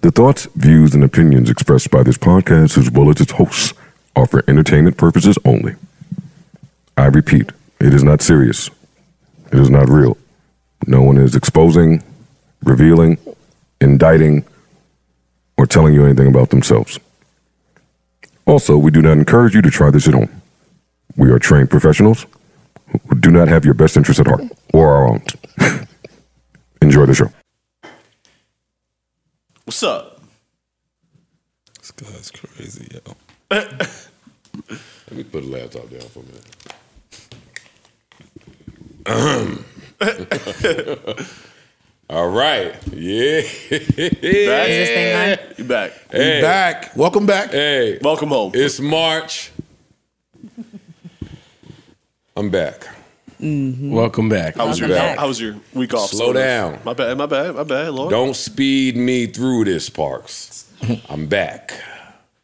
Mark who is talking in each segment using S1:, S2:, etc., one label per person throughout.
S1: The thoughts, views, and opinions expressed by this podcast, as well as its hosts, are for entertainment purposes only. I repeat, it is not serious. It is not real. No one is exposing, revealing, indicting, or telling you anything about themselves. Also, we do not encourage you to try this at home. We are trained professionals who do not have your best interest at heart or our own. Enjoy the show.
S2: What's up?
S3: This guy's crazy, yo.
S4: Let me put the laptop down for a minute. All right. Yeah.
S2: Back?
S5: this
S2: You back?
S4: Hey.
S3: Back. Welcome back.
S4: Hey.
S2: Welcome home.
S4: It's March. I'm back.
S6: Mm-hmm.
S3: Welcome back.
S2: how was your
S5: Welcome back.
S2: How was your week off?
S4: Slow
S2: sir?
S4: down.
S2: My bad. My bad. My bad. Lord,
S4: Don't speed me through this, Parks. I'm back.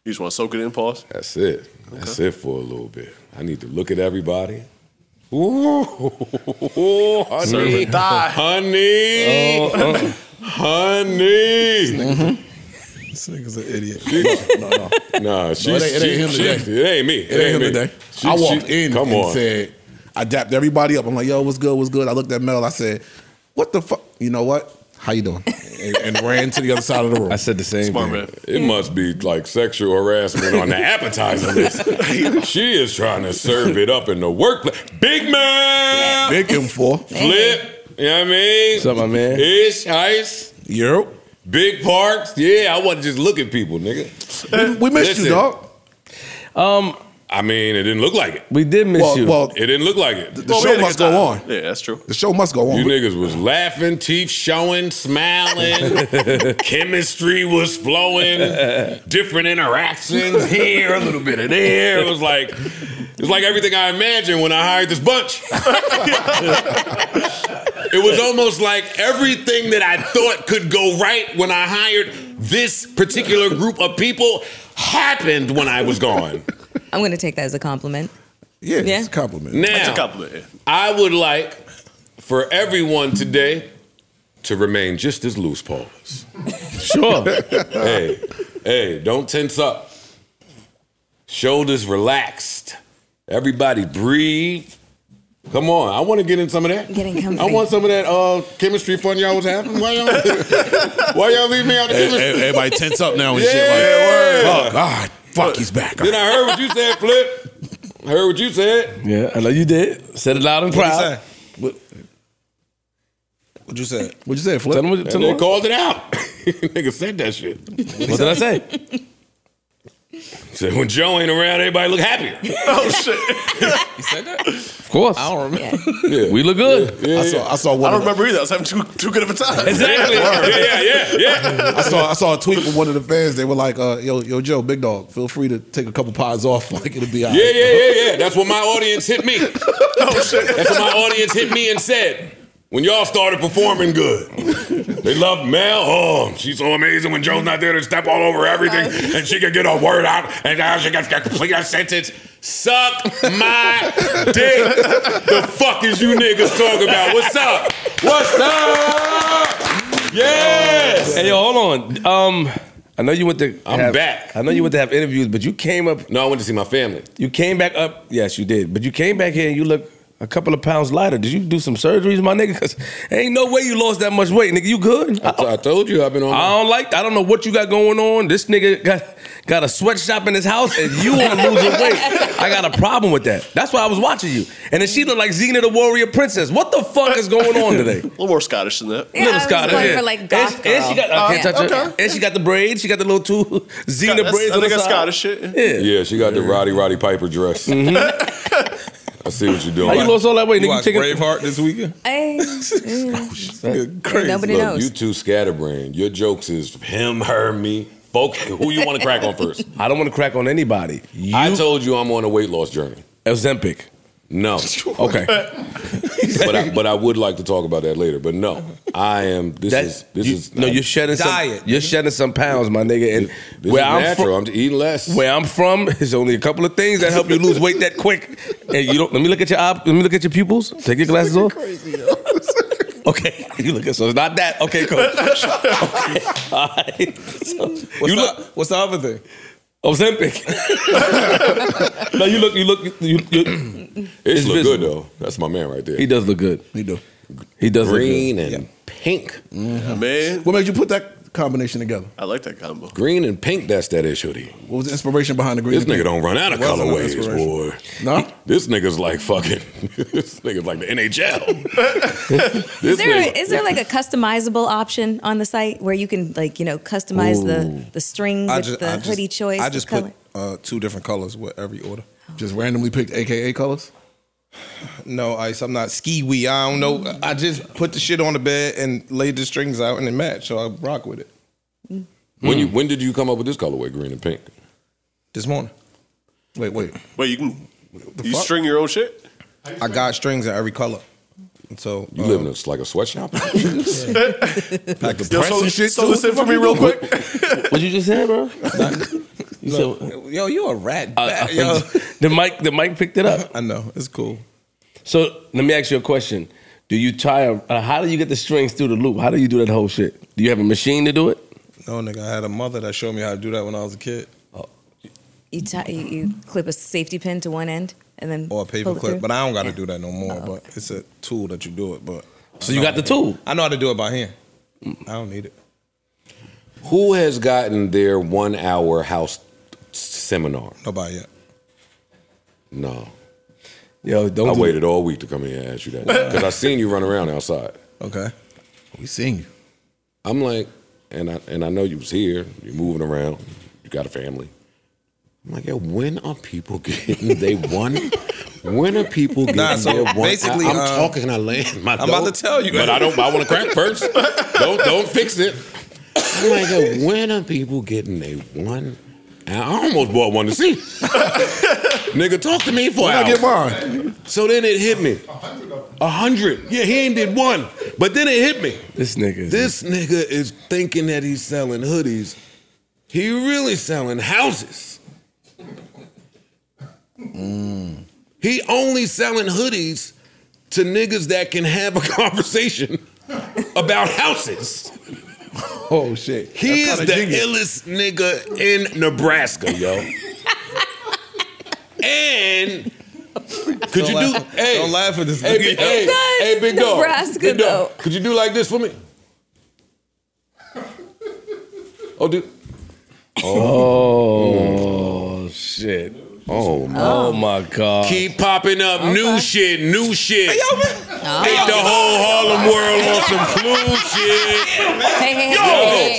S2: you just want to soak it in. Pause.
S4: That's it. That's it for a little bit. I need to look at everybody. Ooh, honey, honey,
S3: Oh,
S4: honey.
S3: This nigga's an idiot. no, no, no.
S4: Nah, she's,
S3: it ain't- it ain't him
S4: she,
S3: today.
S4: She, it ain't me.
S3: It ain't him
S4: me.
S3: today.
S4: She-
S3: I walked
S4: she-
S3: in
S4: Come
S3: and
S4: on.
S3: said, I dapped everybody up. I'm like, yo, what's good? What's good? I looked at Mel. I said, what the fuck? You know what? How you doing? and, and ran to the other side of the room.
S6: I said the same
S2: Smart
S6: thing.
S2: man.
S4: it must be like sexual harassment on the appetizer list. she is trying to serve it up in the workplace. Big man,
S3: Big him for.
S4: flip. You know what I mean?
S6: What's up, my man?
S4: Ish, ice,
S3: Yo.
S4: big parks. Yeah, I wasn't just look at people, nigga.
S3: We, we missed
S4: Listen.
S3: you, dog.
S4: I mean, it didn't look like it.
S6: Um, We did miss
S3: Well,
S6: you.
S3: well,
S4: It didn't look like it.
S3: the
S2: Well, we
S3: show
S2: had a
S3: must
S2: good
S3: go
S2: time.
S3: on.
S2: Yeah, that's true.
S3: The show must go on.
S4: You niggas was laughing, teeth showing, smiling, chemistry was flowing, different interactions here, a little bit of there. It was like it was like everything I imagined when I hired this bunch. it was almost like everything that I thought could go right when I hired this particular group of people happened when I was gone.
S5: I'm going to take that as a compliment.
S3: yeah,
S5: Yeah.
S3: it's a compliment.
S4: Now,
S2: That's a compliment. yeah.
S4: I would like for everyone today to remain just as loose, Paulus.
S6: sure.
S4: hey, hey, don't tense up. Shoulders relaxed. Everybody breathe. Come on, I want to get in some of that.
S5: Getting comfy.
S4: I want some of that uh, chemistry fun y'all was having. Why y'all, why y'all leave me out of
S3: E-
S4: chemistry?
S3: e- Everybody tense up now and shit. Like,
S4: yeah,
S3: oh, God. Fuck, he's back.
S4: Then I heard what you said, Flip. I heard what you said.
S6: yeah, I know you did. Said it loud and proud.
S3: What What'd you say? What'd you say, Flip?
S6: Tell them what, tell
S4: And
S6: them
S4: they
S6: what,
S4: called it out. Nigga said that shit.
S6: what did I say?
S4: Said when Joe ain't around, everybody look happier.
S2: Oh shit!
S6: Of course. I don't remember. We look good.
S3: I saw, I saw
S2: I
S3: one.
S2: don't
S3: Of the,
S2: remember either. I was having too too good of a time.
S4: Exactly. yeah, yeah, yeah, yeah.
S3: I saw. I saw a tweet from one of the fans. They were like, uh, "Yo, yo, Joe, big dog, feel free to take a couple pods off. Like it'll be all
S4: Yeah,
S3: right.
S4: yeah, yeah, yeah. That's what my audience hit me.
S2: Oh shit!
S4: That's what my audience hit me and said. When y'all started performing good, they loved Mel. Oh, she's so amazing when Joe's not there to step all over everything and she can get a word out and now she can can complete her sentence. Suck my dick. the fuck is you niggas talking about? What's up? What's up? Yes.
S6: Hey, yo, hold on. Um, I know you went to.
S4: I'm
S6: have-
S4: back.
S6: I know you went to have interviews, but you came up.
S4: No, I went to see my family.
S6: You came back up. Yes, you did. But you came back here and you look a couple of pounds lighter. Did you do some surgeries, my nigga? Because ain't no way you lost that much weight, nigga. You good?
S4: I, I told you I've been on.
S6: I don't like. I don't know what you got going on. This nigga got got a sweatshop in his house, and you are losing weight. I got a problem with that. That's why I was watching you. And then she looked like Xena the Warrior Princess. What the fuck is going on today?
S2: A little more Scottish than that.
S5: Yeah, I was going for, like, goth
S6: and, and she
S5: girl.
S6: got. I can't
S5: Oh,
S6: touch
S2: yeah.
S6: her. And she got the braids. She got the little two Xena
S2: That's-
S6: braids
S2: I
S6: on the
S2: think that's
S6: side.
S2: Scottish shit.
S6: Yeah. Mm-hmm.
S4: Yeah, she got the Roddy Roddy Piper dress. I see what you're doing.
S6: How you lost all that weight,
S3: You
S6: nigga?
S3: watch
S6: Taking-
S3: Braveheart this weekend?
S5: Hey,
S3: Crazy.
S5: nobody
S4: Look,
S5: knows.
S4: you two scatterbrain. Your jokes is him, her, me. Folk, who you want to crack on first?
S6: I don't want to crack on anybody. You
S4: I told you I'm on a weight loss journey.
S6: Ozempic.
S4: No,
S6: Okay.
S4: but I, but I would like to talk about that later. But no, I am. This
S6: That-
S4: is this
S6: you-
S4: is
S6: no. You're shedding
S3: Diet,
S6: Some, you're shedding some pounds, my nigga. And
S4: This
S6: where
S4: is
S6: I'm
S4: natural.
S6: from,
S4: I'm just eating less.
S6: where I'm from, it's only a couple of things that help you lose weight that quick. And you don't. Let me look at your eye. Let me look at your pupils. Take your glasses off. Okay, you look at so it's not that. Okay, cool. Okay. All right. So,
S3: What's the,
S6: you look
S3: what's the other thing?
S6: Ozempic. no, you look. You look. You, you,
S4: It's look
S6: visible.
S4: good though. That's my man right there.
S6: he does look good.
S7: You do.
S6: He does
S4: green
S6: look
S4: and pink.
S2: Man,
S7: What made you put that combination together?
S2: I like that combo.
S4: Green and pink. That's that issue.
S7: What was the inspiration behind the green?
S4: This nigga don't run out of
S7: It wasn't no
S4: colorways,
S7: inspiration.
S4: boy.
S7: No?
S4: This nigga's like fucking. this nigga's like the NHL.
S8: Is there, is there like a customizable option on the site where you can like you know customize the the string with the hoodie choice?
S3: I
S8: of
S3: just
S8: color? Oh.
S3: put uh, two different colors with every order.
S7: Just randomly picked AKA colors?
S3: No, Ice, I'm not ski wee. I don't know. I just put the shit on the bed and laid the strings out and it matched, so I rock with it
S4: Mm. when you when did you come up with this colorway, green and pink?
S3: this morning.
S7: Wait, wait.
S2: Wait, you can you
S3: fuck?
S2: string your own shit?
S3: I got strings in every color. And so uh,
S4: You live in a, like a sweatshop.
S3: like the
S2: Yo, so,
S3: pressing shit
S2: so
S3: too?
S2: this in for me real quick.
S6: good. What you just said, bro? you said.
S3: Yo, you a rat.
S6: Uh,
S3: bat, yo.
S6: the mic. The mic picked it up.
S3: I know. It's cool.
S6: So let me ask you a question. Do you tie? A, uh, how do you get the strings through the loop? How do you do that whole shit? Do you have a machine to do it?
S3: No, nigga, I had a mother that showed me how to do that when I was a kid.
S6: Oh.
S8: you, tie, you you clip a safety pin to one end and then
S3: Or a paper
S8: pull it
S3: clip.
S8: through?
S3: But I don't got to do that no more.
S8: Oh,
S3: But it's a tool that you do it. But
S6: So you got the tool.
S3: I know how to do it by hand. I don't need it.
S4: Who has gotten their one hour house seminar?
S3: Nobody yet.
S4: No,
S6: Yo, don't.
S4: I
S6: do-
S4: waited all week to come here and ask you that because I seen you run around outside.
S3: Okay.
S7: We seeing you.
S4: I'm like, and I and I know you was here. You're moving around. You got a family. I'm like, yo, when are people getting they one? When are people getting
S3: Nah, so
S4: their one?
S3: basically,
S4: I, am
S3: uh,
S4: talking. I land my.
S3: I'm about
S4: dog,
S3: to tell you.
S4: but I don't. I want to crack first. don't don't fix it. I'm like, yo, when are people getting they one? And I almost bought one to see. Nigga, talk to me for an
S7: I
S4: hour.
S7: get mine.
S4: So then it hit me. A hundred. Yeah, he ain't did one. But then it hit me.
S6: This nigga. is-
S4: This nigga is thinking that he's selling hoodies. He really selling houses. He only selling hoodies to niggas that can have a conversation about houses.
S7: Oh, shit.
S4: He
S7: That's
S4: is the
S7: kinda genius.
S4: illest nigga in Nebraska, yo. and could you do?
S3: laugh-
S4: Hey,
S3: don't laugh at this
S4: Hey,
S3: nigga,
S4: big-
S3: yo.
S4: hey,
S8: That's
S4: hey, big dog.
S8: Nebraska,
S4: big dog.
S8: though.
S4: Could you do like this for me? Oh, dude.
S6: Oh shit.
S4: Oh, man.
S6: Oh my god.
S4: keep popping up new shit, new shit. Make the whole Harlem world on some cool shit.
S8: Hey, hey, hey,
S4: Yo!
S8: hey,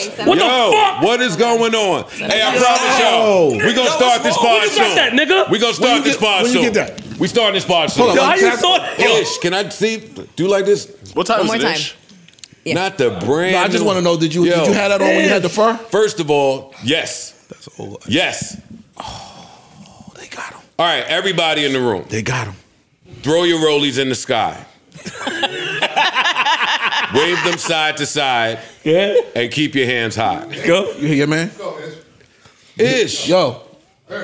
S8: hey,
S6: What
S8: hey,
S6: the
S4: Yo,
S6: fuck?
S4: what is going on? Hey, I promise y'all, we gonna start this
S6: wrong? Where
S4: pod
S6: you got
S4: soon.
S6: that, nigga?
S4: We gonna start
S7: you
S4: this
S7: get-
S4: pod
S7: where you
S4: soon.
S7: get that?
S4: We starting this pod soon.
S6: Yo, how you saw that? Yo,
S4: Ish, can I see? Do like this?
S2: What time
S8: One
S2: is
S8: more
S2: it?
S8: time.
S2: Ish?
S8: Yeah.
S4: Not the brand.
S7: No, I just
S4: new-
S7: want to know did you
S4: Yo,
S7: did you have that on when you had the fur?
S4: First of all, yes,
S3: That's old.
S4: yes.
S7: Oh, They got him.
S4: All right, everybody in the room,
S7: They got him.
S4: throw your rollies in the sky. Wave them side to side
S6: Yeah.
S4: and keep your hands high.
S6: Go.
S7: You hear your man?
S4: Ish,
S7: Yo.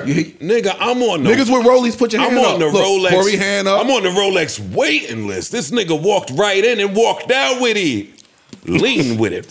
S7: You hear,
S4: nigga, I'm on the
S7: niggas with rollies, put your
S4: I'm
S7: hand
S4: on
S7: up.
S4: the
S7: Look,
S4: Rolex.
S7: Corey hand up.
S4: I'm on the Rolex waiting list. This nigga walked right in and walked out with it. Lean with it.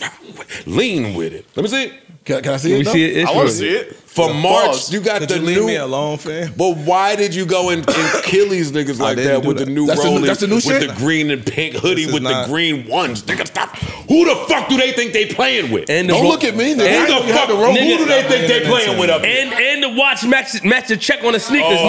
S4: Lean with it. Let me see.
S7: Can, can I see
S6: We
S7: it? though?
S6: see it.
S2: I
S6: It's
S2: want
S6: real.
S2: to see it.
S4: For March,
S2: pause.
S4: you got
S3: Could
S4: the
S3: you leave
S4: new.
S3: me alone, fam?
S4: But why did you go and, and kill these niggas like
S3: didn't
S4: that
S3: do
S4: with
S3: that.
S4: the new
S7: That's the new-
S4: Rolex,
S7: that's the new
S4: with
S7: shit?
S4: the green and pink hoodie,
S3: This is
S4: with
S3: not-
S4: the green ones? Nigga, stop! Who the fuck do they think they playing with?
S6: And the
S7: Don't
S6: ro-
S7: look at me, nigga.
S4: Who the
S7: You
S4: fuck?
S7: have the
S4: Who
S7: Rolex.
S4: do they think they
S3: Nigga.
S4: playing with up? here? Oh,
S6: And and the watch match match the check on the sneakers,
S3: Oh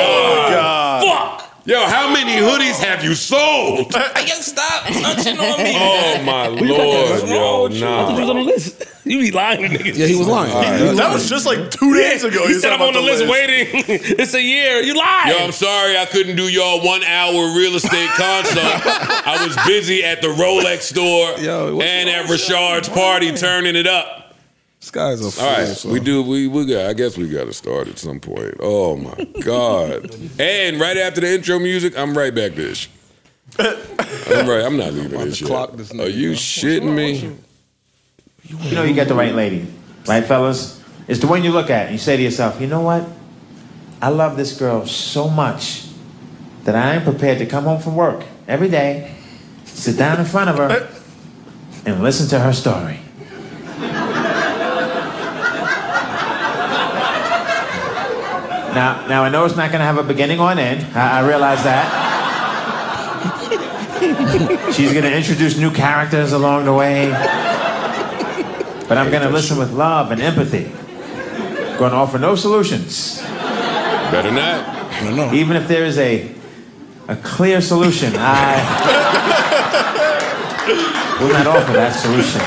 S2: God.
S6: nigga. Fuck.
S4: Yo, how many hoodies have you sold?
S3: Hey, yo, stop touching on me.
S4: Oh my lord, yo,
S6: I thought you was
S4: nah.
S6: on the list. You be lying to niggas.
S7: Yeah, he was lying. He was
S2: That
S7: lying.
S2: was just like two days ago.
S6: He
S2: was
S6: said I'm
S2: talking
S6: on the
S2: about
S6: list, waiting. it's a year. You lied.
S4: Yo, I'm sorry I couldn't do y'all one hour real estate consult. I was busy at the Rolex store
S3: Yo, what's
S4: and at Rashard's party turning it up.
S3: This guy's a fool.
S4: All right,
S3: so.
S4: we do. We we got. I guess we got to start at some point. Oh my god! and right after the intro music, I'm right back, bitch. I'm right. I'm not leaving this
S3: to
S4: shit.
S3: clock this nigga,
S4: Are you
S3: yo.
S4: shitting me?
S5: You know you got the right lady, right, fellas? It's the one you look at and you say to yourself, you know what? I love this girl so much that I am prepared to come home from work every day, Sit down in front of her and listen to her story. Now, now I know it's not going to have a beginning or an end. I, I realize that. She's going to introduce new characters along the way. But I'm going to listen with love and empathy. Going to offer no solutions.
S4: Better not.
S9: I don't know.
S5: Even if there is a a clear solution, I will not offer that solution.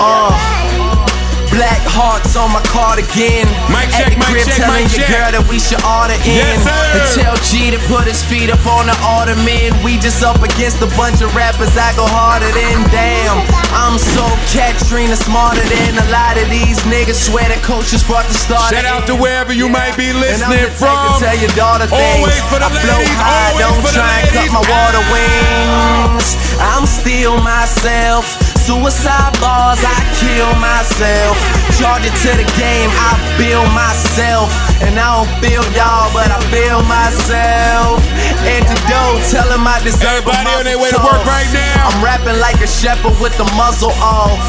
S10: Uh. Black hearts on my cardigan.
S4: Mic
S10: At
S4: check,
S10: the
S4: mic
S10: crib,
S4: check,
S10: telling
S4: mic
S10: your
S4: check.
S10: girl that we should order in.
S4: Yes, sir.
S10: And tell G to put his feet up on the ottoman. We just up against a bunch of rappers. I go harder than damn. I'm so Katrina smarter than a lot of these niggas. Swear the coaches brought the start.
S4: Shout out to wherever you might be
S10: And I'm
S4: listening
S10: the type to
S4: from.
S10: Tell your daughter things.
S4: Always for the
S10: I flow
S4: ladies,
S10: high,
S4: always
S10: don't
S4: for the
S10: try and cut
S4: ladies.
S10: my water wings. I'm still myself. Suicide bars, I kill myself. Charge it to the game, I build myself. And I don't feel y'all, but I feel myself. Antidote, tell 'em I deserve a
S4: Everybody on their way to
S10: muzzle
S4: work
S10: toss.
S4: right now.
S10: I'm rapping like a shepherd with the muzzle off.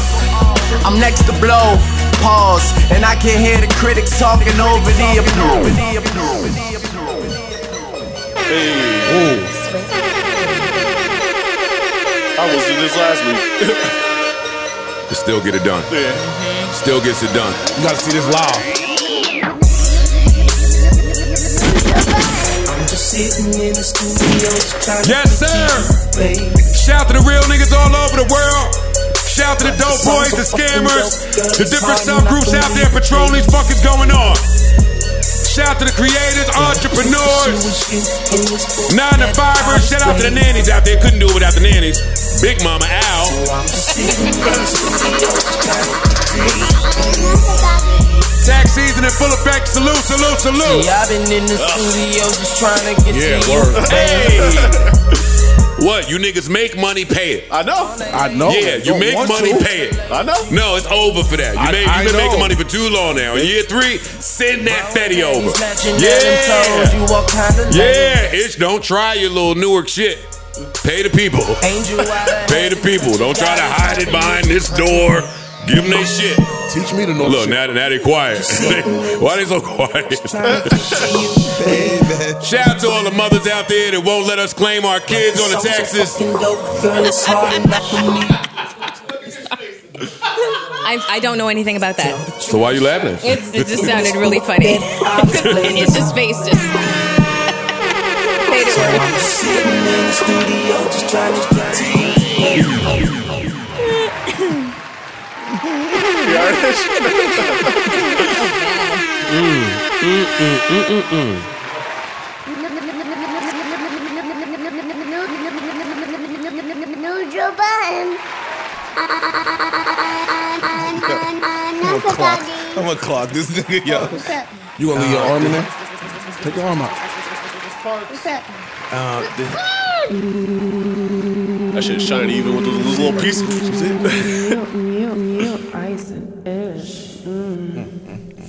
S10: I'm next to blow, pause, and I can hear the critics talking over the applause.
S11: I was in this last week.
S4: To still get it done.
S11: Yeah.
S4: Still gets it done.
S9: You gotta see this live.
S4: Yes, sir. Shout to the real niggas all over the world. Shout to the dope boys, the scammers, the different subgroups out there patrolling these fuckers going on. Shout to the creators, entrepreneurs, nine to fivers. Shout out to the nannies out there. Couldn't do it without the nannies. Big Mama Al.
S10: Oh,
S4: Tax season in full effect. Salute, salute, salute.
S10: I've been in the studio just trying to get
S4: Yeah,
S10: to
S4: word.
S10: you.
S4: Hey! what? You niggas make money, pay it.
S11: I know.
S9: I know.
S4: yeah, you
S9: Don't
S4: make
S9: want
S4: money,
S9: to.
S4: pay it.
S11: I know.
S4: No, it's over for that. You
S9: I-
S4: made,
S9: I
S4: you've been
S9: know.
S4: making money for too long now. In year three, send that fatty over.
S10: Matching them toes,
S4: Yeah.
S10: you all kinda lame.
S4: Yeah, it's don't try your little Newark shit. Pay the people.
S10: Angel out of
S4: Pay the people. Don't try to hide it behind this door. Give them their shit.
S9: Teach me to know
S4: Look,
S9: shit.
S4: now, now they quiet. Why they so quiet? Shout out to all the mothers out there that won't let us claim our kids on the taxes.
S8: I, I don't know anything about that.
S4: So why you laughing?
S8: It's, it just sounded really funny. it's just face just. Made it work.
S12: Joe Biden.
S3: I'm gonna clock. I'm gonna clock this nigga, yo.
S9: You gonna
S3: Uh,
S9: leave your arm in there? Take your arm out.
S3: Uh,
S11: I should have shot it even with those little pieces.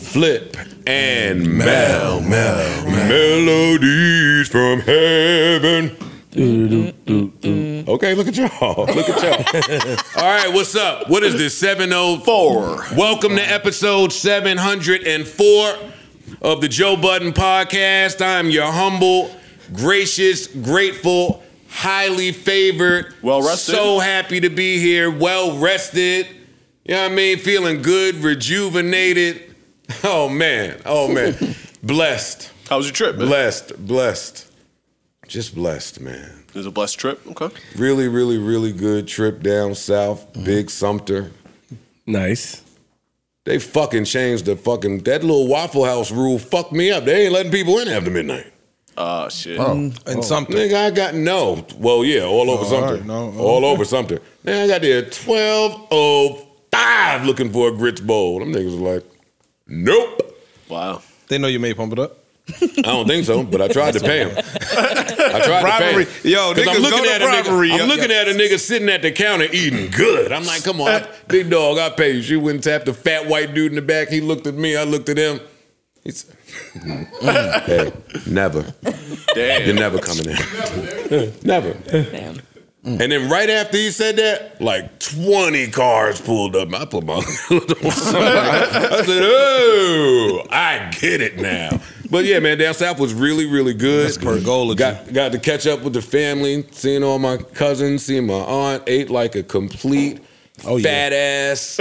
S4: Flip and Mel, Mel, melodies from heaven. Okay, look at y'all. Look at y'all. All right, what's up? What is this? 704. Welcome to episode 704 of the Joe Budden Podcast. I'm your humble, gracious, grateful, highly favored.
S11: Well rested.
S4: So happy to be here. Well rested. You know what I mean? Feeling good, rejuvenated. Oh man. Oh man. blessed.
S11: How was your trip? man?
S4: Blessed. Blessed. Just blessed, man
S11: It was a blessed trip. Okay. Mm-hmm.
S4: really, really, really good trip down south. Big Sumter.
S13: Nice.
S4: They fucking changed the fucking that little Waffle House rule. Fucked me up. They ain't letting people in after midnight.
S11: Oh shit.
S3: And something.
S4: Nigga, I got no. Well, yeah, all over Sumter.
S3: right, no, oh.
S4: all over Sumter. Then I got there at twelve oh five looking for a grits bowl. Them niggas was like, nope.
S11: Wow.
S3: They know you may pump it up.
S4: I don't think so, but I tried to pay him. I tried
S3: Bribery.
S4: to pay him.
S3: Yo,
S4: 'Cause
S3: niggas go to
S4: at a nigga-
S3: bribery.
S4: I'm looking at a nigga sitting at the counter eating good. I'm like, come on, I- big dog, I pay you. She went and tapped the fat white dude in the back. He looked at me. I looked at him. He said,
S3: Mm.
S4: hey, never.
S2: Damn.
S4: You're never coming in. never.
S8: Damn.
S4: Mm. And then right after he said that, like 20 cars pulled up. I put my I said, oh, I get it now. But yeah, man, down south was really, really good. That's pergola. Got, got to catch up with the family, seeing all my cousins, seeing my aunt, ate like a complete
S6: Oh,
S4: fat ass.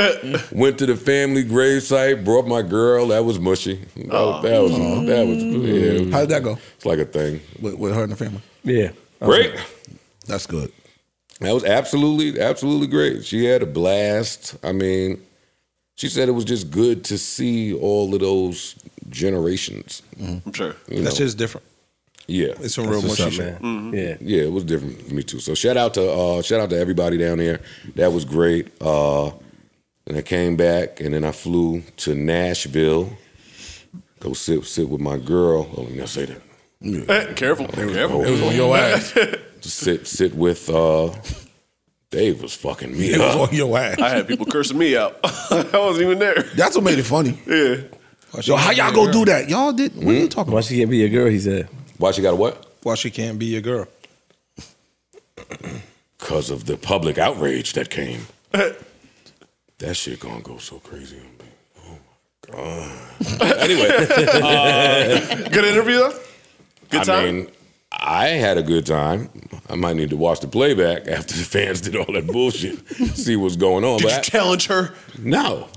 S4: Went to the family gravesite, brought my girl. That was mushy. That
S3: Oh.
S4: was, Oh, that was, that was yeah, it was-
S6: How did that go
S4: it's like a thing.
S6: with, with her and the family?
S5: Yeah.
S4: Great.
S6: That's good.
S4: That was absolutely, absolutely great. She had a blast. I mean, she said it was just good to see all of those generations.
S2: I'm sure.
S4: You
S3: That's
S4: know?
S3: just different.
S4: yeah,
S3: It's some real mushy shit.
S2: Mm-hmm.
S5: Yeah.
S4: yeah, it was different for me too. So shout out to uh, shout out to everybody down there. That was great. Uh, and I came back, and then I flew to Nashville. Go sit sit with my girl. Oh, let me not say that.
S2: Careful. Careful.
S6: It was on your ass.
S4: Just sit sit with. Uh, Dave was fucking me
S6: It
S4: up.
S6: was on your ass.
S2: I had people cursing me out. I wasn't even there.
S6: That's what made it funny. Yeah. Yo, how y'all go do that? Y'all did. What are you talking
S5: Why
S6: about?
S5: she can't be a girl? He said.
S4: Why she got a what?
S3: Why she can't be your girl?
S4: because of the public outrage that came. that shit gonna go so crazy. Oh my God. anyway,
S2: Uh, Good interview though. Good
S4: I
S2: time.
S4: mean, I had a good time. I might need to watch the playback after the fans did all that bullshit, see what's going on.
S2: Did
S4: but
S2: you
S4: I-
S2: challenge her?
S4: No.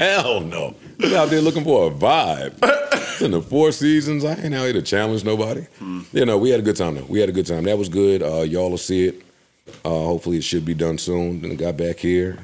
S4: Hell no. I'm out there looking for a vibe. It's in the four seasons. I ain't out here to challenge nobody. You know, we had a good time though. We had a good time. That was good. Uh, y'all will see it. Uh, hopefully it should be done soon. Then I got back here.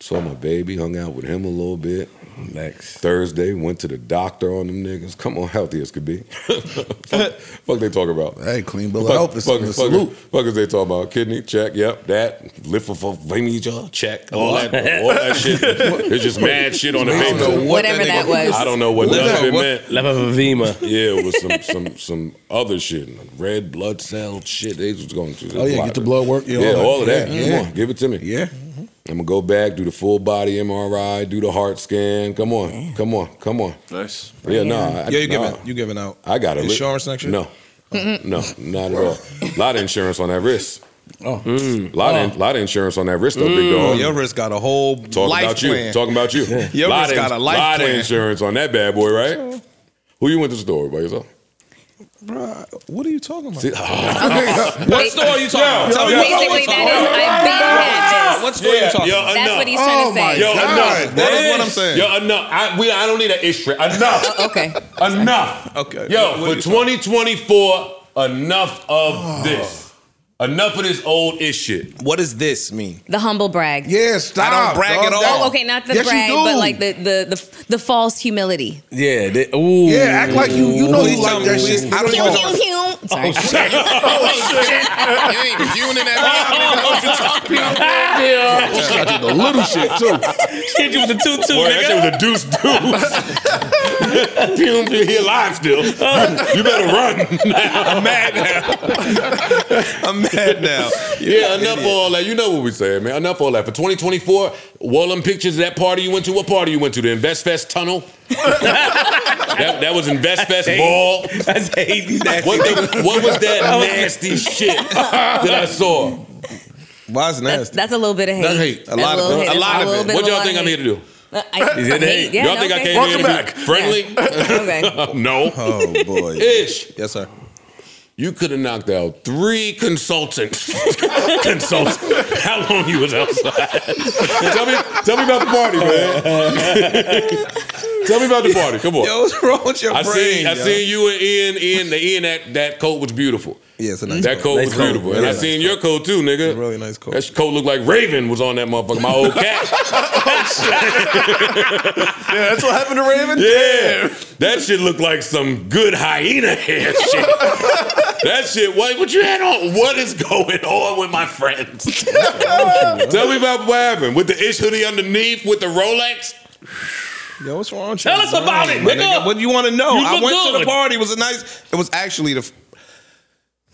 S4: Saw my baby, hung out with him a little bit.
S5: Next.
S4: Thursday, went to the doctor on them niggas. Come on, healthy as could be. fuck, fuck they talk about.
S6: Hey, clean bill of
S4: Fuck-
S6: health. It's
S4: fuck-
S6: a
S4: fuck-
S6: salute.
S4: fuck is they talking about? Kidney, check. Yep, that. Liver for each check. All that, all that shit. It's just mad shit on the
S3: I don't
S4: paper.
S3: know what
S8: Whatever that
S3: nigga-
S8: was.
S4: I don't know what
S3: What
S4: none
S3: the-
S4: of it
S3: what-
S4: meant.
S5: Left of Vima.
S4: Yeah, it was some some some other shit, red blood cell shit. They was going through.
S6: Oh, yeah, get the blood work,
S4: Yeah,
S6: yeah, all that.
S4: all of that.
S6: Yeah,
S4: Come
S6: yeah.
S4: on, give it to me.
S6: Yeah.
S4: I'm gonna go back, do the full body MRI, do the heart scan. Come on, come on, come on.
S2: Nice.
S4: Yeah, no, nah, I-
S3: Yeah, you
S4: nah.
S3: giving you giving out.
S4: I got it.
S3: insurance next year.
S4: No, no, not at all. A lot of insurance on that wrist. Mm,
S6: Oh.
S4: Lot of lot of insurance on that wrist though, big dog.
S3: Oh, your wrist got a whole
S4: Talking
S3: life
S4: about
S3: plan.
S4: you. Talking about you.
S3: Your
S4: lot
S3: wrist
S4: of-
S3: got a life
S4: lot of
S3: plan.
S4: insurance on that bad boy, right? Who you went to the store by yourself?
S3: Bruh, what are you talking about?
S5: What store are you talking about? Tell me what store
S8: Basically,
S5: you talking
S8: that is I've been had this.
S3: What store are you talking about?
S8: That's what he's trying
S5: Oh
S8: to say.
S4: Yo,
S6: God.
S4: enough.
S3: That is what I'm saying.
S4: Yo, enough. I, we, I don't need an ish trip. Enough.
S8: Okay.
S4: enough.
S3: Okay. What-
S4: Yo,
S3: what are
S4: for
S3: you
S4: 2024, enough of this. Enough of this old ish shit.
S3: What does this mean?
S8: The humble brag.
S6: Yeah, stop.
S3: brag
S6: dog.
S3: at all.
S6: That-
S8: Oh, okay, not the
S6: Yes, you
S8: brag,
S6: do.
S8: but like the the the, the false humility.
S5: about? Yeah. They, ooh.
S6: Yeah, act like you you know
S3: Please
S6: you
S3: tell
S6: like
S3: me
S6: that
S3: we-
S6: shit.
S3: I don't
S8: Pew
S3: even
S8: pew
S5: Oh,
S8: pew. Sorry.
S14: Oh,
S4: Oh,
S3: You ain't viewing it at me.
S6: Got you the little shit too.
S5: Hit you with the tutu,
S4: Boy, that shit
S5: nigga.
S4: was a deuce deuce. Pew pew, he alive still. you better run. I'm mad now.
S3: I'm mad now.
S4: Yeah, enough for all that. You know what we saying, man. Enough all that. For 2024, all them pictures of that party you went to. What party you went to? The InvestFest tunnel? that, that was InvestFest ball.
S5: That's Hades. That's
S4: What, the, what was that nasty shit that I saw?
S3: Why is it
S8: That's,
S3: nasty?
S8: that's a little bit of hate.
S3: That's hate. A lot of
S8: little
S3: it.
S8: hate.
S3: A lot
S8: That's
S3: of
S8: little
S3: it.
S8: bit-
S4: What
S8: a
S4: y'all
S8: lot
S4: think
S8: of
S4: I'm here to do?
S8: Uh, I,
S5: Is it hate?
S8: Yeah,
S4: y'all
S8: no,
S4: think I
S8: okay.
S4: came here to
S2: Welcome
S4: be friendly?
S8: okay.
S4: no.
S3: Oh boy.
S4: Ish.
S3: Yes, sir.
S4: You could have knocked out three consultants. consultants. How long you was outside? tell me, tell me about the party, man. tell me about the party. Come on.
S3: Yo, what's wrong with your
S4: I
S3: brain?
S4: seen, I
S3: yo?
S4: seen you and Ian. Ian, the Ian that that coat was beautiful.
S3: Yeah, it's a nice
S4: that
S3: coat.
S4: coat
S5: Nice
S4: was
S5: coat.
S4: beautiful, and
S3: Really
S4: I
S3: nice
S4: seen your coat too, nigga.
S3: Really nice coat.
S4: That coat looked like Raven was on that motherfucker. My old cat.
S2: Yeah, that's what happened to Raven.
S4: yeah, that shit looked like some good hyena hair shit. that shit. What, what you had on? What is going on with my friends? Tell me about what happened with the ish hoodie underneath with the Rolex.
S3: Yo, what's wrong? with
S5: Tell
S3: you?
S5: us about it,
S3: My
S5: nigga.
S3: What do you want to know?
S5: You
S3: I
S5: look
S3: went to
S5: good.
S3: the party. It was a nice. It was actually the.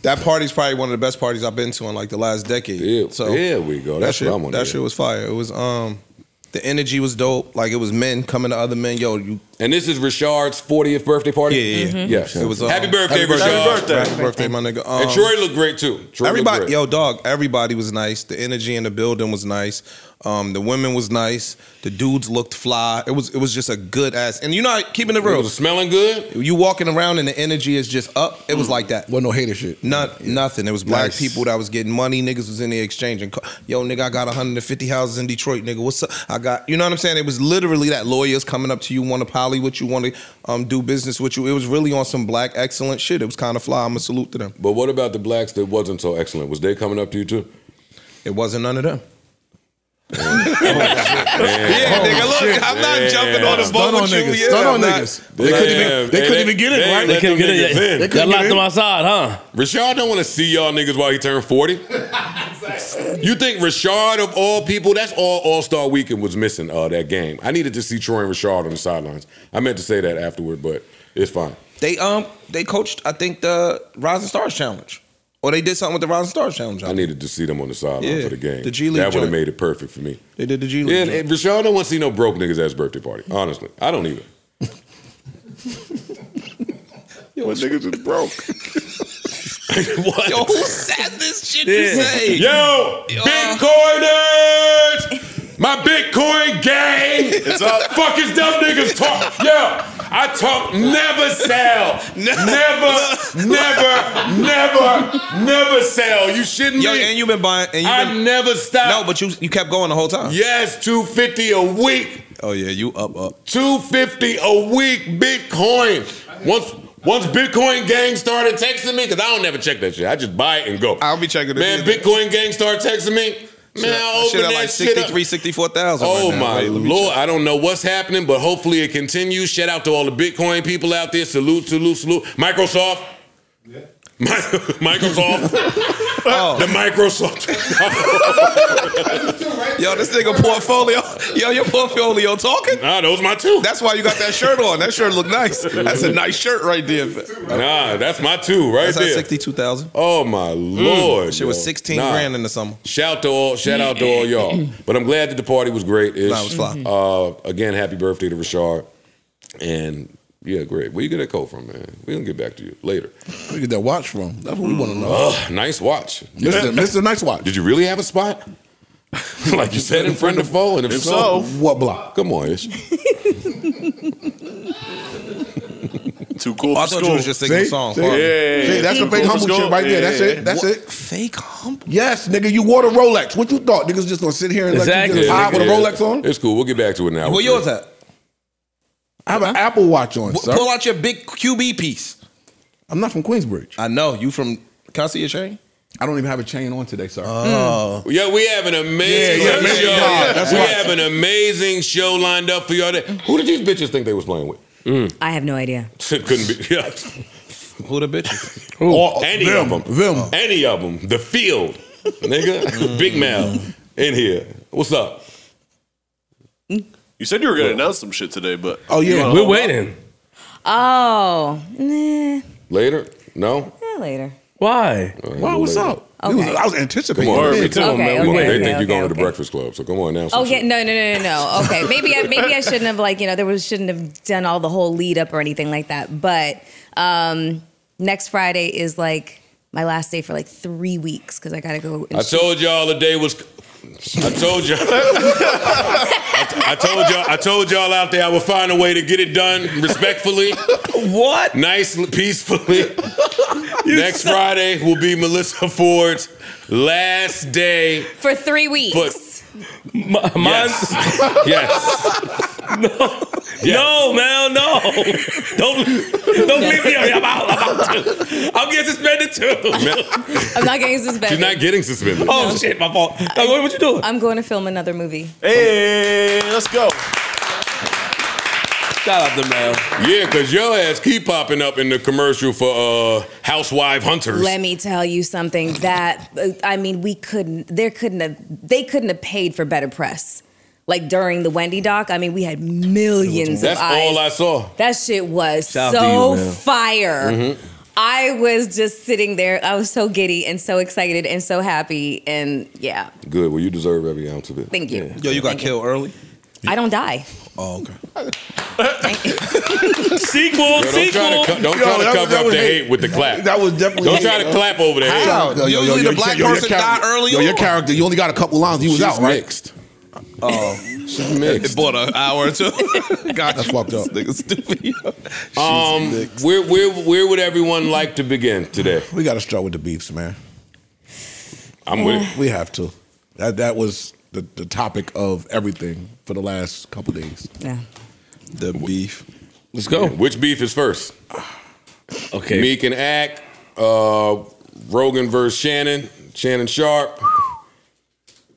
S3: That party's probably one of the best parties I've been to in like the last decade.
S4: Yeah,
S3: so
S4: there we go. That's
S3: that shit,
S4: what I wanna
S3: That
S4: hear.
S3: shit was fire. It was um, the energy was dope. Like it was men coming to other men. Yo, you.
S4: And this is Richard's 40th birthday party. Mm-hmm.
S3: Yeah, yeah, yeah.
S4: Yes.
S3: It was. Um,
S4: happy birthday,
S3: happy birthday,
S4: Richard.
S2: Happy birthday.
S3: Happy birthday, my nigga. Um,
S4: And Troy looked great too. Troy looked
S3: Everybody,
S4: great.
S3: yo, dog. Everybody was nice. The energy in the building was nice. Um, the women was nice. The dudes looked fly. It was it was just a good ass. And you know, keeping it
S4: It
S3: real,
S4: was smelling good.
S3: you walking around and the energy is just up. It was like that.
S6: Well, no hater shit.
S3: Not nothing. It was black
S6: Nice.
S3: people that was getting money. Niggas was in the exchange and yo, nigga, I got 150 houses in Detroit, nigga. What's up? I got you know what I'm saying. It was literally that lawyers coming up to you, want to poly with you, want to um, do business with you. It was really on some black excellent shit. It was kind of fly. I'm a salute to them.
S4: But what about the blacks that wasn't so excellent? Was they coming up to you too? Oh,
S3: It wasn't none of them. yeah, nigga, look, I'm not jumping on the
S6: Stun
S3: boat
S6: on
S3: with you.
S6: niggas.
S3: Yeah,
S6: Stun on
S3: I'm not-
S6: niggas. They couldn't even. They couldn't even get it right.
S5: They couldn't get
S4: niggas in.
S5: it. Got locked them outside, huh?
S4: Rashad don't want to see y'all niggas while he turned 40. you think Rashad of all people, that's all All-Star Weekend was missing uh, that game. I needed to see Troy and Rashad on the sidelines. I meant to say that afterward, but it's fine.
S3: They um they coached I think the Rising Stars Challenge, or they did something with the Rising Stars Challenge.
S4: I needed to see them on the sideline
S3: Yeah,
S4: for the game.
S3: the G League
S4: that would have
S3: joint.
S4: made it perfect for me.
S3: They did the G League.
S4: Yeah, and,
S3: joint.
S4: and Rashad don't want to see no broke niggas at his birthday party. Honestly, I don't either.
S5: What?
S3: Yo, who said this shit you
S5: Yeah.
S3: say? Uh,
S4: Yo, Bitcoiners! My Bitcoin gang! It's up. Fuck is dumb niggas talk. Yo, I talk never sell. Never, never, never, never sell. You shouldn't
S3: Yo,
S4: be.
S3: and you've been buying and you've
S4: I
S3: been
S4: never stop.
S3: No, but you you kept going the whole time.
S4: yes, 250 a week.
S3: Oh yeah, you up up.
S4: 250 a week Bitcoin. Once once Bitcoin gang started texting me, because I don't never check that shit. I just buy it and go.
S3: I'll be checking it.
S4: Man, Bitcoin gang started texting me. Man, I
S3: shit
S4: open
S3: at
S4: that
S3: like
S4: shit up.
S3: 63, 64,000 right
S4: Oh
S3: now.
S4: my
S3: Wait, let me
S4: lord! I don't know what's happening, but hopefully it continues. Shout out to all the Bitcoin people out there. Salute, salute, salute. Microsoft. Mi- Microsoft,
S3: Oh.
S4: the Microsoft.
S3: check. Yo, this nigga portfolio. Yo, your portfolio talking.
S4: nah, those my two.
S3: That's why you got that shirt on. That shirt look nice. That's a nice shirt right there.
S4: nah, that's my two right
S3: That's at
S4: there.
S3: sixty-two thousand. Mm.
S4: Oh my lord!
S3: Shit was
S4: yo.
S3: sixteen
S4: Nah.
S3: grand in the summer.
S4: Shout to all, shout out to all y'all. But I'm glad that the party was great. Ish.
S3: Nah, it was fly.
S4: Uh, again, happy birthday to Rashard. And yeah, great. Where you get that coat from, man? We're gonna get back to you later.
S6: Where you get that watch from? That's what we want to know.
S4: Ugh, nice watch.
S6: Mister, Mister, nice watch.
S4: Did you really have a spot? like you said in front of foe, and if,
S2: If
S4: so,
S2: so,
S6: What block?
S4: come on, Ish.
S2: Too cool
S3: I
S6: Oh,
S3: thought
S2: for school.
S3: you was just singing
S6: See?
S3: songs.
S6: See?
S3: Wow.
S2: yeah,
S6: See, that's the
S2: Too cool
S6: fake
S2: for
S6: humble
S2: school.
S6: shit right there. That's
S2: Yeah,
S6: it. That's
S3: What?
S6: it.
S3: Fake humble.
S6: Yes, nigga, you wore the Rolex. What you thought? Niggas just gonna sit here and
S5: Exactly.
S6: let you get
S5: Yeah,
S6: high with a Rolex on?
S4: It's cool. We'll get back to it now.
S3: Where yours at?
S6: I have an Apple Watch on,
S3: W-
S6: sir.
S3: Pull out your big QB piece.
S6: I'm not from Queensbridge.
S3: I know you from. Can I see your chain? Oh.
S6: I don't even have a chain on today, sir.
S2: Uh,
S4: Yeah, we have an amazing
S6: Yeah, yeah,
S4: show.
S6: yeah, yeah, that's
S4: we
S6: right.
S4: have an amazing show lined up for y'all. Today. Who did these bitches think they was playing with?
S8: Mm. I have no idea.
S4: Couldn't be. Yeah.
S3: Who the bitches?
S4: Or any
S6: them,
S4: of them.
S6: them. Mm.
S4: Any of them. The field. Nigga. Big Mal in here. What's up?
S2: You said you were gonna announce some shit today, but
S6: oh yeah,
S5: We're waiting.
S8: Oh, nah,
S4: Later? No? Uh,
S8: eh, later.
S5: Why?
S6: Why? What's up? It was-
S8: Okay.
S6: I was anticipating.
S4: Come on,
S6: it.
S4: me too.
S8: Okay,
S5: man,
S8: okay,
S5: we-
S8: okay,
S4: they think you're going
S8: okay,
S4: to the
S8: okay.
S4: Breakfast Club, so come on now.
S8: Oh yeah, no, no, no, no, no. Okay, maybe I, maybe I shouldn't have like you know there was shouldn't have done all the whole lead up or anything like that. But um, next Friday is like my last day for like three weeks because I gotta go. And
S4: I
S8: shoot.
S4: told y'all the day was. I told y'all. I, I told y'all. I told y'all out there I would find a way to get it done respectfully,
S5: What?
S4: nice, peacefully. Next Friday will be Melissa Ford's last day.
S8: for three weeks.
S4: But
S5: M- Mine's
S4: yes, yes.
S5: No, man, no. Don't don't leave me. I'm out. I'm out too. I'm getting suspended too.
S8: I'm not getting
S4: She's
S8: suspended.
S4: not getting suspended.
S5: Oh shit, my fault. Now, what, what you doing?
S8: I'm going to film another movie.
S2: hey, let's go.
S5: Shout out to Mel.
S4: Yeah, cause your ass keep popping up in the commercial for uh, Housewife Hunters.
S8: Let me tell you something uh, that I mean we couldn't there couldn't have they couldn't have paid for better press. like during the Wendy doc, I mean, we had millions
S5: That's
S8: of eyes.
S5: all I saw. Mm-hmm.
S8: That shit was
S5: Shout out to
S8: so
S5: you, man.
S8: fire. I was just sitting there. I was so giddy and so excited and so happy. And yeah,
S4: Good. Well, you deserve every ounce of it.
S8: thank you.
S15: Yo, you got
S8: Thank
S15: killed early.
S8: I don't die.
S15: Oh, okay.
S5: Sequel,
S4: Yo, don't try to,
S5: sequel.
S4: co- don't
S3: Yo,
S4: try
S3: that
S4: to
S3: was-
S4: cover
S3: that
S4: up
S3: was
S4: the
S3: hate.
S4: hate with the clap.
S3: That was definitely.
S4: Don't try to clap over the hate.
S15: How? Usually the black person die early
S3: Yo, your
S15: on.
S3: character, you only got a couple lines. You was
S4: She's
S3: out, right?
S4: mixed. Oh, she's mixed.
S15: It bought an hour or two. God,
S3: That's fucked up.
S15: Nigga, stupid.
S4: Um, where, where, where would everyone like to begin today?
S3: We got to start with the beefs, man.
S4: I'm with it.
S3: We have to. That that was the, the topic of everything for the last couple days.
S8: Yeah.
S15: The beef.
S5: Let's go.
S4: Which beef is first?
S5: Okay.
S4: Meek and Act, uh, Rogan versus Shannon, Shannon Sharp.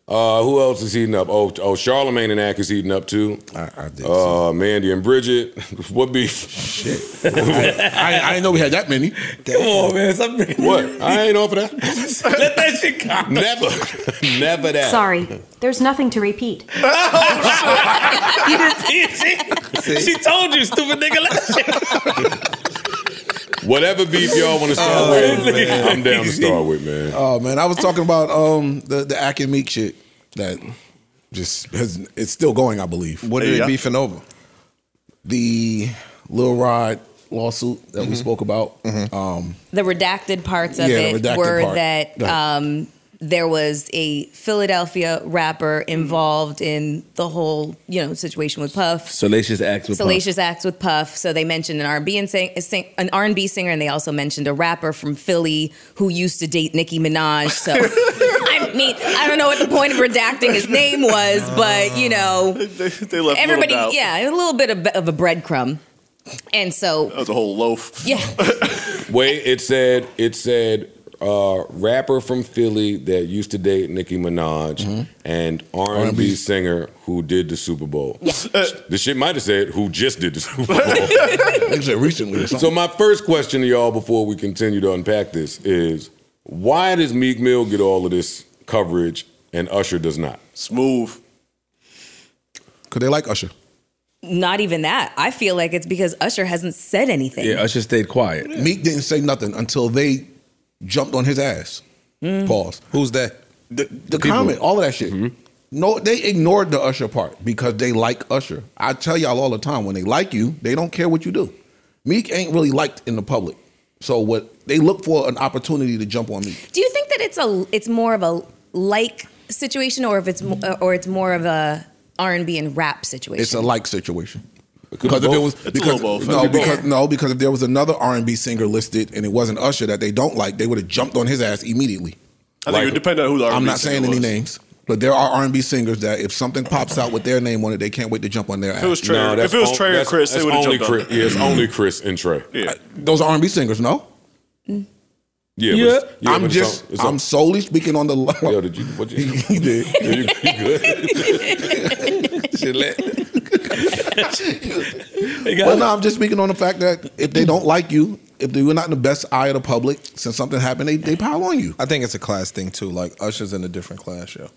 S4: Uh, who else is eating up? Oh, oh, Charlemagne and Act is eating up too.
S3: I, I did.
S4: Uh, Mandy and Bridget. what beef?
S3: I, I didn't know we had that many.
S5: Come on, man. Stop being-
S4: What? I ain't over that.
S5: Let that shit go.
S4: Never, never that.
S16: Sorry, there's nothing to repeat.
S5: she, she told you, stupid nigga. Let that shit
S4: Whatever beef y'all want to start with,
S5: man.
S4: I'm down to start with, man.
S3: Oh man, I was talking about um the the Ack and Meek shit that just has it's still going, I believe.
S15: What are they beefing over?
S3: The Lil Rod lawsuit that
S4: Mm-hmm.
S3: we spoke about. Um,
S8: The redacted parts of
S3: Yeah, the
S8: it
S3: redacted
S8: were
S3: part.
S8: that
S3: Right.
S8: um, there was a Philadelphia rapper involved in the whole, you know, situation with Puff.
S5: Salacious acts with
S8: Salacious acts with Puff. So they mentioned an R&B and sing, sing, an R&B singer, and they also mentioned a rapper from Philly who used to date Nicki Minaj. So I mean, I don't know what the point of redacting his name was, but you know,
S2: they, they left
S8: everybody,
S2: a little doubt.
S8: yeah, a little bit of, of a breadcrumb. And
S2: That
S8: so,
S2: was a whole loaf.
S8: yeah,
S4: Wait, it said it said uh, rapper from Philly that used to date Nicki Minaj and R and B
S3: R&B.
S4: singer who did the Super Bowl.
S2: Uh,
S4: The shit might have said who just did the Super Bowl.
S3: I think it recently or something.
S4: so my first question to y'all before we continue to unpack this is why does Meek Mill get all of this coverage and Usher does not?
S2: smooth.
S3: Cause they like Usher.
S8: not even that. I feel like it's because Usher hasn't said anything.
S5: Yeah, Usher stayed quiet.
S3: Meek didn't say nothing until they jumped on his ass.
S5: Mm.
S3: Pause.
S15: Who's that?
S3: The, the comment, all of that shit. No, they ignored the Usher part because they like Usher. I tell y'all all the time, when they like you, they don't care what you do. Meek ain't really liked in the public. So what they look for an opportunity to jump on Meek.
S8: Do you think that it's a it's more of a like situation, or if it's mo- uh, or it's more of a R and B and rap situation?
S3: It's a like situation.
S4: be
S3: Because if it
S4: both.
S3: was
S2: It's a
S3: because,
S2: little both.
S3: no,
S2: It could be
S3: because
S8: both.
S3: no, because if there was another R and B singer listed and it wasn't Usher that they don't like, they would have jumped on his ass immediately.
S2: I think it would depend on who the
S3: I'm
S2: R&B
S3: not
S2: singer
S3: saying any
S2: was.
S3: names, but there are R and B singers that if something pops out with their name on it, they can't wait to jump on their
S2: If it was
S3: ass.
S2: Trey, if it was
S4: on-
S2: Trey
S4: Uh,
S2: or
S4: that's-
S2: Chris,
S4: that's
S2: they would have
S4: only
S2: jumped
S4: Chris.
S2: on.
S4: Yeah, it's only Chris and Trey. Yeah,
S2: Yeah.
S3: Those are R and B singers, no.
S4: but it's- yeah,
S3: I'm
S4: but it's
S3: just
S4: on- it's
S3: I'm
S4: on-
S3: solely speaking on the.
S4: Yo, did you? What you?
S3: he did.
S4: you, you good?
S5: They got
S3: Well, no, I'm just speaking on the fact that if they don't like you, if they were not in the best eye of the public, since something happened, they they pile on you.
S15: I think it's a class thing too. Like Usher's in a different class, yo.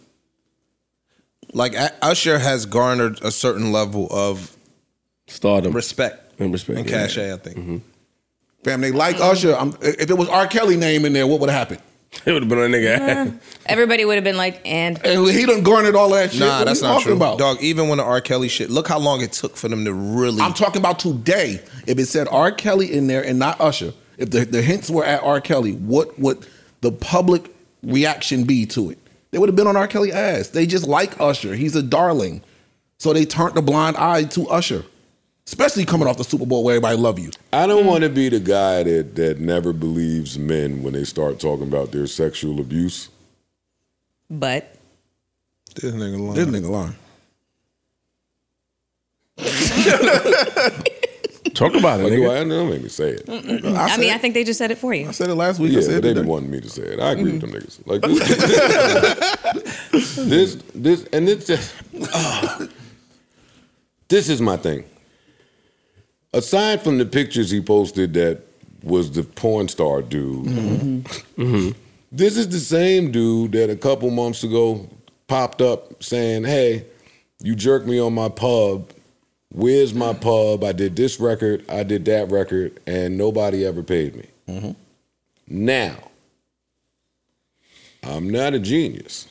S15: Like U- Usher has garnered a certain level of
S5: stardom
S15: respect
S5: and respect.
S15: and
S5: yeah. Mm-hmm.
S15: cachet. I think.
S3: Fam, they like Usher. I'm, if it was R. Kelly name in there, what would have happened?
S5: It would have been a nigga.
S8: Uh, Everybody would have been like, and
S3: And he done garnered all that shit.
S15: Nah,
S3: What
S15: that's
S3: you
S15: not
S3: talking
S15: true,
S3: About?
S15: dog. Even when the R. Kelly shit, look how long it took for them to really.
S3: I'm talking about today. If it said R. Kelly in there and not Usher, if the, the hints were at R. Kelly, what would the public reaction be to it? They would have been on R. Kelly ass. They just like Usher. He's a darling. So they turned a blind eye to Usher. Especially coming off the Super Bowl where everybody love you.
S4: I don't want to be the guy that that never believes men when they start talking about their sexual abuse.
S8: but
S15: this nigga lying.
S3: This nigga lying.
S5: Talk about it,
S4: Like, do
S5: nigga.
S4: I don't make me say it.
S8: I, mean, I think they just said it for you.
S3: I said it last week.
S4: Yeah,
S3: I said it
S4: but they
S3: today.
S4: didn't want me to say it. I agree with them niggas. Like this, this, this, and it's just. this is my thing. Aside from the pictures he posted that was the porn star dude,
S3: Mm-hmm.
S5: Mm-hmm.
S4: this is the same dude that a couple months ago popped up saying, "Hey, You jerked me on my pub. Where's my pub? I did this record, I did that record, and nobody ever paid me.
S3: Mm-hmm.
S4: Now, I'm not a genius,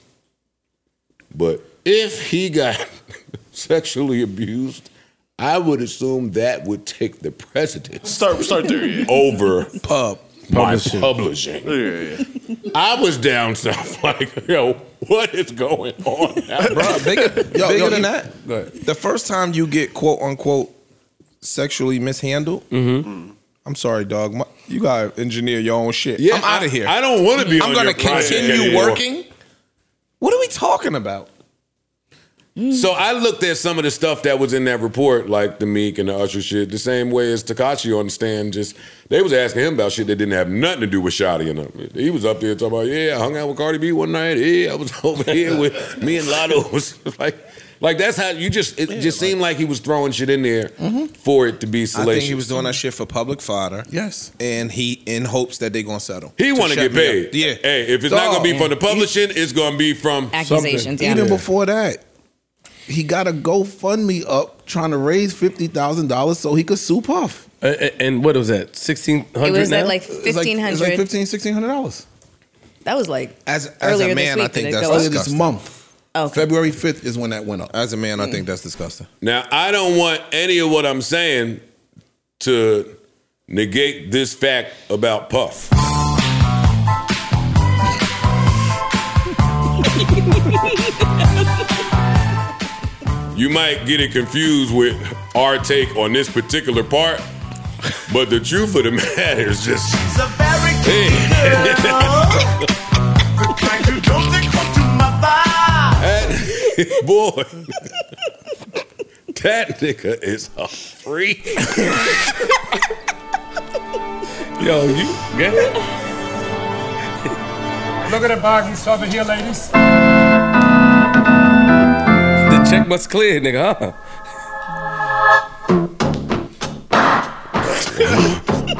S4: but if he got sexually abused, I would assume that would take the precedence
S2: Start start there. Yeah.
S4: over
S3: Pub.
S4: my
S6: Publishing.
S4: publishing.
S2: Yeah, yeah, yeah.
S4: I was down south, like, yo, what is going on? Now, bro?
S3: Bruh, bigger, yo,
S6: Bigger
S3: yo,
S6: than
S3: you-
S6: that? Go ahead.
S3: The first time you get quote unquote sexually mishandled,
S4: Mm-hmm.
S3: I'm sorry, dog. My, you gotta engineer your own shit. I'm out
S4: I-
S3: of here.
S4: I don't want to be.
S3: I'm
S4: on
S3: gonna
S4: your project
S3: continue
S4: anymore.
S3: working. What are we talking about?
S4: So I looked at some of the stuff that was in that report, like the Meek and the Usher shit, the same way as Takashi on the stand. Just they was asking him about shit that didn't have nothing to do with Shotty and them. He was up there talking about, yeah, I hung out with Cardi B one night. Yeah, I was over here with me and Lotto. Was like, like that's how you just. It just seemed like he was throwing shit in there for it to be
S3: I
S4: salacious.
S3: think he was doing that shit for public fodder.
S8: Yes.
S3: and he in hopes that they're gonna settle.
S4: He want to
S3: shut
S4: get
S3: me
S4: paid.
S3: up. Yeah.
S4: Hey, if it's not
S3: Dog.
S4: gonna be from the publishing, it's gonna be from.
S14: Accusations, yeah.
S8: Even before that, he got a GoFundMe up trying to raise fifty thousand dollars so he could sue Puff.
S6: And, and- and what was that? Sixteen
S14: It
S6: hundred.
S14: was
S6: now?
S14: at like
S8: It's like-
S14: fifteen
S8: it's like
S14: hundred.
S8: fifteen, sixteen hundred dollars.
S14: that was like
S3: As- as a
S14: earlier this
S3: man, I
S14: week,
S3: think
S14: did it
S3: that's
S14: go up?
S8: Earlier this
S3: disgusting.
S8: month,
S14: Oh, okay. Hmm.
S8: February fifth is when that went up.
S3: As a man, I think that's disgusting.
S4: Now, I don't want any of what I'm saying to negate this fact about Puff. you might get it confused with our take on this particular part, but the truth of the matter is just.
S5: She's a very good
S4: Hey.
S5: girl. The kind you don't think come to my vibe.
S4: That, boy, that nigga is a freak.
S6: yo, you get it?
S17: Look at the bargain stuff in here, ladies.
S6: The check must clear, nigga. Huh?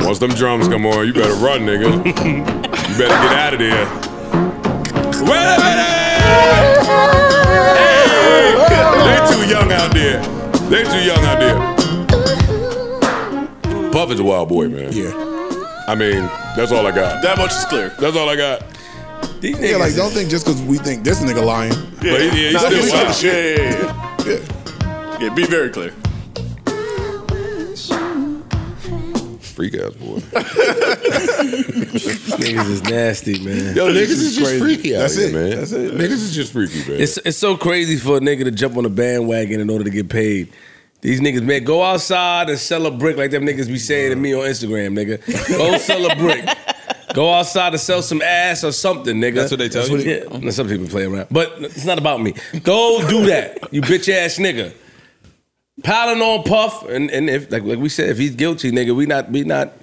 S4: Once them drums come on, you better run, nigga. You better get out of there. Wait a minute! Hey! They too young out there. They too young out there. Puff is a wild boy, man.
S3: Yeah.
S4: I mean, that's all I got.
S2: That much is clear.
S4: That's all I got.
S6: These
S8: Yeah,
S6: niggas
S8: like
S6: is-
S8: don't think just because we think this nigga lying.
S4: But he- yeah, he's
S2: Nah,
S4: still
S2: he's
S4: wild.
S2: yeah, yeah, yeah, yeah. Yeah, be very clear.
S4: Freak ass boy.
S6: niggas is nasty, man.
S4: Yo, niggas is just
S8: crazy.
S4: freaky out
S8: That's
S4: here,
S8: it.
S4: man.
S8: That's it.
S4: Niggas is just freaky, man.
S6: It's it's so crazy for a nigga to jump on a bandwagon in order to get paid. These niggas, man, go outside and sell a brick like them niggas be saying to me on Instagram, nigga. Go sell a brick. Go outside and sell some ass or something, nigga.
S3: That's what they tell That's you? what
S6: yeah, now some people play around, but it's not about me. Go do that, you bitch ass nigga. Piling on puff, and, and if like, like we said, if he's guilty, nigga, we not we not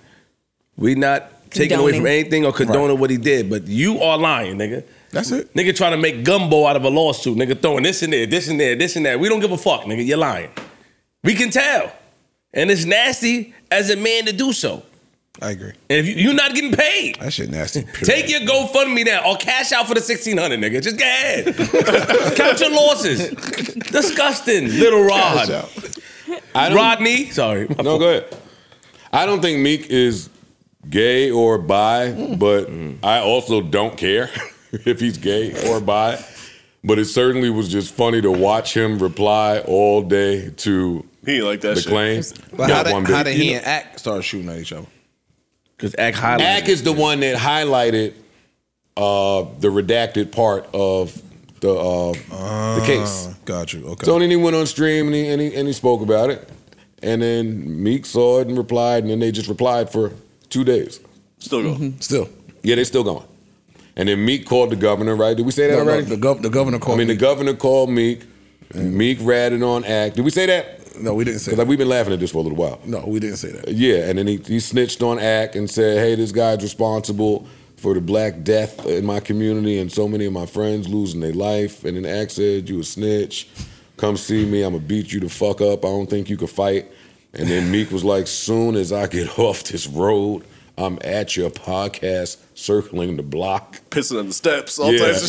S6: we not taking away from
S14: Condoning.
S6: anything or condoning what he did. But you are lying, nigga.
S8: That's it.
S6: Nigga trying to make gumbo out of a lawsuit. Nigga throwing this in there, this in there, this in there. We don't give a fuck, nigga. You're lying. We can tell. And it's nasty as a man to do so.
S3: I agree.
S6: And if you, you're not getting paid,
S8: That shit nasty.
S6: take your GoFundMe down or cash out for the 1600 nigga. Just go ahead. Count your losses. Disgusting, little Rod. Rodney, sorry. my
S4: No,
S6: fault.
S4: go ahead. I don't think Meek is gay or bi, but I also don't care if he's gay or bi. But it certainly was just funny to watch him reply all day to
S2: He ain't like that
S4: the
S2: shit.
S4: claims.
S3: But how did, how did
S4: You
S3: he
S4: know,
S3: and Act start shooting at each other?
S6: Cause act highly.
S4: Ack is the one that highlighted uh, the redacted part of the uh,
S2: Ah,
S4: the case.
S3: Uh, got you. Okay.
S4: So then he went on stream and he, and he and he spoke about it, and then Meek saw it and replied, and then they just replied for two days.
S2: Still going.
S8: Still,
S4: Yeah, they're still going. And then Meek called the governor, right? Did we say that
S8: No, no,
S4: already?
S8: the, gov- the governor
S4: I
S8: called.
S4: mean, the
S8: me.
S4: governor called Meek. Meek ratted on Act. Did we say that?
S8: no, we didn't say
S4: 'Cause,
S8: that.
S4: like, we've been laughing at this for a little while.
S8: no, we didn't say that.
S4: Yeah, and then he, he snitched on Act and said, hey, this guy's responsible for the black death in my community and so many of my friends losing their life. And then Act said, you a snitch. Come see me. I'm going to beat you the fuck up. I don't think you could fight. And then Meek was like, soon as I get off this road, I'm at your podcast, circling the block.
S2: Pissing on the steps, all types of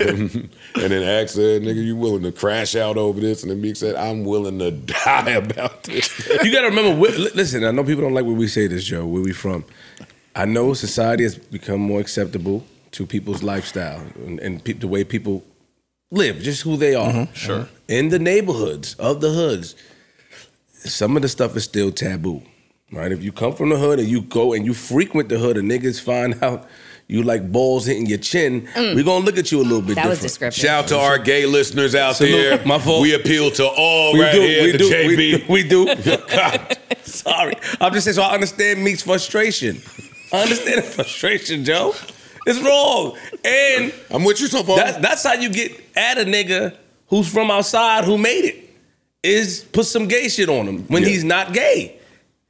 S4: and then Axe said, nigga, you willing to crash out over this? And then Meek said, I'm willing to die about this.
S6: you got to remember. wh- li- Listen, I know people don't like where we say this, Joe. Where we from? I know society has become more acceptable to people's lifestyle and, and pe- the way people live, just who they are.
S4: Mm-hmm.
S2: Sure.
S6: Uh-huh. In the neighborhoods of the hoods, some of the stuff is still taboo, right? If you come from the hood and you go and you frequent the hood, and niggas find out. You like balls hitting your chin.
S8: Mm.
S6: We're gonna look at you a little bit.
S8: That was
S6: different.
S8: descriptive.
S4: Shout out to our gay listeners out
S6: Salute.
S4: there.
S6: My fault.
S4: We appeal to all right here at the JB.
S6: We do. We do. Sorry. I'm just saying, so I understand Meek's frustration. I understand the frustration, Joe. It's wrong. And
S4: I'm with you so far.
S6: That, that's how you get at a nigga who's from outside who made it. Is put some gay shit on him when
S4: Yeah.
S6: he's not gay.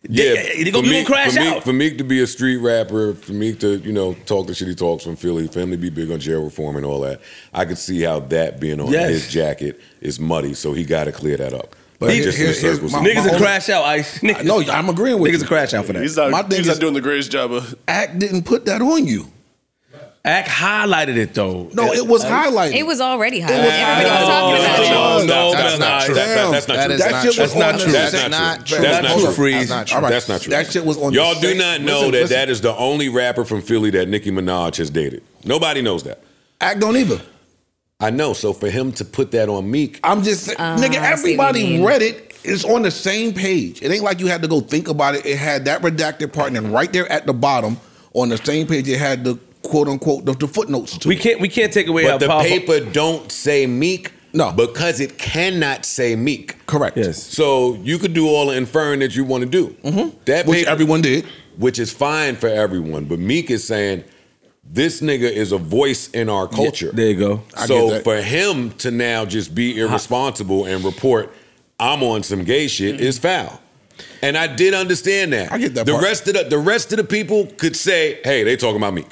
S4: Yeah,
S6: they gonna-
S4: for
S6: you gonna crash
S4: for Meek,
S6: out.
S4: For Meek to be a street rapper, for Meek to you know talk the shit he talks from Philly, family be big on jail reform and all that. I could see how that being on
S6: Yes.
S4: his jacket is muddy, so he got to clear that up. But
S6: Niggas-
S4: just in the
S6: here's-
S4: circles,
S6: my- Niggas my will crash out. Ice.
S3: No, I'm agreeing with
S6: Niggas
S3: you.
S6: a crash out for that.
S2: He's not,
S3: My thing
S2: he's not
S3: is-
S2: doing the greatest job of.
S3: Act didn't put that on you.
S6: Act highlighted it though.
S3: No, it was highlighted.
S8: It was already high.
S3: It was-
S8: Everybody was talking about it.
S4: No, no,
S5: That's not true.
S4: That- that- that's not
S5: That
S4: true.
S5: is
S3: shit
S5: not true.
S3: was
S6: Mm-hmm. That's not
S3: on
S6: true.
S3: the-
S5: That's not true.
S4: That's not
S5: Hold
S4: true.
S5: up.
S6: Freeze.
S5: That's not true.
S3: All right.
S4: That's not true.
S3: That shit was on. the
S4: Y'all do
S3: same-
S4: not know
S3: listen,
S4: that
S3: listen.
S4: that is the only rapper from Philly that Nicki Minaj has dated. Nobody knows that.
S3: Act don't either.
S4: I know. So for him to put that on Meek,
S3: I'm just
S14: Oh,
S3: saying, nigga.
S8: I see what you
S3: Everybody
S8: mean.
S3: read it. It's on the same page. It ain't like you had to go think about it. It had that redacted part, and then right there at the bottom on the same page, it had the quote unquote the, the footnotes to
S6: We
S3: it.
S6: can't we can't take away
S4: but
S6: our
S4: the
S6: powerful-
S4: paper don't say Meek.
S3: No.
S4: because it cannot say Meek.
S3: Correct.
S6: Yes.
S4: So you could do all the inferring that you want to do. That
S3: Mm-hmm. Which
S4: paper-
S3: everyone did.
S4: which is fine for everyone. But Meek is saying this nigga is a voice in our culture.
S6: There you go.
S4: so
S3: that.
S4: for him to now just be irresponsible and report I'm on some gay shit is foul. And I did understand that.
S3: Mm-hmm. I get that
S4: The
S3: part.
S4: rest of the the rest of the people could say, "Hey, they talking about Meek."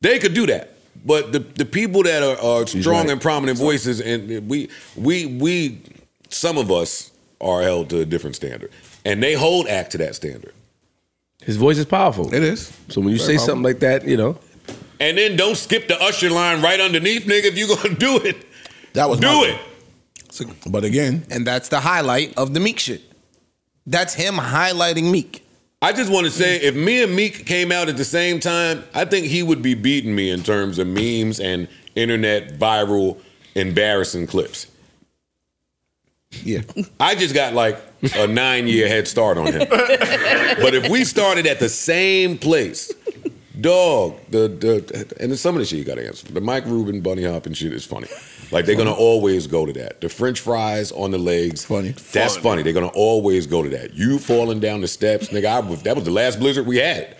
S4: They could do that. But the the people that are, are strong
S6: right.
S4: and prominent voices, and we we we some of us are held to a different standard, and they hold act to that standard.
S6: His voice is powerful.
S3: It is.
S6: So when you say something like that, you know.
S4: And then don't skip the usher line right underneath, nigga. If you gonna do it,
S3: That was
S4: do
S3: my-
S4: it.
S3: But again,
S5: And that's the highlight of the Meek shit. That's him highlighting Meek.
S4: I just want to say, if me and Meek came out at the same time, I think he would be beating me in terms of memes and internet viral embarrassing clips.
S3: yeah.
S4: I just got like a nine year head start on him. but if we started at the same place, dog, the the and there's some of the shit you gotta answer. The Mike Rubin bunny hop and shit is funny. Like they're gonna always go to that. The French fries on the legs,
S3: Funny.
S4: That's funny. They're gonna always go to that. You falling down the steps, nigga. I, was- that was the last blizzard we had.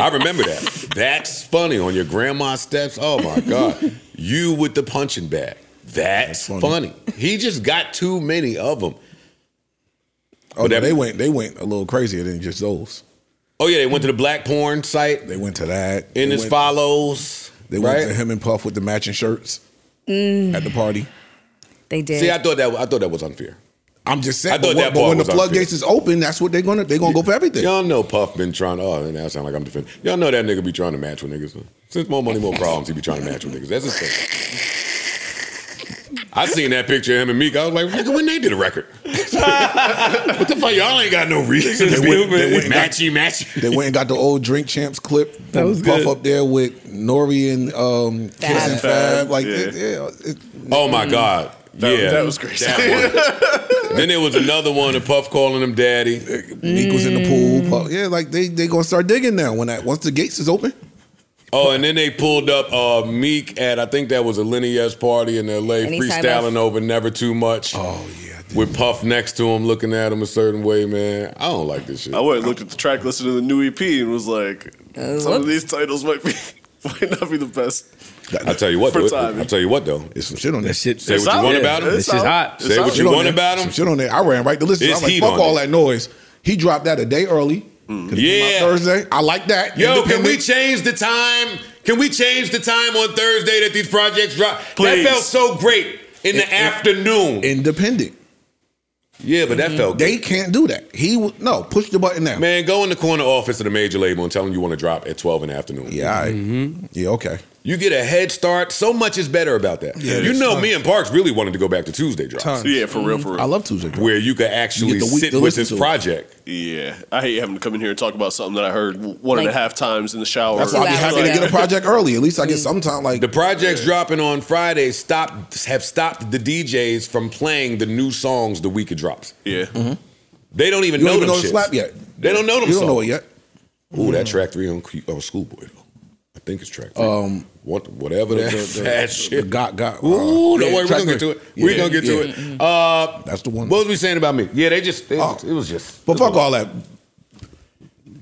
S4: I remember that. That's funny on your grandma's steps. Oh my god, you with the punching bag. That's,
S3: funny.
S4: funny. He just got too many of them.
S3: Oh,
S4: that-
S3: they went. They went a little crazier than just those.
S4: Oh yeah, they went to the black porn site
S3: They went to that.
S4: in
S3: they
S4: his
S3: went-
S4: follows.
S3: They
S4: right?
S3: went to him and Puff with the matching shirts Mm. at the party.
S8: They did.
S4: See, I thought that I thought that was unfair.
S3: I'm just saying.
S4: I thought
S3: but, when-
S4: that
S3: but
S4: part
S3: when the
S4: was unfair.
S3: floodgates is open, that's what they're gonna. They're gonna go for everything.
S4: Y'all know Puff been trying. Oh, and that sound like I'm defending. Y'all know that nigga be trying to match with niggas. huh? Since more money, more problems. He be trying to match with niggas. That's his thing. I seen that picture of him and Meek. I was like, nigga, when they did a record? what the fuck? Y'all ain't got no reason.
S6: They
S4: They
S6: went- they went-
S4: matchy, matchy.
S3: They went and got the old Drink Champs clip. That
S6: was
S3: Puff
S6: good.
S3: up there with Nori and um, Fab.
S8: Fab.
S3: And Fab. Like,
S2: Yeah.
S3: it- yeah, it-
S4: Oh my god.
S2: That-
S4: yeah,
S2: that was crazy.
S4: that one. then there was another one of Puff calling him daddy.
S3: Meek was in the
S6: Mm.
S3: pool. Puff- yeah, like they they gonna start digging now when that once the gates is open.
S4: Oh, and then they pulled up uh, Meek at I think that was a Lenny S party in L.A.
S8: And he signed
S4: freestyling
S8: off.
S4: over "Never Too Much."
S3: Oh yeah,
S4: with Puff next to him, looking at him a certain way, man. I don't like this shit.
S2: I went and looked at the track, listened to the new EP, and was like,
S8: Uh,
S2: some
S8: whoops.
S2: of these titles might be might not be the best.
S4: I tell you what,
S2: For
S4: though,
S2: timing.
S4: I tell you what though,
S3: there's some shit on there.
S6: That shit.
S4: Say what you want about him?
S6: This is hot.
S4: Say what you
S3: Shit on
S4: want
S3: there.
S4: about
S3: Some
S4: him.
S3: shit on there. I ran right to listen.
S4: It's
S3: I was like,
S4: heat
S3: fuck
S4: on
S3: all
S4: it. Mm.
S3: that noise. He dropped that a day early. 'cause it came out
S4: Yeah.
S3: Thursday. I like that.
S4: Yo, can we
S3: Independent.
S4: change the time? Can we change the time on Thursday that these projects drop?
S2: Please.
S4: That felt so great in the afternoon.
S3: independent?
S4: Yeah, but that felt
S3: They can't do that. He w- no push the button now.
S4: Man, go in the corner office of the major label and tell them you want to drop at 12 in the afternoon. Mm-hmm.
S3: Yeah, all right. Yeah, okay.
S4: You get a head start. So much is better about that.
S3: Yeah,
S4: you
S3: it's
S4: know,
S3: tons.
S4: me and Parks really wanted to go back to Tuesday drops.
S2: Tons. Yeah, for real, for real.
S3: I love Tuesday. Drops.
S4: Where you could actually
S2: You get the week
S4: sit
S2: to
S4: with
S2: listen
S4: this
S2: to it.
S4: project.
S2: Yeah, I hate having to come in here and talk about something that I heard one and a half
S8: Like-
S2: times in the shower.
S3: That's why I'd be happy to get a project early. At least I get some time. Like
S4: The projects dropping on Friday stop have stopped the DJs from playing the new songs the week it drops.
S2: Yeah.
S4: They
S3: Mm-hmm. You don't
S4: don't even know
S3: even
S4: them
S3: know the
S4: shits.
S3: slap yet.
S4: They don't know them.
S3: You don't know
S4: songs.
S3: it yet. Mm-hmm.
S4: Ooh, that track three on Q- oh, Schoolboy though. I think it's track three.
S3: Um,
S4: what whatever that
S3: the- the-
S4: fat
S3: the-
S4: shit.
S3: the got- got, uh,
S4: Ooh, don't
S3: yeah,
S4: worry, we're
S3: track
S4: gonna get to
S3: three.
S4: it. We're
S3: Yeah,
S4: gonna get to
S3: yeah.
S4: it. Uh,
S3: That's the one.
S4: what was we saying about me? Yeah, they just they,
S3: Oh.
S4: it was just.
S3: But fuck all that.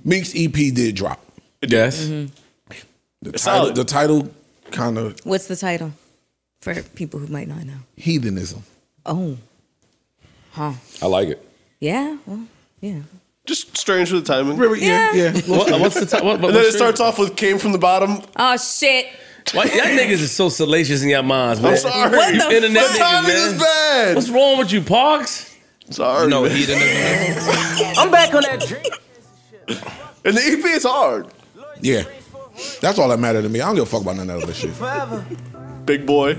S3: Meek's EP did drop.
S6: Yes.
S3: The
S2: It's
S3: title,
S2: solid.
S3: the title kind of
S8: What's the title for people who might not know?
S3: heathenism.
S8: Oh, huh?
S4: I like it.
S8: Yeah. Well, yeah.
S2: Just strange with the timing. And
S8: Yeah.
S3: yeah.
S6: What, what's the time? What, what,
S2: then it
S6: what's
S2: starts off with came from the bottom.
S8: Oh shit.
S6: Why, y'all niggas is so salacious in your minds, man.
S2: I'm sorry.
S8: What the
S6: Internet
S8: fuck?
S2: The
S6: niggas,
S2: timing
S6: man.
S2: is bad.
S6: What's wrong with you, Parks?
S2: Sorry.
S18: No,
S2: man.
S18: he didn't.
S19: I'm back on that dream.
S2: And the EP is hard.
S3: Yeah. That's all that mattered to me. I don't give a fuck about none of that other shit.
S19: Forever.
S2: Big boy.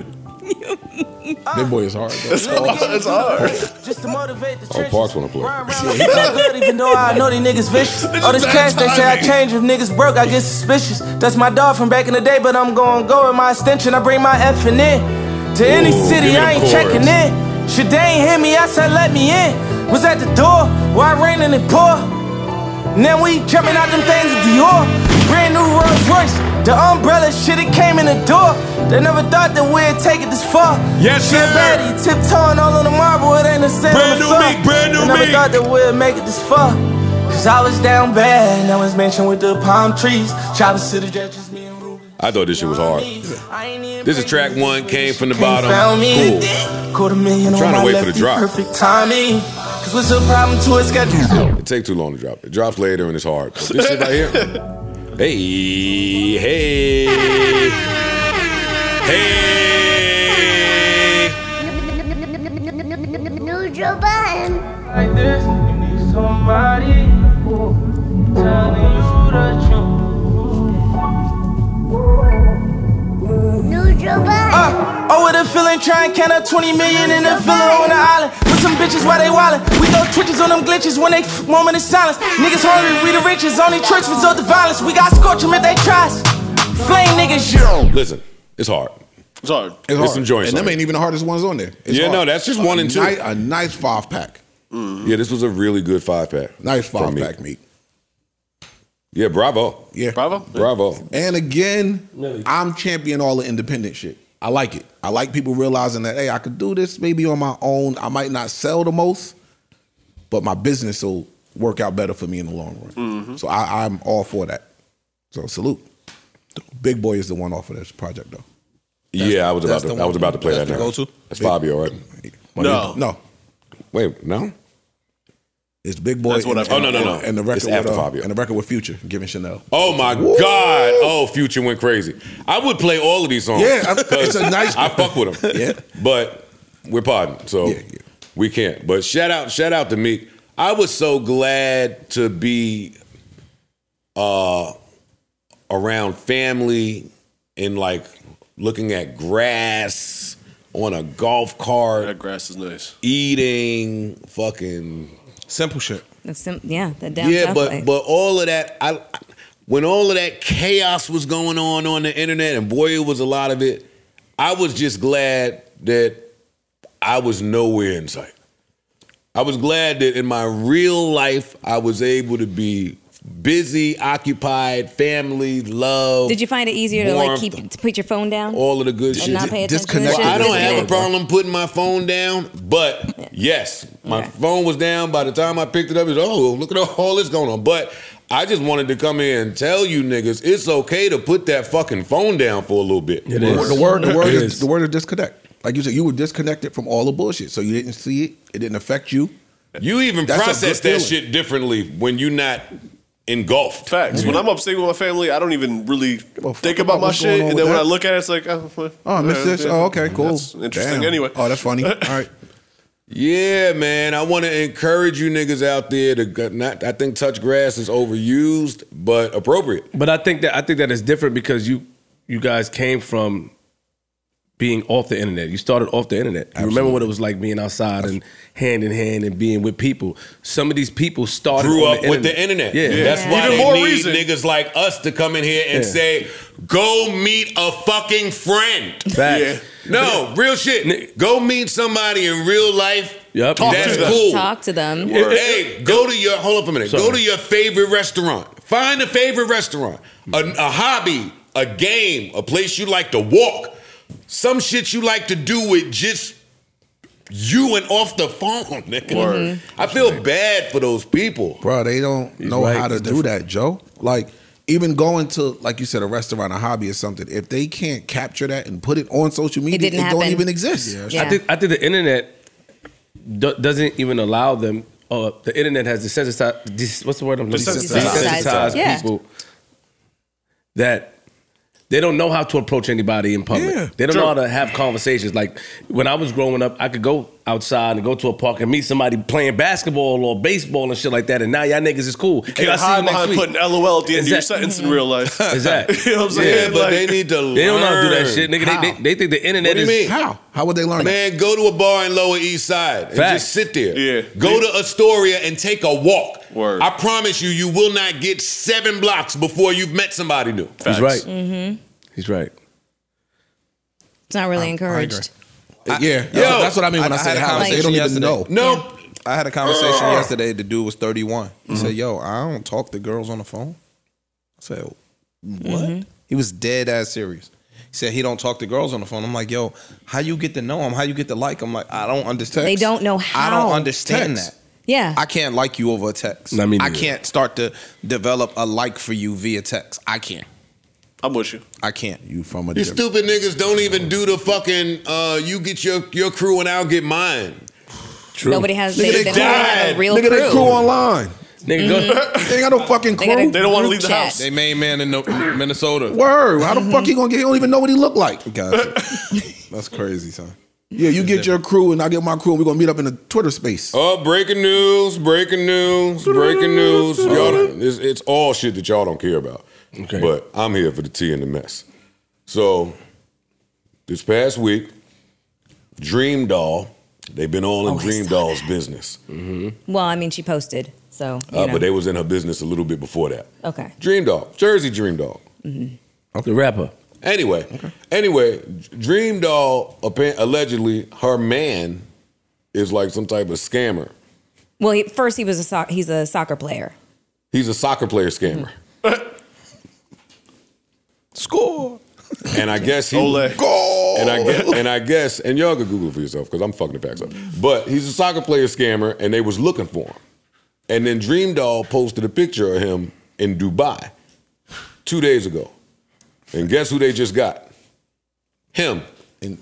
S3: That boy is hard. though.
S2: That's hard. That's hard.
S19: Just to motivate the
S4: Oh,
S19: trenches.
S4: Parks wanna play.
S19: Rhyme rhyme like it's good, even though I know these niggas vicious. All this cash they say I change. If niggas broke, I get suspicious. That's my dog from back in the day, but I'm gon' go with my extension. I bring my effing in. To any
S4: Ooh, give
S19: city,
S4: me them
S19: I ain't
S4: chords.
S19: checking in. Should they ain't hear me, I said let me in. Was at the door, why raining and pour? Now we jumping out them things at Dior. Brand new Rolls Royce. The umbrella shit, it came in the door. They never thought that we'd take it this far.
S4: Yes,
S19: Shit,
S4: sir.
S19: baddie, tiptoeing all on the marble, it ain't the same.
S4: Brand new Meek, brand new
S19: Never
S4: Meek.
S19: thought that we'd make it this far. Cause I was down bad, now it's mansion with the palm trees. Choppers to the judge, just me and Ruby.
S4: I thought this shit was hard. This is track one, came from the bottom.
S19: Found me.
S4: Cool.
S19: Quarter million
S4: I'm trying
S19: on
S4: to wait
S19: my
S4: for
S19: left,
S4: the drop.
S19: Perfect timing. Cause what's the problem to a schedule?
S4: It take too long to drop. It drops later and it's hard. But this shit right here. Hey, hey, hey.
S19: like this, you need somebody who telling you the truth. Uh, oh, with a feeling, trying count up 20 million in the villa on the island. With some bitches while they wildin'. We go twitches on them glitches when they f- moment of silence. Niggas hungry, we the riches, only church resort to violence. We got scorch 'em if they try us. Flame niggas, yo.
S4: Listen, it's hard.
S2: It's hard.
S3: It's
S4: There's
S3: hard.
S4: some joints
S3: And them
S4: on it.
S3: ain't even the hardest ones on there. It's
S4: Yeah,
S3: hard.
S4: no, that's just one and two.
S3: A ni- a nice five pack.
S4: Yeah, this was a really good five pack.
S3: Mm-hmm. Nice
S4: from
S3: five
S4: me.
S3: pack meat.
S4: Yeah, bravo.
S3: Yeah.
S2: Bravo.
S4: Bravo.
S3: And again, I'm champion all the independent shit. I like it. I like people realizing that hey, I could do this maybe on my own. I might not sell the most, but my business will work out better for me in the long run.
S4: Mm-hmm.
S3: So I, I'm all for that. So salute. Big boy is the one off of this project though.
S4: yeah, I was about
S18: that's
S4: to
S18: the
S4: I was
S18: one.
S4: about to play
S18: That's
S4: that
S18: the
S4: now.
S18: go-to?
S4: That's Fabio, right?
S2: No.
S3: No,
S4: Wait, no?
S3: it's Big Boy.
S2: That's what
S3: and-
S2: I- Oh, no,
S4: no,
S3: and-
S4: no.
S3: And the record
S4: It's after
S3: with, uh,
S4: Fabio.
S3: And the record with Future giving Chanel.
S4: Oh my God. Oh, Future went crazy. I would play all of these songs.
S3: Yeah, I- it's a nice-
S4: I fuck with them.
S3: Yeah.
S4: But we're podding, so
S3: Yeah, yeah.
S4: we can't. But shout out, shout out to Meek. I was so glad to be uh around family and like looking at grass on a golf
S2: That
S4: cart,
S2: grass is nice.
S4: eating fucking
S18: Simple shit.
S8: That's sim- yeah. The down
S4: yeah,
S8: south
S4: but
S8: life.
S4: but all of that, I when all of that chaos was going on on the internet, and boy, it was a lot of it. I was just glad that I was nowhere in sight. I was glad that in my real life, I was able to be busy, occupied, family, love.
S8: Did you find it easier to like
S4: uh, warmth,
S8: keep to put your phone down?
S4: all of the good shit?
S8: and not pay attention
S3: disconnect
S8: to
S4: Well,
S8: the
S4: I
S8: shit?
S4: don't
S8: Just
S4: have a
S8: like-
S4: problem putting my phone down, but yes, my
S8: Okay.
S4: phone was down by the time I picked it up. It's oh, look at all this going on. But I just wanted to come in and tell you niggas, it's okay to put that fucking phone down for a little bit.
S6: It
S3: The
S6: is.
S3: word, the word, the word
S6: It
S3: is,
S6: is.
S3: the word is disconnect. Like you said, you were disconnected from all the bullshit, so you didn't see it. It didn't affect you.
S4: You even
S3: That's a
S4: process
S3: good
S4: that
S3: feeling.
S4: shit differently when you're not engulfed.
S2: Facts. When I'm upstate with my family, I don't even really
S3: Well,
S2: think
S3: fuck
S2: about
S3: about
S2: my
S3: what's going
S2: shit.
S3: on
S2: And
S3: with
S2: then when
S3: that.
S2: I look at it, it's like, oh, well,
S3: Oh, I missed
S2: yeah,
S3: this.
S2: yeah.
S3: Oh, okay, cool.
S2: That's interesting.
S3: Damn.
S2: Anyway,
S3: Oh, that's funny. All right.
S4: Yeah, man. I want to encourage you niggas out there to g- not. I think touch grass is overused, but appropriate.
S6: But I think that I think that is different because you you guys came from being off the internet. You started off the internet. You remember what it was like being outside and hand in hand and being with people. Some of these people started
S4: Grew
S6: on
S4: up with the internet.
S6: Yeah,
S4: That's why they
S6: Even more
S4: need
S6: reason.
S4: niggas like us to come in here and
S6: Yeah.
S4: say, "Go meet a fucking friend."
S6: Facts.
S4: No, real shit. Go meet somebody in real life.
S6: Yep.
S4: That's cool.
S8: Talk to them.
S4: Hey, go to your hold up a minute. Go
S6: Sorry.
S4: to your favorite restaurant. Find a favorite restaurant, a, a hobby, a game, a place you like to walk, some shit you like to do with just you and off the phone, nigga.
S3: Word.
S4: I feel bad for those people.
S5: bro. They don't
S4: He's
S5: know
S4: right.
S5: how to
S4: It's
S5: do that, Joe. Like even going to, like you said, a restaurant, a hobby, or something. If they can't capture that and put it on social media, it,
S8: didn't
S5: don't
S8: happen.
S5: even exist.
S6: I think I think the internet do- doesn't even allow them. Uh, the internet has desensitized. Des, what's the word? I'm looking for?
S8: Desensitized.
S6: Desensitized
S8: Yeah.
S6: people that they don't know how to approach anybody in public.
S20: Yeah,
S6: they don't
S20: true.
S6: know how to have conversations. Like when I was growing up, I could go outside and go to a park and meet somebody playing basketball or baseball and shit like that. And now y'all niggas is cool.
S4: You
S6: Hey,
S4: can't
S6: I'll see
S4: hide
S6: you next
S4: behind
S6: week.
S4: putting LOL at the end of your
S6: Exact-
S4: sentence in real life.
S6: Exactly.
S4: You know what I'm saying?
S6: Yeah, but
S4: Like-
S6: they need to
S4: They
S6: They don't know how to do that
S4: learn.
S6: shit, nigga. They,
S4: How?
S6: they, they think the internet
S4: What do you mean?
S6: is
S4: How?
S5: How would they learn?
S4: Man, go to a bar in Lower East Side and
S6: Facts.
S4: just sit there. Yeah. Go to Astoria and take a walk. Word. I promise you, you will not get seven blocks before you've met somebody new.
S6: He's right.
S8: Mm-hmm.
S6: He's right.
S8: It's not really encouraged.
S5: yeah, that's, what, that's what I mean when I,
S3: had
S5: say
S3: a
S5: how. They don't even
S3: conversation
S5: know.
S3: yesterday. I had a conversation yesterday. The dude was 31. He said, Yo, I don't talk to girls on the phone. I said, What?
S21: Mhm.
S3: He was dead ass serious. He said he don't talk to girls on the phone. I'm like, yo, how you get to know him? How you get to like him? Like, I don't understand.
S8: They don't know
S3: I
S8: how.
S3: don't understand
S8: Text.
S3: that.
S8: Yeah.
S3: I can't like you over a text.
S6: Not me
S3: I
S6: neither.
S3: can't start to develop a like for you via text. I can't.
S4: I'm with you.
S3: I can't.
S5: You from a
S4: You stupid niggas don't even do the fucking. Uh, you get your your crew and I'll get mine.
S6: True.
S8: Nobody has- they- they don't have a real
S5: Nigga, they
S8: crew. Mm-hmm.
S5: crew online.
S6: Nigga,
S5: Mhm. they ain't got no fucking
S8: They
S5: crew.
S8: got a They don't wanna group leave the chat. Mm-hmm. house.
S3: They main man in no- Minnesota.
S5: Word. How the fuck you gonna get? You don't even know what he looked like.
S3: That's crazy, son.
S5: Yeah, you get your crew and I get my crew. and We're gonna meet up in the Twitter space.
S4: Oh, breaking news! Breaking news! Breaking news! Y'all, don't- it's, it's all shit that y'all don't care about. Okay. But I'm here for the tea and the mess. So, this past week, Dream Doll, they've been all in
S8: Oh, I
S4: Dream
S8: saw
S4: Doll's business. Mm-hmm.
S8: Well, I mean, she posted, so you
S4: Uh,
S8: know.
S4: but they was in her business a little bit before that.
S8: okay. mm-hmm.
S4: Dream Doll, Jersey Dream Doll.
S6: The rapper.
S4: Anyway, anyway, Dream Doll appa- allegedly her man is like some type of scammer.
S8: Well, he, first he was a soc- he's a soccer player.
S4: He's a soccer player scammer.
S3: Score.
S4: And I guess he And I guess, and I guess and y'all can Google it for yourself because I'm fucking the facts up. But he's a soccer player scammer, and they was looking for him. And then Dream Doll posted a picture of him in Dubai two days ago. And guess who they just got? Him in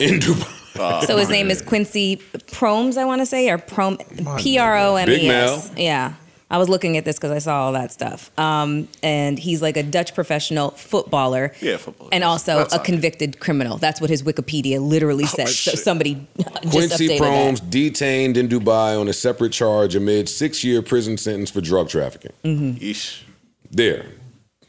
S4: in Dubai.
S8: so his name is Quincy Promes, I want to say, or Prom P R O M
S4: Big
S8: E
S4: Mel.
S8: S. Yeah. I was looking at this because I saw all that stuff. Um, and he's like a Dutch professional footballer.
S22: Yeah, football.
S8: And also
S22: That's
S8: a
S22: not-
S8: convicted criminal. That's what his Wikipedia literally says. So somebody just
S4: Quincy
S8: updated
S4: Promes
S8: that.
S4: detained in Dubai on a separate charge amid six-year prison sentence for drug trafficking.
S8: Mhm.
S4: There,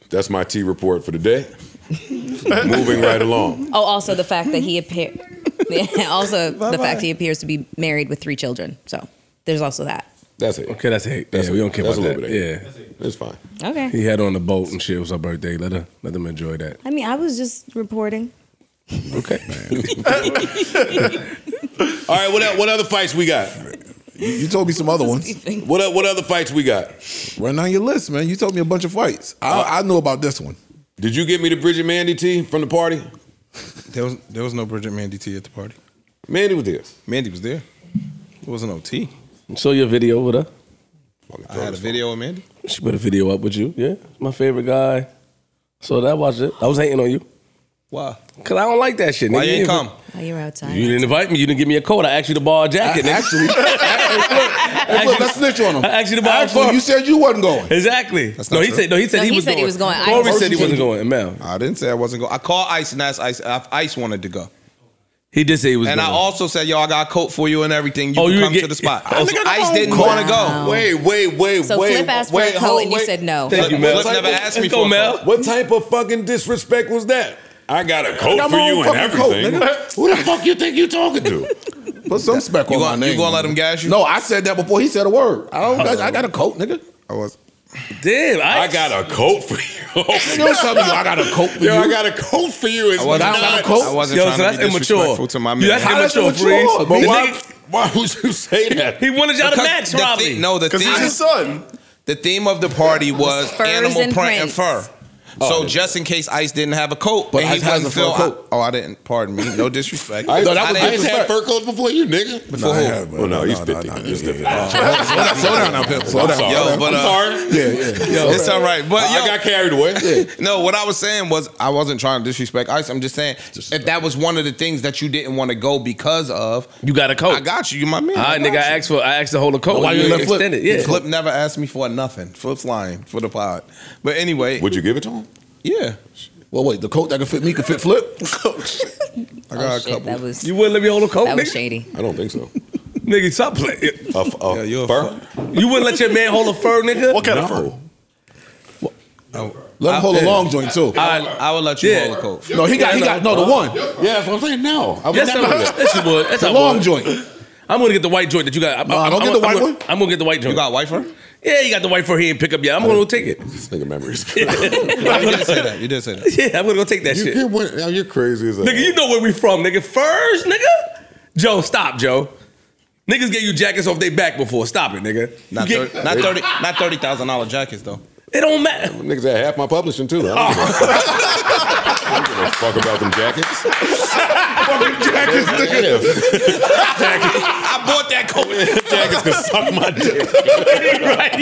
S4: that's my T report for the day. Moving right along.
S8: Oh, also the fact that he appear. Yeah, also the
S4: Bye-bye.
S8: fact he appears to be married with three children. So there's also that.
S4: That's it.
S6: Okay, that's hate.
S4: That's
S6: yeah, we
S4: it.
S6: don't care
S4: That's
S6: about
S4: a little
S6: that.
S4: bit of hate.
S6: yeah,
S4: it's fine.
S8: Okay.
S6: He had on the boat and shit. It was her birthday. Let her let them enjoy that.
S8: I mean, I was just reporting.
S6: Okay.
S4: All right, what el- what other fights we got?
S5: You, you told me some other ones.
S4: What o- what other fights we got?
S5: Run down your list, man. You told me a bunch of fights. I, I know about this one.
S4: Did you get me the Bridget Mandy tea from the party?
S3: There was there was no Bridget Mandy T at the party.
S4: Mandy was there.
S3: Mandy was there. It wasn't no T.
S6: Show your video with her.
S3: I had a video of Mandy.
S6: She put a video up with you. Yeah, my favorite guy. So that watched it. I was hating on you
S3: Why?
S6: because I don't like that shit.
S3: Why
S6: nigga.
S3: you ain't come?
S8: Oh, you were outside.
S6: You didn't invite me. You didn't give me a coat. I asked you to borrow a jacket.
S5: I-
S6: nigga.
S5: actually- Hey, look, let's snitch on him.
S6: I asked you to borrow a
S5: Actually,
S6: coat.
S5: you said you wasn't going.
S6: Exactly.
S3: not
S6: no, he
S3: true.
S6: said no. He said
S8: No,
S6: he,
S8: he
S6: was
S8: said
S6: going.
S8: he was going. I
S6: Corey
S8: told
S6: said he
S8: you.
S6: wasn't going. Mel.
S3: I didn't say I wasn't going. I called Ice and asked Ice if Ice wanted to go.
S6: He did say he was.
S3: And I
S6: going.
S3: also said, yo, I got a coat for you and everything. You
S6: Oh,
S3: can
S6: you
S3: come
S6: get-
S3: to the spot.
S6: Oh,
S3: I
S6: so-
S3: think Ice didn't
S8: Wow.
S3: want to go.
S4: Wait, wait, wait,
S8: So
S4: wait.
S8: Flip asked for
S4: wait,
S8: a coat
S4: hold,
S8: and you
S4: wait.
S8: said no.
S6: Thank you,
S3: Flip
S6: Mel.
S3: never asked me
S6: Let's go,
S3: for a
S6: Mel.
S4: What type of fucking disrespect was that? I got a coat
S11: got
S4: for
S11: my
S4: you
S11: own
S4: and
S11: fucking coat,
S4: everything.
S11: nigga.
S4: Who the fuck you think you talking to?
S11: Put some speck
S3: You
S11: on
S3: gonna-
S11: my
S3: you
S11: name.
S3: gonna let him gas you?
S11: No, I said that before he said a word. I don't. I, I got a coat, nigga.
S3: I was.
S6: Damn,
S4: I
S6: I,
S4: got a coat for you.
S11: Don't tell me I got a coat for
S4: Yo,
S11: you.
S4: I got a coat for you. It's
S11: But I don't got a coat.
S3: I wasn't
S6: Yo,
S3: trying
S6: so that's
S3: to be
S6: immature.
S3: disrespectful to my
S6: You-
S3: man.
S6: that's
S11: How that's
S6: immature,
S11: immature?
S6: Freeze.
S11: But
S6: The
S11: why-
S6: nigga-
S4: Why would you say that?
S6: he wanted y'all to
S3: Because
S6: match,
S3: the thi-
S6: Robbie.
S3: no, the
S4: Because he's
S3: theme,
S4: his son.
S3: the theme of the party was
S8: Furs
S3: animal
S8: and
S3: print and
S8: prints.
S3: fur.
S6: Oh,
S3: So just in case Ice didn't have a coat,
S11: But
S3: and
S11: Ice has a fur
S3: feel-
S11: coat.
S3: oh, I didn't. Pardon me. No disrespect.
S11: Ice- No, that was
S3: I
S4: I
S11: Ice
S4: ain't
S3: didn't,
S11: had
S4: had fur coats before you, nigga.
S3: Before who?
S4: Oh, no, he's 50. He's
S11: slow
S4: 50.
S11: down, slow down now, Pimp. Slow down.
S4: Sorry.
S3: Yo, but,
S4: I'm
S3: uh,
S4: sorry.
S11: Yeah, yeah.
S3: it's all right. But
S4: I
S3: yo,
S4: got carried away.
S3: no, what I was saying was I wasn't trying to disrespect Ice. I'm just saying if that was one of the things that you didn't want to go because of,
S6: you got a coat.
S3: I got you. You my man.
S6: I
S3: got
S6: nigga, I asked for I asked to hold a coat.
S3: Why
S6: and
S3: you let Flip?
S6: extended? Yeah.
S3: Flip never asked me for nothing. Flip's lying for the pod. But anyway,
S4: Would you give it to him?
S3: yeah,
S11: Well, wait. The coat that can fit me can fit Flip.
S3: I
S8: Oh,
S3: got a
S8: shit,
S3: couple.
S8: that was
S6: You wouldn't let me hold a coat,
S8: that was
S6: nigga.
S8: shady.
S4: I don't think so.
S6: Nigga, stop playing.
S4: A, f- a
S3: Yeah, you're a
S4: fur?
S6: You wouldn't let your man hold a fur, nigga.
S4: What kind of fur? No.
S11: Let him hold a
S6: yeah.
S11: long joint too.
S3: I, I would let you
S6: Yeah.
S3: hold a coat.
S11: No, he got. He got. No, the one.
S4: Yeah, that's what I'm saying. No. I would
S6: Yes, I
S4: never do
S6: would.
S4: that.
S6: Yes, you would. Yes,
S11: The
S6: I
S11: long
S6: would.
S11: joint.
S6: I'm gonna get the white joint that you got. I'm,
S11: Nah,
S6: I'm-
S11: don't
S6: I'm
S11: get the
S6: gonna-
S11: white
S6: I'm gonna-
S11: one.
S6: I'm gonna get the white joint.
S3: You got white fur?
S6: yeah, you got the white fur. He didn't pick up yet. I'm gonna go take it.
S4: This nigga memories.
S3: No, you didn't say that. You didn't say that.
S6: Yeah, I'm gonna go take that
S4: You
S6: shit.
S4: get what? Now you're crazy as hell.
S6: Nigga, you know where we from, nigga. Furs, nigga. Joe, stop, Joe. Niggas get you jackets off their back before. Stop it, nigga.
S3: Not
S6: You get-
S3: thirty, not thirty, not thirty thousand dollar jackets though.
S6: It don't matter.
S4: Niggas had half my publishing too. I don't, give a, I don't give a fuck about them jackets. jackets,
S3: I bought that coat.
S4: jackets can suck my dick.
S6: right?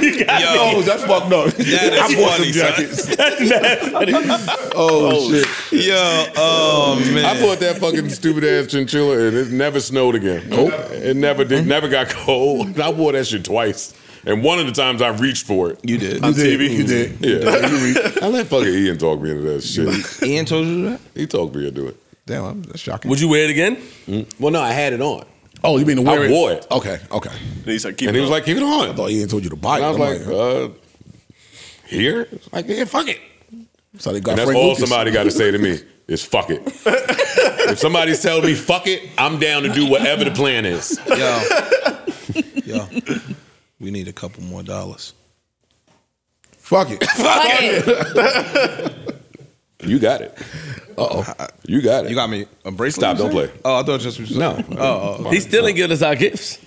S6: You, you got
S3: Yo.
S6: me.
S11: Oh, that's fucked up.
S3: That is funny, son.
S11: Oh shit.
S3: Yo, oh man.
S4: I bought that fucking stupid ass chinchilla, and it never snowed again. Nope. It never
S11: Mm-hmm.
S4: did. Never got cold. And I wore that shit twice, and one of the times I reached for it.
S3: you did.
S4: On
S11: You did,
S4: TV.
S11: you did.
S4: Yeah. I let fucking Ian talk me into that shit.
S3: Ian told you that?
S4: He talked me into it. Mm.
S3: Damn, I'm- that's shocking.
S6: Would you wear it again?
S4: Well, no, I had it on,
S11: Oh, you mean the
S4: I
S11: wear
S4: wore it.
S11: Okay, okay.
S4: and he said, "Keep." And he was like, "Keep it on."
S11: I thought Ian told you to buy it.
S4: And I was
S11: I'm
S4: like, uh, here? It's Like, yeah, fuck it.
S11: so they got
S4: And that's
S11: Frank
S4: all
S11: Lucas.
S4: somebody got to say to me is fuck it. if somebody's telling me fuck it, I'm down to do whatever the plan is.
S3: Yo. Yo. We need a couple more dollars.
S11: Fuck it.
S8: Fuck it.
S4: You got it. Uh oh. You got it.
S3: You got me a bracelet?
S4: Stop,
S3: you
S4: don't
S3: said?
S4: play.
S3: Oh, I thought just
S4: No.
S3: Oh,
S6: He still ain't give us our gifts.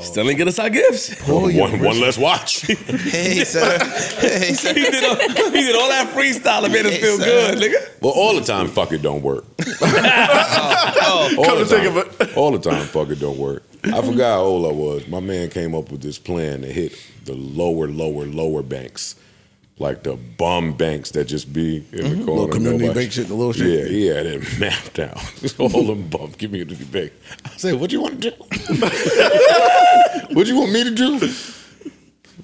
S6: Still ain't give us our gifts.
S4: one, one less watch.
S3: Hey, sir. Hey,
S6: he,
S3: sir.
S6: did all, he did all that freestyle and made us
S3: Yes,
S6: feel
S3: sir.
S6: good, nigga.
S4: well, all the time, fuck it don't work.
S3: Oh,
S4: All
S3: oh.
S4: the
S3: Come
S4: time, all the time, fuck it don't work. I forgot how old I was. My man came up with this plan to hit the lower, lower, lower banks. Like the bum banks that just be in the corner.
S11: Mm-hmm. Little community
S4: nobody-
S11: bank shit, the little shit.
S4: Yeah, he had it mapped out. All them bum community bank. I said, what do you want to do? what you want me to do?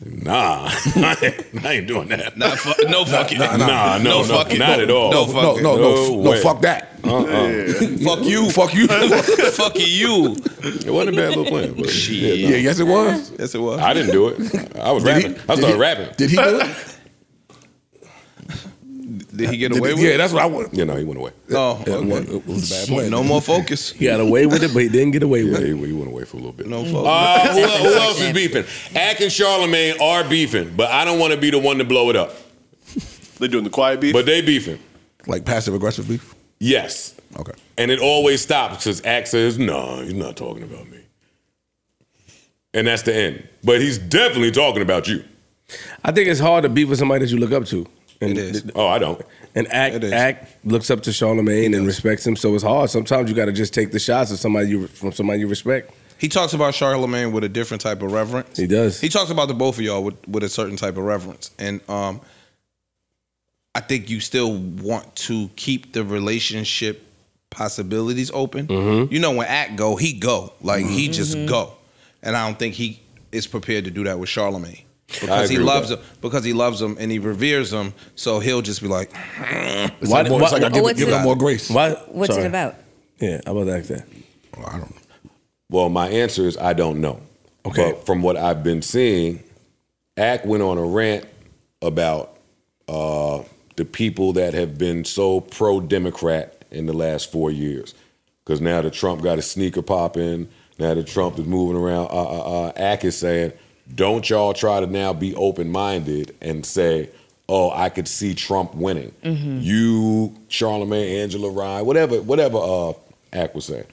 S4: Nah, I ain't doing that.
S3: Nah, fu- no fucking.
S4: nah, nah, no, no,
S3: fuck it.
S4: not at all.
S3: No,
S11: No,
S3: fuck
S11: no,
S3: it.
S4: No
S11: no, no,
S4: way. Uh-uh.
S11: fuck that.
S3: Fuck you.
S11: Fuck you.
S3: fuck you.
S4: It wasn't a bad little plan. But yeah,
S11: yeah, yes it was.
S3: Yes, it was.
S4: I didn't do it. I was rapping. I
S11: did
S4: started
S11: he-
S4: rapping.
S11: Did he do it?
S3: Did he get
S11: Did
S3: away
S11: he-
S3: with
S11: yeah,
S3: it?
S11: that's what I want.
S4: You know, he went away.
S3: Oh,
S11: It was,
S3: okay.
S11: it was a bad plan.
S3: No more focus.
S6: He got away with it, but he didn't get away
S4: Yeah,
S6: with
S4: he,
S6: it. Mm.
S4: he went away for a little bit.
S3: No focus.
S4: Uh, who, who else is beefing? Ack and Charlemagne are beefing, but I don't want to be the one to blow it up.
S5: They doing the quiet beef.
S4: But they beefing.
S11: Like passive aggressive beef.
S4: Yes.
S11: Okay.
S4: And it always stops because Ack says, no, he's not talking about me. And that's the end. But he's definitely talking about you.
S6: Uh, I think it's hard to beef with somebody that you look up to. And,
S3: It is.
S4: Oh, I don't.
S6: And
S3: It
S6: act
S3: is.
S6: act looks up to Charlemagne and respects him, so it's hard. Sometimes you got to just take the shots of somebody you from somebody you respect.
S3: He talks about Charlemagne with a different type of reverence.
S6: He does.
S3: He talks about the both of y'all with, with a certain type of reverence, and um, I think you still want to keep the relationship possibilities open.
S6: Mm-hmm.
S3: You know, when Act go, he go like he just go, and I don't think he is prepared to do that with Charlemagne because he
S4: agree with
S3: loves
S4: that.
S3: him because he loves him and he reveres him. So he'll just be like,
S11: It's
S6: Why-
S11: like, more, it's
S6: why-
S11: like I give,
S8: what's
S11: give
S8: it-
S11: them more grace.
S6: Why,
S8: What's
S6: sorry.
S8: it about?
S6: Yeah, how about that? that?
S4: I don't. Well, my answer is I don't know. Okay. But from what I've been seeing, Ack went on a rant about uh, the people that have been so pro-Democrat in the last four years, because now that Trump got a sneaker popping, now that Trump is moving around, uh, uh, uh, Ack is saying, "Don't y'all try to now be open-minded and say." Oh, I could see Trump winning.
S5: Mhm.
S4: Mm-hmm. You, Charlemagne, Angela Ryan, whatever, whatever uh, Ack was saying.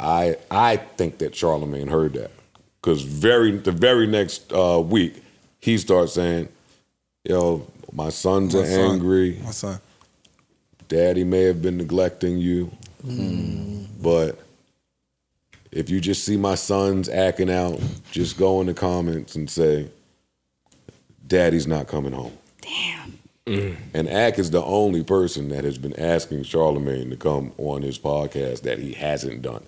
S4: I I think that Charlemagne heard that because very the very next uh, week he starts saying, "Yo, my sons
S3: My
S4: are
S3: son.
S4: angry.
S3: My son.
S4: Daddy may have been neglecting you,
S3: Mm.
S4: but if you just see my sons acting out, just go in the comments and say, "Daddy's not coming home."
S6: Mm-hmm.
S4: Damn. And Ack is the only person that has been asking Charlemagne to come on his podcast that he hasn't done.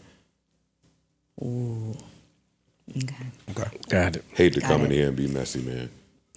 S5: Mm.
S3: Okay.
S6: Got it.
S4: Hate to
S2: Got
S4: come in
S2: it.
S4: here and be messy, man.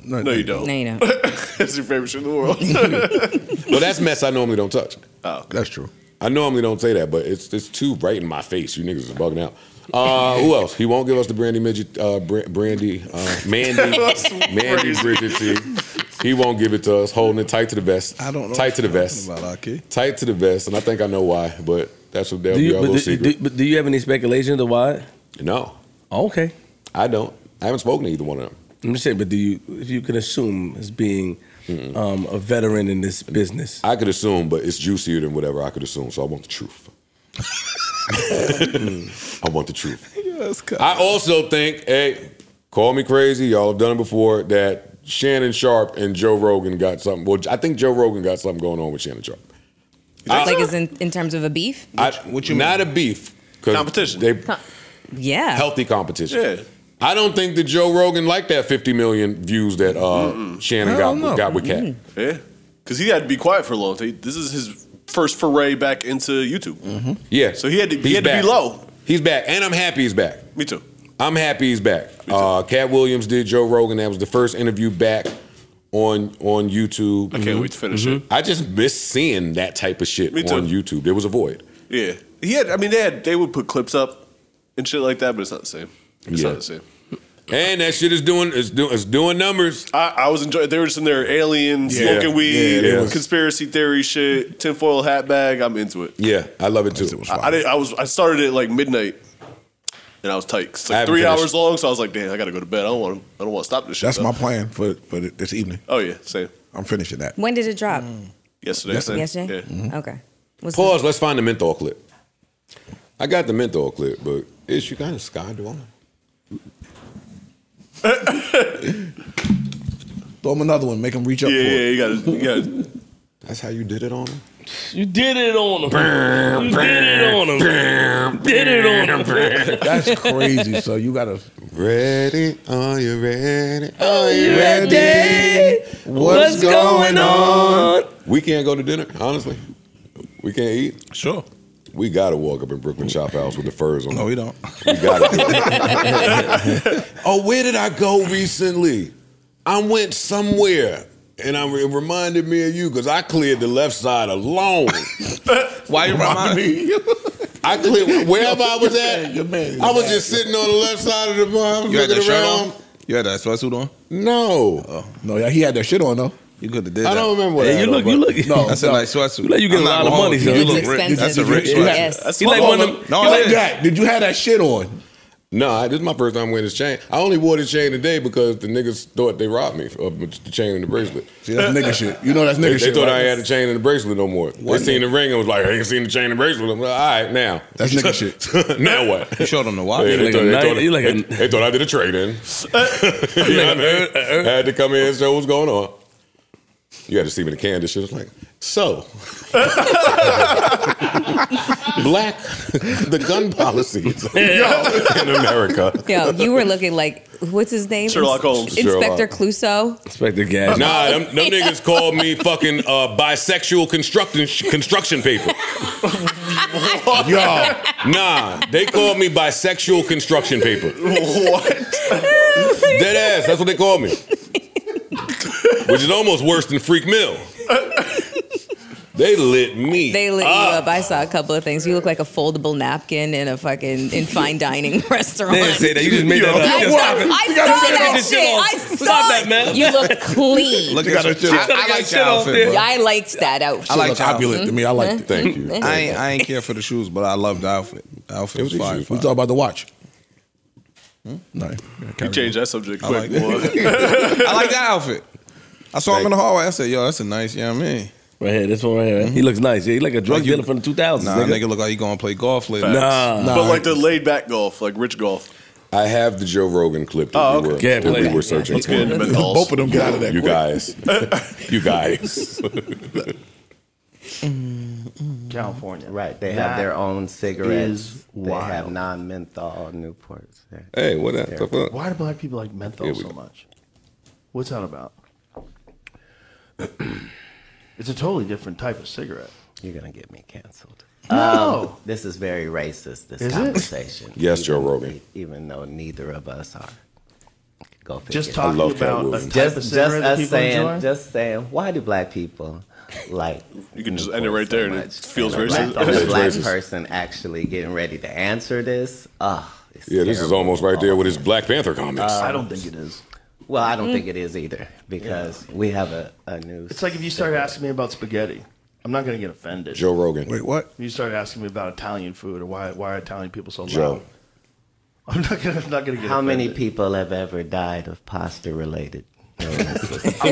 S2: No, you don't.
S8: No, you don't.
S2: That's your favorite shit in the world.
S4: Well, that's mess I normally don't touch.
S2: Oh,
S4: that's true. I normally don't say that, but it's it's too right in my face. You niggas is bugging out. Uh, who else? He won't give us the Brandy Midget, uh, Br- Brandy, uh, Mandy,
S5: That's
S4: Mandy
S5: crazy.
S4: Bridget tea. He won't give it to us. Holding it tight to the vest.
S3: I don't know
S4: Tight
S3: what
S4: to the
S3: you're
S4: vest.
S3: talking about, Aki.
S4: Tight to the vest, and I think I know why. But that's what that'll
S6: do
S4: be
S6: you,
S4: our
S6: but,
S4: little
S6: do,
S4: secret.
S6: do- but do you have any speculation to why? Oh,
S4: no,
S6: Okay.
S4: I don't. I haven't spoken to either one of them.
S6: I'm just saying, but do you, if you can assume as being um, a veteran in this business,
S4: I could assume, but it's juicier than whatever I could assume. So I want the truth. I want the truth. I also think, hey, call me crazy, y'all have done it before, that Shannon Sharp and Joe Rogan got something. Well, I think Joe Rogan got something going on with Shannon Sharp.
S8: like is in, in terms of a beef?
S4: I, not a beef. Competition. They,
S8: Huh. Yeah.
S4: Healthy competition.
S8: Yeah.
S4: I don't think that Joe Rogan liked that 50 million views that uh, Shannon got,
S2: Hell no.
S4: got with Cat.
S2: Mm-mm. Yeah, because he had to be quiet for a long time. This is his first foray back into YouTube.
S4: Yeah.
S2: So he had to, he
S4: He's
S2: had to be
S4: back.
S2: low.
S4: He's back, and I'm happy he's back.
S2: Me too.
S4: I'm happy he's back. Uh, Cat Williams did Joe Rogan. That was the first interview back on on YouTube. Mm-hmm.
S2: I can't wait to finish it.
S4: I just miss seeing that type of shit
S2: Me too.
S4: on YouTube. There was a void.
S2: Yeah, he had. I mean, they had. They would put clips up and shit like that, but it's not the same. It's
S4: Yeah.
S2: not the same.
S4: And that shit is doing is doing is doing numbers.
S2: I, I was enjoying. They were just in there, aliens,
S4: Yeah.
S2: smoking weed,
S4: Yeah, it was-
S2: conspiracy theory shit, tinfoil hat bag. I'm into it.
S4: Yeah, I love it too.
S2: I, I, uh, did, I was. I started at like midnight, and I was tight. It's
S3: I
S2: like
S3: haven't
S2: three
S3: finished.
S2: hours long, so I was like, damn, I gotta go to bed. I don't want. to I don't want to stop this shit.
S3: That's
S2: though.
S3: my plan for for this evening.
S2: Oh yeah, same.
S3: I'm finishing that.
S8: When did it drop?
S2: Yesterday.
S8: Yesterday. Mm-hmm.
S2: same. Yeah.
S8: Okay. What's the-
S4: Pause. Let's find the menthol clip. I got the menthol clip, but is you kind of sky dwelling?
S11: Throw him another one. Make him reach up
S2: Yeah,
S11: for it.
S2: yeah, you gotta, you gotta
S4: That's how you did it on him.
S6: You did it on him. You did it on him. Did it on him.
S11: That's crazy. So you gotta
S4: ready? Are you ready?
S6: Are you ready?
S4: What's
S6: What's going on?
S4: We can't go to dinner, honestly. We can't eat.
S3: Sure.
S4: We gotta walk up in Brooklyn Chop House with the furs on. No,
S3: we don't.
S4: We gotta. do it. oh, where did I go recently? I went somewhere, and I, it reminded me of you because I cleared the left side alone.
S3: Why you remind
S4: me? I cleared wherever I was at.
S3: Your man is
S4: I was
S3: bad.
S4: just sitting on the left side of the bar,
S3: You had
S4: looking
S3: that shirt
S4: around.
S3: on. You had that sweatsuit on.
S4: No.
S3: Oh
S11: no, yeah, he had that shit on though.
S3: You could have did.
S11: I
S3: that.
S11: don't remember what Yeah, you happened,
S3: You
S11: look- but- you look-
S3: No,
S11: No,
S3: that's a
S11: no.
S3: nice sweatsuit.
S11: You look- you
S3: I'm
S11: getting a lot
S3: not
S11: of
S3: gonna hold
S11: money,
S3: You
S11: though.
S3: You look
S11: It's
S3: rich. That's a
S11: expensive.
S3: rich
S11: You
S3: sweatsuit.
S11: look- yes.
S3: That's
S11: You
S3: fine.
S11: like one of them-
S3: No,
S11: you
S3: it
S11: like
S3: is.
S11: that. Did you have that shit on?
S4: Nah, this is my first time wearing this chain. I only wore this chain today because the niggas thought they robbed me of the chain and the bracelet.
S11: See, that's nigga shit. You know that's nigga
S4: they,
S11: shit,
S4: They thought
S11: right?
S4: I ain't had the chain and the bracelet no more.
S11: What?
S4: They seen the ring and was like, I ain't seen the chain and bracelet. I'm like, all right, now.
S11: That's nigga shit.
S4: now what? You
S3: showed them the
S4: watch. they,
S6: Like a
S4: thought,
S6: knight-
S4: they, thought,
S6: you like a-
S4: they- they thought I did a trade in. you know what
S6: uh,
S4: I mean? I had to come in and show what's going on. You had to see me in the candy shit. It's like, so. Black, the gun policy is in America.
S8: Yo, you were looking like what's his name?
S4: Sherlock
S8: Ins-
S4: Holmes.
S8: Inspector
S4: Sherlock.
S8: Clouseau.
S6: Inspector
S4: Nah,
S6: Gadget.
S4: them, them niggas called me fucking uh, bisexual construction construction paper.
S11: Yo.
S4: Nah, they called me bisexual construction paper.
S2: What?
S4: Dead ass. That's what they called me. Which is almost worse than Freak Mill. They lit me.
S8: They lit you up. I saw a couple of things. You look like a foldable napkin in a fucking in fine dining restaurant.
S6: They didn't say that. You just made that up.
S8: I saw,
S6: You
S8: I saw
S6: gotta stop it. You gotta
S8: that
S6: shut this
S8: shit.
S6: shit off.
S8: I
S6: Stop
S8: saw
S6: that,
S8: it.
S6: man.
S8: You look clean.
S3: Look at your- I- I like your outfit, bro.
S8: I liked that outfit.
S3: I like
S11: opulent to me. I liked it.
S8: Mm-hmm.
S4: Thank you.
S3: I ain't, I ain't care for the shoes, but I loved the outfit. The outfit was fire. Hmm?
S11: We talk about the watch. No.
S2: You change that subject
S3: I
S2: quick,
S3: like
S2: boy.
S3: I like that outfit. I saw him in the hallway. I said, "Yo, that's a nice, you know what I mean?" Hmm?
S6: Right here, this one right here. He looks nice. Yeah, he like a drug dealer from the 2000s.
S3: Nah,
S6: nigga.
S3: nigga, look like he gonna play golf later.
S6: Nah.
S2: But like the laid back golf, like rich golf.
S4: I have the Joe Rogan clip that,
S2: Oh,
S4: we,
S2: okay.
S4: were,
S6: Yeah,
S4: that we
S6: play.
S4: were searching
S2: Let's get into
S4: for.
S2: menthols.
S11: Both of them get out of that.
S4: You
S11: quick.
S4: guys. you guys.
S9: California.
S23: Right, they have their own cigarettes.
S9: is
S23: They have
S9: wild.
S23: non-menthol Newports. They're-
S4: hey, what up?
S23: they're-
S4: The fuck?
S9: Why do black people like menthol
S4: Here we
S9: so
S4: go.
S9: much? What's that about? it's a totally different type of cigarette.
S23: You're gonna get me canceled. Um,
S9: No.
S23: This is very racist. This
S9: Is it?
S23: conversation.
S4: Yes,
S23: even- e-,
S4: Joe Rogan.
S23: Even though neither of us are. Go figure.
S9: just
S4: I
S9: talking
S4: love Cat
S9: about a
S4: Williams.
S9: type of
S23: Just, just
S9: cigarette that
S23: us
S9: people
S23: saying,
S9: enjoy.
S23: just saying. Why do black people like?
S2: You can just
S23: Newports
S2: end it right there, and it
S23: much?
S2: feels
S23: And the
S2: racist.
S23: black- the whole
S4: It's
S23: black
S4: racist.
S23: person actually getting ready to answer this. Ah, it's
S4: Yeah, this is
S23: terrible.
S4: almost right there with his Black Panther comments.
S9: I don't think it is.
S23: Well, I don't think it is either because we have a, a new.
S9: It's like if you start asking me about spaghetti, I'm not going to get offended.
S4: Joe Rogan.
S11: Wait, what?
S9: If you start asking me about Italian food or why why are Italian people so
S4: Joe.
S9: loud, I'm not going to not going to get
S23: How many
S9: offended.
S23: people have ever died of pasta related? illnesses?
S9: A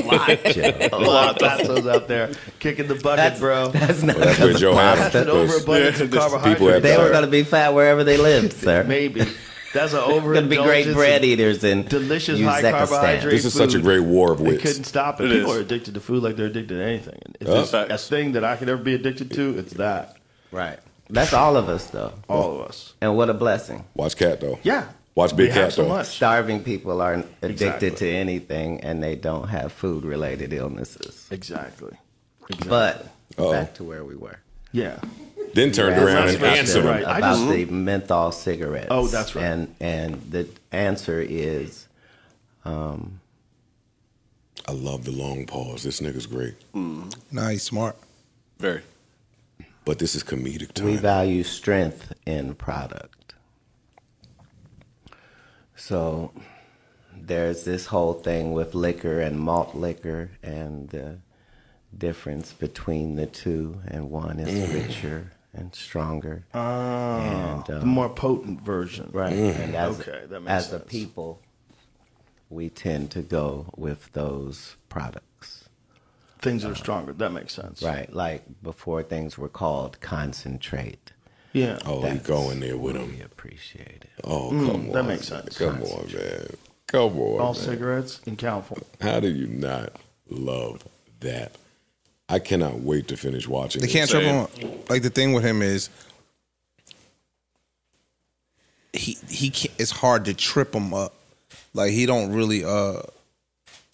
S9: lot of pastas out there kicking the bucket,
S23: That's-
S9: bro.
S23: That's not
S4: That's where
S23: the
S4: Joe had
S9: That's
S4: him,
S9: an overabundance
S2: Yeah,
S9: of
S2: this-
S9: carbohydrates.
S4: people have
S23: They were
S4: Sorry.
S23: going to be fat wherever they lived, sir. They're
S9: Maybe that's an
S23: going to
S9: overindulgence.
S23: be great bread
S9: in
S23: eaters in
S9: Delicious high
S23: Uzbekistan.
S9: carbohydrate.
S4: This is such a
S9: food.
S4: great war of
S9: They
S4: wits.
S9: couldn't stop it.
S2: It
S9: people
S2: is.
S9: are addicted to food like they're addicted to anything. If
S4: Yeah.
S9: there's a
S2: Facts.
S9: thing that I could ever be addicted to, it's that.
S23: Right. That's all of us, though.
S9: All of us.
S23: And what a blessing.
S4: Watch Cat though.
S9: Yeah.
S4: Watch Big
S9: we
S4: Cat
S9: have so
S4: though.
S9: much.
S23: Starving people are addicted
S9: Exactly.
S23: to anything and they don't have food related illnesses.
S9: Exactly.
S23: But
S4: Uh-oh.
S23: back to where we were.
S9: Yeah.
S4: Then turned
S23: That's
S4: around
S9: right.
S4: and
S9: That's
S4: answered
S9: right.
S4: him.
S9: I
S23: about
S9: just-
S23: the menthol cigarettes.
S9: Oh, that's right.
S23: And and the answer is um,
S4: I love the long pause. This nigga's great.
S3: Nah, he's smart.
S2: Very.
S4: But this is comedic
S23: we
S4: time.
S23: value strength in product. So there's this whole thing with liquor and malt liquor and the difference between the two, and one
S4: Mm.
S23: is richer and stronger. and,
S9: Ah, The
S23: um,
S9: more potent version.
S23: Right.
S4: Mm.
S23: And as,
S9: Okay, that makes
S23: as a
S9: sense.
S23: people, we tend to go with those products.
S9: Things that are stronger. That makes sense.
S23: Right. Like before things were called concentrate.
S9: Yeah. Mm,
S4: Oh, he
S23: That's
S4: going there with
S23: what
S4: him.
S23: We appreciate it.
S4: Oh, come on.
S9: that makes sense.
S4: Come on, man. Come on.
S9: All
S4: man.
S9: cigarettes in California.
S4: How do you not love that? I cannot wait to finish watching.
S3: They
S4: this.
S3: can't trip him up. Like the thing with him is he he can't, it's hard to trip him up. Like he don't really uh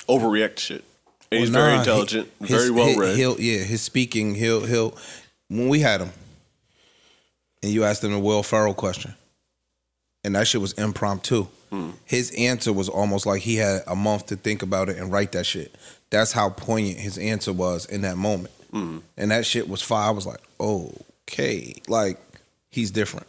S2: Overreact shit. And he's
S3: Well,
S2: very
S3: nah, he-
S2: intelligent,
S3: his-
S2: very well
S3: he-
S2: read.
S3: He'll yeah, his speaking, he'll he'll when we had him and you asked him the Will Ferrell question. And that shit was impromptu.
S2: Hmm.
S3: His answer was almost like he had a month to think about it and write that shit. That's how poignant his answer was in that moment.
S2: Hmm.
S3: And that shit was fire. I was like, okay, like he's different.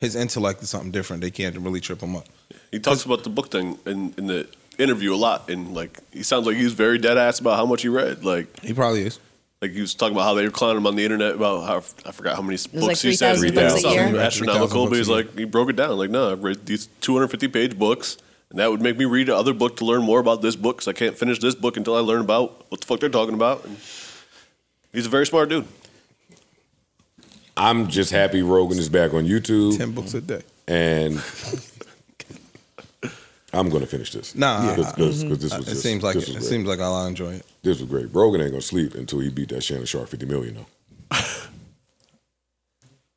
S3: His intellect is something different. They can't really trip him up.
S2: He talks about the book thing in, in the interview a lot, and like he sounds like he was very dead ass about how much he read. Like,
S3: He probably is.
S2: like he was talking about how they were clowning him on the internet about how I forgot how many books
S8: like
S2: he said
S8: 3,000
S4: books a
S2: Something
S8: year.
S2: astronomical,
S3: 3,000
S2: but he's
S3: books a year.
S2: like he broke it down. Like, no, I've read these 250 page books, and that would make me read another book to learn more about this book because I can't finish this book until I learn about what the fuck they're talking about. And he's a very smart dude.
S4: I'm just happy Rogan is back on YouTube,
S3: Ten books a day.
S4: and I'm gonna finish this.
S3: Nah,
S4: because this was
S3: It
S4: just-
S3: seems like
S4: this
S3: it,
S4: was
S3: it
S4: great.
S3: seems like I'll enjoy it.
S4: This was great. Rogan ain't gonna sleep until he beat that Shannon Sharp 50 million though.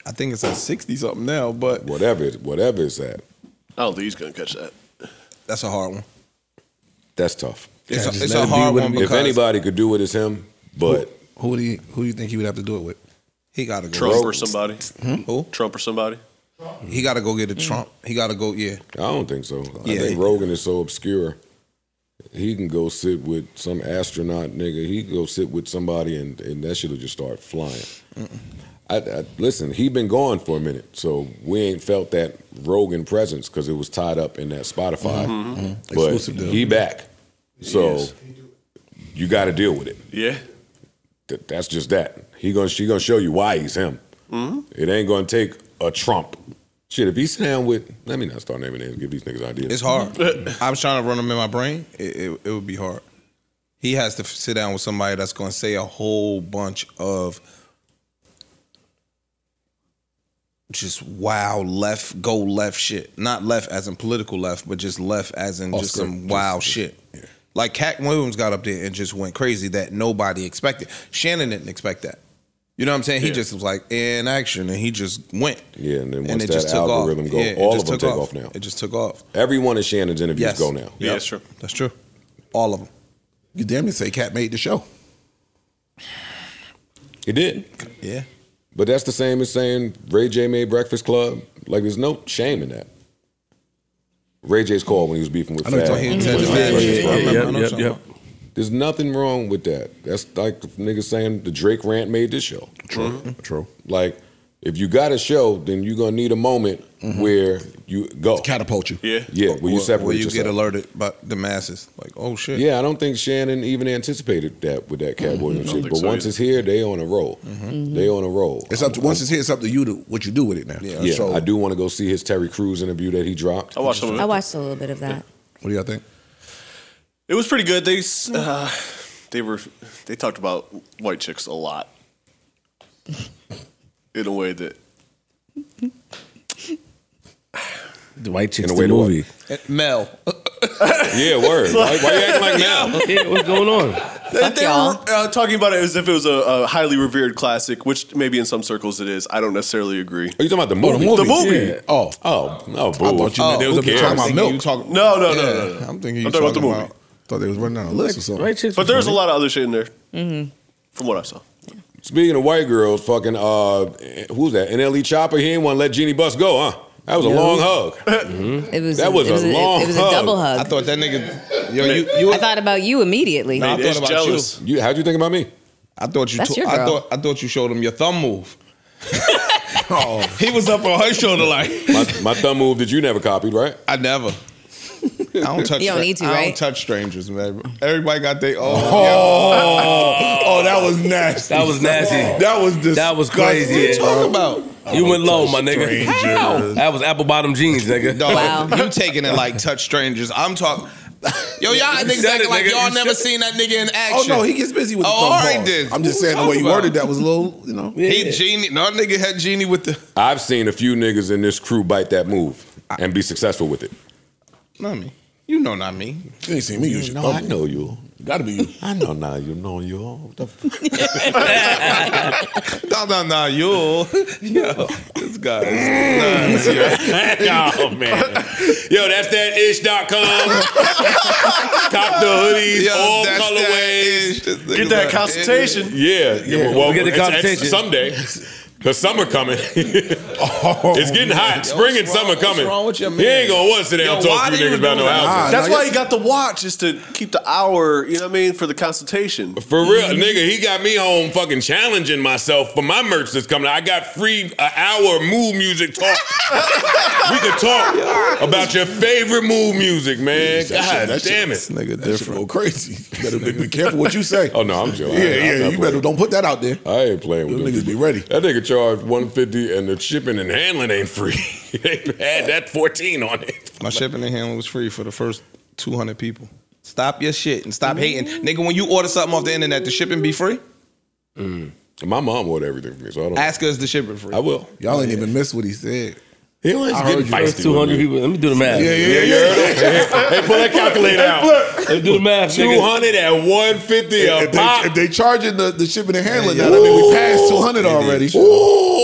S3: I think it's at sixty something now, but
S4: Whatever it, whatever it's at,
S2: I don't think he's gonna catch that.
S3: that's a hard one.
S4: that's tough.
S3: It's
S11: just
S3: a, it's
S11: let it
S3: a
S11: be
S3: hard
S11: what
S3: one
S11: it be.
S3: because
S4: if anybody could do it, it's him. But
S3: who do you who do you think he would have to do it with? He got to go. Hmm?
S2: Trump or somebody.
S3: Who?
S2: Trump or somebody.
S3: He got to go get a Trump. He got to go. Yeah,
S4: I don't think so. I
S3: Yeah.
S4: think Rogan is so obscure He can go sit with some astronaut nigga. He can go sit with somebody, and, and that shit'll just start flying. I, I listen. He been gone for a minute, so we ain't felt that Rogan presence because it was tied up in that Spotify.
S3: Mm-hmm.
S2: Mhm, mhm.
S4: But
S2: Exclusive deal.
S4: he back, so
S2: Yes.
S4: you got to deal with it.
S2: Yeah.
S4: Th- that's just that. He gonna she gonna show you why he's him.
S2: Mm-hmm.
S4: It ain't gonna take a Trump. Shit, if he's down with, let me not start naming names. Give these niggas ideas.
S3: It's hard. I was trying to run them in my brain. It, it, it would be hard. He has to f- sit down with somebody that's going to say a whole bunch of just wow left go left shit. Not left as in political left, but just left as in
S11: Off
S3: just
S11: script,
S3: some wow shit. Like Cat Williams got up there and just went crazy that nobody expected. Shannon didn't expect that. You know what I'm saying? He
S4: Yeah.
S3: just was like in action and he just went.
S4: Yeah, and then
S3: And
S4: once
S3: it
S4: that
S3: just took
S4: algorithm
S3: off.
S4: go,
S3: Yeah, it
S4: all
S3: just
S4: of them
S3: took
S4: take
S3: off.
S4: off. now.
S3: It just took off.
S4: Every one of Shannon's interviews
S3: Yes.
S4: go now.
S3: Yeah, that's true.
S11: That's true. All of them. You damn near say Cat made the show.
S4: It did.
S3: Yeah.
S4: But that's the same as saying Ray J made Breakfast Club. Like, there's no shame in that. Ray J's called when he was beefing with
S3: I know
S4: Fab.
S3: you're talking-
S4: He
S3: yeah,
S4: was
S3: yeah,
S4: like,
S3: yeah,
S4: Breakfast
S3: yeah,
S4: Club.
S3: yeah, yeah, I know what you're
S4: yep. There's nothing wrong with that. That's like the niggas saying the Drake rant made this show.
S11: True.
S3: Mm-hmm.
S11: Mhm. True.
S4: Like, if you got a show, then you're gonna need a moment Mm-hmm. where you go
S11: catapult you.
S4: Yeah, yeah. Where you separate
S3: Where you
S4: yourself.
S3: get alerted by the masses. Like, oh shit.
S4: Yeah, I don't think Shannon even anticipated that with that Cat Williams
S3: Mm-hmm. I don't
S4: shit.
S3: think
S4: But
S3: so
S4: once
S3: either.
S4: it's here, they on a roll.
S3: Mhm.
S4: They on a roll.
S11: It's up to, once it's here, it's up to you to what you do with it now.
S4: Yeah, I do want to go see his Terry Crews interview that he dropped.
S2: I watched some of it.
S8: I watched a little bit of that.
S11: What do y'all think?
S2: It was pretty good. They s- uh, they were they talked about white chicks a lot in a way that
S6: The white
S4: In
S6: chicks
S4: a
S6: the
S4: way to what?
S6: movie.
S3: Mel.
S4: yeah, word. Why, why you acting like now?
S6: Yeah, what's going on?
S2: They, they were uh, talking about it as if it was a, a highly revered classic, which maybe in some circles it is. I don't necessarily agree.
S4: Are you talking about the
S2: movie?
S4: movie?
S2: The movie.
S4: Yeah. Oh, oh, no, boo.
S2: Oh, who cares?
S3: You talking,
S2: No, no, no,
S3: Yeah,
S2: no, no.
S3: I'm thinking you
S2: I'm talking about the
S3: talking
S2: movie.
S11: Thought they was running down a list or something.
S2: but there's a lot of other shit in there, from what I saw.
S4: Speaking of white girls, fucking uh, who's that? NLE Chopper. He ain't want to let Jeannie Buss go, huh? That was a
S3: No.
S4: long hug. Mm-hmm.
S8: It was
S4: That was
S8: it
S4: a long
S8: It was a
S4: hug.
S8: double hug. I
S3: thought that nigga. Yo, you,
S8: I thought about you immediately.
S3: No, I thought about
S4: you. How'd you think about me?
S3: I thought you.
S8: That's
S3: to-
S8: your
S3: I
S8: girl.
S3: thought I thought you showed him your thumb move. oh, he was up on her shoulder like.
S4: My, my thumb move that you never copied, right?
S3: I never. I don't touch.
S8: You don't
S3: stra-
S8: need to,
S3: I
S8: right?
S3: don't touch strangers, man. Everybody got their. Oh,
S6: Oh.
S3: oh, that was nasty.
S6: That was nasty.
S3: That was disgusting.
S6: That was crazy.
S3: What you
S6: yeah.
S3: talking about?
S6: You went low, my nigga.
S3: How?
S6: That was apple bottom jeans, nigga.
S3: Dog, You taking it like touch strangers. I'm talking. Yo, y'all
S6: You
S3: niggas
S6: said
S3: acting
S6: it,
S3: like
S6: nigga.
S3: y'all
S6: You
S3: never
S6: said-
S3: seen that nigga in action.
S11: Oh no, he gets busy with the
S3: Oh,
S11: thumb
S3: all right
S11: balls.
S3: then.
S11: I'm just
S3: What
S11: saying
S3: we
S11: the way
S3: talking
S11: you
S3: about?
S11: worded that was a little, you know.
S3: He genie. No nigga had genie with the.
S4: I've seen a few niggas in this crew bite that move and be successful with it.
S3: Not me. You know not me.
S11: You ain't seen me use your
S4: No,
S11: thumb.
S4: I know you.
S11: Gotta be you.
S4: I know now you know you. What the f-
S3: No, no, no. You. Yo, this guy. is nuts,
S4: oh man. Yo, that's that ish.com. Cop the hoodies,
S3: Yo,
S4: all
S3: that's that
S4: colorways.
S2: Get that consultation.
S4: Yeah, yeah.
S6: we get the
S4: it's- it's
S6: consultation.
S4: someday. The summer coming. it's getting hot. Spring and summer coming.
S3: Oh, wrong with your
S4: he ain't gonna want to sit down
S3: Yo,
S4: and talk
S3: why
S4: to you
S3: do you
S4: niggas about
S3: do
S4: no
S3: that?
S4: houses.
S2: That's why he got the watch, is to keep the hour. You know what I mean for the consultation.
S4: For real,
S11: Mm-hmm.
S4: nigga, he got me home fucking challenging myself for my merch that's coming. I got free an hour of move music talk. we could talk about your favorite move music, man.
S11: That shit-
S4: God
S11: that shit-
S4: damn
S11: this
S4: it.
S3: nigga
S11: That shit go crazy. Better be, be careful what you say.
S4: Oh no, I'm joking.
S11: yeah,
S4: I- I- I'm
S11: yeah.
S4: not
S11: You
S4: playing.
S11: better don't put that out there.
S4: I ain't playing with
S11: Those
S4: them
S11: niggas be ready.
S4: That nigga charged 150 and the shipping and handling ain't free. they had that 14 on it.
S3: My shipping and handling was free for the first 200 people. Stop your shit and stop hating. Nigga, when you order something off the internet, the shipping be free?
S11: Mm.
S4: My mom ordered everything for me, so I don't.
S3: Ask us the shipping free.
S4: I will.
S11: Y'all ain't even miss what he said.
S4: He was
S11: I
S4: getting
S11: heard you.
S4: feisty.
S6: Two hundred people. Let me do the math.
S11: Yeah, yeah,
S4: Yeah, you heard him? Hey, pull that calculator out.
S6: Let me do the math, nigga.
S4: 200 at 150
S11: If,
S4: a
S11: if
S4: pop.
S11: they, if they charging the, the shipping and handling, now, I mean, we passed 200 already.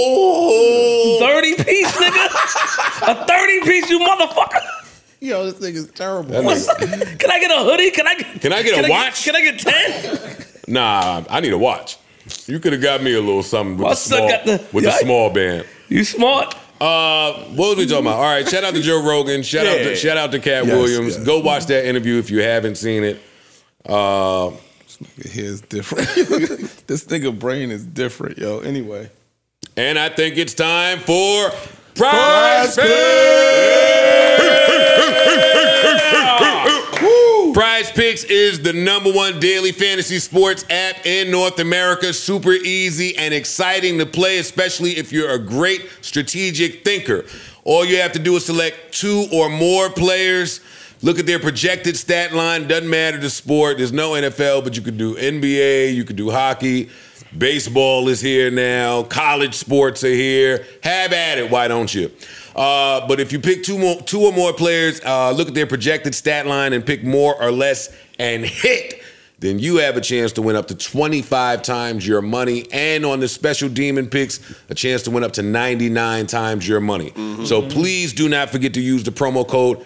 S4: Ooh.
S6: Thirty piece, nigga. A thirty piece, you motherfucker.
S11: Yo, this thing is terrible.
S4: That
S6: What's-
S4: nigga-
S6: Can I get a hoodie? Can I? Get,
S4: Can I get a watch?
S6: can I get ten?
S4: Nah, I need a watch. You could have got me a little something with
S6: My
S4: the
S6: son
S4: small,
S6: got the-
S4: with the
S6: Yeah, I-
S4: small band.
S6: You smart?
S4: Uh, what was we talking about? All right, shout out to Joe Rogan. Shout out,
S5: Yeah.
S4: to, shout out to Cat
S5: Yes,
S4: Williams. Go watch that interview if you haven't seen it. Uh,
S3: Here's different. this nigga brain is different, yo. Anyway.
S4: and I think it's time for prize Prize Picks is the number one daily fantasy sports app in North America. Super easy and exciting to play, especially if you're a great strategic thinker. All you have to do is select two or more players. Look at their projected stat line. Doesn't matter the sport. There's no NFL, but you could do NBA, you could do hockey. Baseball is here now. College sports are here. Have at it, why don't you? Uh, but if you pick two more, two or more players, uh, look at their projected stat line and pick more or less and hit, then you have a chance to win up to 25 times your money. And on the special demon picks, a chance to win up to 99 times your money. So please do not forget to use the promo code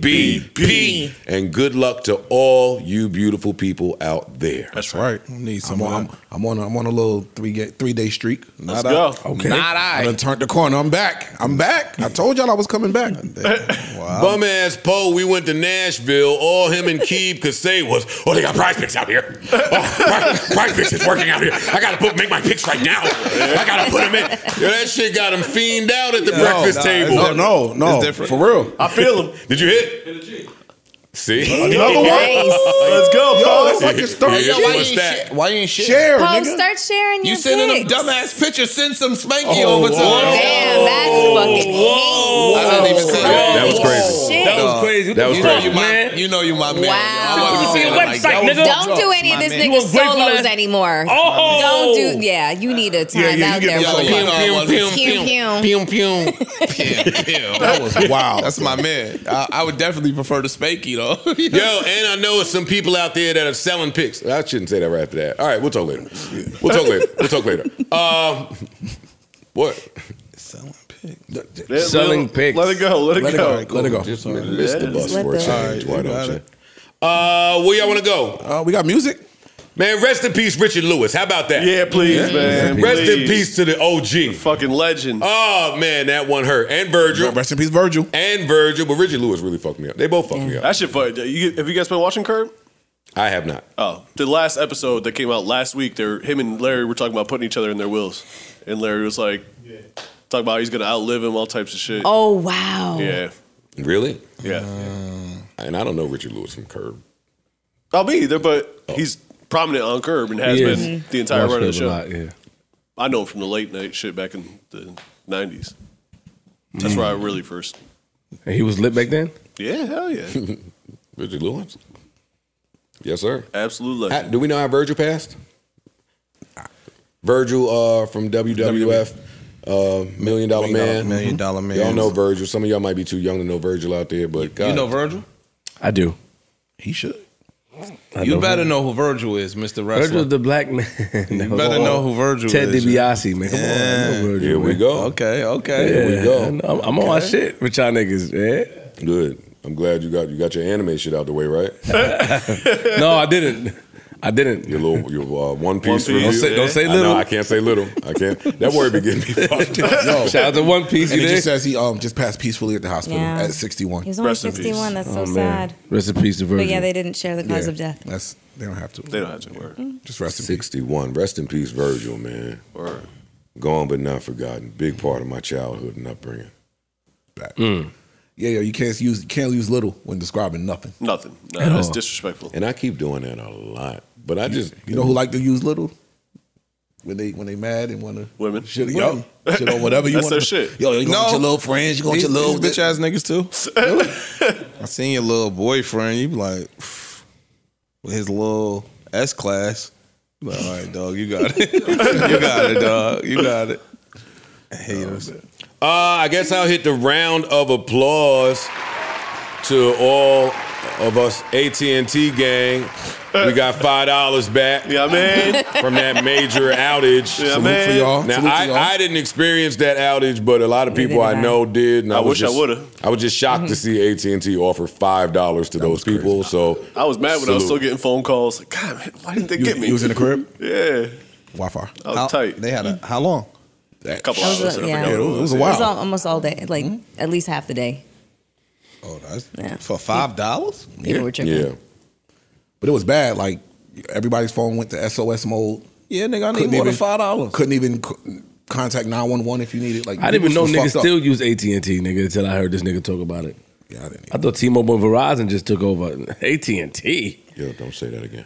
S4: JBP. And good luck to all you beautiful people out there.
S2: That's
S3: right. I need some.
S11: I'm on, I'm, I'm on. a- I'm on a little three ga- three day streak.
S3: Let's
S11: I.
S3: go.
S11: Okay.
S3: Not I.
S11: I done turned the corner. I'm back. I'm back. I told y'all I was coming back.
S4: Bum ass Poe, we went to Nashville. All him and Keeb could say was,
S5: Oh, they got prize picks out here. Oh, prize, prize picks is working out here. I gotta put, make my picks right now. I gotta put them in.
S4: Yo, that shit got him fiend out at the breakfast table.
S11: No, no, no. For real.
S4: I feel him. Did you hit? See?
S11: Another one.
S4: Let's
S11: go, Yo,
S4: Paul.
S11: fucking start.
S4: Yeah,
S11: Yo,
S4: why you ain't
S3: shit- why you ain't shit?
S11: Share,
S8: Paul,
S11: nigga.
S8: start sharing your
S3: You sending
S8: picks.
S3: them dumbass pictures? Send some spanky
S8: Oh,
S3: over to
S8: whoa.
S3: them.
S8: Damn, that's fucking
S3: Whoa. I didn't even see that.
S4: That was crazy.
S8: Shit.
S4: That was crazy. That was
S3: you
S4: crazy.
S3: Know you, my, you know you my man.
S8: Wow.
S3: I wasn't
S8: You see
S3: feeling
S8: the
S3: like that.
S8: Don't
S3: That was drugs,
S8: do any of
S3: my
S8: this
S3: man.
S8: nigga solos anymore.
S3: Oh.
S8: Don't do. Yeah, you need to time
S3: Yeah, yeah,
S8: out
S3: you
S8: there.
S3: get the
S8: bro.
S3: yellow one. Pew, pew,
S8: pew, pew.
S4: pew.
S3: That was wow. That's my man. I, I would definitely prefer the spanky though.
S4: Yo, and I know it's some people out there that are selling picks. I shouldn't say that right after that. All right, we'll talk later. We'll talk later. We'll talk later.
S3: Um,
S4: Uh, what?
S6: Selling picks.
S2: Let it go. Let it
S4: Let it
S2: go.
S4: go. Let it go. Just miss the bus
S2: Let
S4: for a
S2: the-
S4: change. Why don't you? Uh, where y'all want to go? Uh,
S11: we got music.
S4: Man, rest in peace, Richard Lewis. How about that?
S2: Yeah, please, Yeah. man.
S4: Rest in
S2: Please.
S4: peace to the OG,
S2: fucking legend.
S4: Oh man, that one hurt. And Virgil.
S11: Rest in peace, Virgil.
S4: And Virgil, but Richard Lewis really fucked me up. They both fucked me up.
S2: That shit. fu- You, have you guys been watching Curb?
S4: I have not.
S2: Oh, the last episode that came out last week, there, him and Larry were talking about putting each other in their wills, and Larry was like, talking about how he's gonna outlive him, all types of shit.
S8: Oh wow.
S2: yeah.
S4: Really?
S2: Yeah.
S4: And I don't know Richard Lewis from Curb.
S2: I'll be either, but he's prominent on Curb and has
S4: He is.
S2: been the entire
S4: Watch
S2: run of
S4: Curb
S2: the show.
S4: a lot, yeah.
S2: I know him from the late night shit back in the '90s. That's where I
S4: Mm.
S2: really first.
S6: And he was lit back then.
S2: Yeah, hell yeah,
S4: Richard Lewis. Yes, sir.
S2: absolute
S4: How-
S2: legend.
S4: do we know how Virgil passed? Virgil uh, from WWF, uh, Million
S3: Million Dollar-
S4: Dollar Man. Mm-hmm.
S3: Million Dollar Man.
S4: Y'all know Virgil. Some of y'all might be too young to know Virgil out there, but God.
S3: You know Virgil?
S6: I do.
S3: He should.
S6: I
S3: you
S6: know
S3: better
S6: him.
S3: know who Virgil is, Mr. Wrestler.
S6: Virgil the black man.
S3: You better know who Virgil
S6: Ted
S3: is.
S6: DiBiase, man. Come on, I know Virgil,
S4: Here we
S6: man.
S4: go.
S3: Okay, okay.
S6: Yeah,
S4: Here we go.
S6: I know. I'm, I'm on my
S4: Okay.
S6: shit with y'all niggas, man.
S4: Good. I'm glad you got you got your anime shit out the way, right?
S6: No, I didn't. I didn't.
S4: Your little your uh, One Piece.
S6: Piece, don't say- don't say
S4: I know,
S6: little.
S4: I can't say little. I can't. That word be getting me fucked up.
S11: Yo.
S6: Shout out to One Piece.
S11: And
S6: You
S11: it
S6: dig?
S11: just says he um just passed peacefully at the hospital
S8: Yeah.
S11: at 61.
S8: He was only 61. That's so
S6: Oh, man.
S8: sad.
S6: Rest in peace to Virgil.
S8: But yeah, they didn't share the cause of death. Mm.
S11: That's they don't have to.
S2: They don't have to work.
S11: Just rest in peace.
S4: 61. Rest in peace, Virgil, man.
S2: Or
S4: Gone but not forgotten. Big part of my childhood and upbringing.
S11: Yeah, yeah. You can't use you can't use little when describing nothing.
S2: nothing. No,
S11: At
S2: that's
S11: all.
S2: disrespectful.
S4: And I keep doing that a lot. But I just
S11: You know who like to use little? When they when they mad and want to
S2: Women.
S11: shit, yo, shit on whatever you
S2: That's
S11: want.
S2: their shit.
S11: Yo, you
S3: No.
S11: want your little friends, you want
S3: These,
S11: your little
S3: these bitch ass niggas too. Really? I seen your little boyfriend. You be like, with his little S class. You Like, all right, dog, you got it. you got it, dog. You got it. Haters.
S4: Uh, I guess I'll hit the round of applause to all of us AT&T gang. We got five dollars back.
S2: Uh, Yeah, man.
S4: From that major outage.
S2: Yeah, Salute man. for y'all.
S4: Now
S2: Salute to
S4: I,
S2: y'all.
S4: I didn't experience that outage, but a lot of people
S2: did
S4: I
S2: I.
S4: know did. And I,
S2: I
S4: was
S2: wish I
S4: just-
S2: would've.
S4: I was just shocked to see AT&T offer five dollars to those people. So
S2: I was mad when I
S4: Salute.
S2: was still getting phone calls. Like, God, man, why didn't they
S11: You-
S2: get me?
S11: you was in the crib?
S2: Yeah.
S11: Wi-Fi.
S2: I was tight.
S3: They had a how long?
S4: That
S2: couple
S8: That was
S2: hours.
S8: a-
S2: I
S8: yeah.
S2: forgot what
S8: It was al- almost all day, like at least half the day.
S11: Oh, that's
S8: Yeah.
S11: for five dollars.
S8: People were tripping. Yeah.
S11: but it was bad. Like everybody's phone went to SOS mode.
S3: Yeah, nigga, I need
S11: Couldn't
S3: more
S11: even-
S3: than five dollars.
S11: Couldn't even c- contact nine one one if you needed. Like
S6: I didn't even know
S11: people was
S6: niggas
S11: fucked up.
S6: still use AT and T, nigga, until I heard this nigga talk about it. Yeah, I didn't. I thought T-Mobile and Verizon just took over AT and T.
S4: Yo, don't say that again.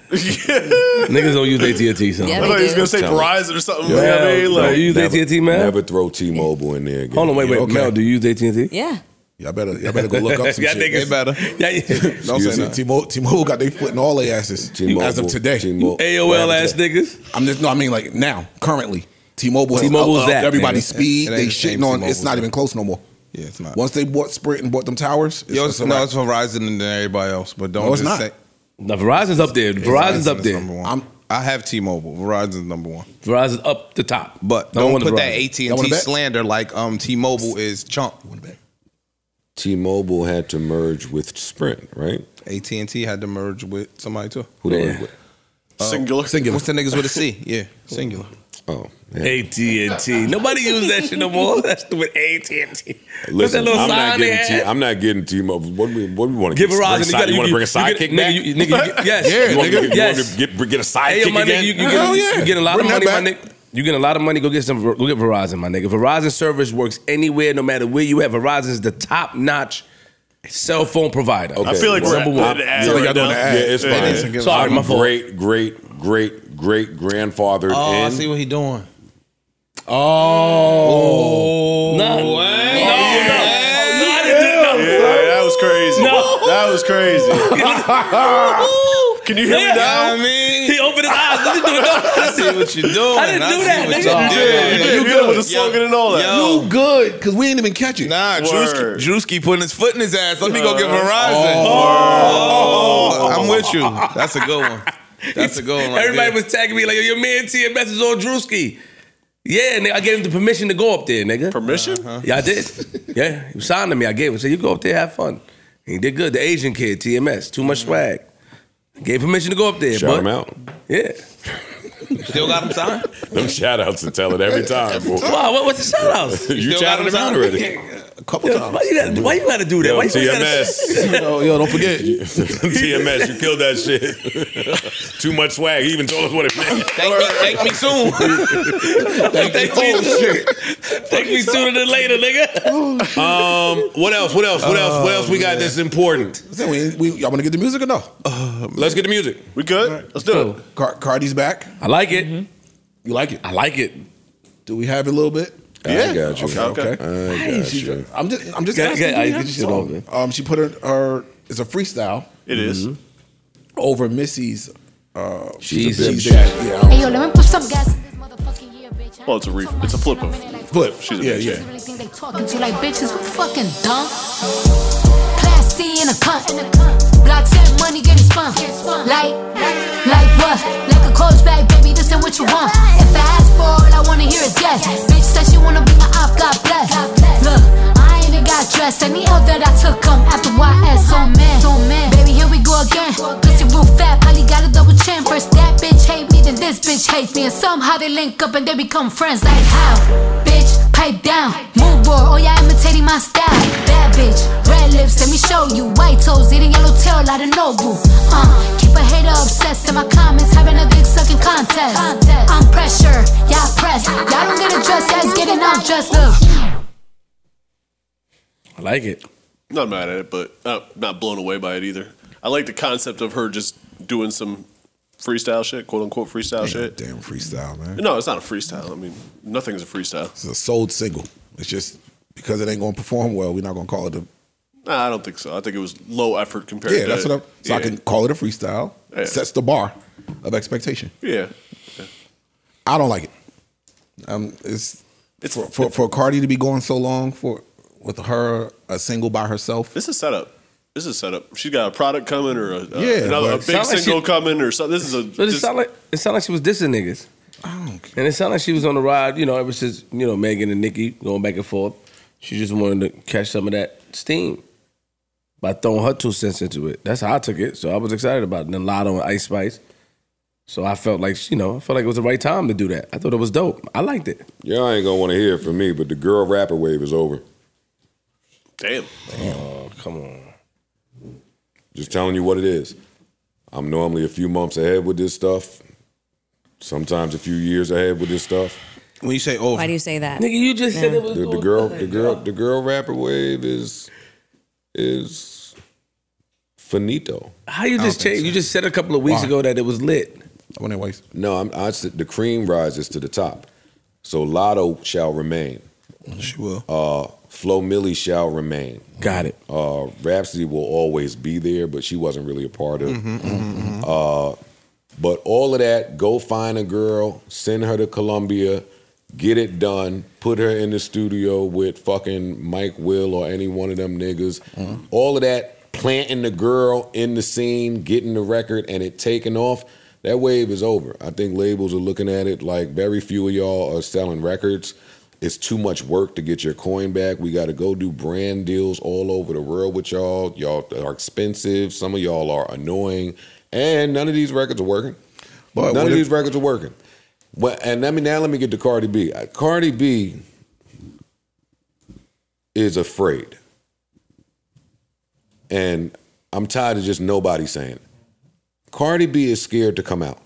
S6: niggas don't use AT and T. Son.
S2: I thought he was gonna say Verizon or something. you know what I mean?
S6: Like,
S2: Like,
S6: you use
S4: Never-
S6: AT&T, man?
S4: Never throw T-Mobile in there again.
S6: Hold on, wait, wait, Mel, do you use AT and T?
S8: Yeah.
S11: Y'all better, y'all better go look up some
S6: Y'all
S11: shit.
S6: niggas-
S11: They better.
S6: Yeah, yeah.
S11: Don't
S4: Excuse
S11: say
S4: me.
S11: nothing. T-Mobile, T-Mobile got their foot in all their asses
S4: T-Mobile,
S11: as of today.
S4: T-Mobile.
S6: AOL ass niggas.
S11: I'm just no. I mean, like now, currently, T-Mobile has
S6: T-Mobile's
S11: up- up
S6: that,
S11: everybody's
S6: nigga.
S11: speed.
S3: It ain't
S11: they
S3: the
S11: shitting
S3: same
S11: on.
S3: T-Mobile's
S11: It's not
S3: that.
S11: even close no more.
S3: Yeah, it's not.
S11: Once they bought Sprint and bought them towers,
S3: Yo, it's,
S11: a
S3: no,
S11: wrap.
S3: it's Verizon and then everybody else, but don't
S11: No, it's
S3: just
S11: not.
S3: say
S6: Now Verizon's up there. Verizon's up
S3: is
S6: there.
S3: Number one. i have T-Mobile. Verizon's number one.
S6: Verizon's up the top.
S3: But
S6: Number
S3: don't
S6: one is
S3: put that
S6: Verizon.
S3: AT
S6: Y'all
S3: and
S6: wanna
S3: T
S6: bet?
S3: slander like um T-Mobile is chump.
S4: T-Mobile had to merge with Sprint, right?
S3: AT and T had to merge with somebody too.
S4: Who they merged with?
S2: Singular.
S3: Singular. What's the niggas with a C? Yeah, singular.
S4: Oh,
S6: AT and T. Nobody use that shit no more. That's with AT and T.
S4: Listen, I'm not getting T.
S6: had?
S4: I'm not getting T-Mobile. What do we, what do we want to
S6: Give
S4: get?
S6: Verizon.
S4: Bring
S6: You,
S4: side-
S6: gotta,
S4: you want to bring a
S6: you get-
S4: sidekick back?
S6: Nigga, you, nigga, you, yes.
S4: you want me to- you want me
S6: Yes.
S4: to get, get, a sidekick
S6: Hey, yo, my nigga,
S4: again?
S6: you, you, get, you get a lot
S4: Bring
S6: of
S4: that
S6: money,
S4: back.
S6: my nigga. You get a lot of money. Go get some. Go get Verizon, my nigga. Verizon service works anywhere, no matter where you at. Verizon is the top notch cell phone provider.
S4: Okay.
S6: I feel like
S4: Number one.
S6: So
S4: Yeah, it's fine.
S6: Sorry,
S4: I'm
S6: my fault.
S4: great, great, great, great grandfathered
S3: Oh, I
S4: in.
S3: see what he doing. Oh,
S6: no way!
S2: Yeah, that was crazy. That was crazy. Can you hear me now?
S3: I mean,
S6: He opened his eyes. What you doing?
S3: I see what you're doing.
S6: I didn't do
S3: see
S6: that,
S3: what
S6: nigga.
S3: y'all
S6: You
S2: did. You did. You did with the
S3: good. Yo,
S2: slogan and all that.
S3: yo.
S11: You good? Because we didn't even catch it.
S3: Nah, Drewski,
S2: Word.
S3: Drewski putting his foot in his ass. Let me go get Verizon. Oh, I'm with you. That's a good one. That's a good one. Right
S6: Everybody
S3: there.
S6: was tagging me like, "Yo, your man T and message on Drewski." Yeah, nigga, I gave him the permission to go up there, nigga.
S2: Permission?
S6: Yeah, I did. Yeah, he signed to me. I gave him. Said, "You go up there, have fun." And he did good. The Asian kid, TMS, too much swag. I gave permission to go up there.
S4: Shout
S6: but,
S4: him out.
S6: Yeah.
S3: still got him signed.
S4: Them shout outs and tell it every time. boy.
S6: Wow, what, what's the shout outs?
S4: you
S3: still got
S4: shouted
S3: him
S4: him out
S3: out?
S4: already.
S11: A couple times.
S6: Why you, gotta, why you gotta do that?
S4: Yo,
S6: why you
S4: TMS.
S6: Gotta,
S11: yo, yo, don't forget.
S4: TMS, you killed that shit. Too much swag. He even told us what it meant.
S3: Thank me, thank me soon.
S6: take, me, take me sooner than later, nigga.
S4: Um, what else? What else? What else? What else we
S3: Oh,
S4: got that's important?
S11: So we, we, y'all want to get the music or no?
S4: Let's get the music.
S2: We good? Let's do it.
S11: Car- Cardi's back.
S6: I like it.
S3: Mm-hmm.
S11: You like it?
S6: I like it.
S11: Do we have it a little bit?
S4: I got you.
S11: Okay.
S2: Okay.
S11: Okay.
S4: I got
S11: She-
S4: you.
S11: I'm just. I'm just.
S6: Get-
S11: asking,
S6: get-
S11: do we have
S6: I- get
S11: the
S6: your shit
S11: song?
S6: over.
S11: Um, she put her, her. It's a freestyle
S2: It is.
S11: over Missy's. Uh,
S6: Mm-hmm. She's a
S11: she's
S6: bitch.
S11: dead. Yeah. I don't-
S12: Hey, yo, let me put some gas in this motherfucking year, bitch.
S2: Well, it's a re- it's a flip of-
S11: Flip.
S2: She's a
S11: yeah,
S2: bitch.
S11: yeah.
S12: Really think they talking to you like bitches. Who fucking dumb? Class C in a cunt. Block that money, get it spun. Like, like what? Like a coach bag, baby, this ain't what you want. If I ask for all I wanna hear is yes. Bitch said she wanna be my op, God bless. Look, I ain't even got dressed. Any L that I took come after YS. Oh man, oh man. Baby, here we go again. Pussy real fat, probably got a double chin. First that bitch hate me, then this bitch hates me. And somehow they link up and they become friends. Like how? Bitch, pipe down. Move board, oh yeah, imitating my style. Bad bitch, red lips, let me show you. White toes, eating yellow tail out of Nobu. Uh, keep a hater obsessed in my comments, having a dick sucking contest. I'm pressure, y'all press. Y'all don't get addressed, y'all is getting undressed. Look.
S6: I like it.
S2: Not mad at it, but uh, not blown away by it either. I like the concept of her just doing some freestyle shit, quote unquote freestyle shit.
S11: Damn freestyle, man.
S2: No, it's not a freestyle. I mean, nothing's a freestyle.
S11: It's a sold single. It's just because it ain't gonna perform well, we're not gonna call it a.
S2: Nah, I don't think so. I think it was low effort compared
S11: Yeah,
S2: to
S11: that's what I'm. So I
S2: Yeah.
S11: can call it a freestyle.
S2: Yeah.
S11: Sets the bar of expectation.
S2: Yeah.
S11: I don't like it. Um, it's
S2: It's-
S11: for, for for Cardi to be going so long for with her a single by herself.
S2: This is setup. This is setup. She's got a product coming or a, a-
S11: Yeah,
S2: another a
S11: but-
S2: big
S6: Sound like
S2: single
S6: she-
S2: coming or something. This is a
S6: But it
S2: just-
S6: sounded like it sounded like she was dissing niggas.
S11: I don't care.
S6: And it sounded like she was on the ride, you know, ever since, you know, Megan and Nikki going back and forth. She just wanted to catch some of that steam by throwing her two cents into it. That's how I took it. So I was excited about it. And then Lotto and Ice Spice. So I felt like you know, I felt like it was the right time to do that. I thought it was dope. I liked it.
S4: Y'all ain't gonna want to hear it from me, but the girl rapper wave is over.
S2: Damn.
S6: Oh, come on.
S4: Just telling you what it is. I'm normally a few months ahead with this stuff. Sometimes a few years ahead with this stuff.
S3: When you say over,
S8: Why do you say that?
S6: Nigga, you just said it was
S4: the, the girl, the girl, the girl rapper wave is is finito.
S6: How you just changed? You just said a couple of weeks ago that it was lit.
S4: I want waste. No, I'm, I said the cream rises to the top, so Lotto shall remain.
S3: She will.
S4: Uh, Flo Millie shall remain.
S6: Got it.
S4: Uh, Rhapsody will always be there, but she wasn't really a part of. it.
S11: Mm-hmm,
S5: Mhm, mhm,
S4: Uh, but all of that, go find a girl, send her to Columbia, get it done, put her in the studio with fucking Mike Will or any one of them niggas. All of that, planting the girl in the scene, getting the record, and it taking off. That wave is over. I think labels are looking at it like very few of y'all are selling records. It's too much work to get your coin back. We got to go do brand deals all over the world with y'all. Y'all are expensive. Some of y'all are annoying, and none of these records are working. none
S5: But what
S4: of
S5: if-
S4: these records are working. Well, and let me now let me get to Cardi B. Uh, Cardi B is afraid, and I'm tired of just nobody saying. It. Cardi B is scared to come out.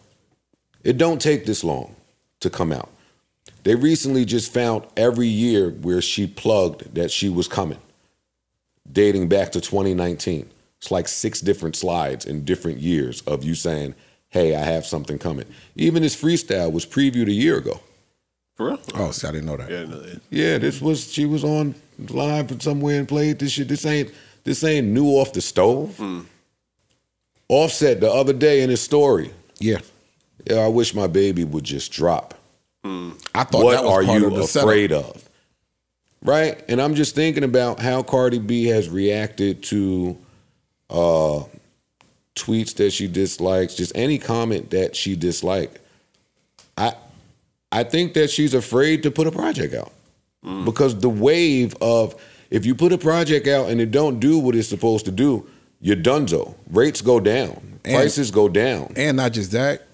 S4: It don't take this long to come out. They recently just found every year where she plugged that she was coming, dating back to 2019. It's like six different slides in different years of you saying, hey, I have something coming. Even his freestyle was previewed a year ago.
S2: For real?
S4: Oh, see, I didn't know that.
S2: Yeah, I know that.
S4: Yeah, this was she was on live from somewhere and played this shit. This ain't this ain't new off the stove.
S2: Hmm.
S4: Offset the other day in his story.
S11: Yeah.
S4: Yeah, I wish my baby would just drop.
S11: mm-hmm. I thought
S4: what
S11: that was
S4: are
S11: part
S4: you
S11: of the setup.
S4: afraid of? Right? And I'm just thinking about how Cardi B has reacted to uh tweets that she dislikes, just any comment that she disliked. I I think that she's afraid to put a project out. Because the wave of if you put a project out and it don't do what it's supposed to do, you're dunzo. Rates go down.
S11: And-
S4: prices go down.
S11: And not just that,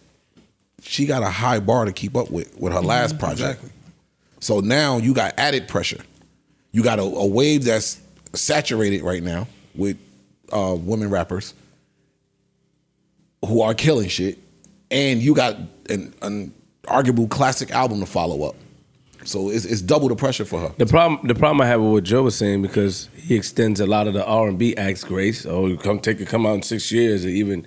S11: she got a high bar to keep up with with her last project. So now you got added pressure. You got a, a wave that's saturated right now with uh, women rappers who are killing shit, and you got an, an arguable classic album to follow up. So it's, it's double the pressure for her.
S6: The problem, the problem I have with what Joe was saying because he extends a lot of the R and B acts grace. Oh, you come take it, come out in six years, or even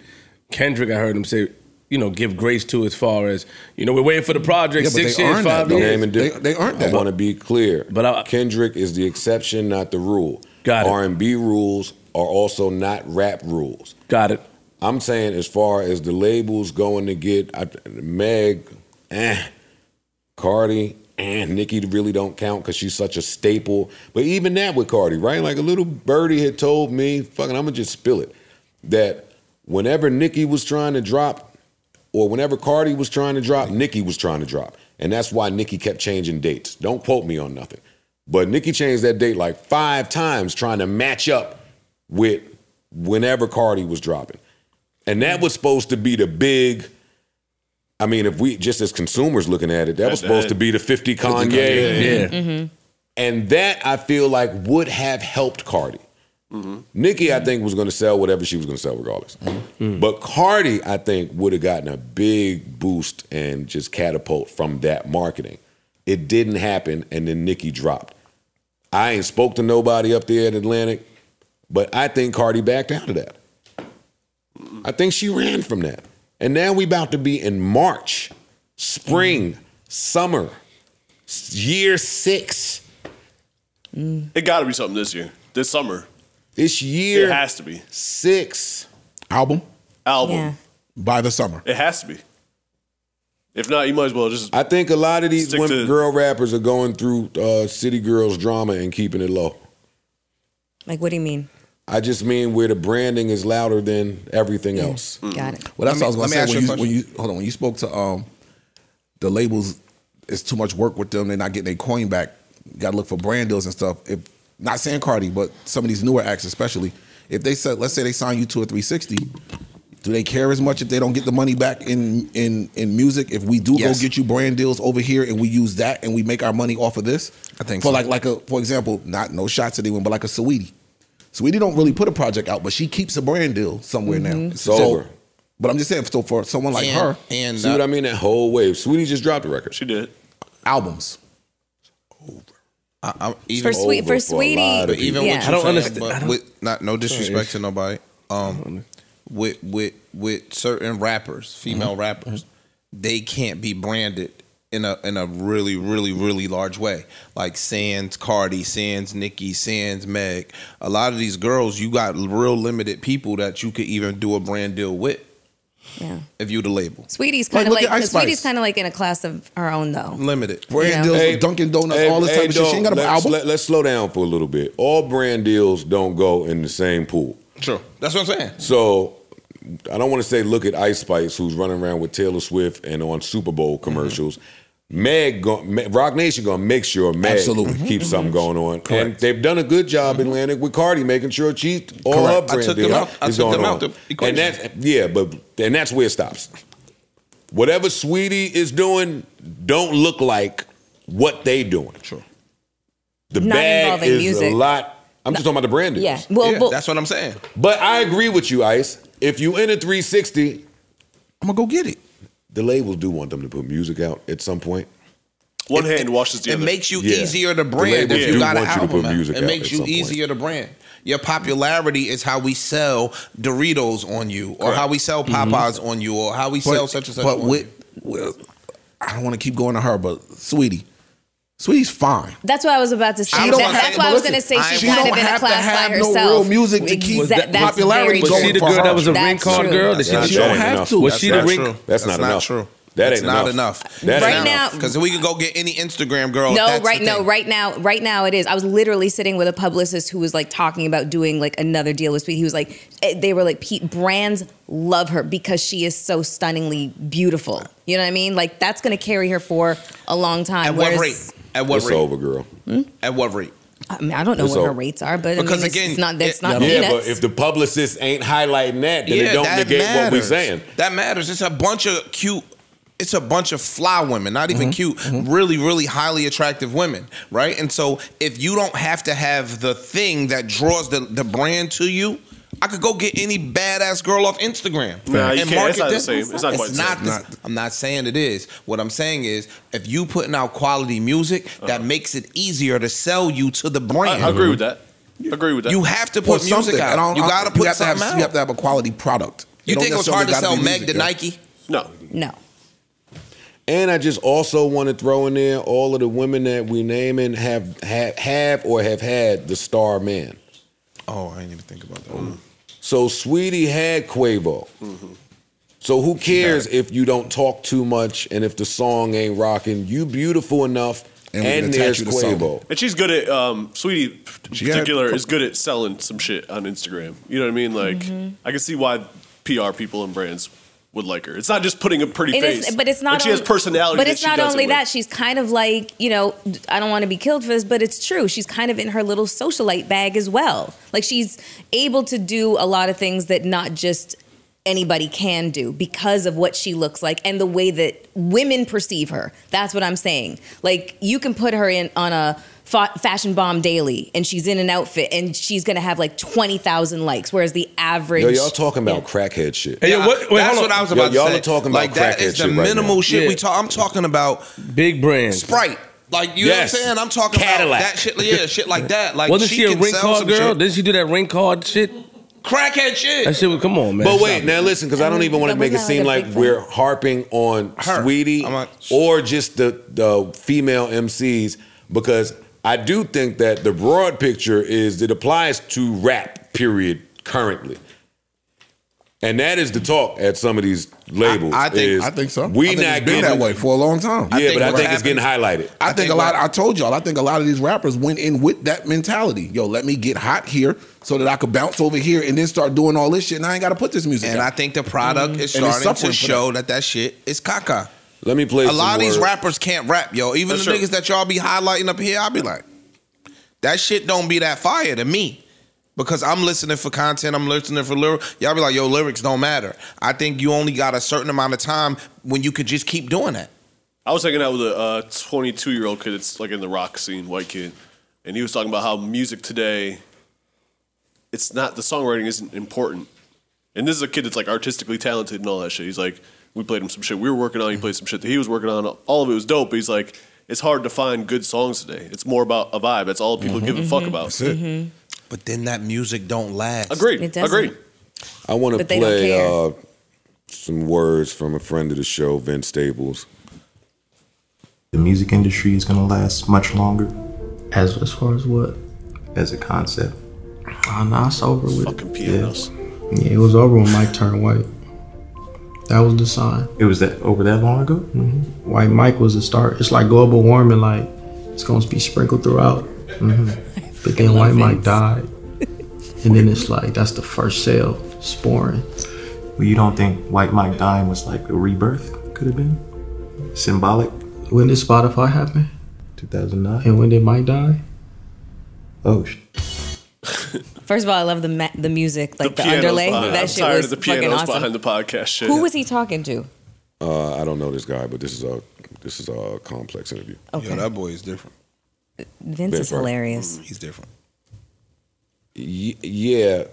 S6: Kendrick. I heard him say, you know, give grace to as far as you know, we're waiting for the project six years, five years.
S4: Name and different. I want to be clear. But Kendrick is the exception, not the rule. Got it. R and B rules are also not rap rules.
S6: Got it.
S4: I'm saying as far as the labels going to get I, Meg, eh, Cardi, eh, Nicki really don't count because she's such a staple. But even that with Cardi, right? Like a little birdie had told me, fucking, I'm gonna just spill it, that whenever Nicki was trying to drop, or whenever Cardi was trying to drop, Nicki was trying to drop. And that's why Nicki kept changing dates. Don't quote me on nothing. But Nicki changed that date like five times trying to match up with whenever Cardi was dropping. And that was supposed to be the big. I mean, if we just as consumers looking at it, that was
S5: That-
S4: supposed to
S5: that-
S4: be the 50
S5: 50
S4: Kanye.
S5: Kanye, yeah.
S4: And that I feel like would have helped Cardi. Nicki, I think, was going to sell whatever she was going to sell, regardless. But Cardi, I think, would have gotten a big boost and just catapult from that marketing. It didn't happen, and then Nicki dropped. I ain't spoke to nobody up there at Atlantic, but I think Cardi backed out of that. I think she ran from that. And now we about to be in March, spring, summer, s- year six.
S6: Mm.
S2: It got to be something this year, this summer.
S4: This year,
S2: it has to be
S4: six
S11: album
S2: album.
S11: by the summer.
S2: It has to be. If not, you might as well just.
S4: I think a lot of these
S2: Stick
S4: women,
S2: to-
S4: girl rappers are going through uh, city girls drama and keeping it low.
S8: Like, what do you mean?
S4: I just mean where the branding is louder than everything else.
S8: Mm. Got it.
S11: Well, that's what I was
S4: Let me- let
S11: going
S4: me
S11: to say. When you,
S4: ask
S11: when you hold on, when you spoke to um, the labels, it's too much work with them. They're not getting their coin back. Got to look for brand deals and stuff. If not saying Cardi, but some of these newer acts, especially if they said, let's say they sign you to a 360, Do they care as much if they don't get the money back in in in music? If we do
S3: Yes.
S11: go get you brand deals over here and we use that and we make our money off of this, I
S3: think
S11: for
S3: so.
S11: like like a for example, not no shots at anyone, but like a Saweetie. Saweetie don't really put a project out, but she keeps a brand deal somewhere now.
S4: It's over.
S11: But I'm just saying, so for someone like her,
S4: see
S8: uh,
S4: what I mean? That whole wave. Sweetie just dropped a record.
S2: She did
S11: albums.
S3: I, I'm
S8: For sweet- for sweetie,
S3: but even
S8: yeah.
S3: what
S8: I
S3: you
S8: don't
S3: saying,
S8: understand-
S3: but
S8: I don't-
S3: with, not no
S8: Sorry.
S3: disrespect to nobody. Um, with with with certain rappers, female rappers, they can't be branded in a in a really really really large way. Like Sans Cardi, Sans Nicki, Sans Meg. A lot of these girls, you got real limited people that you could even do a brand deal with.
S8: Yeah.
S3: If you the label,
S8: Sweetie's kind of
S3: look
S8: like,
S3: at Ice
S8: 'cause Sweetie's
S3: Spice.
S8: kind of like in a class of her own though.
S3: limited
S11: brand
S8: Yeah.
S11: deals,
S8: Hey,
S11: with Dunkin' Donuts, all this type of shit. She ain't got an
S4: let's,
S11: album.
S4: Let, us slow down for a little bit. All brand deals don't go in the same pool.
S3: Sure, that's what I'm saying.
S4: So I don't want to say look at Ice Spice, who's running around with Taylor Swift and on Super Bowl
S3: Mm-hmm.
S4: commercials. Meg, go, Me- Rock Nation gonna make sure Meg
S11: Absolutely. Mhm.
S3: Mm-hmm.
S4: keeps something going on, and they've done a good job in Atlantic with Cardi making sure she all
S3: Correct.
S4: her
S3: I
S4: brand
S3: took them
S4: deal
S3: out- I
S4: is
S3: took
S4: going
S3: them
S4: on.
S3: out the equation.
S4: and that's yeah, but and that's where it stops. Whatever Sweetie is doing, don't look like what they doing.
S3: Sure.
S4: The
S8: Not
S4: bag
S8: involving
S4: is
S8: music.
S4: a lot. I'm just talking about the brand deals.
S8: Yeah. Well,
S3: Yeah,
S8: but-
S3: that's what I'm saying.
S4: But I agree with you, Ice. If you in a 360,
S3: I'm gonna go get it.
S4: The labels do want them to put music out at some point.
S2: One hand washes the
S3: it
S2: other.
S3: makes you
S4: Yeah.
S3: easier to
S4: The
S3: brand
S4: labels
S3: if you
S4: do
S3: got an
S4: want you to
S3: album
S4: put
S3: out.
S4: music
S3: It
S4: out
S3: makes
S4: at
S3: you
S4: some point.
S3: easier to brand. Your popularity is how we sell Doritos on you, or how we sell
S4: Mm-hmm.
S3: Popeyes on you, or how we sell such and such.
S11: But
S3: on
S11: with,
S3: you.
S11: with I don't want to keep going to her, but Sweetie, Sweetie's fine.
S8: That's what I was about to
S11: She
S8: say. That-
S11: don't
S8: that's
S11: have-
S8: why I
S11: but
S8: was going to
S11: listen,
S8: say she's
S11: she
S8: kind
S11: don't
S8: of in a
S11: have to
S8: class
S11: have
S8: by
S11: no
S8: herself.
S11: real music to keep
S8: Exact-
S11: that
S8: that's
S11: popularity
S8: very
S11: going
S6: Was she the
S11: for
S6: girl
S11: her.
S6: that was a
S8: That's
S6: ring card
S8: true.
S6: girl? Did she
S4: That's
S6: the
S11: She don't
S6: chick?
S11: have to.
S6: Was
S11: That's
S6: she the
S11: not
S6: ring?
S11: true.
S4: That's
S3: That's
S4: not
S3: not
S4: enough.
S3: true.
S4: That
S3: That's
S4: ain't
S3: not
S4: enough.
S3: enough.
S4: That
S8: Right
S4: ain't
S8: now-
S4: enough.
S3: because we can go get any Instagram girl.
S8: No,
S3: that's the
S8: right, no,
S3: thing.
S8: right now, right now it is. I was literally sitting with a publicist who was like talking about doing like another deal with Sweetie. He was like, eh, they were like, Pete, brands love her because she is so stunningly beautiful. You know what I mean? Like that's going to carry her for a long time.
S3: At what
S8: whereas-
S3: rate? At what
S4: it's
S3: rate?
S4: over, girl.
S3: At what rate?
S8: I, mean, I don't know
S4: It's
S8: what her
S4: over.
S8: rates are, but
S3: Because
S8: I mean, it's-
S3: again,
S8: it's not
S3: it-
S8: that's not
S4: yeah,
S8: peanuts.
S4: but if the publicists ain't highlighting that, then it don't
S3: that
S4: negate what we're
S3: matters.
S4: saying.
S3: That matters. It's a bunch of cute. It's a bunch of fly women, not
S2: Mm-hmm.
S3: even cute, really, really highly attractive women, right? And so, if you don't have to have the thing that draws the, the brand to you, I could go get any badass girl off Instagram.
S2: Nah, you
S3: and
S2: can't.
S3: market
S2: It's not the
S3: them.
S2: same. It's not quite the
S3: not
S2: same.
S3: the- I'm not saying it is. What I'm saying is, if you putting out quality music, that makes it easier to sell you to the brand.
S2: Uh-huh. I, I agree with that. Agree with that.
S3: You have to
S11: Or
S3: put music
S11: something. I
S3: out.
S11: don't-
S3: You
S11: I-
S3: gotta put
S11: have to have,
S3: something out.
S11: You have to have a quality product.
S3: You
S11: don't
S3: think it was
S11: necessarily
S3: hard to
S11: gotta
S3: sell
S11: be
S3: Meg
S11: music,
S3: to
S11: yo.
S3: Nike?
S2: no.
S8: no,
S4: And I just also want to throw in there all of the women that we naming have have, have or have had the star man. Mm-hmm.
S3: Oh, I didn't even think about that.
S4: So Sweetie had Quavo. So who cares if you don't talk too much and if the song ain't rocking? You beautiful enough,
S11: And
S4: and,
S11: we can attach
S4: there's
S11: you to something.
S4: Quavo.
S2: And she's good at, um, Sweetie in
S11: had-
S2: particular, is good at selling some shit on Instagram. You know what I mean? Like,
S8: Mm-hmm.
S2: I can see why PR people and brands would like her. It's not just putting a pretty
S8: It
S2: face.
S8: is, but it's not.
S2: Like, she has
S8: only-
S2: personality.
S8: But
S2: that
S8: it's
S2: she
S8: not
S2: does it
S8: only
S2: with.
S8: that. She's kind of like you know. I don't want to be killed for this, but it's true. She's kind of in her little socialite bag as well. Like she's able to do a lot of things that not just anybody can do because of what she looks like and the way that women perceive her. That's what I'm saying. Like you can put her in on a fa- fashion bomb daily and she's in an outfit and she's going to have like 20,000 likes whereas the average
S4: Yo, y'all talking about crackhead shit.
S6: Hey, yo, what, wait,
S3: That's
S6: hold
S3: what
S6: on.
S3: I was
S4: Yo,
S3: about
S4: y'all
S3: to say.
S4: are talking about
S3: like that
S4: crackhead
S3: is the
S4: shit right
S3: minimal
S4: now.
S3: shit we
S6: Yeah.
S3: talk. I'm talking about
S6: Big brand.
S3: Sprite. Like you know
S4: Yes.
S3: what I'm saying? I'm talking
S4: Cadillac.
S3: about that shit. Yeah, shit like that. Like
S6: Wasn't she, a
S3: can
S6: ring
S3: sell
S6: card
S3: some
S6: girl?
S3: shit.
S6: Didn't she do that ring card shit?
S3: Crackhead shit.
S6: That shit was come on, man.
S4: But
S6: Stop
S4: wait,
S6: it.
S4: now listen, because I don't even want to
S8: But
S4: make it
S8: wasn't that
S4: seem
S8: like a
S4: like
S8: big
S4: we're harping on
S3: Her.
S4: Sweetie
S3: I'm not-
S4: or just the, the female MCs, because I do think that the broad picture is it applies to rap, period, currently. And that is the talk at some of these labels.
S3: I think-
S4: is
S11: I think so.
S4: We
S11: I think
S4: not
S11: it's been
S4: getting-
S11: that way for a long time.
S4: Yeah,
S3: think
S4: but I
S3: what
S4: think it's getting highlighted.
S11: I, think, a
S3: what-
S11: lot. I told y'all. I think a lot of these rappers went in with that mentality. Yo, let me get hot here so that I could bounce over here and then start doing all this shit. And I ain't got to put this music.
S3: And
S11: out. Mm-hmm.
S3: I think the product is
S11: And it's
S3: starting to
S11: suffering for
S3: show that. that shit is caca.
S4: Let me play
S3: A
S4: some
S3: lot of these
S4: word.
S3: rappers can't rap, yo. Even
S2: That's
S3: the
S2: true.
S3: niggas that y'all be highlighting up here, I'll be like, that shit don't be that fire to me. Because I'm listening for content, I'm listening for lyrics. Y'all be like, yo, lyrics don't matter. I think you only got a certain amount of time when you could just keep doing that.
S2: I was hanging out with a 22 year old kid. It's like in the rock scene, white kid, and he was talking about how music today, it's not the songwriting isn't important. And this is a kid that's like artistically talented and all that shit. He's like, we played him some shit we were working on. He played some shit that he was working on. All of it was dope. But he's like, it's hard to find good songs today. It's more about a vibe. That's all people give a fuck about.
S3: Mm-hmm. But then that music don't last.
S2: Agreed. It doesn't. Agreed.
S4: I want to
S2: But they don't
S4: play
S2: care.
S4: uh, some words from a friend of the show, Vince Staples.
S24: The music industry is going to last much longer
S23: As as far as what?
S24: as a concept. Oh, nah, it's over with.
S2: Fucking pianos.
S24: Yeah. yeah, it was over when Mike turned white. That was the sign. It was that over that long ago. hmm White Mike was the start. It's like global warming. Like it's going to be sprinkled throughout. hmm But then White Mike died, and then it's like that's the first cell sporing.
S25: Well, you don't think White Mike dying was like a rebirth?
S24: Could have been.
S25: Symbolic?
S24: When did Spotify happen?
S25: 2009?
S24: And when did Mike die?
S25: Oh, sh-
S8: First of all, I love the ma- the music, like the,
S2: Pianos
S8: underlay.
S2: behind-
S8: That
S2: I'm
S8: shit
S2: tired
S8: was
S2: of the
S8: fucking
S2: pianos
S8: awesome.
S2: behind the podcast shit.
S8: Who was he talking to?
S4: Uh, I don't know this guy, but this is a this is a complex interview.
S8: Okay. Yeah, that
S3: boy is different.
S8: Vince is hilarious.
S3: He's different.
S4: Y- yeah,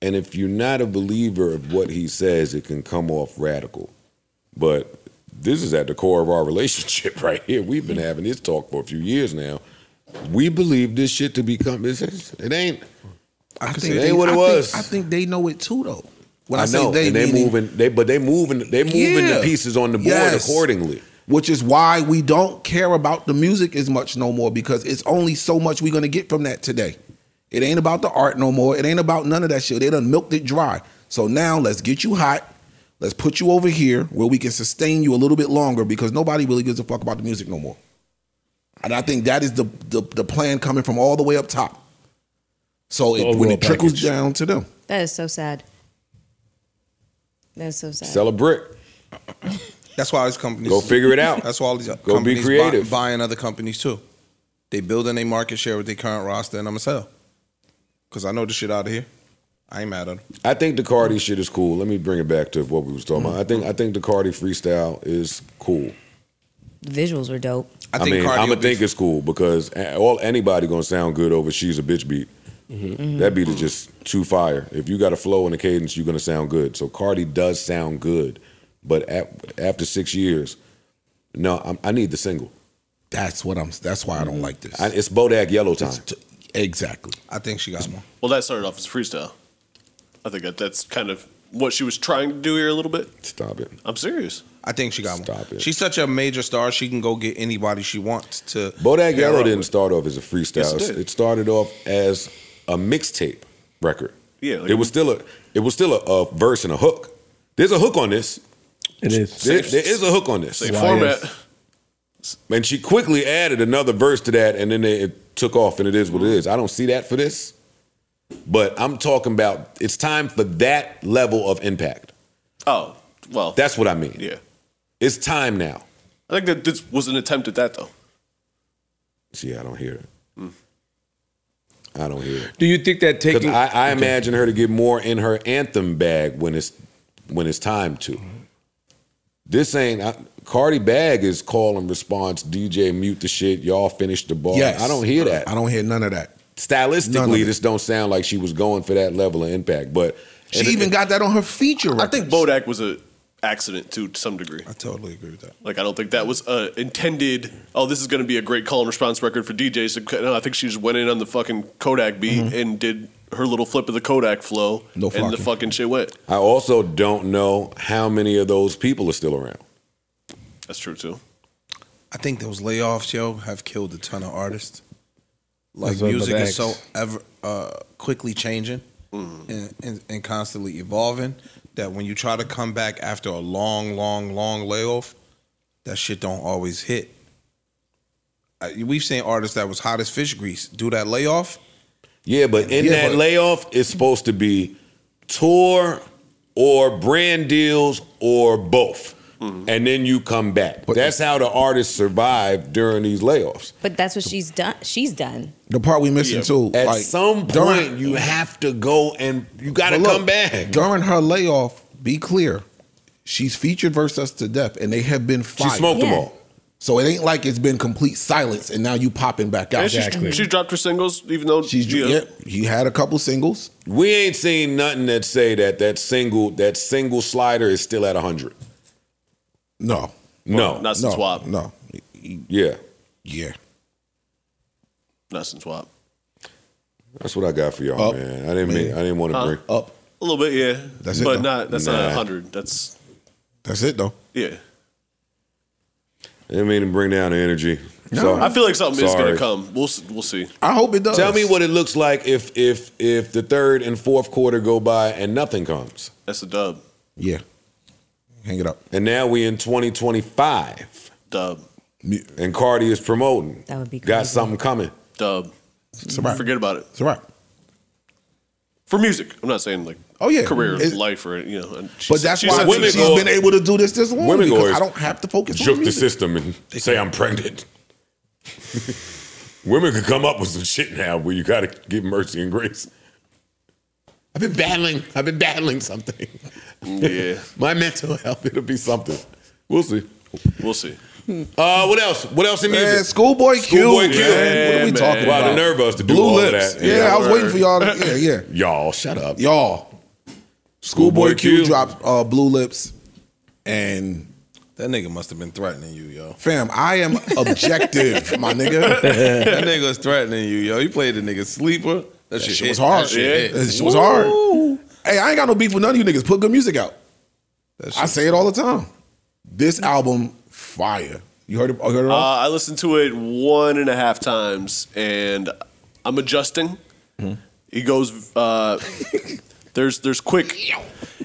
S4: and if you're not a believer of what he says, it can come off radical. But this is at the core of our relationship right here. We've been having this talk for a few years now. We believe this shit to become it's- it's- it ain't.
S11: I
S4: it ain't what it
S11: I
S4: was.
S11: Think, I think they know it too, though. When
S4: I,
S11: I, say
S4: know,
S11: they,
S4: and they
S11: meaning-
S4: moving. They but they moving. They moving
S11: Yeah.
S4: the pieces on the board
S11: Yes.
S4: accordingly.
S11: which is why we don't care about the music as much no more because it's only so much we're gonna get from that today. It ain't about the art no more. It ain't about none of that shit. They done milked it dry. So now let's get you hot. Let's put you over here where we can sustain you a little bit longer because nobody really gives a fuck about the music no more. And I think that is the the, the plan coming from all the way up top. So it, when
S4: overall
S11: it trickles
S4: package.
S11: down to them,
S8: That is so sad. That is so sad.
S4: Sell a brick.
S3: That's why all these companies
S4: Go figure it out.
S3: That's why all these
S4: Go be
S3: companies
S4: creative.
S3: Buy, buying other companies too. They building their market share with their current roster, and I'ma sell. Cause I know the shit out of here. I ain't mad at them.
S4: I think the Cardi shit is cool. Let me bring it back to what we was talking about. I think I think the Cardi freestyle is cool.
S8: Visuals were dope.
S4: I, mean, I'm gonna think it's cool because a- all anybody gonna sound good over "She's a Bitch" beat.
S8: Mhm.
S11: Mm-hmm.
S4: That beat is just too fire. If you got a flow and a cadence, you're gonna sound good. So Cardi does sound good, but at, after six years, no, I'm, I need the single.
S11: That's what I'm. That's why I don't like this.
S4: I, it's Bodak Yellow time.
S11: exactly.
S3: I think she got more.
S2: Well, that started off as freestyle. I think that that's kind of what she was trying to do here a little bit.
S4: Stop it.
S2: I'm serious.
S3: I think she got more. She's such a major star. She can go get anybody she wants to.
S4: Bodak
S3: pair
S4: Yellow
S3: up
S4: didn't
S3: with.
S4: start off as a freestyle.
S3: Yes, it did.
S4: it, started off as a mixtape record.
S2: Yeah, like-
S4: it was still a it was still a, a verse and a hook. There's a hook on this.
S2: It is.
S4: There- there is a hook on this.
S2: Same format.
S4: And she quickly added another verse to that, and then it, it took off, and it is what it is. I don't see that for this, but I'm talking about it's time for that level of impact.
S2: Oh, well.
S4: That's what I mean.
S2: Yeah.
S4: It's time now.
S2: I think that this was an attempt at that, though. Hmm.
S4: See, I don't hear it. I don't hear it.
S6: Do you think that
S4: Because
S6: taking?
S4: I, I
S6: Okay.
S4: imagine her to get more in her anthem bag when it's when it's time to. This ain't I, Cardi Bag is call and response. DJ mute the shit. Y'all finish the ball.
S11: Yes.
S4: I don't hear that.
S11: I don't hear none of that. None of
S4: Stylistically,
S11: it.
S4: this don't sound like she was going for that level of impact. But
S11: She
S4: and it-
S11: even
S4: it-
S11: got that on her feature.
S2: I think Bodak was a accident too, to some degree. I
S3: totally agree with that.
S2: Like, I don't think that was uh, intended. Oh, this is going to be a great call and response record for DJs. to- No, I think she just went in on the fucking Kodak beat and did her little flip of the Kodak flow,
S4: Mm-hmm. No
S2: and the
S4: flocking.
S2: fucking shit went.
S4: I also don't know how many of those people are still around.
S2: That's true too.
S3: I think those layoffs, yo, have killed a ton of artists. Like
S6: That's what
S3: music
S6: Bodak-
S3: is so ever uh, quickly changing and, and, and constantly evolving that when you try to come back after a long, long, long layoff, that shit don't always hit. I, we've seen artists that was hot as fish grease do that layoff.
S4: Yeah, but in
S3: Yeah,
S4: that
S3: but-
S4: layoff, it's supposed to be tour or brand deals or both.
S2: Mm-hmm.
S4: and then you come back. That's how the artists survive during these layoffs.
S8: But that's what she's done. She's done.
S3: The part we missing too.
S4: At
S3: like,
S4: some point,
S3: during-
S4: you have to go and you got to
S3: But look,
S4: come back.
S3: During her layoff, be clear, she's featured versus us to death, and they have been
S4: She
S3: fired.
S4: smoked them Yeah. all.
S3: So it ain't like it's been complete silence, and now you popping back out.
S2: And she's, she dropped her singles, even though uh, she's yeah.
S3: he had a couple singles.
S4: We ain't seen nothing that say that that single that single slider is still at hundred.
S3: No,
S4: no,
S2: Oh, Not since WAP.
S3: No,
S4: yeah,
S3: yeah,
S2: not since WAP.
S4: That's what I got for
S3: Oh,
S4: y'all, man. I didn't mean I didn't want to
S2: Huh?
S4: bring
S3: up.
S2: A little bit, yeah.
S4: That's it,
S2: But
S4: though.
S2: not that's
S4: Nah.
S2: not hundred. That's
S3: That's it though.
S2: yeah.
S4: I didn't mean to bring down the energy. So-
S2: I feel like something is
S4: Sorry.
S2: gonna come. We'll s- we'll see.
S3: I hope it does.
S4: Tell me what it looks like if if if the third and fourth quarter go by and nothing comes.
S2: That's a dub.
S3: Yeah. Hang it up.
S4: And now we in 2025.
S2: Dub.
S4: And Cardi is promoting.
S8: That would be
S4: Got something coming.
S2: Dub. Forget about it. It's
S3: a wrap.
S2: For music, I'm not saying like
S3: Oh, yeah.
S2: career,
S3: It's-
S2: life, or you know. and she
S3: But
S2: said-
S3: that's
S2: she
S3: why
S2: said
S3: she's
S2: she was-
S3: been able to do this this long.
S4: Women
S3: because
S4: always
S3: I don't have to focus on
S4: Shook the
S3: music.
S4: system and say I'm pregnant. Women could come up with some shit now where you gotta give mercy and grace. I've been battling. I've been battling something.
S2: Yeah.
S4: My mental health, it'll be something. We'll see.
S2: We'll see.
S4: Uh, what else? What else in
S3: Man,
S4: music?
S3: Schoolboy Q,
S4: Schoolboy Q.
S3: man. What are we talking
S4: Wow,
S3: about?
S4: the nerve of us to do
S3: Blue
S4: all
S3: Lips.
S4: of that.
S3: Yeah, I was waiting for y'all to- yeah, yeah.
S4: Y'all, shut up.
S3: Y'all. Schoolboy Q, dropped uh, Blue Lips, and
S6: That nigga must have been threatening you, yo.
S3: fam, I am objective, my nigga.
S6: that nigga was threatening you, yo. You played the nigga sleeper. That, shit,
S3: shit was
S6: hit.
S3: hard.
S6: That shit,
S3: That
S6: hit.
S3: shit was hard. Hey, I ain't got no beef with none of you niggas. Put good music out. I say it all the time. This album, fire. You heard it? You heard it
S2: Uh,
S3: all?
S2: I listened to it one and a half times, and I'm adjusting.
S3: Mm-hmm.
S2: It goes. Uh, there's there's quick.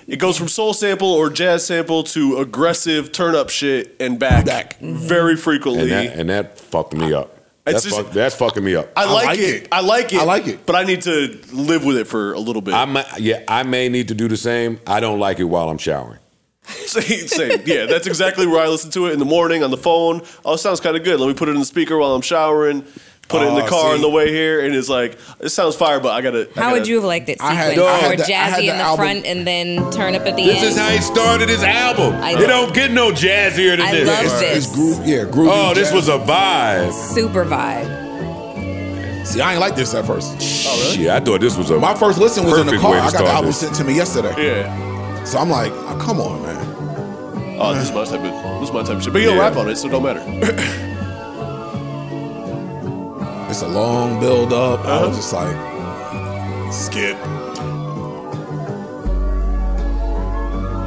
S2: It goes from soul sample or jazz sample to aggressive turn up shit and back, back.
S3: Mm-hmm.
S2: very frequently.
S4: And that, and that fucked me up. That's,
S2: It's just-
S4: fuck, that's fucking me up.
S2: I, like, it. I like it. I
S3: like it.
S2: But I need to live with it for a little bit.
S4: I might, yeah, I may need to do the same. I don't like it while I'm showering.
S2: Same, same. Yeah, that's exactly where I listen to it in the morning on the phone. Oh, it sounds kind of good. Let me put it in the speaker while I'm showering. Put it in
S3: Oh,
S2: the car on
S3: see.
S2: the way here, and it's like it sounds fire, but I gotta. I
S8: How would
S2: gotta-
S8: you have liked it?
S2: I had-
S8: Sequence
S2: no, I
S8: or
S2: had the- I had
S8: jazzy
S2: the
S8: in the
S2: album.
S8: front and then turn up at the
S4: This
S8: end.
S4: is how he started his album.
S8: I-
S4: it don't get no jazzier than
S8: I
S4: this.
S8: love It's- this. it's
S3: groove, yeah, groovy
S4: Oh, this
S3: jazz. Oh,
S4: was a vibe.
S8: Uh, Super vibe.
S3: See, I ain't like this at first.
S4: Oh, Shit, I thought this was a
S3: My first listen was in the
S4: perfect
S3: car.
S4: way to
S3: I got the
S4: start
S3: album
S4: this.
S3: sent to me yesterday.
S2: Yeah.
S3: So I'm like, oh, come on, man.
S2: Oh, this is my type of this is my type of shit. But you don't
S3: Yeah.
S2: rap on it, so it don't matter.
S3: It's a long build up. I
S2: Uh-huh.
S3: was just like, skip.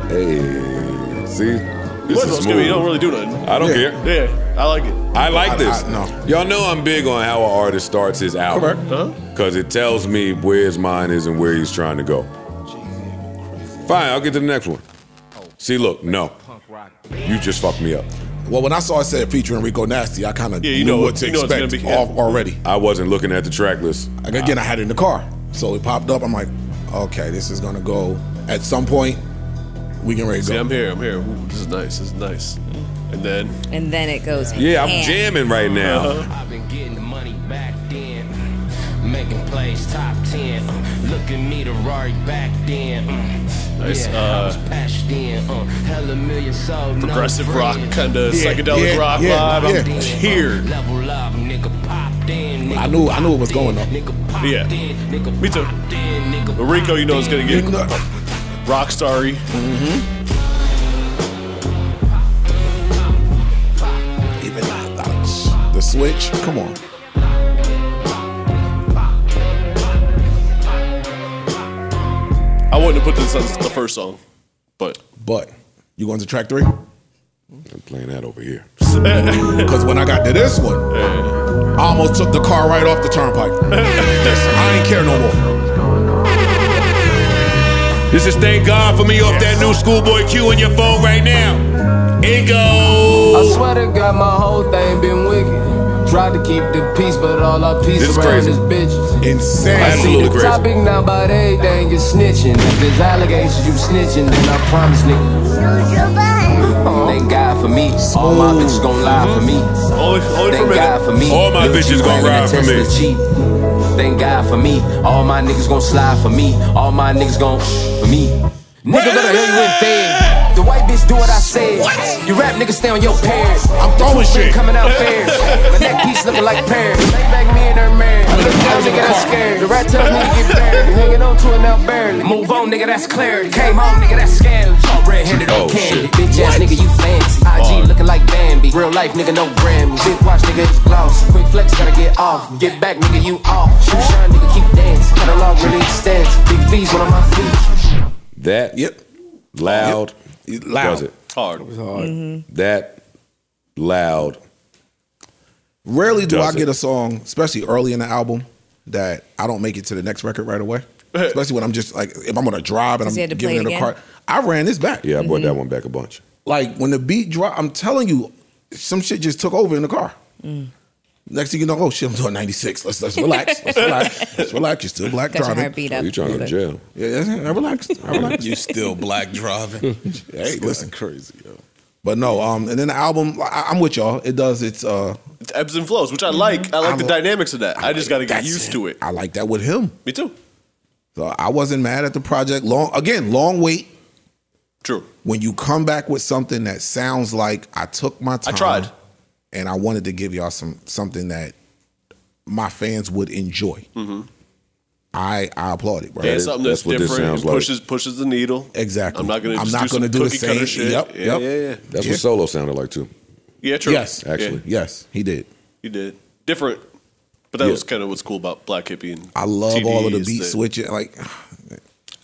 S4: Hey, see, this
S2: What
S4: is
S2: else can
S4: smooth.
S2: we- you don't really do nothing.
S4: I don't
S2: Yeah.
S4: care.
S2: Yeah, I like it.
S4: I like this.
S2: no.
S4: Y'all know I'm big on how an artist starts his album. Because it tells me where his mind is and where he's trying to go. Fine, I'll get to the next one. See, look, no. You just fucked me up.
S3: Well, when I saw it said featuring Rico Nasty, I kind of
S4: Yeah,
S3: knew
S4: you know
S3: what
S4: it.
S3: to
S4: You know it's
S3: expect
S4: gonna be-
S3: al- already.
S4: I wasn't looking at the track list.
S3: Like, again, I had it in the car. So it popped up. I'm like, okay, this is going to go at some point. We can ready to
S2: See,
S3: go.
S2: I'm here. I'm here. Ooh, this is nice. This is nice. And then
S8: And then it goes.
S4: Yeah, I'm
S8: ham.
S4: jamming right now.
S26: I've been getting the money back then. mm, Making plays top 10. mm, Look at me, the Rari back then. mm,
S2: Nice,
S26: Yeah, I
S2: uh,
S26: was patched in. mm, Hella million sold. no
S2: Progressive rock,
S26: friends.
S2: kinda Yeah, psychedelic yeah, rock yeah, vibe. yeah.
S26: Popped in, mm,
S2: Here.
S26: Level up, nigga popped in.
S3: I knew I knew it was going though.
S2: yeah, me too. But Rico, you know it's gonna get rock starry. Mm-hmm.
S3: Even the switch, come on.
S2: I wouldn't have put this on the first song, but
S3: But you going to track three?
S4: I'm playing that over here.
S3: Because when I got to this one, I almost took the car right off the turnpike. I ain't care no more.
S4: This is thank God for me off that new schoolboy Q in your phone right now. It goes.
S10: I swear to God, my whole thing been wicked. Tried to keep the peace, but all our peace
S4: This is
S10: around
S4: crazy.
S10: is bitches.
S3: Insane.
S10: I see
S4: Absolutely
S10: the
S4: crazy.
S10: topic now about everything, you snitching. If it's allegations, you snitching, then I promise, nigga. Thank All my bitches gon' lie for me. Only,
S9: only
S10: Thank
S9: for me.
S10: God for me.
S9: All my
S10: Lil'
S9: bitches gon'
S10: G-Wagon
S9: ride
S10: and
S9: for me.
S10: Tesla Jeep. Thank God for me. All my niggas gon' slide for me. All my niggas gon' for me. Nigga gonna hear you in bed. The white bitch do what I said. You rap niggas stay on your pairs. I'm
S9: throwing shit.
S10: coming out fair. My neck piece looking like pears. Lay back me and her married. Look down, nigga, that's scared. The rat tells me to get buried. Hanging on to it now barely. Move on, nigga, that's clarity. Came home, nigga, that's scary. All red handed
S9: Oh,
S10: on candy.
S9: shit.
S10: Bitch ass nigga, you fancy. IG looking like Bambi. Real life nigga, no Grammy. Big watch nigga, it's gloss. Quick flex, gotta get off. Get back, nigga, you off. Shoot shine, nigga, keep dancing. Catalog really extends. Big V's one of my feet.
S4: That yep. loud
S2: loud.
S4: was it?
S2: Hard.
S3: hard. Mhm.
S4: Mm-hmm. That loud.
S3: Rarely do
S4: Does
S3: I get a song, especially early in the album, that I don't make it to the next record right away. especially when I'm just like, if I'm on a drive and I'm
S4: Because you had to play
S3: giving
S4: it
S3: it a
S4: again? Mm-hmm.
S3: card. I ran this back.
S4: Yeah, I brought that one back a bunch.
S3: Like when the beat dropped, I'm telling you, some shit just took over in the car.
S4: Mm.
S3: Next thing you know, oh shit, I'm doing 96. Let's let's relax. Let's relax. Let's relax. You're still black
S8: Got your
S3: driving.
S8: heartbeat up. Oh, you trying to go to jail.
S3: Yeah, yeah, I relaxed. I relaxed.
S27: You still black driving.
S3: hey, listen,
S2: crazy. Yo.
S3: But no, um, and then the album, I, I'm with y'all. It does its uh,
S2: It's ebbs and flows, which I like. I like
S3: I'm
S2: the
S3: a-
S2: dynamics of that. I, just got to get
S3: that's
S2: used to it.
S3: I like that with him.
S2: Me too.
S3: So I wasn't mad at the project. Long again, long wait.
S2: True.
S3: When you come back with something that sounds like I took my time,
S2: tried.
S3: and I wanted to give y'all some something that my fans would enjoy.
S2: Mm-hmm.
S3: I I applaud it, bro.
S2: and something that's, different and pushes pushes the needle.
S3: Exactly.
S2: I'm not going to.
S3: I'm
S2: just
S3: not
S2: do,
S3: gonna
S2: some
S3: do the
S2: cookie cutter
S3: same-
S2: Shit.
S3: yep,
S2: Yeah,
S3: yep.
S2: yeah, yeah.
S4: That's
S2: yeah.
S4: what solo sounded like too.
S2: Yeah, true.
S3: Yes.
S4: Actually.
S2: Yeah.
S3: Yes, he did.
S2: You did different, but that
S4: Yeah.
S2: was kind of what's cool about Black Hippie. And
S3: I love all of the
S2: TDs
S3: beat
S2: that-
S3: switching. Like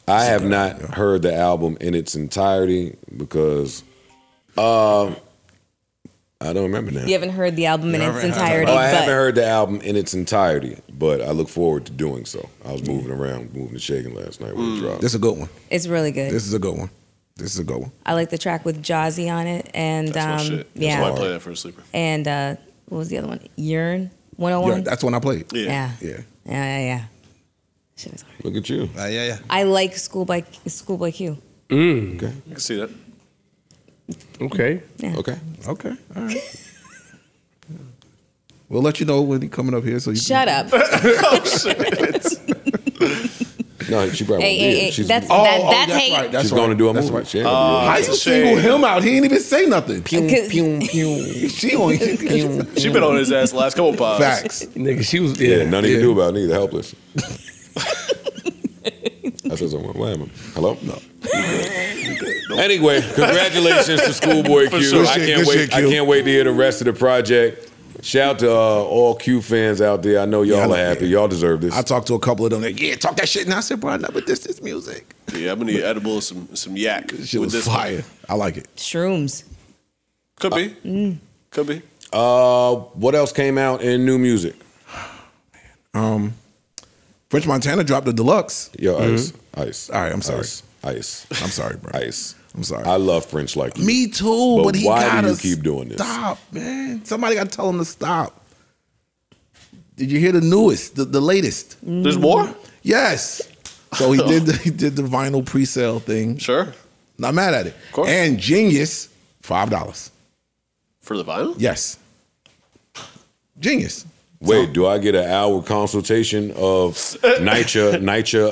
S4: I have not heard the album in its entirety because uh, I don't remember now.
S8: You haven't heard the album in its entirety,
S4: Oh, I haven't
S8: but
S4: heard the album in its entirety, but I look forward to doing so. I was moving around, moving and shaking last night
S2: Mm.
S4: when it dropped.
S3: Mm. this is a good one.
S8: it's really good.
S3: This is a good one. This is a good one.
S8: I like the track with Jazzy on it, and
S3: That's my
S8: um,
S3: shit. That's
S8: yeah,
S3: why I play that
S2: for a sleeper.
S8: And uh, what was the other one? Yearn one hundred
S3: Yeah,
S8: one.
S3: that's when I played.
S8: Yeah. yeah,
S3: yeah,
S8: yeah, yeah.
S4: Look at you.
S3: Uh,
S27: yeah, yeah.
S8: I like Schoolboy Schoolboy Q.
S4: Mm. Okay.
S2: I can see that.
S5: Okay.
S8: Yeah.
S4: Okay.
S3: Okay. All right. We'll let you know when he coming up here. So you
S8: Shut up.
S3: Oh,
S4: No, she probably won't
S8: Hey, hey,
S4: be
S8: hey,
S4: here. She's,
S8: that's-
S3: Oh,
S8: that-
S3: oh,
S8: that's
S3: that's
S8: hate.
S3: right. That's
S4: she's
S3: right.
S4: going to do a
S3: that's
S4: movie.
S3: right. Uh,
S4: She ain't gonna do it.
S3: How you single him out? He ain't even say nothing. Pew pew pew. she only
S2: She been on his ass the last couple pods.
S3: Facts.
S5: Nigga, she was
S4: Yeah,
S5: yeah.
S4: nothing you can do about it either. Helpless. I said something. What happened? Hello? No. Anyway, congratulations to Schoolboy
S9: For
S4: Q.
S9: sure.
S4: I
S9: Good shit,
S4: can't
S9: good
S4: wait.
S9: shit,
S4: I
S9: Q.
S4: can't wait to hear the rest of the project. Shout to uh, all Q fans out there. I know y'all are happy. Y'all deserve this.
S3: I talked to a couple of them. They, yeah, talk that shit. And I said, bro, no, but this is music.
S2: Yeah, I'm gonna eat edible some some yak
S3: Shit
S2: with
S3: was
S2: this.
S3: fire. I like it.
S8: Shrooms.
S2: Could be. Could be.
S4: Uh, what else came out in new music?
S3: Um, French Montana dropped the deluxe.
S4: Yo, Ice, Ice.
S3: Mm-hmm. All right, I'm sorry.
S4: Ice, Ice.
S3: I'm sorry, bro.
S4: Ice.
S3: I'm sorry.
S4: I love French like you.
S3: Me too. But,
S4: But
S3: he
S4: why do
S3: gotta
S4: you keep doing this?
S3: Stop, man. Somebody gotta tell him to stop. Did you hear the newest, the, the latest?
S2: There's more?
S3: Yes. So he did the, he did the vinyl pre-sale thing.
S2: Sure.
S3: Not mad at it. Of course. And Genius, five dollars.
S2: For the vinyl?
S3: Yes. Genius.
S4: Wait, do I get an hour consultation of NYCHA, NYCHA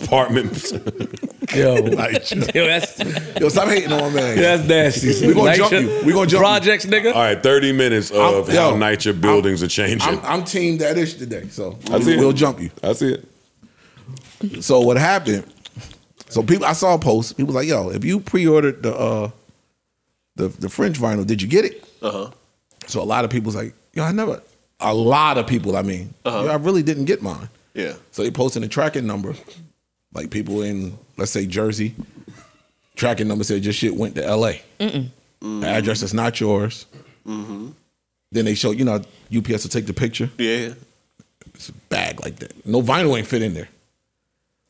S4: uh, apartments?
S5: Yo,
S3: yo,
S5: that's
S3: Yo, stop hating on man.
S5: That's nasty.
S3: We gonna
S5: Like
S3: jump
S5: your
S3: you. We gonna jump
S5: projects, nigga.
S4: All right, 30 minutes of
S3: I'm-
S4: how
S3: yo,
S4: NYCHA buildings are changing.
S3: I'm, I'm team that ish today. So
S4: I see it.
S3: we'll jump you.
S4: I see
S3: it. So what happened? So people, I saw a post. People was like, "Yo, if you pre-ordered the uh, the the French vinyl, did you get it?"
S2: Uh huh.
S3: So a lot of people was like, "Yo, I never." A lot of people, I mean,
S2: Uh-huh.
S3: "Yo, I really didn't get mine.
S2: Yeah.
S3: So they posted a tracking number, like people in let's say Jersey, tracking number said your shit went to L.A.
S9: Mm-mm.
S3: The address is not yours.
S2: Mm-hmm.
S3: Then they show you know UPS will take the picture.
S2: Yeah.
S3: It's a bag like that. No vinyl ain't fit in there.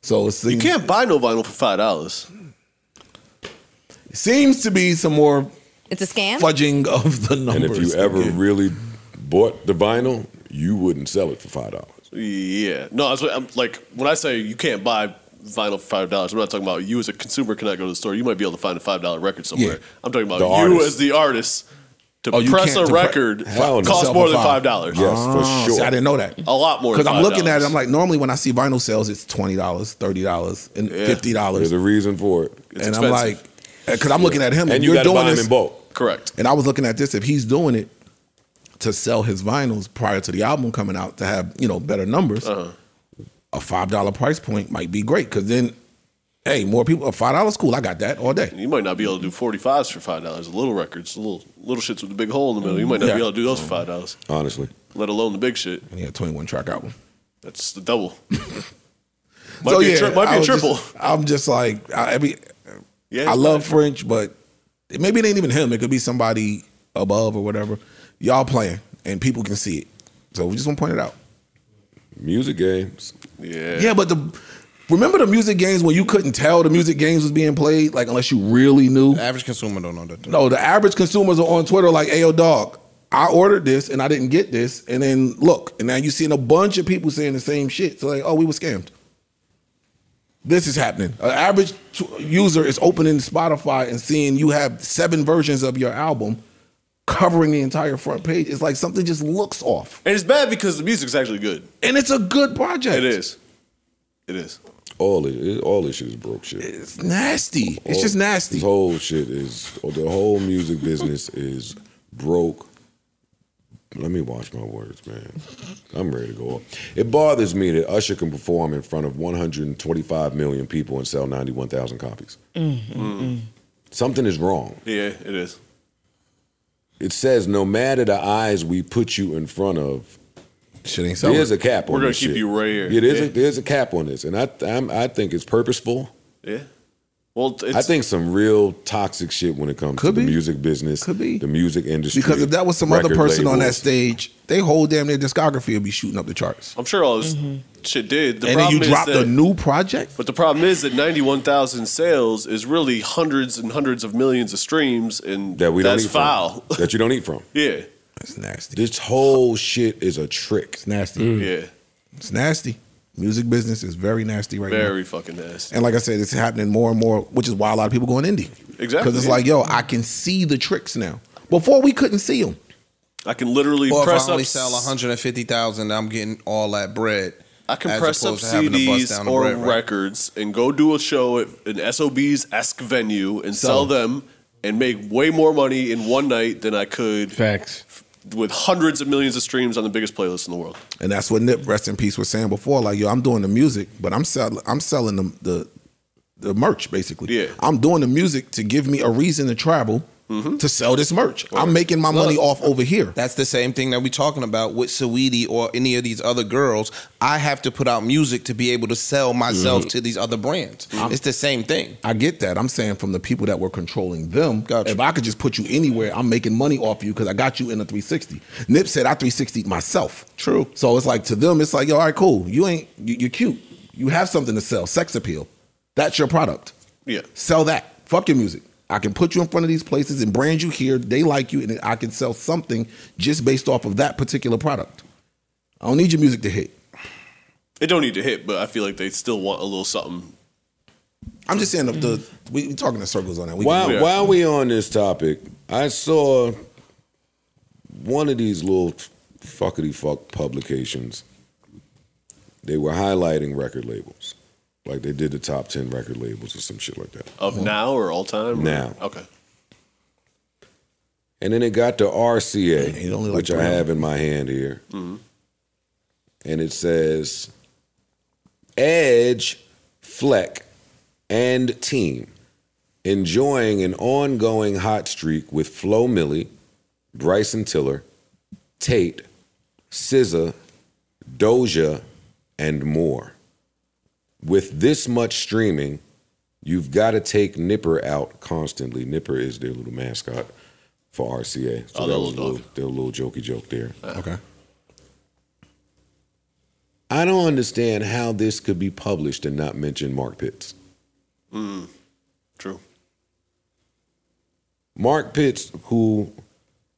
S3: So it's
S2: You can't buy no vinyl for five dollars.
S3: Seems to be some more
S8: It's a scam.
S3: fudging of the numbers.
S4: And if you ever really bought the vinyl, you wouldn't sell it for $5.
S2: Yeah. No, that's what I'm like when I say you can't buy vinyl for five dollars. I'm not talking about you as a consumer cannot go to the store. You might be able to find a five dollar record somewhere.
S4: Yeah.
S2: I'm talking about
S4: The
S2: you
S4: artist.
S2: as the artist to
S4: Oh, you
S2: press
S4: can't
S2: a
S4: to pre-
S2: record
S4: Hell no.
S2: costs
S4: Sell
S2: more
S4: for
S2: than
S4: five.
S2: five dollars.
S4: Yes, for
S3: Oh, see, I didn't know that.
S2: A lot more than
S3: Because I'm looking at it,
S2: $5.
S3: I'm like, normally when I see vinyl sales, it's twenty dollars, thirty dollars, and fifty dollars.
S4: There's a reason for it.
S3: and I'm like, because I'm looking at him,
S4: And
S3: and
S4: you
S3: you are
S4: gotta
S3: doing
S4: buy 'em
S3: this
S4: in bulk.
S2: Correct.
S3: And I was looking at this if he's doing it to sell his vinyls prior to the album coming out to have you know better numbers.
S2: Uh-huh.
S3: A five dollar price point might be great because then, hey, more people. A five dollars cool. I got that all day.
S2: You might not be able to do forty fives for five dollars. The little records, the little little shits with the big hole in the middle. You might not
S3: Yeah.
S2: be able to do those for five dollars.
S4: Honestly.
S2: Let alone the big shit.
S3: Yeah, twenty one track album.
S2: That's the double. might be a, tri- might
S3: I
S2: be a
S3: was
S2: triple.
S3: just- I'm just like I, every.
S2: Yeah,
S3: I
S2: it's
S3: love French, but maybe it ain't even him. It could be somebody above or whatever. Y'all playing and people can see it, so we just want to point it out.
S4: Music games.
S2: Yeah.
S3: Yeah, but the remember the music games when you couldn't tell the music games was being played, like unless you really knew.
S9: The average consumer don't know that.
S3: No, the average consumers are on Twitter like, "Ayo, dog, I ordered this and I didn't get this," and then look, and now you're seeing a bunch of people saying the same shit. So like, "Oh, we were scammed." This is happening. An average t- user is opening Spotify and seeing you have seven versions of your album covering the entire front page. It's like something just looks off,
S2: And it's bad because the music's actually good.
S3: and it's a good project.
S2: It is. It is.
S4: All it, it- all this shit is broke shit. It's
S3: nasty. It's just nasty.
S4: This whole shit is the whole music business is broke. Let me watch my words, man. I'm ready to go up. It bothers me that Usher can perform in front of 125 million people and sell 91,000 copies. Mm-hmm.
S2: Mm-hmm.
S4: Something is wrong.
S2: Mm. Yeah, it is.
S4: It says no matter the eyes we put you in front of,
S3: shit ain't
S2: selling.
S4: There's a cap.
S2: We're
S4: on
S2: gonna
S4: this
S2: keep
S4: shit.
S2: you right here.
S4: Yeah, there's,
S2: Yeah.
S4: A, there's a cap on this, and I I'm, I think it's purposeful.
S2: Yeah. Well, it's,
S4: I think some real toxic shit when it comes to the music business, could be. the music industry.
S3: Because if that was some other
S4: record
S3: person on that
S4: labels.
S3: stage, they whole damn near discography would be shooting up the charts.
S2: I'm sure all this shit did. The
S3: and then
S2: problem
S3: you drop
S2: is that,
S3: a new project.
S2: But the problem is that 91,000 sales is really hundreds and hundreds of millions of streams, and
S4: that we
S2: that's
S4: don't eat
S2: foul.
S4: from, that you don't eat from.
S2: Yeah.
S3: It's nasty.
S4: This whole shit is a trick. It's
S3: nasty.
S2: Yeah.
S3: Mm. It's nasty. Music business is very nasty right now.
S2: Very fucking nasty.
S3: And like I said, it's happening more and more, which is why a lot of people going indie.
S2: Exactly,
S3: Because it's
S2: yeah.
S3: like, yo, I can see the tricks now. Before we couldn't see them.
S2: I can literally
S9: Or if
S2: press
S9: I only
S2: up
S9: sell 150,000, I'm getting all that bread.
S2: I can
S9: as
S2: press up
S9: opposed to having to bust
S2: CDs
S9: down the
S2: or
S9: bread, right?
S2: records and go do a show at an SOB's esque venue and
S9: Sell
S2: sell them and make way more money in one night than I could.
S28: Facts.
S2: With hundreds of millions of streams on the biggest playlist in the world.
S3: And that's what Nip, rest in peace, was saying before. Like, yo, I'm doing the music, but I'm selling I'm selling the, the the merch basically.
S2: Yeah.
S3: I'm doing the music to give me a reason to travel
S2: Mm-hmm.
S3: to sell this merch. I'm making my money
S9: Look.
S3: off over here.
S9: That's the same thing that we're talking about with Saweetie or any of these other girls. I have to put out music to be able to sell myself
S6: Mm-hmm.
S3: Mhm.
S9: to these other brands.
S3: Mhm.
S9: It's the same thing.
S3: I get that. I'm saying from the people that were controlling them. If I could just put you anywhere, I'm making money off you because I got you in a 360. Nip said I 360 myself. True. So it's like to them, it's like, yo, all right, cool. You ain't you, you're cute. You have something to sell. Sex appeal. That's your product.
S2: Yeah.
S3: Sell that. Fuck your music. I can put you in front of these places and brand you here. They like you, and I can sell something just based off of that particular product. I don't need your music to hit.
S2: It don't need to hit, but I feel like they still want a little something.
S3: I'm just saying the, the we, we talking in circles on that. We
S4: while,
S3: can-
S4: while we on this topic, I saw one of these little fuckety fuck publications. They were highlighting record labels, like they did the top ten record labels or some shit like that.
S2: Of now or all time? or-
S4: Now.
S2: Okay.
S4: And then it got to RCA,
S3: only like
S4: which I
S3: three.
S4: have in my hand here.
S2: Mm-hmm.
S4: And it says Edge, Fleck, and team enjoying an ongoing hot streak with Flo Millie, Bryson Tiller, Tate, SZA, Doja, and more. With this much streaming, you've got to take Nipper out constantly. Nipper is their little mascot for RCA. So
S2: Oh, the
S4: that was a
S2: little
S4: little, their little jokey joke there.
S29: Uh,
S3: Okay.
S4: I don't understand how this could be published and not mention Mark Pitts.
S2: Mm. True.
S4: Mark Pitts, who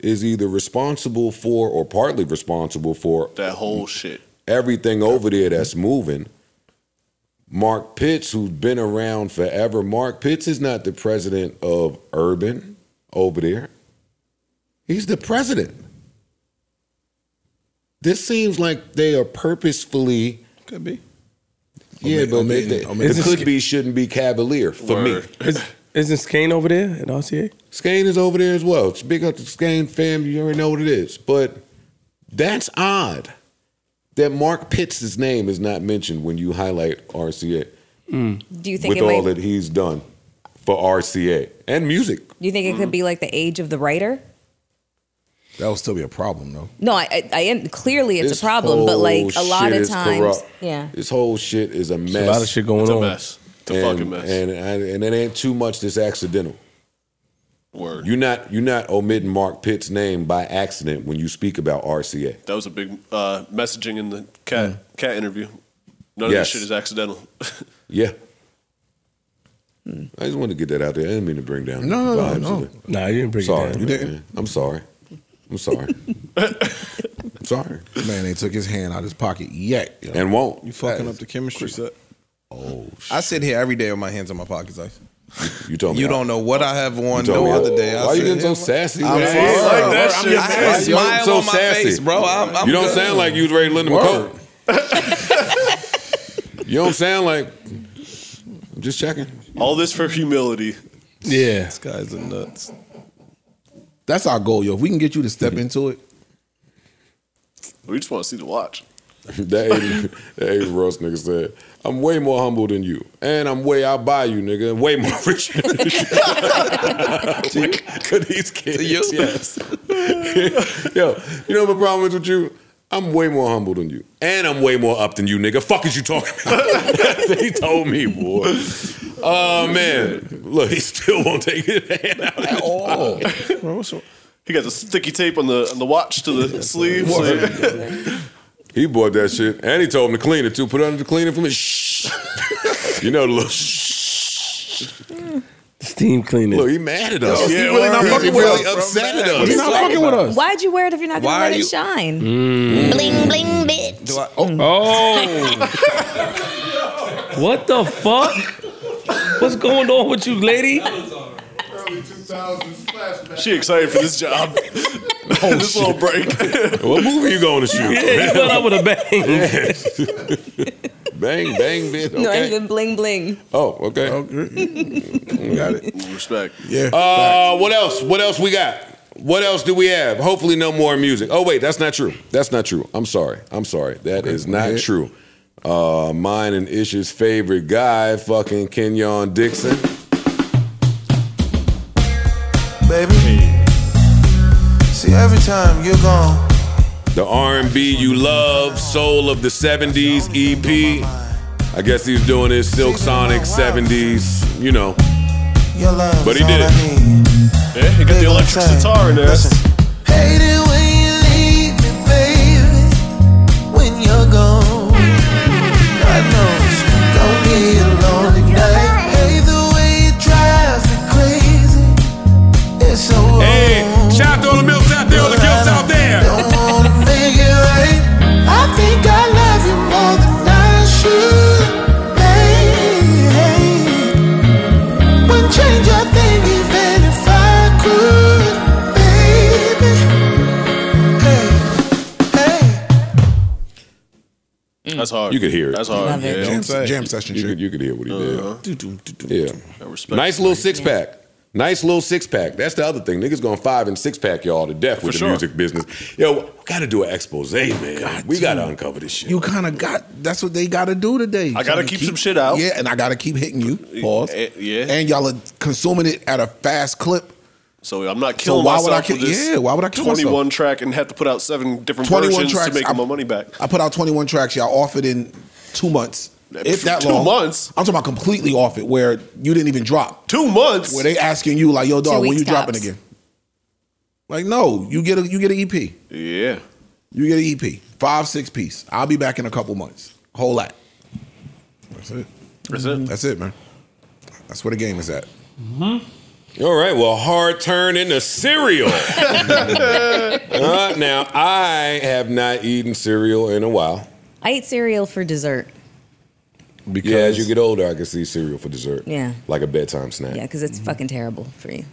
S4: is either responsible for or partly responsible for
S2: That whole shit.
S4: everything over there that's moving, Mark Pitts, who's been around forever. Mark Pitts is not the president of Urban over there. He's the president. This seems like they are purposefully.
S29: Could be.
S4: Yeah,
S6: Omit-
S4: but
S6: omitting-
S4: they- they-
S6: omitting.
S4: it could be shouldn't be cavalier for
S6: Word.
S4: me.
S6: Isn't Skane over there at RCA?
S4: Skane is over there as well. It's big up to Skane fam. You already know what it is. But that's odd that Mark Pitts' name is not mentioned when you highlight RCA
S8: Do you think
S4: with
S8: it
S4: all
S8: might?
S4: that he's done for RCA and music.
S8: Do you think
S3: Mm-hmm.
S8: it could be like the age of the writer?
S3: That would still be a problem, though.
S8: No, I, I, I am clearly it's
S4: This
S8: a problem, but
S4: whole
S8: like a lot
S4: shit
S8: of
S4: is
S8: times,
S4: corrupt.
S8: yeah.
S4: This whole shit is a mess.
S6: a lot of shit going It's a on. mess.
S2: It's a
S4: and,
S2: fucking mess.
S4: And, and and it ain't too much that's accidental.
S2: Word.
S4: You're not you're not omitting Mark Pitt's name by accident when you speak about RCA.
S2: That was a big uh, messaging in the cat cat interview. None of
S4: Yes.
S2: this shit is accidental.
S4: Yeah. I just wanted to get that out there. I didn't mean to bring down.
S2: No,
S4: the
S2: no, no,
S4: vibes
S2: no.
S4: of
S6: Nah, you didn't bring it
S4: sorry,
S6: down.
S4: man.
S6: You didn't.
S4: I'm sorry. I'm sorry. I'm sorry.
S3: Man, they took his hand out of his pocket yet. yo.
S4: And won't.
S29: You fucking up the chemistry set. Oh, I sit here every day with my hands in my pockets. Like,
S4: You told me.
S29: you
S4: I-
S29: don't know what I have on
S4: told
S29: no
S4: me I-
S29: other day. I
S4: Why you
S29: sit
S4: getting so
S29: here-
S4: sassy?
S29: I'm
S4: man?
S29: sorry.
S4: Word.
S29: Like that
S4: I'm
S29: shit,
S4: just-
S29: man.
S4: why you
S29: Smile
S4: so
S29: on my
S4: sassy?
S29: face, bro. I'm- I'm
S4: you don't
S29: good.
S4: sound like you was ready to lend him a
S29: Word.
S4: coat. you don't sound like. I'm just checking.
S2: All this for humility.
S6: Yeah.
S3: This guy's a nuts. That's our goal, yo. If we can get you to step
S2: Mhm.
S3: into it,
S2: We just want to see the watch.
S4: that Aiden, that Aiden Ross nigga said, I'm way more humble than you. And I'm way out by you, nigga, and way more rich than you. Could these kids? Yes. Yo, you know what my problem is with you? I'm way more humble than you. And I'm way more up than you, nigga. Fuck is you talking about? he told me, boy. Oh, man. Look, he still won't take his hand out at all.
S2: He got the sticky tape on the on the watch to the sleeve. so-
S4: He bought that shit, and he told him to clean it too. Put it under the cleaner for me. Shh. you know the little shh.
S6: Steam cleaner.
S4: Look, he mad at us.
S6: Yo,
S4: he
S6: yeah,
S4: really not
S6: word.
S4: fucking
S6: He
S4: with
S6: really
S4: us. upset at
S6: upset.
S4: us.
S6: He not fucking with us.
S8: Why'd you wear it if you're not
S6: Why
S8: gonna
S6: are
S8: let
S6: you-
S8: it shine?
S6: Mm.
S8: Bling bling bit.
S29: Do I,
S6: oh. what the fuck? What's going on with you, lady?
S2: She excited for this job.
S3: Oh,
S2: this little break.
S4: what movie you going to shoot?
S6: Yeah, you went up with a bang.
S4: bang, bang, bitch.
S8: No, it's
S4: Okay.
S8: the bling bling.
S4: Oh, okay. Got it.
S2: Respect.
S4: Yeah. Uh, what else? What else we got? What else do we have? Hopefully, no more music. Oh wait, that's not true. That's not true. I'm sorry. I'm sorry. That is not
S30: ahead.
S4: true. Uh, mine and Ish's favorite guy, fucking Kenyon Dixon.
S5: baby. See, every time you're gone,
S4: The R&B you love, soul of the 70s EP. I guess he's doing his Silk Sonic 70s, you know.
S5: your love.
S4: But he did it.
S2: Yeah, he got the electric guitar in there.
S5: Hate it when you leave me, baby. When you're gone, I know it's gonna be a lonely night. Hey, the way it drives me crazy. It's so Hey, shout out to all the mills out there, all the girls out there. Don't wanna make it right. I think I love you more than I should. Hey, hey. Wouldn't change a thing even if I could, baby. Hey, hey.
S2: That's hard.
S4: You could hear it.
S2: That's hard.
S4: Love it.
S2: yeah. Uh-huh.
S4: Jam se- jam session You shit. could- you could hear what he did. Yeah.
S2: respect.
S4: Nice little six pack. Nice little six pack. That's the other thing. Niggas going five and six pack y'all to death
S2: For
S4: with
S2: sure.
S4: the music business. Yo, we gotta do an expose, man. we gotta uncover this shit.
S3: you kind of got. That's what they got to do today.
S4: I gotta
S3: Tryna
S4: keep some shit out.
S3: Yeah, and I got to keep hitting you. Pause.
S2: Eh, yeah.
S3: And y'all are consuming it at a fast clip.
S2: So I'm not
S3: So
S2: killing
S3: why would I
S2: myself
S3: kill-
S2: with this.
S3: yeah, why would I kill myself?
S2: 21 track and have to put out seven different
S3: 21
S2: versions
S3: tracks,
S2: to make
S3: I-
S2: my money back.
S3: I put out 21 tracks. Y'all off it in two months. If that
S2: Two
S3: long.
S2: months?
S3: I'm talking about completely off it, where you didn't even drop.
S2: Two months.
S3: Where they asking you like, "Yo,
S2: Two
S3: dog, when
S2: weeks
S3: you dropping
S2: tops.
S3: again?" Like, no, you get a you get an EP.
S2: Yeah.
S3: You get an EP, five six piece. I'll be back in a couple months. Whole lot. That's it.
S2: That's it.
S3: That's it, man. That's where the game is at.
S4: All right, well, hard turn into cereal. Uh, now, I have not eaten cereal in a while.
S8: I ate cereal for dessert.
S4: Because yeah, as you get older, I can see cereal for dessert.
S8: Yeah.
S4: Like a bedtime snack.
S8: Yeah, because it's
S11: Mm-hmm.
S8: fucking terrible for you.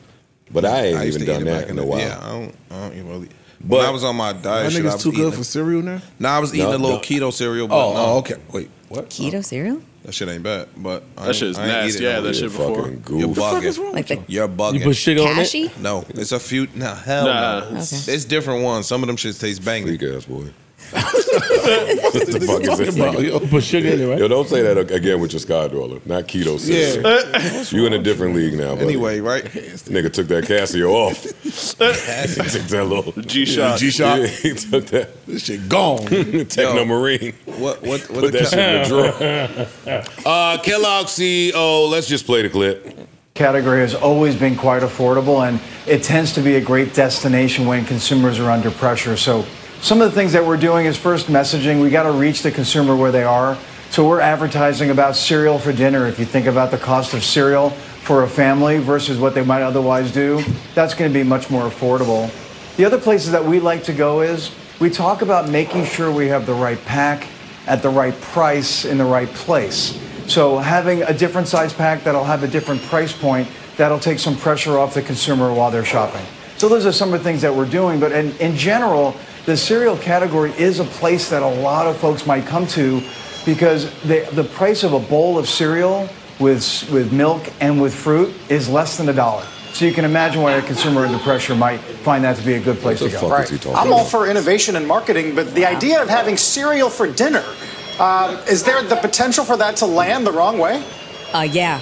S4: But I ain't
S3: I used
S4: even
S3: to eat
S4: done
S3: it
S4: that
S3: back
S4: in
S3: the-
S4: a while.
S3: Yeah, I don't, I don't even really.
S4: But-
S3: when I was on my diet,
S11: That
S3: shit, I
S11: nigga's
S3: was
S11: too good
S3: eating-
S11: for cereal now.
S3: Nah, I was eating
S11: No,
S3: a little
S11: no.
S3: keto cereal. But
S11: Oh,
S3: no.
S11: oh, okay.
S3: Wait, what?
S8: Keto cereal?
S3: That shit ain't bad, but I
S2: That
S3: ain't-
S2: shit is
S3: I ain't
S2: nasty.
S3: eat it
S2: Yeah,
S3: no
S2: that
S3: more.
S2: shit
S3: You're
S2: before.
S3: fucking You're
S2: What the fuck
S3: bugging.
S2: is wrong
S8: Like with the-
S3: You're bugging.
S6: put sugar on it? Cashew?
S3: No, it's a few. No, hell
S6: Nah.
S3: no.
S6: Okay.
S3: It's, it's different ones. Some of them shits taste banging.
S4: Freak ass boy.
S3: what
S4: the fuck is this? nigga?
S6: Put sugar in it, right?
S4: Yo, don't say that again with your sky dweller. Not keto cereal. You in a different league now, buddy.
S3: Anyway, right?
S4: Nigga took that Casio off. he took that little
S3: G-Shock.
S4: G-Shock. Yeah, he took that. This shit gone. Techno Marine.
S3: What? What? what
S4: Put
S3: the
S4: that shit in the drawer.
S31: Category
S4: Uh, Kellogg CEO. Let's just play the clip.
S31: has always been quite affordable, and it tends to be a great destination when consumers are under pressure. So, some of the things that we're doing is first messaging. We got to reach the consumer where they are. So, we're advertising about cereal for dinner. If you think about the cost of cereal for a family versus what they might otherwise do, that's going to be much more affordable. The other places that we like to go is we talk about making sure we have the right pack at the right price in the right place. So having a different size pack that'll have a different price point that'll take some pressure off the consumer while they're shopping. So those are some of the things that we're doing. But in, in general, the cereal category is a place that a lot of folks might come to because the, the price of a bowl of cereal with, s- with milk and with fruit is less than a dollar. So you can imagine why a consumer under pressure might find that to be a good place
S4: What
S31: to
S4: the
S31: go.
S4: fuck is he talking
S32: I'm all
S4: about?
S32: for innovation and marketing, but the idea of having cereal for dinner, um, is there the potential for that to land the wrong way?
S8: Uh, yeah.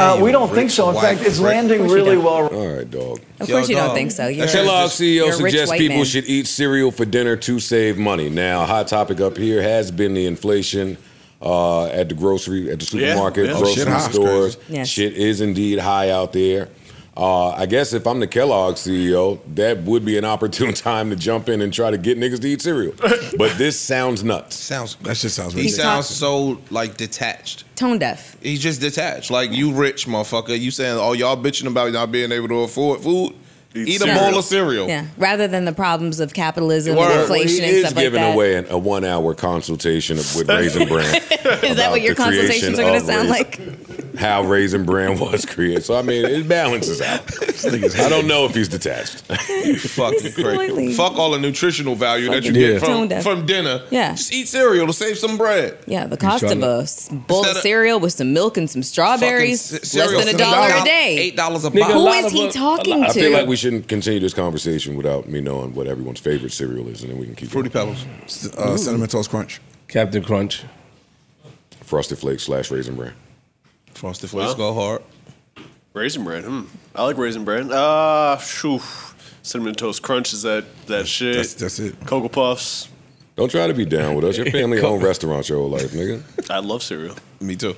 S31: Uh, we don't think so. In fact, it's landing really well.
S4: All right, dog.
S8: Of course you don't think so. You're,
S4: Kellogg CEO
S8: you're a rich
S4: suggests
S8: white
S4: people
S8: man.
S4: should eat cereal for dinner to save money. Now, hot topic up here has been the inflation uh, at the grocery, at the supermarket,
S1: yeah. Oh, shit,
S4: grocery
S1: high.
S4: stores.
S1: Yes.
S4: Shit is indeed high out there. Uh, I guess if I'm the Kellogg CEO, that would be an opportune time to jump in and try to get niggas to eat cereal. but this sounds nuts.
S3: Sounds that shit sounds. He
S8: ridiculous.
S3: sounds so like detached.
S8: Tone deaf.
S3: He's just detached. Like you, rich motherfucker. You saying, oh y'all bitching about not being able to afford food? Eat, a
S8: Yeah.
S3: bowl of cereal.
S8: Yeah. Rather than the problems of capitalism,
S3: Word.
S8: and
S4: He
S8: inflation, and
S4: is
S8: stuff like
S4: giving
S8: that.
S4: away an, a one-hour consultation of, with Raisin Bran.
S8: is that
S4: about
S8: what your
S4: the creation
S8: consultations are going
S4: of
S8: to sound
S4: race.
S8: like?
S4: how Raisin Bran was created. So I mean, it balances out. I don't know if he's detached.
S3: You fucking
S8: Slightly.
S3: crazy. Fuck all the nutritional value that you
S8: Fucking
S3: get
S8: tone
S3: from,
S8: deaf.
S3: from dinner.
S8: Yeah.
S3: Just eat cereal to save some bread.
S8: Yeah, the cost of a s- bowl of
S3: Instead of-
S8: cereal with some milk and some strawberries,
S3: Fucking c-
S8: less
S3: cereal,
S8: than
S3: $7,
S8: a dollar a day.
S3: Eight dollars a
S8: Nigga,
S3: box.
S8: Who is he talking
S4: I
S8: to?
S4: feel like we shouldn't continue this conversation without me knowing what everyone's favorite cereal is, and then we can keep
S3: Fruity Pebbles,
S4: Ooh.
S3: uh, cinnamon toast crunch,
S6: Captain Crunch,
S4: Frosted Flakes slash Raisin Bran.
S3: frosted
S2: Wow.
S3: flakes go hard.
S2: Raisin bran. Hmm. I like raisin bran. Ah, shoo. Cinnamon toast crunch is that that shit.
S3: that's- that's it.
S2: Cocoa puffs.
S4: Don't try to be down with us. Your family
S2: Co-
S4: owned restaurants your whole life, nigga.
S2: I love cereal.
S3: Me too.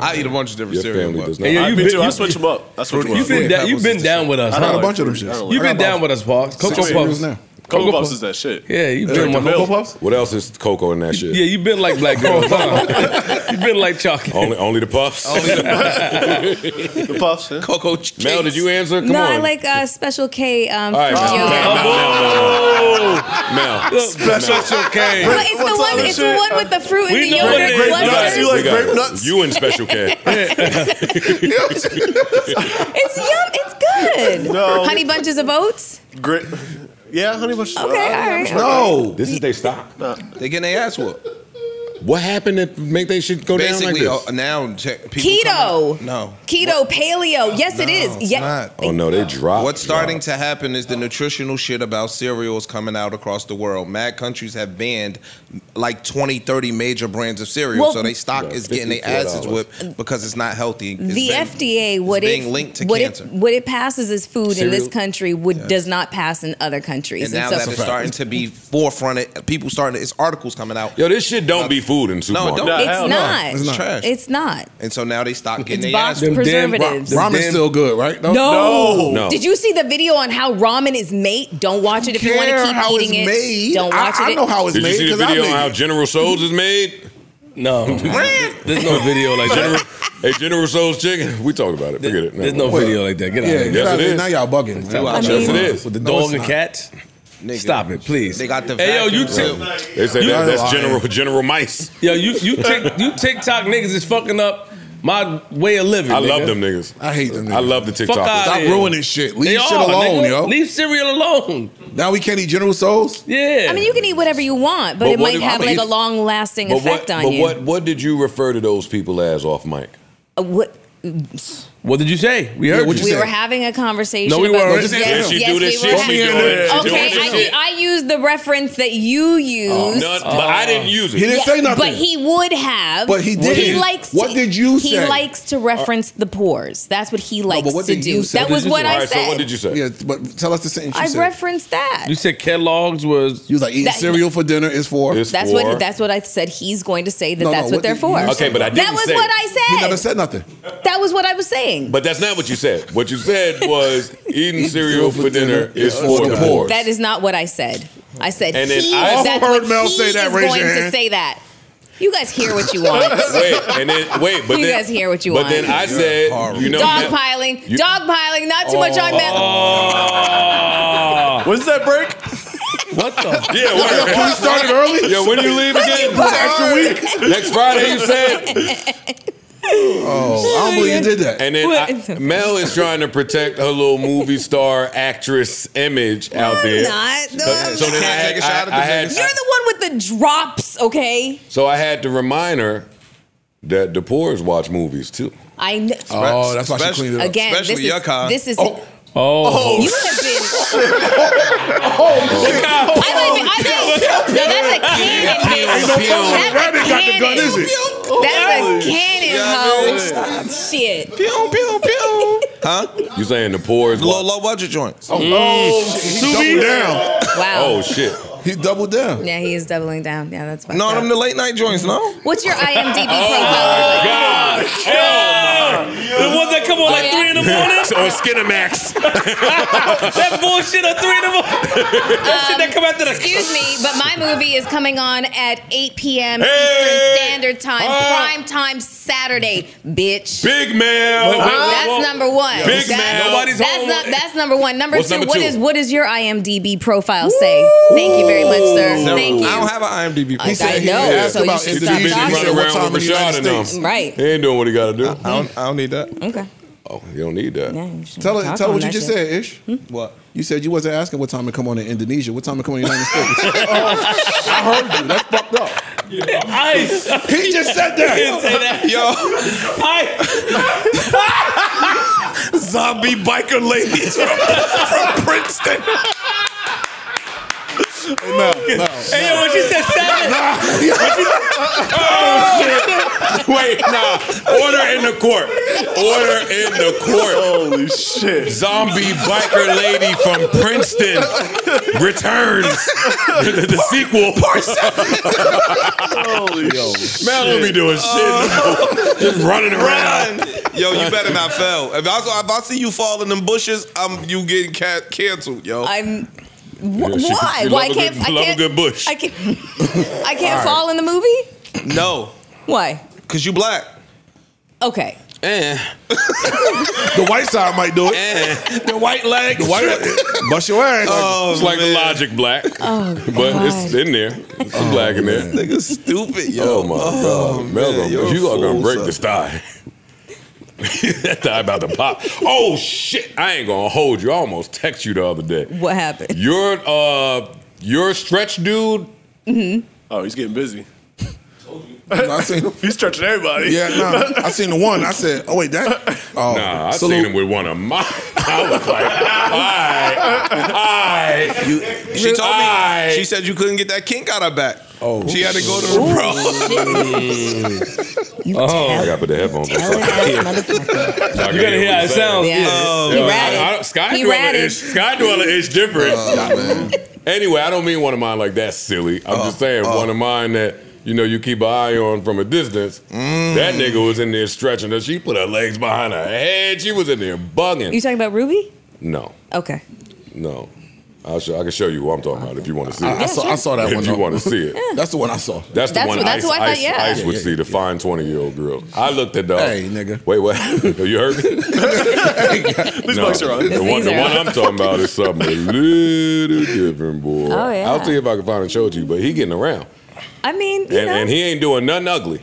S3: I eat a bunch of different
S4: Your
S3: cereal.
S4: family does
S3: but-
S4: not. Yeah,
S2: I,
S4: you
S2: me
S4: been-
S2: too. I
S4: you-
S2: switch them up. I switch them up.
S6: You've been, da- you've been down with us.
S2: I got
S6: huh?
S2: a bunch of them shits.
S6: You've
S2: I
S6: been
S2: got
S6: down with us, Paul.
S2: Six
S6: Cocoa
S2: figures
S6: Puffs.
S2: now. Cocoa Puffs is that shit.
S6: Yeah, you've
S2: They
S6: been
S2: like the
S6: one.
S2: milk.
S4: What else is cocoa in that shit?
S6: Yeah, you've been like black girls. huh? you've been like chocolate.
S4: Only, only the puffs.
S2: the puffs. Huh?
S3: Cocoa.
S4: Mel, did you answer? Come
S8: no,
S4: on.
S8: I like uh, Special K um,
S4: All right,
S8: fruit
S4: Mel.
S8: yogurt.
S4: Mel, Mel, Mel,
S6: Oh!
S4: Mel, Mel, Mel. Mel.
S8: Well, it's the
S2: What's
S8: one.
S2: other
S8: It's the
S2: shit?
S8: one with the fruit and the
S2: know
S8: yogurt.
S2: that
S8: clusters.
S2: grape nuts. You
S4: We
S2: like
S4: got
S2: grape
S4: it.
S2: nuts?
S4: You in special K.
S8: It's yum. It's good.
S2: No.
S8: Honey bunches of oats.
S2: Great. Yeah, honey bunch.
S8: Okay, all right.
S3: No.
S4: This is their stock.
S3: They getting their ass whooped.
S4: What happened to make they shit go
S3: Basically,
S4: down like this?
S3: uh, now check, people
S8: Keto.
S3: coming- no.
S8: Keto, paleo. Yes, it is.
S3: it's
S8: Yeah.
S3: not.
S4: Oh no, they dropped.
S3: What's starting to happen is the nutritional shit about cereals coming out across the world. Mad countries have banned like 20, 30 major brands of cereal,
S8: Well-
S3: so they stock
S8: Yeah,
S3: is getting their asses
S8: $54.
S3: whipped because it's not healthy. It's
S8: the
S3: been-
S8: FDA, what
S3: being
S8: it,
S3: linked to
S8: what
S3: cancer.
S8: it what it passes as food in this
S3: Cereal.
S8: country would does not pass in other countries.
S3: and now
S8: so-
S3: that it's starting to be forefronted, people starting to, it's articles coming out.
S4: Yo, this shit don't be food in
S3: No, it
S4: supermarkets.
S3: don't.
S8: it's not.
S3: It's trash.
S8: It's not.
S3: and so now they stock getting
S8: It's
S3: their
S8: boxed
S3: ass whooped.
S8: preservatives.
S3: Ra-
S8: Them
S3: ramen's
S8: damn-
S3: still good, right?
S8: No. Did you see the video on how ramen is made? Don't watch it if you want to
S3: care
S8: keep
S3: how
S8: eating
S3: it's
S8: it.
S3: made.
S8: Don't
S3: I-
S8: watch it.
S3: I know
S11: Oh,
S3: how it's
S4: Did you see the video on how General Souls is made?
S6: No, there's no video like
S4: General,
S6: that.
S4: hey, General Souls chicken. We talked about it. Forget it.
S6: There's no video like that. Get out
S4: Yeah,
S6: of here.
S4: yes, it is.
S11: Now y'all bugging.
S6: Yes, it is. With the
S4: No,
S6: dog
S4: it's
S6: and
S4: not.
S6: cats. Stop it, please.
S3: They got the
S6: Hey, yo, you
S3: vacuum
S6: too.
S3: too. They say that- that's General-
S6: General Mice. Yo, you you tick, you TikTok niggas is fucking up my way of living.
S4: I
S6: nigga.
S4: love them niggas.
S6: I
S4: hate them. I love the TikTokers.
S6: Fuck outta
S4: Stop
S6: here.
S4: ruining shit. Leave
S6: They
S4: shit
S6: are,
S4: alone,
S6: nigga.
S4: yo.
S6: Leave cereal alone.
S11: Now we can't eat General Souls.
S6: Yeah.
S8: I mean, you can eat whatever you want, but,
S4: But
S8: it
S4: what
S8: might
S4: if-
S8: have
S4: I'ma
S8: like
S4: eat
S8: a
S4: it.
S8: long lasting
S4: But
S8: effect
S4: what?
S8: on
S4: but
S8: you.
S4: what? What did you refer to those people as off mic?
S8: Uh, what?
S6: What did you say? We
S4: heard
S8: we were having a conversation.
S4: No, we
S8: about
S4: weren't.
S8: this.
S4: Yes,
S8: Yes,
S4: you
S8: yes,
S4: do this
S8: we
S4: shit,
S8: were.
S4: you do it, you do
S8: Okay,
S4: this shit.
S8: I, I used the reference that you used.
S4: None- but I didn't use it.
S11: Uh, He didn't
S8: Yeah,
S11: say nothing.
S8: But he would have.
S11: But he did.
S8: He likes.
S11: What
S8: to,
S11: did you
S8: He
S11: say?
S8: likes to reference the pores. That's what he likes
S11: but what
S8: to
S11: did
S8: do.
S11: you say?
S8: That was what I said.
S11: did
S4: you say?
S11: Yeah, but tell us the sentence you
S8: I
S11: said.
S8: referenced that.
S6: You said Kellogg's was.
S11: You was like eating
S8: That-
S11: cereal for dinner is for.
S8: That's what. That's what I said. He's going to say that.
S11: No, no,
S8: that's what,
S11: what
S8: they're
S11: did
S8: for.
S11: you say?
S4: Okay, but I
S8: That
S4: didn't
S8: was
S4: say
S8: what
S4: it.
S11: He
S8: I
S11: never
S8: said.
S11: said nothing.
S8: That was what I was saying.
S4: But that's not what you said. What you said was eating cereal for dinner is for the poor.
S8: That is not what I said. I said
S4: And then
S8: he.
S4: I- I've
S8: that's
S4: heard
S8: what
S4: Mel
S8: he
S4: say that.
S8: is
S4: Raise
S8: going
S4: your
S8: to
S4: hand.
S8: say that. You guys hear what you want.
S4: wait, and then wait, but
S8: You
S4: then,
S8: guys hear what you
S4: but
S8: want.
S4: But then I said, you know,
S8: dogpiling,
S4: you- Oh,
S8: dogpiling, not too much on
S6: that.
S2: When's that break?
S6: What the?
S4: Yeah, what?
S2: Can we start it early?
S4: Yeah, when do you leave again? Extra week. Next Friday, you said.
S11: Oh, I don't believe you did that.
S4: And then I, Mel is trying to protect her little movie star actress image out there.
S8: not. No,
S4: so,
S8: I'm
S4: so then
S8: not.
S4: I had,
S8: Take a
S4: I, I had
S8: You're the one with the drops, okay?
S4: so I had to remind her that the poors watch movies too.
S8: I know.
S4: Oh, that's why she cleaned it up.
S8: Again,
S4: Especially
S8: this
S4: your
S8: is,
S4: kind.
S8: This is.
S4: Oh.
S6: Oh.
S8: You have been.
S6: Oh,
S8: I might be. I might, no, that's a cannon.
S5: Ain't no telling where Rabbit got the gun, is it?
S8: That's a cannon,
S3: Yeah, I
S8: ho. Shit.
S3: Pew, pew, pew.
S4: Huh? You saying the poors?
S3: Low, low budget joints.
S4: Oh,
S8: He doubled down. Wow.
S4: Oh shit.
S3: He doubled down.
S8: Yeah, he is doubling down. Yeah, that's fine.
S3: No, them the late night joints, no?
S8: What's your IMDb
S6: Oh,
S8: profile?
S6: God. The ones that come on like three in the morning.
S4: on Skinamax.
S6: that bullshit on three in the morning. That shit that come after the.
S8: Um, Excuse me, but my movie is coming on at 8 p.m. Eastern Standard Time,
S4: Ah!
S8: prime time Saturday, bitch.
S4: Big Mel.
S8: That's number one.
S4: Big
S8: that's,
S4: Mel. Nobody's
S8: that's,
S4: home.
S8: nu- that's number one. Number
S4: What's
S8: two,
S4: number
S8: what
S4: two?
S8: is what does your IMDb profile say? Thank you very much, sir.
S3: Never-
S8: Thank you.
S3: I don't have an IMDb.
S8: I- I know,
S3: asked
S8: so you
S3: about
S8: should
S3: it.
S8: stop
S3: He said,
S8: talking.
S3: "What
S4: Running around
S3: time
S4: with
S3: in the
S4: Rashad
S3: United
S4: and them.
S3: States?"
S8: Right.
S4: He ain't doing what he got to do.
S3: I don't, I don't need that.
S8: Okay.
S4: Oh, you don't need that.
S11: Tell her, tell her what you just said, Ish.
S3: What?
S11: You said you wasn't asking what time to come on in Indonesia. What time to come on in the United States? Oh, I heard you. That's fucked up.
S6: Ice.
S11: He just said that.
S6: He didn't say that.
S3: Yo.
S5: Zombie biker ladies from, from Princeton.
S11: No, no.
S6: Hey, yo, when she said seven.
S4: Oh, shit. Wait, nah. Order in the court. Order in the court. Holy shit. Zombie biker lady from Princeton
S6: Oh,
S4: returns. the, the sequel. Part Holy shit. Man, don't be doing shit. Just running around.
S3: Uh, Yo, you better not fail. If I, if I see you fall in them bushes, I'm you getting ca- canceled, yo.
S8: I'm. Wh-
S3: Yeah, she-
S8: why?
S3: she
S8: Why
S3: love a
S8: can't
S3: good-
S8: I
S3: love a
S8: can't,
S3: good bush.
S8: I can't. I can't
S3: All right.
S8: fall in the movie.
S3: No,
S8: Why?
S3: cause you black.
S8: Okay.
S11: The white side might do it.
S6: the white leg.
S11: The white bust your ass.
S4: it's like Logic Black.
S11: Oh,
S4: but it's in there. It's black in there.
S3: Nigga stupid,
S4: yo. Oh my god. Mel gonna- you are gonna break this thigh. that thigh about to pop. Oh shit. I ain't gonna hold you. I almost text you the other day.
S8: What happened?
S4: Your uh your stretch dude.
S8: hmm
S2: Oh, he's getting busy.
S11: I seen
S2: he's stretching everybody.
S11: Yeah, no. I seen the one. I said, oh wait, that. Oh,
S4: nah, I
S11: salute.
S4: seen him with one of mine. I was like, I, I,
S3: You, she told me. She said you couldn't get that kink out her back. Oh, she had to go to
S4: Ooh,
S3: the pro.
S4: oh, I gotta put the headphones on.
S6: You gotta hear how it sounds. Yeah.
S4: Oh,
S6: He
S4: I-
S6: ratted.
S4: I- I- Sky
S6: He
S4: Dweller
S6: ratted.
S4: is Sky Dweller is different.
S11: Uh.
S4: Anyway, I don't mean one of mine like that silly.
S11: Uh.
S4: I'm just saying one of mine that you know you keep an eye on from a distance.
S11: Mm.
S4: That nigga was in there stretching her. She put her legs behind her head. She was in there bugging.
S8: You talking about Ruby?
S4: no,
S8: Okay.
S4: no. I'll show, I can show you what I'm talking about if you want to see
S11: I-
S4: it.
S11: I Yeah, saw- I sure. saw that
S4: if
S11: one,
S4: you
S11: though.
S4: want to see it.
S11: That's the one I saw.
S4: That's the
S11: That's
S4: one
S11: what- that's
S4: Ice,
S11: who I thought,
S4: Ice,
S11: yeah.
S4: Ice would
S11: Yeah, yeah,
S4: see, the fine 20 year old girl. I looked at dog. Hey, nigga. Wait, what? you heard? These
S2: books are on.
S4: The one, the one I'm talking about is something a little different, boy.
S8: Oh, yeah.
S4: I'll see if I can find and show it to you, but he getting around.
S8: I mean, you
S4: And,
S8: know,
S4: and he ain't doing nothing ugly.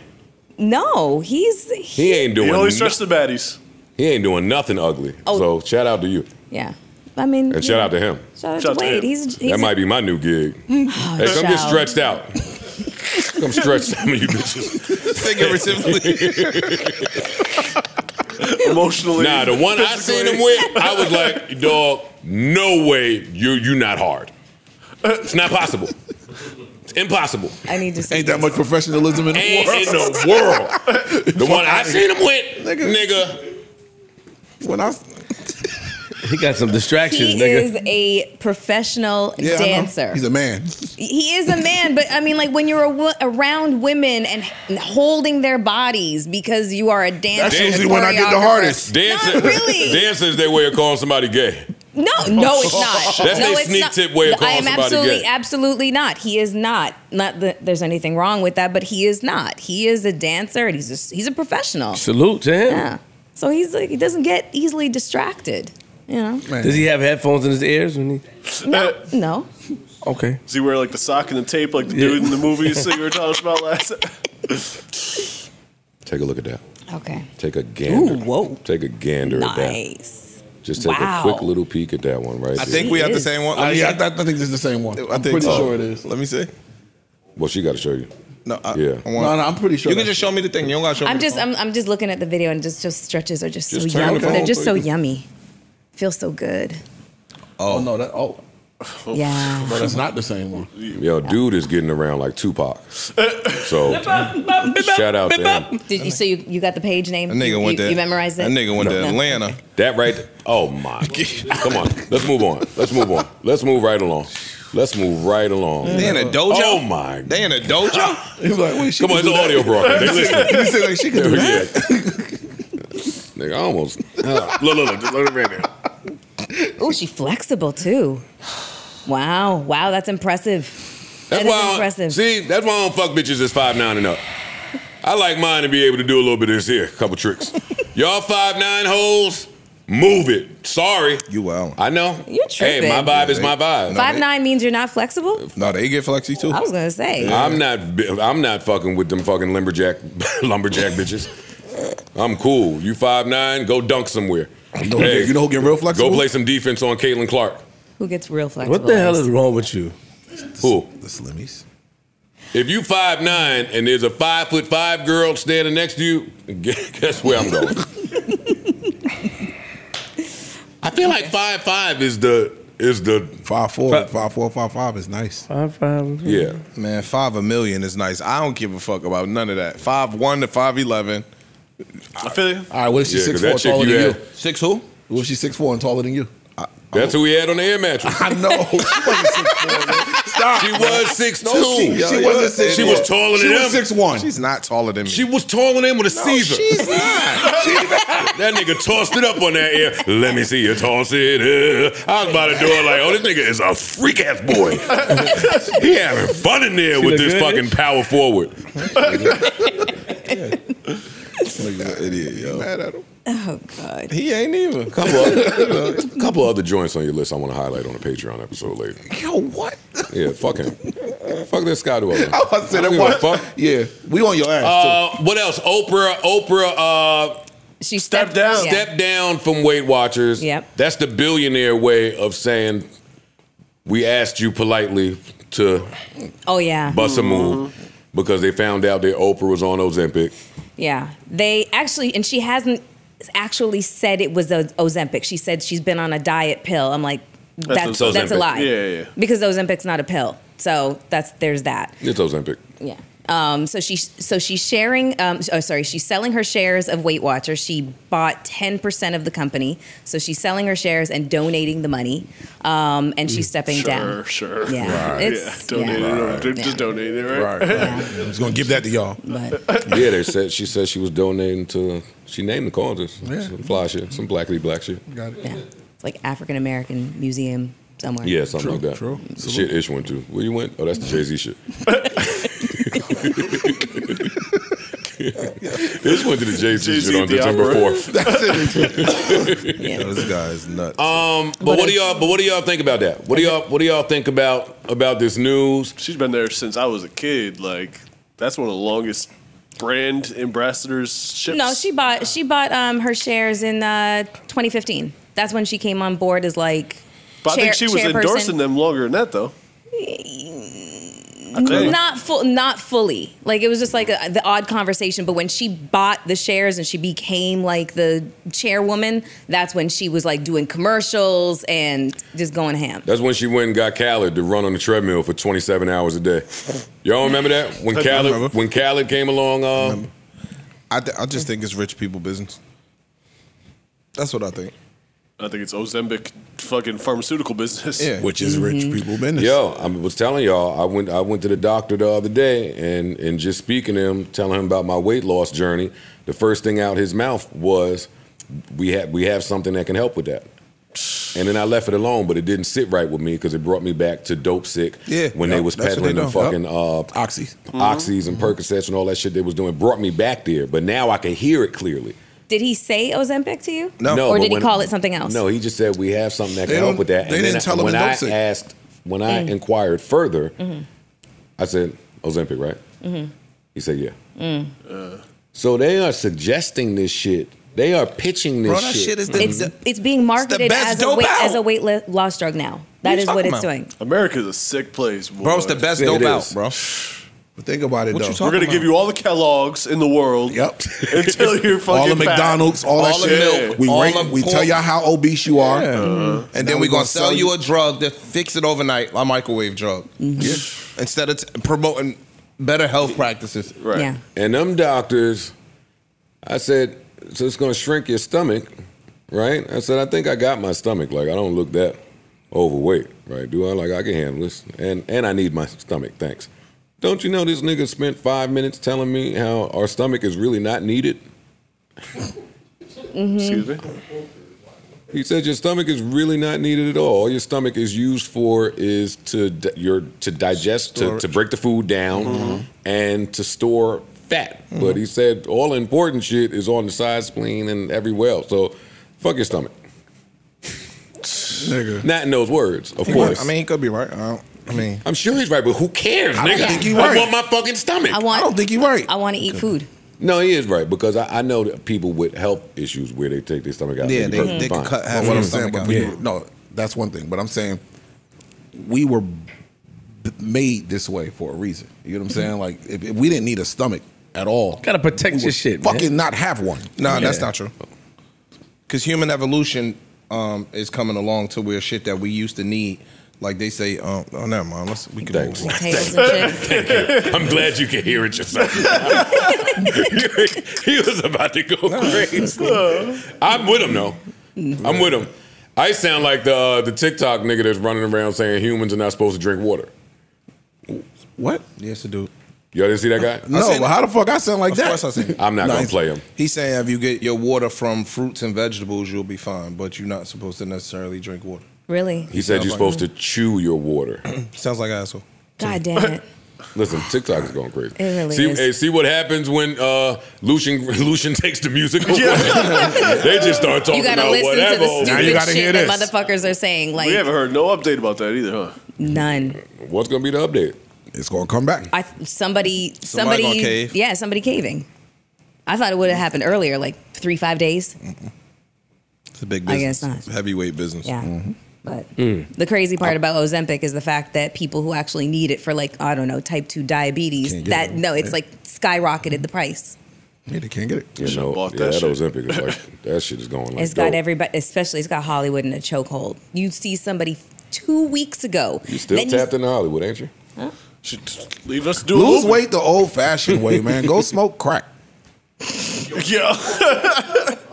S8: no, he's
S4: He ain't doing
S2: You only stretch
S4: the baddies. He ain't doing nothing ugly.
S8: Oh.
S4: So shout out to you.
S8: yeah. I mean,
S4: And shout out to him.
S8: Shout out to Wade. He's, he's
S4: that might be my new gig.
S8: Mm.
S4: Hey, come get
S8: Child.
S4: stretched out. come stretch some of you bitches. Figuratively. Emotionally. Nah, the one I seen him with, I was like, dog, no way you you not hard. It's not possible. It's impossible.
S8: I need to see.
S11: Ain't that much professionalism in the
S4: Ain't
S11: world?
S4: in the world. The one I seen him with, nigga.
S11: When I
S6: He got some distractions,
S8: He
S6: nigga.
S8: is a professional
S6: Yeah, I know.
S8: dancer.
S6: He's a
S11: man.
S8: He is a man, but I mean, like when you're a wo- around women and h- holding their bodies because you are a dancer. and a choreographer.
S4: Dancer, Dancers, they way of calling somebody gay.
S8: No, no, it's not.
S4: That's
S8: no,
S4: they
S8: it's
S4: sneak
S8: not.
S4: tip way of
S8: I
S4: calling
S8: am
S4: somebody
S8: absolutely,
S4: gay.
S8: absolutely not. He is not. Not that there's anything wrong with that, but he is not. He is a dancer and he's a, he's a professional.
S6: Salute to
S8: Oh.
S6: him.
S8: Yeah. So he's like he doesn't get easily distracted. You know.
S6: Does he have headphones in his ears when he?
S4: Uh,
S8: No, no.
S6: Okay.
S2: Does he wear like the sock and the tape like the dude in the movies that you were talking about last?
S4: Take a look at that.
S8: Okay.
S4: Take a gander.
S2: Ooh,
S4: whoa. Take a gander at
S8: Nice.
S4: that. Just take
S11: Wow.
S4: a quick little peek at that one right
S11: I
S4: there.
S11: think we have the same one. Let me- I- I think this is the same one. I'm pretty sure it is.
S3: Let me see.
S4: Well, she got to show you.
S3: No, I,
S4: yeah.
S3: I want-
S11: No, no, I'm pretty sure
S3: You can
S11: that's-
S3: just show me the thing. You don't gotta show
S8: I'm
S3: me.
S8: just I'm, I'm just looking at the video and just just stretches are just,
S3: Just
S8: so
S3: turn
S8: yummy.
S3: the phone
S8: They're just
S3: so
S8: so
S3: you can-
S8: yummy. Feels so good.
S11: Oh, no, that oh.
S8: Yeah.
S11: But it's not the same one.
S4: Yo, dude is getting around like Tupac. So shout out to him.
S8: Did you, so you, you got the page name?
S4: That nigga
S8: you,
S4: went
S8: you,
S4: to-
S8: you memorized it.
S4: that nigga went to
S8: No.
S4: Atlanta. That right. Oh my. Come on. Let's move on. Let's move on. Let's move right along. Let's move right along.
S3: They in a dojo?
S4: Oh my.
S3: They in a dojo?
S11: He's like, wait,
S4: Come on, it's an audio broadcast. They listening.
S3: He said, like, she could do
S4: Yeah.
S3: that.
S4: Nigga, I almost. uh, look, look, look, just look right there.
S8: Oh, she flexible too. Wow, wow, that's impressive.
S4: That's
S8: That is
S4: why. I-
S8: impressive.
S4: see, that's why I don't fuck bitches that's five nine and up. I like mine to be able to do a little bit of this here, couple tricks. Y'all five nine holes, move it. Sorry,
S3: you out.
S4: I know.
S8: You're
S4: Hey,
S8: tripping.
S4: my vibe is my vibe.
S8: Five nine means you're not flexible.
S3: No, they get flexy too.
S8: I was gonna say.
S4: I'm not. bi- I'm not fucking with them fucking lumberjack lumberjack bitches. I'm cool. You five nine, go dunk somewhere.
S11: know who get- you know who get real flexible?
S4: Go play some defense on Caitlin Clark.
S8: Who gets real flexible?
S6: What the hell is wrong with you?
S4: Who?
S11: The Slimmies.
S4: If you five nine and there's a five foot five girl standing next to you, guess where I'm going. I feel like five five is the is the
S3: Five four, five four, five five is nice.
S6: Five five.
S3: man, five a million is nice. I don't give a fuck about none of that. Five one to five eleven.
S2: I feel you.
S11: All right, what if she's
S3: Yeah,
S11: six
S3: 'cause that
S11: four
S3: chick
S11: taller
S3: you
S11: than
S3: had-
S11: you?
S3: Six who?
S11: What if she's six four and taller than you?
S4: That's who we had on the air mattress.
S11: I know. She wasn't six four. Stop.
S4: She was six
S11: No, She,
S4: two.
S11: she wasn't six.
S4: She
S11: four.
S4: was taller
S11: She
S4: than
S11: was
S4: him.
S11: six one.
S3: She's not taller than me.
S4: She was taller than him with a Caesar.
S3: She's not.
S4: that nigga tossed it up on that air. Let me see you toss it. up. I was about to do it like, oh, this nigga is a freak ass boy. he having fun in there
S5: She
S4: with
S5: look
S4: this
S5: good,
S4: fucking power forward.
S3: Nigga's an idiot, yo. Mad at him.
S8: Oh God.
S3: He ain't even.
S4: Couple, other, couple other joints on your list I want to highlight on the Patreon episode later.
S11: Yo, what?
S4: Yeah, fuck him. fuck this guy to
S11: I was about to say that
S4: one.
S11: one. Yeah, we on your ass.
S4: Uh, what else? Oprah. Oprah. Uh,
S8: she
S4: stepped down. Stepped down from Weight Watchers.
S8: Yep.
S4: That's the billionaire way of saying we asked you politely to
S8: Oh yeah.
S4: bust a move because they found out that Oprah was on Ozempic.
S8: Yeah. They actually, and she hasn't actually said it was O- Ozempic. She said she's been on a diet pill. I'm like, that's that's, a lie.
S4: yeah.
S8: Because Ozempic's not a pill. So that's there's that.
S4: It's Ozempic.
S8: Yeah. Um, so she so she's sharing. Um, oh, sorry, she's selling her shares of Weight Watchers. She bought ten percent of the company, so she's selling her shares and donating the money. Um, and she's stepping
S2: sure,
S8: down.
S2: Sure,
S8: Yeah,
S2: Right.
S8: it's-
S2: yeah. Donate
S8: yeah.
S2: it. or- Just donate it, right?
S3: I'm just gonna give that to y'all.
S4: yeah, they said she said she was donating to she named the causes.
S8: Yeah.
S4: Some fly shit, some blackity black shit.
S8: Yeah. It's like African American Museum somewhere.
S4: Yeah, something like that.
S8: True.
S4: The shit Ish went to. Where you went? Oh, that's the Jay Z shit. Ish went to the Jay Z
S5: Jay-Z
S4: shit on
S5: at the
S4: December
S5: opera.
S4: fourth.
S3: This guy is nuts.
S4: Um, but,
S2: But
S4: what do
S2: it's-
S4: y'all? But what do y'all think about that? What do y'all? What do y'all think about about this news?
S2: She's been there since I was a kid. Like that's one of the longest brand ambassadors ships.
S8: No, she bought she bought um, her shares in uh, 2015. That's when she came on board as like.
S2: But I
S8: chair-
S2: think she was
S8: chairperson.
S2: endorsing them longer than that, though. I think.
S8: Not full, not fully. Like it was just like a, the odd conversation. But when she bought the shares and she became like the chairwoman, that's when she was like doing commercials and just going ham.
S4: That's when she went and got Khaled to run on the treadmill for 27 hours a day. Y'all remember that when
S3: I do
S4: Khaled
S3: remember.
S4: when Khaled came along? Uh,
S3: I, th- I just think it's rich people business. That's what I think.
S2: I think it's Ozembic fucking pharmaceutical business. Mm-hmm.
S4: people business. Yo, I was telling y'all, I went I went to the doctor the other day and and just speaking to him, telling him about my weight loss journey. The first thing out his mouth was, "We have we have something that can help with that." And then I left it alone, but it didn't sit right with me because it brought me back to dope sick.
S3: Yeah.
S4: when they
S3: Yep,
S4: was
S3: that's what they
S4: peddling
S3: do.
S4: the fucking
S3: Yep.
S4: uh,
S3: oxys,
S4: oxys and Percocets and all that shit they was doing, brought me back there. But now I can hear it clearly.
S8: Did he say Ozempic to you?
S4: but
S8: Or did he
S4: when-
S8: call it something else?
S4: No, he just said we have something that
S8: They
S4: can help
S8: don't-
S4: with that.
S8: they didn't
S4: I-
S8: tell him
S4: when
S8: to
S4: I
S8: dose it.
S4: asked, when I
S8: Mm.
S4: inquired further,
S8: Mhm.
S4: I said Ozempic, right?
S8: Mhm.
S4: He said, yeah.
S8: Mm.
S4: So they are suggesting this shit. They are pitching this
S8: Bro,
S4: shit. Mm-hmm.
S8: that shit is the- It's- It's being marketed
S3: best
S8: as a
S3: dope
S8: weight
S3: out.
S8: as a weight li- loss drug now. That is what it's doing.
S2: America's a sick place, boy.
S3: Bro, it's the best dope out, bro. But think about it,
S2: What
S3: though.
S2: you We're gonna give you all the Kellogg's in the world. Yep. Until you're fucking
S3: All the
S2: fat.
S3: McDonald's, all that
S2: the
S3: shit.
S2: milk,
S3: We
S2: all
S3: rate-
S2: the
S3: we
S2: pork.
S3: tell y'all
S11: how obese you are. Mhm.
S3: And then
S11: Now
S3: we're gonna sell you a drug to fix it overnight, a microwave drug.
S11: Mm-hmm.
S3: Yeah. Instead of t- promoting better health practices.
S2: Right.
S8: Yeah.
S4: And them doctors, I said, so it's gonna shrink your stomach, right? I said, I think I got my stomach. Like I don't look that overweight, right? Do I? Like I can handle this, and and I need my stomach. Thanks. Don't you know this nigga spent five minutes telling me how our stomach is really not needed?
S8: Mhm.
S4: Excuse me. He said your stomach is really not needed at all. All your stomach is used for is to di- your to digest, to, to
S5: Storage.
S4: break the food down, and to store fat. But he said all important shit is on the side spleen and everywhere else. So fuck your stomach.
S3: Nigga.
S4: Not in those words, of
S3: He
S4: course.
S3: might- I mean, he could be right. I, don't, I mean,
S4: I'm sure he's right, but who cares,
S3: I don't
S4: nigga?
S3: think he
S4: I
S3: right.
S4: want my fucking stomach.
S8: I want. I don't
S3: think you're right.
S8: I want to eat food.
S4: No, he is right because I, I know that people with health issues where they take their stomach out.
S11: Yeah,
S4: be
S11: they,
S4: perfectly
S11: they
S4: fine.
S11: could cut half
S4: But
S11: of
S4: what I'm
S11: the
S4: saying,
S11: stomach out.
S4: but people-
S11: Yeah, No, that's one thing. But I'm saying we were b- made this way for a reason. You know what I'm
S3: Mm-hmm.
S11: saying? Like, if, if we didn't need a stomach at all,
S6: gotta protect
S11: we
S6: your
S11: would
S6: shit. man.
S11: Fucking not have one.
S3: No, that's not true. Because human evolution um, is coming along to where shit that we used to need. Like they say, um, oh, never mind. Let's, we can
S4: Thanks.
S3: move on.
S4: Potatoes and Thank you. I'm glad you can hear it yourself. he was about to go crazy. I'm with him though.
S3: Mm-hmm.
S4: I'm with him. I sound like the uh, the TikTok nigga that's running around saying humans are not supposed to drink water.
S3: What? Yes, I do.
S4: Y'all didn't see that guy?
S3: No, but how the fuck I sound like that?
S4: I'm not gonna play him.
S3: He's saying if you get your water from fruits and vegetables, you'll be fine, but you're not supposed to necessarily drink water.
S8: Really?
S4: He said you're supposed to chew your water.
S3: Sounds like an asshole.
S8: God damn it.
S4: Listen, TikTok is going crazy.
S8: It really
S4: see,
S8: is.
S4: hey, see what happens when uh, Lucian Lucian takes the music away.
S8: Yeah.
S4: they just start talking
S8: you gotta
S4: about
S8: listen
S4: whatever.
S8: to the stupid
S4: over there.
S8: shit that motherfuckers are saying. Like
S2: we haven't heard no update about that either, huh?
S8: none.
S4: What's gonna be the update?
S11: It's gonna come back.
S8: I somebody
S2: Somebody
S8: somebody,
S2: gonna cave.
S8: yeah somebody caving. I thought it would have happened earlier, like three five days.
S3: It's a big
S8: I
S3: business.
S8: guess
S3: Heavyweight business.
S8: Yeah.
S4: Mm-hmm.
S8: But
S4: Mm.
S8: The crazy part about Ozempic is the fact that people who actually need it for like I don't know type two diabetes
S11: Can't get
S8: that
S11: it.
S8: no it's
S11: Yeah.
S8: like skyrocketed the price.
S11: Yeah, they can't get it.
S4: You know, yeah,
S11: that
S4: that,
S11: shit.
S4: Ozempic is like that shit is going like.
S8: it's got
S4: dope.
S8: everybody, especially it's got Hollywood in a chokehold. You see somebody two weeks ago.
S4: You still
S8: then
S4: tapped into Hollywood, ain't you?
S8: Huh?
S2: Leave us do
S11: Lose
S2: it.
S11: weight the old fashioned way, man. Go smoke crack.
S2: Yeah.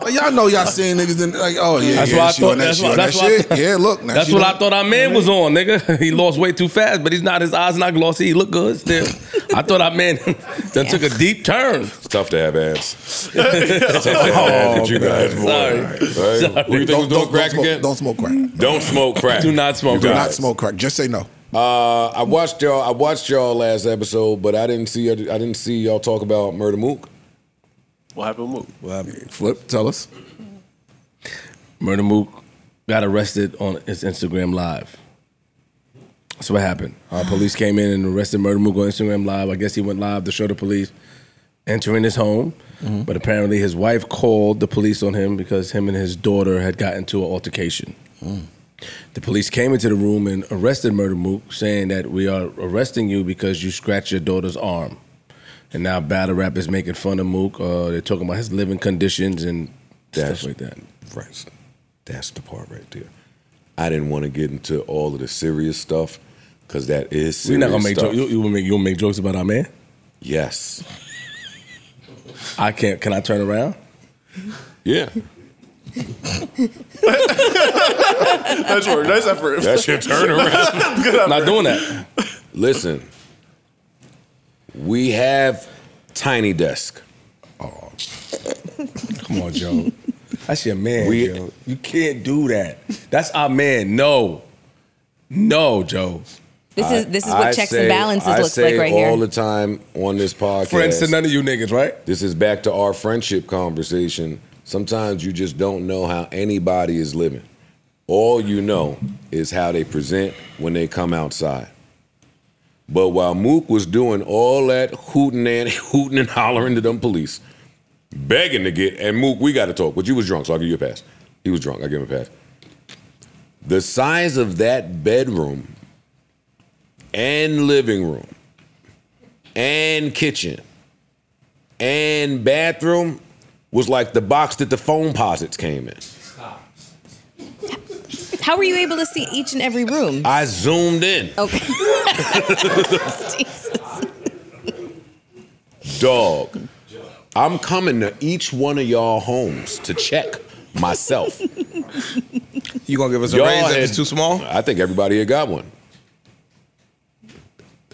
S11: y'all know y'all seeing niggas in like, oh yeah,
S6: That's
S11: yeah,
S6: what I
S11: she on
S6: thought.
S11: that
S6: That's
S11: shit,
S6: what,
S11: on that
S6: that's what I
S11: shit.
S6: thought.
S11: Yeah, look, now
S6: That's
S11: she
S6: what
S11: done-
S6: I thought. Our man was on, nigga. He lost weight too fast, but he's not. His eyes not glossy. He look good still. I thought I meant that took a deep turn.
S4: It's tough to have abs.
S6: Oh,
S4: It's tough to have
S11: Oh,
S4: abs that you guys boy.
S6: sorry.
S4: Right. What do you think was doing crack
S11: smoke,
S4: again?
S11: Don't smoke crack.
S4: Don't smoke crack.
S11: Do not smoke
S4: You
S11: crack. Do
S4: guys.
S11: not smoke crack. Just say no.
S4: Uh, I watched y'all. I watched y'all last episode, but I didn't see. I didn't see y'all talk about Murder Mook.
S2: What happened,
S11: Oh,
S2: Mook?
S4: What happened?
S11: Flip, tell us.
S6: Murder Mook got arrested on his Instagram Live. That's what happened. Uh, police came in and arrested Murder Mook on Instagram Live. I guess he went live to show the police entering his home,
S11: Mm-hmm.
S6: but apparently his wife called the police on him because him and his daughter had gotten into an altercation.
S11: Mm.
S6: The police came into the room and arrested Murder Mook, saying that we are arresting you because you scratched your daughter's arm. And now battle rap is making fun of Mook. Uh, they're talking about his living conditions and stuff like that.
S4: Right. That's the part right there. I didn't want to get into all of the serious stuff because that is
S6: We're
S4: serious
S6: not gonna make
S4: stuff.
S6: jokes. You, you will make you will make jokes about our man.
S4: Yes.
S6: I can't. Can I turn around?
S4: Yeah.
S2: Nice work. Nice effort.
S4: That's your turnaround.
S2: Good effort.
S6: that.
S4: Listen, we have Tiny Desk.
S6: Come on, Joe. That's your man, Joe. You can't do that. That's our man. No, no, Joe.
S8: This is- this is what checks and balances
S4: I
S8: looks
S4: say
S8: like right
S4: all
S8: here.
S4: the time on this podcast.
S6: Friends to none of you niggas, right?
S4: This is back to our friendship conversation. Sometimes you just don't know how anybody is living. All you know is how they present when they come outside. But while Mook was doing all that hooting and hooting and hollering to them police, begging to get, and Mook, we got to talk. But you was drunk, so I'll give you a pass. He was drunk. I give him a pass. The size of that bedroom and living room and kitchen and bathroom was like the box that the phone posits came in.
S8: How were you able to see each and every room?
S4: I zoomed in.
S8: Okay.
S4: Dog, I'm coming to each one of y'all homes to check myself.
S3: You gonna give us a
S4: Y'all
S3: raise if
S4: had-
S3: it's too small?
S4: I think everybody had got one.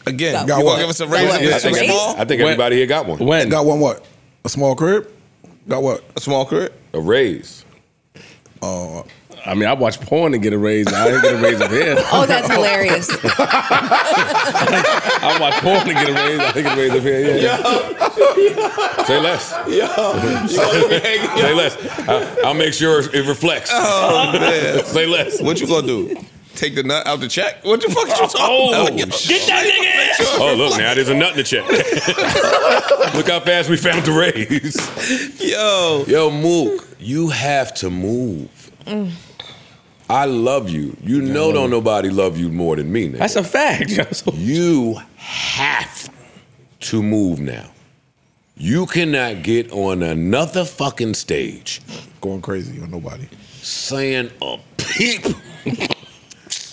S3: Again,
S4: Got
S3: you
S4: what?
S3: gonna give us a raise
S4: Got
S3: if it's
S4: what?
S3: too
S4: I think-
S3: small?
S4: I think everybody here got one. When?
S11: Got one what? A small crib? Got what?
S3: A small crib?
S4: A raise.
S6: Oh, I mean, I watch porn and get a raise. I didn't get a raise up here.
S8: Oh, that's hilarious.
S6: I watch porn and get a raise. I didn't get a raise up here. Yeah.
S4: Say less. Say less. I, will make sure it reflects.
S3: Oh, man.
S4: Say less.
S3: What you gonna do? Take the nut out the check? What the fuck you
S6: Oh,
S3: talking about? Yo,
S4: Get that nigga! Oh, look, now there's a nut in the check. look how fast we found the raise.
S3: Yo.
S4: Yo, Mook, you have to move. I love you. You know, don't nobody love you more than me. Nigga.
S6: That's a fact.
S4: you have to move now. You cannot get on another fucking stage
S11: Going crazy on nobody.
S4: saying a peep.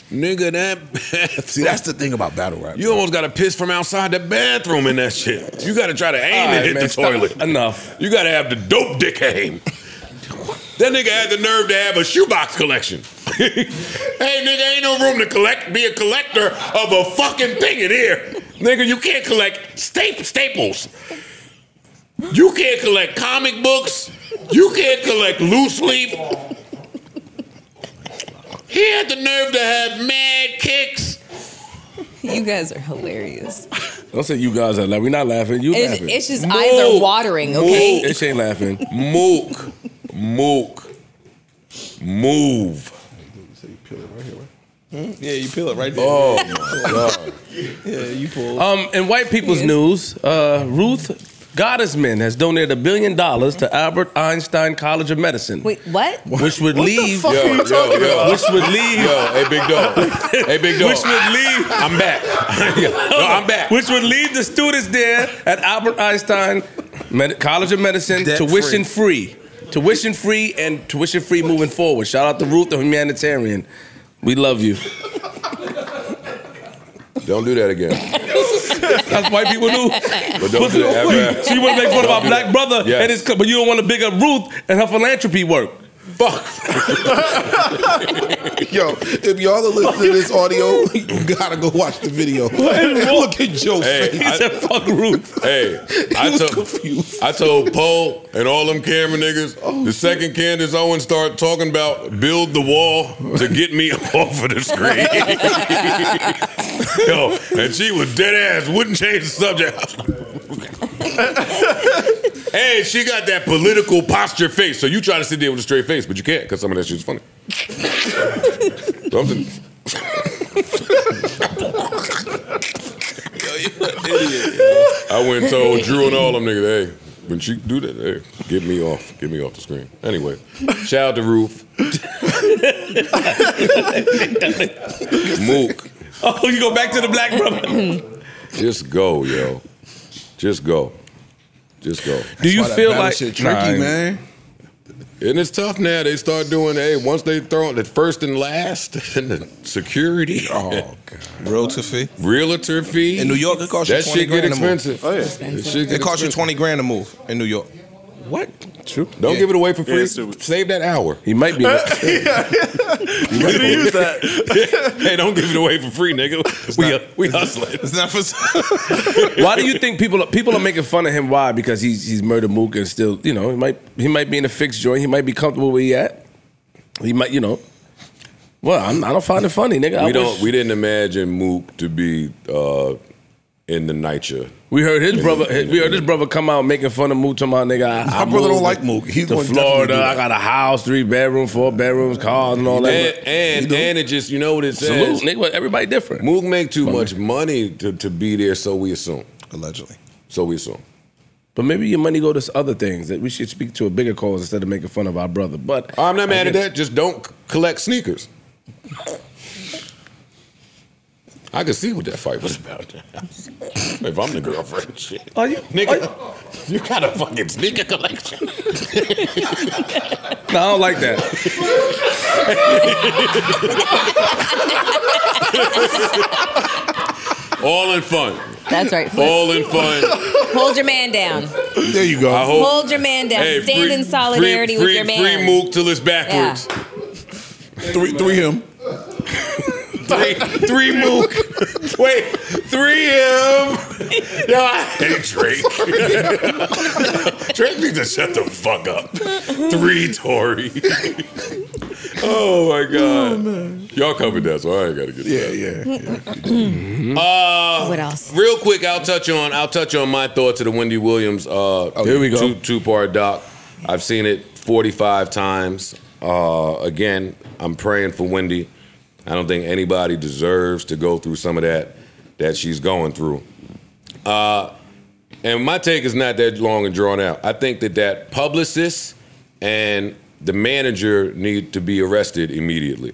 S4: Nigga, that
S11: See, that's the thing about battle rap.
S4: you almost got to piss from outside the bathroom in that shit. You got to try to aim
S6: All right,
S4: and hit
S6: man,
S4: the
S6: stop.
S4: toilet.
S6: Enough.
S4: You got to have the dope dick aim. That nigga had the nerve to have a shoebox collection. hey, nigga, ain't no room to collect. Be a collector of a fucking thing in here, nigga. You can't collect sta- staples. You can't collect comic books. You can't collect loose leaf. He had the nerve to have mad kicks.
S8: you guys are hilarious.
S6: Don't say you guys are laughing. We're not laughing. You
S8: It's-
S6: laughing.
S8: it's just eyes are Mook. watering, okay?
S6: Mook. It ain't laughing.
S4: Mook. Mook. Move.
S3: Hmm? Yeah, you peel it right there.
S4: Oh, my God.
S3: Yeah, you pull.
S6: Um, in white people's news, uh, Ruth Gottesman has donated a billion dollars to Albert Einstein College of Medicine.
S8: Wait, what?
S6: Which would leave,
S4: fuck are you talking about?
S6: Which would leave,
S4: Yo, hey, big dog. Hey, big dog.
S6: Which would leave?
S4: I'm back. no, I'm back.
S6: Which would leave the students there at Albert Einstein Med- College of Medicine
S4: Debt-free.
S6: tuition free. tuition free and tuition free moving forward. Shout out to Ruth, the humanitarian. We love you.
S4: Don't do that again.
S6: That's white people do.
S4: But don't do that ever.
S6: So you want to make fun of
S4: Don't
S6: our
S4: do
S6: black
S4: that.
S6: brother,
S4: Yes.
S6: and his, but you don't want to big up Ruth and her philanthropy work.
S11: Yo, if y'all are listening to this audio, you gotta go watch the video. Look at Joe's
S4: Hey,
S11: face.
S4: I- He said,
S11: fuck Ruth.
S4: Hey, I told I told Poe and all them camera niggas
S11: Oh,
S4: the second Candace Owens start talking about build the wall to get me off of the screen. Yo, and she was dead ass, wouldn't change the subject. I was like, hey, she got that political posture face. So you try to sit there with a straight face, but you can't because some of that shit's funny. So I'm just- I went and told Drew and all them niggas, hey, when she do that, hey, get me off, get me off the screen. Anyway, shout out to Roof, Mook.
S6: Oh, you go back to the black brother.
S4: Just go, yo. Just go. Just go.
S6: Do you That's why that feel battle like- shit tricky,
S4: Nah.
S6: man.
S4: And it's tough now. They start doing, hey, once they throw the first and last and the security. Oh, God.
S3: Realtor fee.
S4: Realtor fee.
S3: In New York, it costs you
S4: That
S3: 20
S4: shit get
S3: grand
S4: expensive.
S3: To move.
S4: Oh, That shit get
S3: It costs you
S4: expensive.
S3: 20 grand to move in New York.
S6: What?
S3: True.
S4: Don't give it away for free. Save that hour.
S6: He might be.
S4: You
S3: could use
S4: that. hey, don't give it away for free, nigga. we we hustling.
S3: It's not for.
S6: why do you think people are, people are making fun of him? Why? Because he's he's murdered Mook and still, you know, he might he might be in a fixed joint. He might be comfortable where he at. He might, you know. Well, I'm, I don't find it funny, nigga. I
S4: we
S6: wish-
S4: don't. We didn't imagine Mook to be uh, in the NYCHA.
S6: We heard his brother. we heard his brother come out making fun of Mook. To my nigga, I,
S4: My
S6: I
S4: brother don't
S6: moved
S4: like Mook. He's
S6: to
S4: gonna definitely
S6: Florida.
S4: do that.
S6: I got a house, three bedroom, four bedrooms, cars, and all
S4: And
S6: that.
S4: and, and it just you know what it says.
S6: Salute, nigga. Everybody different.
S4: Mook make too much money to, to be there, so we assume.
S3: Allegedly.
S4: So we assume.
S6: But maybe your money go to other things that we should speak to a bigger cause instead of making fun of our brother. But
S4: I'm not
S6: I
S4: mad at
S6: get-
S4: that. Just don't c- collect sneakers. I could see what that fight was about. if I'm the girlfriend, shit.
S6: Are you,
S4: nigga? you got a fucking sneaker collection.
S6: No, I don't like that.
S4: All in fun.
S8: That's right.
S4: All in fun.
S8: Hold your man down.
S4: There you go.
S8: Hold your man down. Stand in solidarity with your man.
S4: Free Mook till it's backwards. Three, three him. three, three Mook. Wait, three him. Yo, I hate Drake. Drake needs to shut the fuck up. Three Tory. oh my god. Y'all covered that, so I ain't gotta get. Yeah, yeah. Uh,
S8: Mm-hmm.
S3: Uh,
S8: what else?
S4: Real quick, I'll touch on I'll touch on my thoughts of the Wendy Williams. Uh,
S6: Oh, Here we go.
S4: Two two part doc. I've seen it forty five times. Uh, again, I'm praying for Wendy. I don't think anybody deserves to go through some of that that she's going through. Uh, and my take is not that long and drawn out. I think that that publicist and the manager need to be arrested immediately.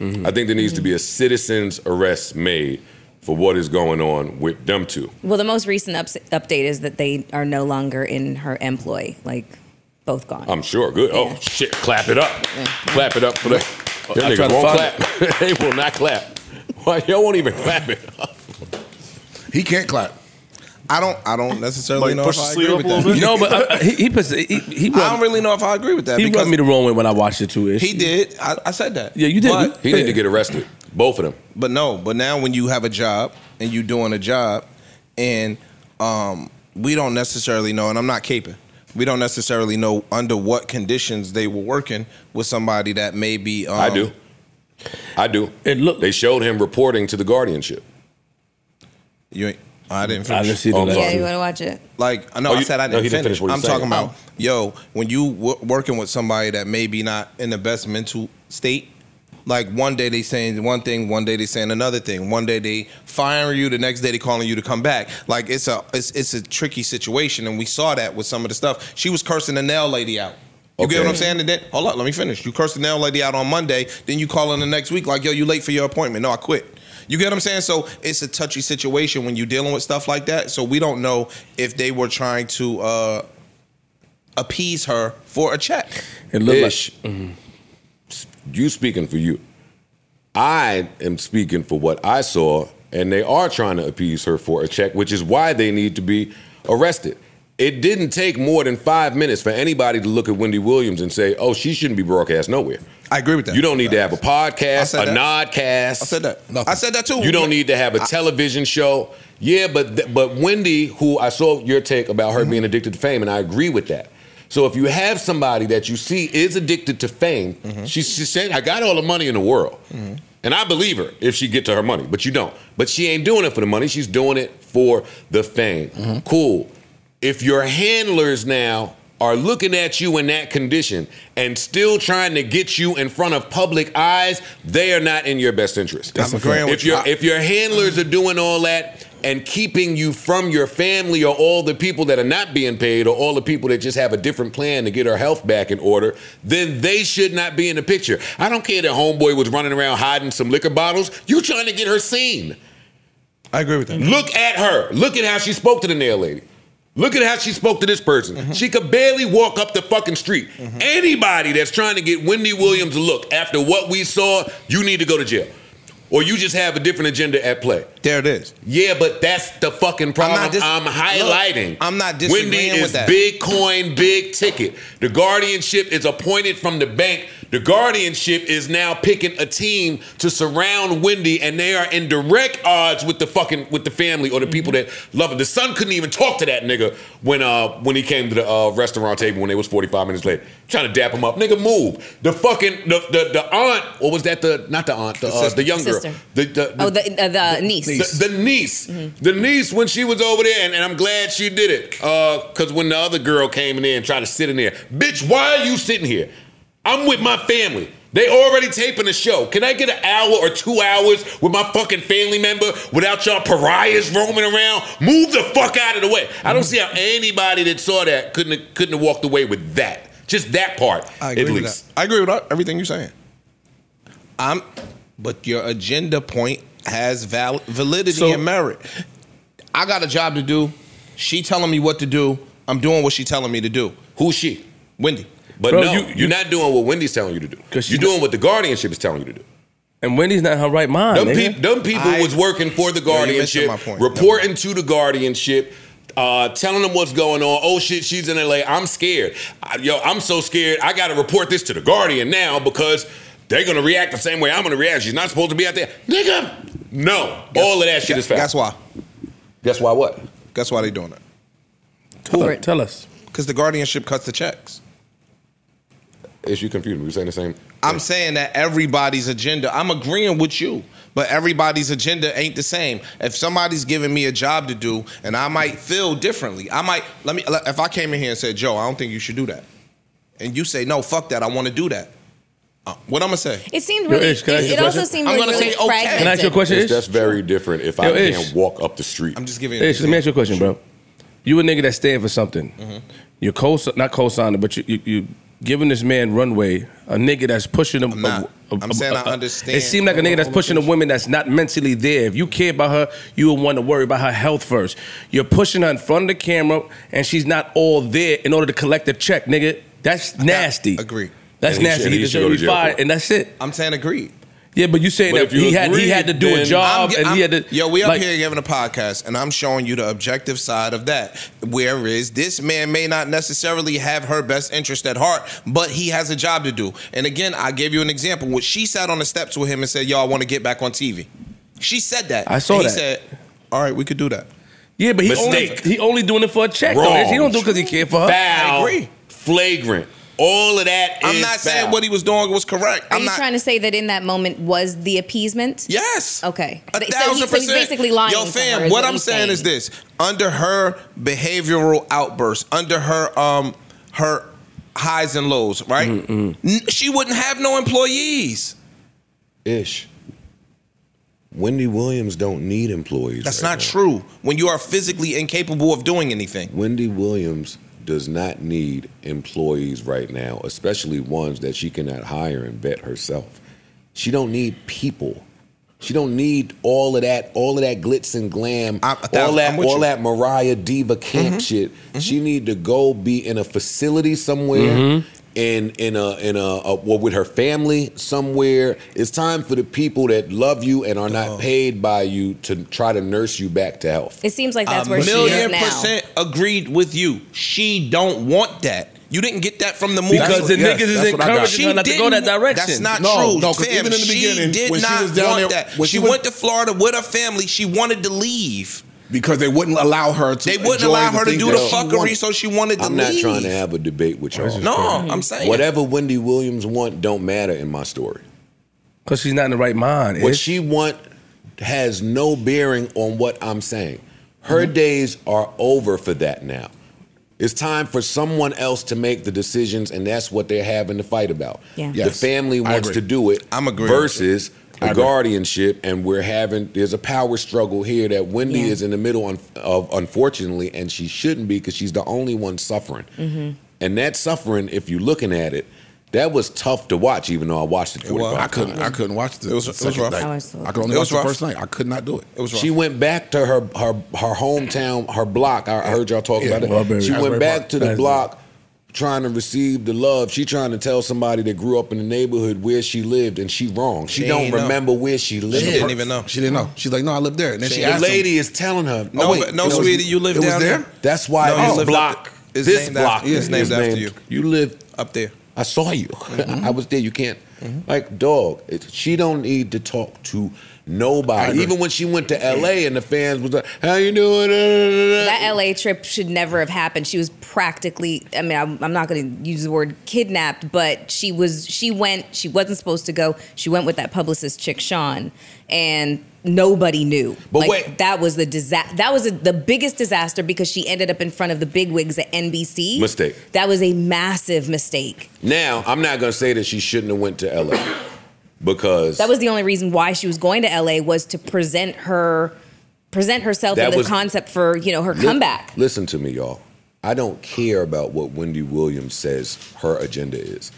S4: Mm-hmm. I think there needs to be a citizen's arrest made for what is going on with them two.
S8: Well, the most recent ups- update is that they are no longer in her employ. Like, both gone.
S4: I'm sure. Good. Oh shit! Clap it up. Clap it up for that. Them
S6: I tried
S4: niggas
S6: to
S4: won't
S6: find
S4: clap. they will not clap. Why y'all won't even clap it?
S3: He can't clap. I don't. I don't necessarily know
S4: Like, push
S3: if
S4: the
S3: I
S4: sleeve
S3: agree
S4: up
S3: with
S4: a
S3: that.
S4: little bit?
S6: No, but I, I- he, he, pers- he, he
S3: I don't really know if I agree with that
S6: he
S3: because
S6: rubbed me the wrong way when I watched it too. Ish.
S3: he did. I, I said that.
S6: Yeah, you did.
S4: He need to get arrested. Both of them.
S3: But no, but now when you have a job and you doing a job, and um, we don't necessarily know, and I'm not caping. We don't necessarily know under what conditions they were working with somebody that may be. Um,
S4: I do. I do.
S6: It looked.
S4: They showed him reporting to the guardianship.
S3: You ain't. I didn't
S4: I
S3: finish.
S4: didn't see the
S3: Oh, I'm
S4: last
S3: sorry.
S8: yeah, you want to watch it?
S3: Like I know
S4: Oh,
S3: I
S4: you-
S3: said I
S4: no,
S3: didn't,
S4: he didn't
S3: finish.
S4: finish what he
S3: I'm
S4: said.
S3: talking about yo when you w- working with somebody that maybe not in the best mental state. Like one day they saying one thing, one day they saying another thing. One day they firing you, the next day they calling you to come back. Like it's a it's, it's a tricky situation, and we saw that with some of the stuff. She was cursing the nail lady out. You get what I'm
S4: Okay.
S3: saying? And then hold up, let me finish. You cursed the nail lady out on Monday, then you call in the next week like yo, you late for your appointment. No, I quit. You get what I'm saying? So it's a touchy situation when you're dealing with stuff like that. So we don't know if they were trying to uh, appease her for a check.
S6: It
S3: looked like-
S4: Ish. Mm-hmm. You speaking for you. I am speaking for what I saw, and they are trying to appease her for a check, which is why they need to be arrested. It didn't take more than five minutes for anybody to look at Wendy Williams and say, "Oh, she shouldn't be broadcast nowhere."
S3: I agree with that.
S4: You don't need to have a podcast,
S3: said
S4: a
S3: that.
S4: nodcast. I
S3: said that. I said that too.
S4: You don't need to have a television show. Yeah, but th- but Wendy, who I saw your take about her being addicted to fame, and I agree with that. So if you have somebody that you see is addicted to fame, she, she said, "I got all the money in the world." And I believe her if she get to her money, but you don't. But she ain't doing it for the money. She's doing it for the fame. Cool. If your handlers now are looking at you in that condition and still trying to get you in front of public eyes, they are not in your best interest.
S3: That's I'm a agreeing fact. with
S4: if
S3: you.
S4: your- If your handlers are doing all that and keeping you from your family or all the people that are not being paid or all the people that just have a different plan to get her health back in order, then they should not be in the picture. I don't care that homeboy was running around hiding some liquor bottles. You trying to get her seen.
S3: I agree with that.
S4: Look at her. Look at how she spoke to the nail lady. Look at how she spoke to this person.
S3: Mm-hmm.
S4: She could barely walk up the fucking street. Anybody that's trying to get Wendy Williams a look after what we saw, you need to go to jail. Or you just have a different agenda at play.
S3: There it is.
S4: Yeah, but that's the fucking problem I'm,
S3: dis-
S4: highlighting.
S3: Look, I'm not disagreeing
S4: Wendy
S3: with
S4: is
S3: that.
S4: big coin, big ticket. The guardianship is appointed from the bank. The guardianship is now picking a team to surround Wendy, and they are in direct odds with the fucking with the family or the people
S8: Mm-hmm.
S4: that love it. The son couldn't even talk to that nigga when uh when he came to the uh, restaurant table when they was 45 minutes late, trying to dap him up. Nigga, move. The fucking the the, the aunt or was that the not the aunt the uh,
S8: sister.
S4: the young girl
S8: Sister.
S4: the, the,
S8: Oh, the uh, the niece.
S4: the, the niece. The niece, when she was over there, and, and I'm glad she did it. Because when the other girl came in there and tried to sit in there, bitch, why are you sitting here? I'm with my family. They already taping the show. Can I get an hour or two hours with my fucking family member without y'all pariahs roaming around? Move the fuck out of the way. I don't see how anybody that saw that couldn't have, couldn't have walked away with that. Just that part,
S3: I agree
S4: at
S3: with
S4: least.
S3: that. I agree with everything you're saying. I'm, but your agenda point has val- validity and merit. I got a job to do. She telling me what to do. I'm doing what she telling me to do.
S4: Who's she?
S3: Wendy.
S4: But no, you, are not doing what Wendy's telling you to do. You're doing what the guardianship is telling you to do.
S6: And Wendy's not in her right mind.
S4: Them,
S6: nigga.
S4: peop- them people was working for the guardianship, reporting to the guardianship, uh, telling them what's going on. Oh shit, she's in LA. I'm scared. I- yo, I'm so scared. I got to report this to the guardian now because they're gonna react the same way I'm gonna react. She's not supposed to be out there, nigga. No, all of that shit is foul.
S3: Guess why?
S4: Guess why what?
S3: Guess why they doing it.
S6: Tell, us- tell us.
S3: Because the guardianship cuts the checks.
S4: Is you confused? We're saying the same.
S3: I'm saying that everybody's agenda. I'm agreeing with you, but everybody's agenda ain't the same. If somebody's giving me a job to do, and I might feel differently, I might let me. let- If I came in here and said, "Joe, I don't think you should do that," and you say, "No, fuck that, I want to do that," uh, what I'm gonna say?
S8: It seemed really. It, it also seemed
S3: I'm
S8: like
S3: gonna
S8: really
S3: say, okay.
S8: fragmented.
S4: It's, that's very different. If I
S6: Yo, Ish.
S4: can't walk up the street, I'm
S3: just giving.
S6: Hey, so let me ask you a question, bro. You a nigga that stand for something.
S3: Mm-hmm.
S6: You're co not co-signing, but you, you you giving this man runway. A nigga that's pushing him.
S3: I'm saying I understand.
S6: It seemed like a nigga that's pushing a woman that's not mentally there. If you care about her, you would want to worry about her health first. You're pushing her in front of the camera, and she's not all there in order to collect the check, nigga. That's nasty.
S3: agree.
S6: That's
S3: And he
S6: nasty.
S3: should-
S6: He,
S3: he should
S6: deserves
S3: go
S6: to
S3: to
S6: be
S3: jail for
S6: fired,
S3: it.
S6: and that's it.
S3: I'm saying agree.
S6: Yeah, but you saying
S3: But
S6: that
S3: if you
S6: he had he
S3: agree,
S6: had to do a
S3: then-
S6: job,
S3: I'm-
S6: and he had to.
S3: Yo, we up
S6: like,
S3: here giving a podcast, and I'm showing you the objective side of that. Whereas this man may not necessarily have her best interest at heart, but he has a job to do. And again, I gave you an example when she sat on the steps with him and said, "Yo, I want to get back on TV." She said that.
S6: I saw
S3: and
S6: that.
S3: He said, "All right, we could do that."
S6: Yeah, but he only he only doing it for a check. Though.
S3: Wrong.
S6: He don't do it because he care for her.
S4: Foul, flagrant. All of that.
S3: I'm
S4: is
S3: not saying
S4: foul.
S3: what he was doing was correct.
S8: Are
S3: I'm
S8: you
S3: not.
S8: trying to say that in that moment was the appeasement?
S3: Yes.
S8: Okay.
S3: A
S8: So he-
S3: thousand
S8: so he's
S3: percent.
S8: basically lying.
S3: Yo,
S8: to
S3: fam,
S8: her is
S3: what, I'm
S8: he's
S3: saying, is this: under her behavioral outbursts, under her um her highs and lows, right? N- she wouldn't have no employees.
S4: Ish. Wendy Williams don't need employees.
S3: That's
S4: right
S3: not
S4: now.
S3: true. When you are physically incapable of doing anything,
S4: Wendy Williams does not need employees right now, especially ones that she cannot hire and vet herself. She don't need people. She don't need all of that, all of that glitz and glam, all
S3: thousand-
S4: that,
S3: I'm with
S4: all
S3: you. Mm-hmm.
S4: that Mariah Diva camp shit. She need to go be in a facility somewhere
S3: Mhm.
S4: in in a in a, a well, with her family somewhere. It's time for the people that love you and are
S3: Oh.
S4: not paid by you to try to nurse you back to health.
S8: It seems like that's
S3: a
S8: where she is
S3: million
S8: now.
S3: percent agreed with you. She don't want that. You didn't get that from the movie
S6: Because the niggas is encouraging her not to go that direction.
S3: That's not
S6: No,
S3: true.
S6: no, 'cause
S3: fam,
S6: even in the
S3: she
S6: beginning,
S3: did
S6: when she
S3: not
S6: was down
S3: want
S6: there-
S3: that.
S6: when
S3: She
S6: she
S3: went to Florida with her family. She wanted to leave.
S11: Because they wouldn't allow her to.
S3: They wouldn't
S4: enjoy
S3: allow
S4: the
S3: her to
S4: things
S3: do
S4: that
S3: the
S4: she
S3: fuckery,
S4: wanted.
S3: so she wanted to
S4: I'm not
S3: leave.
S4: trying to have a debate with y'all.
S3: No, crazy. I'm saying-
S4: whatever Wendy Williams want don't matter in my story.
S6: Cause she's not in the right mind.
S4: What
S6: Ish.
S4: she want has no bearing on what I'm saying. Her
S6: Mm-hmm.
S4: days are over for that now. It's time for someone else to make the decisions, and that's what they're having to fight about.
S5: Yeah.
S4: The
S5: Yes.
S4: family
S5: I
S4: wants
S5: agree.
S4: to do it.
S5: I'm agreeing with
S4: Versus
S5: you. I
S4: the
S5: agree.
S4: guardianship, and we're having there's a power struggle here that Wendy
S5: Yeah.
S4: is in the middle un- of, unfortunately, and she shouldn't be because she's the only one suffering.
S5: Mm-hmm.
S4: And that suffering, if you're looking at it, that was tough to watch. Even though I watched it 45
S11: I couldn't.
S4: times.
S11: I couldn't watch the.
S4: It was- it was
S11: second
S4: rough.
S11: night.
S8: Oh,
S4: I was-
S11: I could only watch
S4: It was
S11: the
S4: rough.
S11: first night. I could not do it. It was rough.
S4: She went back to her her her hometown, her block. I heard y'all talk
S11: Yeah,
S4: about it.
S11: Mulberry.
S4: She
S11: Asbury
S4: went back
S11: Park.
S4: to the
S11: Asbury.
S4: block, trying to receive the love. She trying to tell somebody that grew up in the neighborhood where she lived, and she wrong. She,
S11: She
S4: don't
S11: ain't know.
S4: remember where she lived.
S11: didn't even know. She didn't know. She's like, no, I lived there. And then she,
S4: the
S11: asked him-
S4: lady is telling her.
S11: No,
S4: oh, wait,
S11: but no,
S4: it was-
S11: sweetie, you live
S4: it was
S11: down there?
S4: That's why
S11: No, you
S4: this
S11: lived
S4: block.
S11: up- it's
S4: this
S11: named after-
S4: block
S11: yeah, it's
S4: is
S11: named after
S4: named-
S11: you.
S4: You live
S3: up there.
S4: I saw you.
S11: Mm-hmm.
S4: I was there. You can't. Like dog, it, she don't need to talk to
S11: I
S4: nobody.
S11: agree.
S4: Even when she went to L.A. and the fans was like, "How you doing?" That
S8: That LA trip should never have happened. She was practically, I mean, I'm, I'm not going to use the word kidnapped, but she was, she went, she wasn't supposed to go. She went with that publicist chick, Sean, and nobody knew.
S4: But
S8: Like,
S4: wait.
S8: That was the disaster. That was a, the biggest disaster because she ended up in front of the bigwigs at NBC.
S4: Mistake.
S8: That was a massive mistake.
S4: Now I'm not gonna say that she shouldn't have went to L.A. because
S8: That was the only reason why she was going to LA was to present her, present herself
S4: That
S8: and the
S4: was-
S8: concept for, you know, her
S4: Li-
S8: comeback.
S4: Listen to me, y'all. I don't care about what Wendy Williams says her agenda is.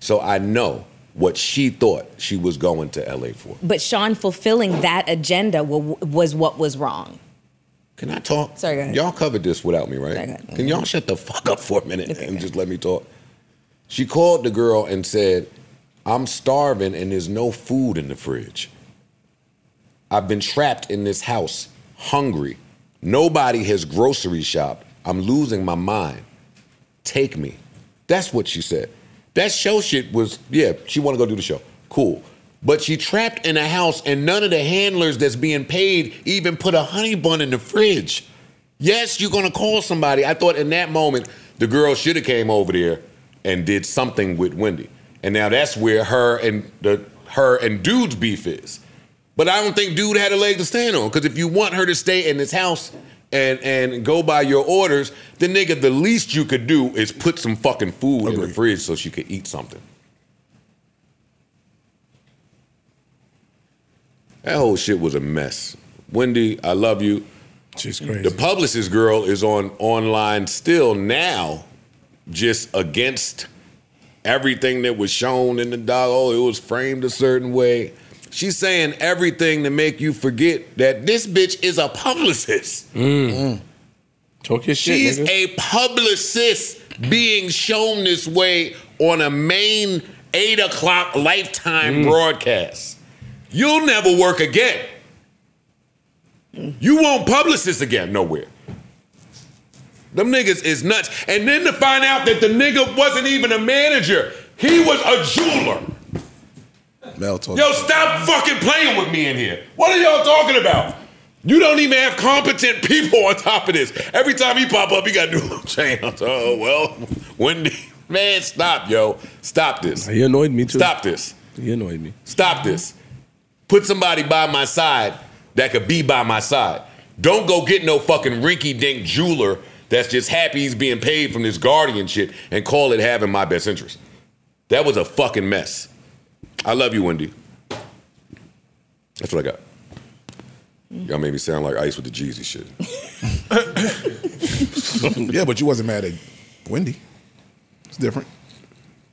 S4: So I know what she thought she was going to LA for.
S8: But Sean fulfilling that agenda wa- was what was wrong.
S4: Can I talk?
S8: Sorry, go ahead.
S4: Y'all covered this without me, right?
S8: Go ahead.
S4: Can y'all shut the fuck up for a minute and just let me talk? She called the girl and said, I'm starving and there's no food in the fridge. I've been trapped in this house, hungry. Nobody has grocery shopped. I'm losing my mind. Take me. That's what she said. That show shit was, yeah, she wanna go do the show. Cool. But she trapped in a house and none of the handlers that's being paid even put a honey bun in the fridge. Yes, you're gonna call somebody. I thought in that moment the girl should have came over there and did something with Wendy. And now that's where her and the her and dude's beef is. But I don't think dude had a leg to stand on. Because if you want her to stay in this house and and go by your orders, then nigga, the least you could do is put some fucking food in the fridge so she could eat something. That whole shit was a mess. Wendy, I love you.
S6: She's crazy.
S4: The publicist girl is on online still now, just against everything that was shown in the dog. Oh, it was framed a certain way. She's saying everything to make you forget that this bitch is a publicist.
S6: Mm. Talk your shit,
S4: Mm. She's
S6: nigga.
S4: a publicist being shown this way on a main eight o'clock
S6: Mm.
S4: lifetime broadcast. You'll never work again. You won't publicist again nowhere. Them niggas is nuts. And then to find out that the nigga wasn't even a manager, he was a jeweler.
S11: Mel told
S4: Yo, stop fucking playing with me in here. What are y'all talking about? You don't even have competent people on top of this. Every time he pop up, he got new little channels. Oh well, Wendy, man, stop, yo, stop this.
S6: He annoyed me too.
S4: Stop this.
S6: He annoyed me.
S4: Stop this. Put somebody by my side that could be by my side. Don't go get no fucking rinky dink jeweler that's just happy he's being paid from this guardianship and call it having my best interest. That was a fucking mess. I love you, Wendy. That's what I got. Y'all made me sound like Ice with the Jeezy shit.
S11: yeah, but you wasn't mad at Wendy. It's different.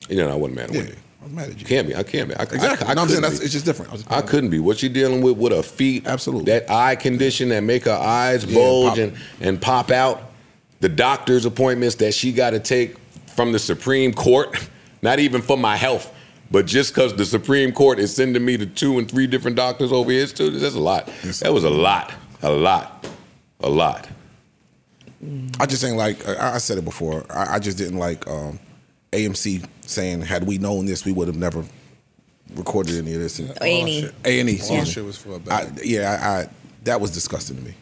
S4: You know, I wasn't mad at Wendy.
S11: I was mad at you.
S4: Can't be. I can't be. I,
S11: Exactly.
S4: I, I,
S11: No, I'm saying
S4: couldn't
S11: that's-
S4: be.
S11: it's just different. I was just-
S4: I couldn't be. What she dealing with with her feet? Absolutely. That eye condition that make her eyes bulge and, and pop out. The doctor's appointments that she got to take from the Supreme Court. Not even for my health, but just because the Supreme Court is sending me to two and three different doctors over his students. That's a lot. That was a lot. A lot. A lot.
S33: I just ain't like I, I said it before. I, I just didn't like um, AMC saying, "Had we known this, we would have never recorded any of this." And-
S8: A&E. Oh, shit.
S33: A and E.
S8: All
S33: excuse me.
S8: shit
S3: was for a
S33: I, yeah, I, I that was disgusting to me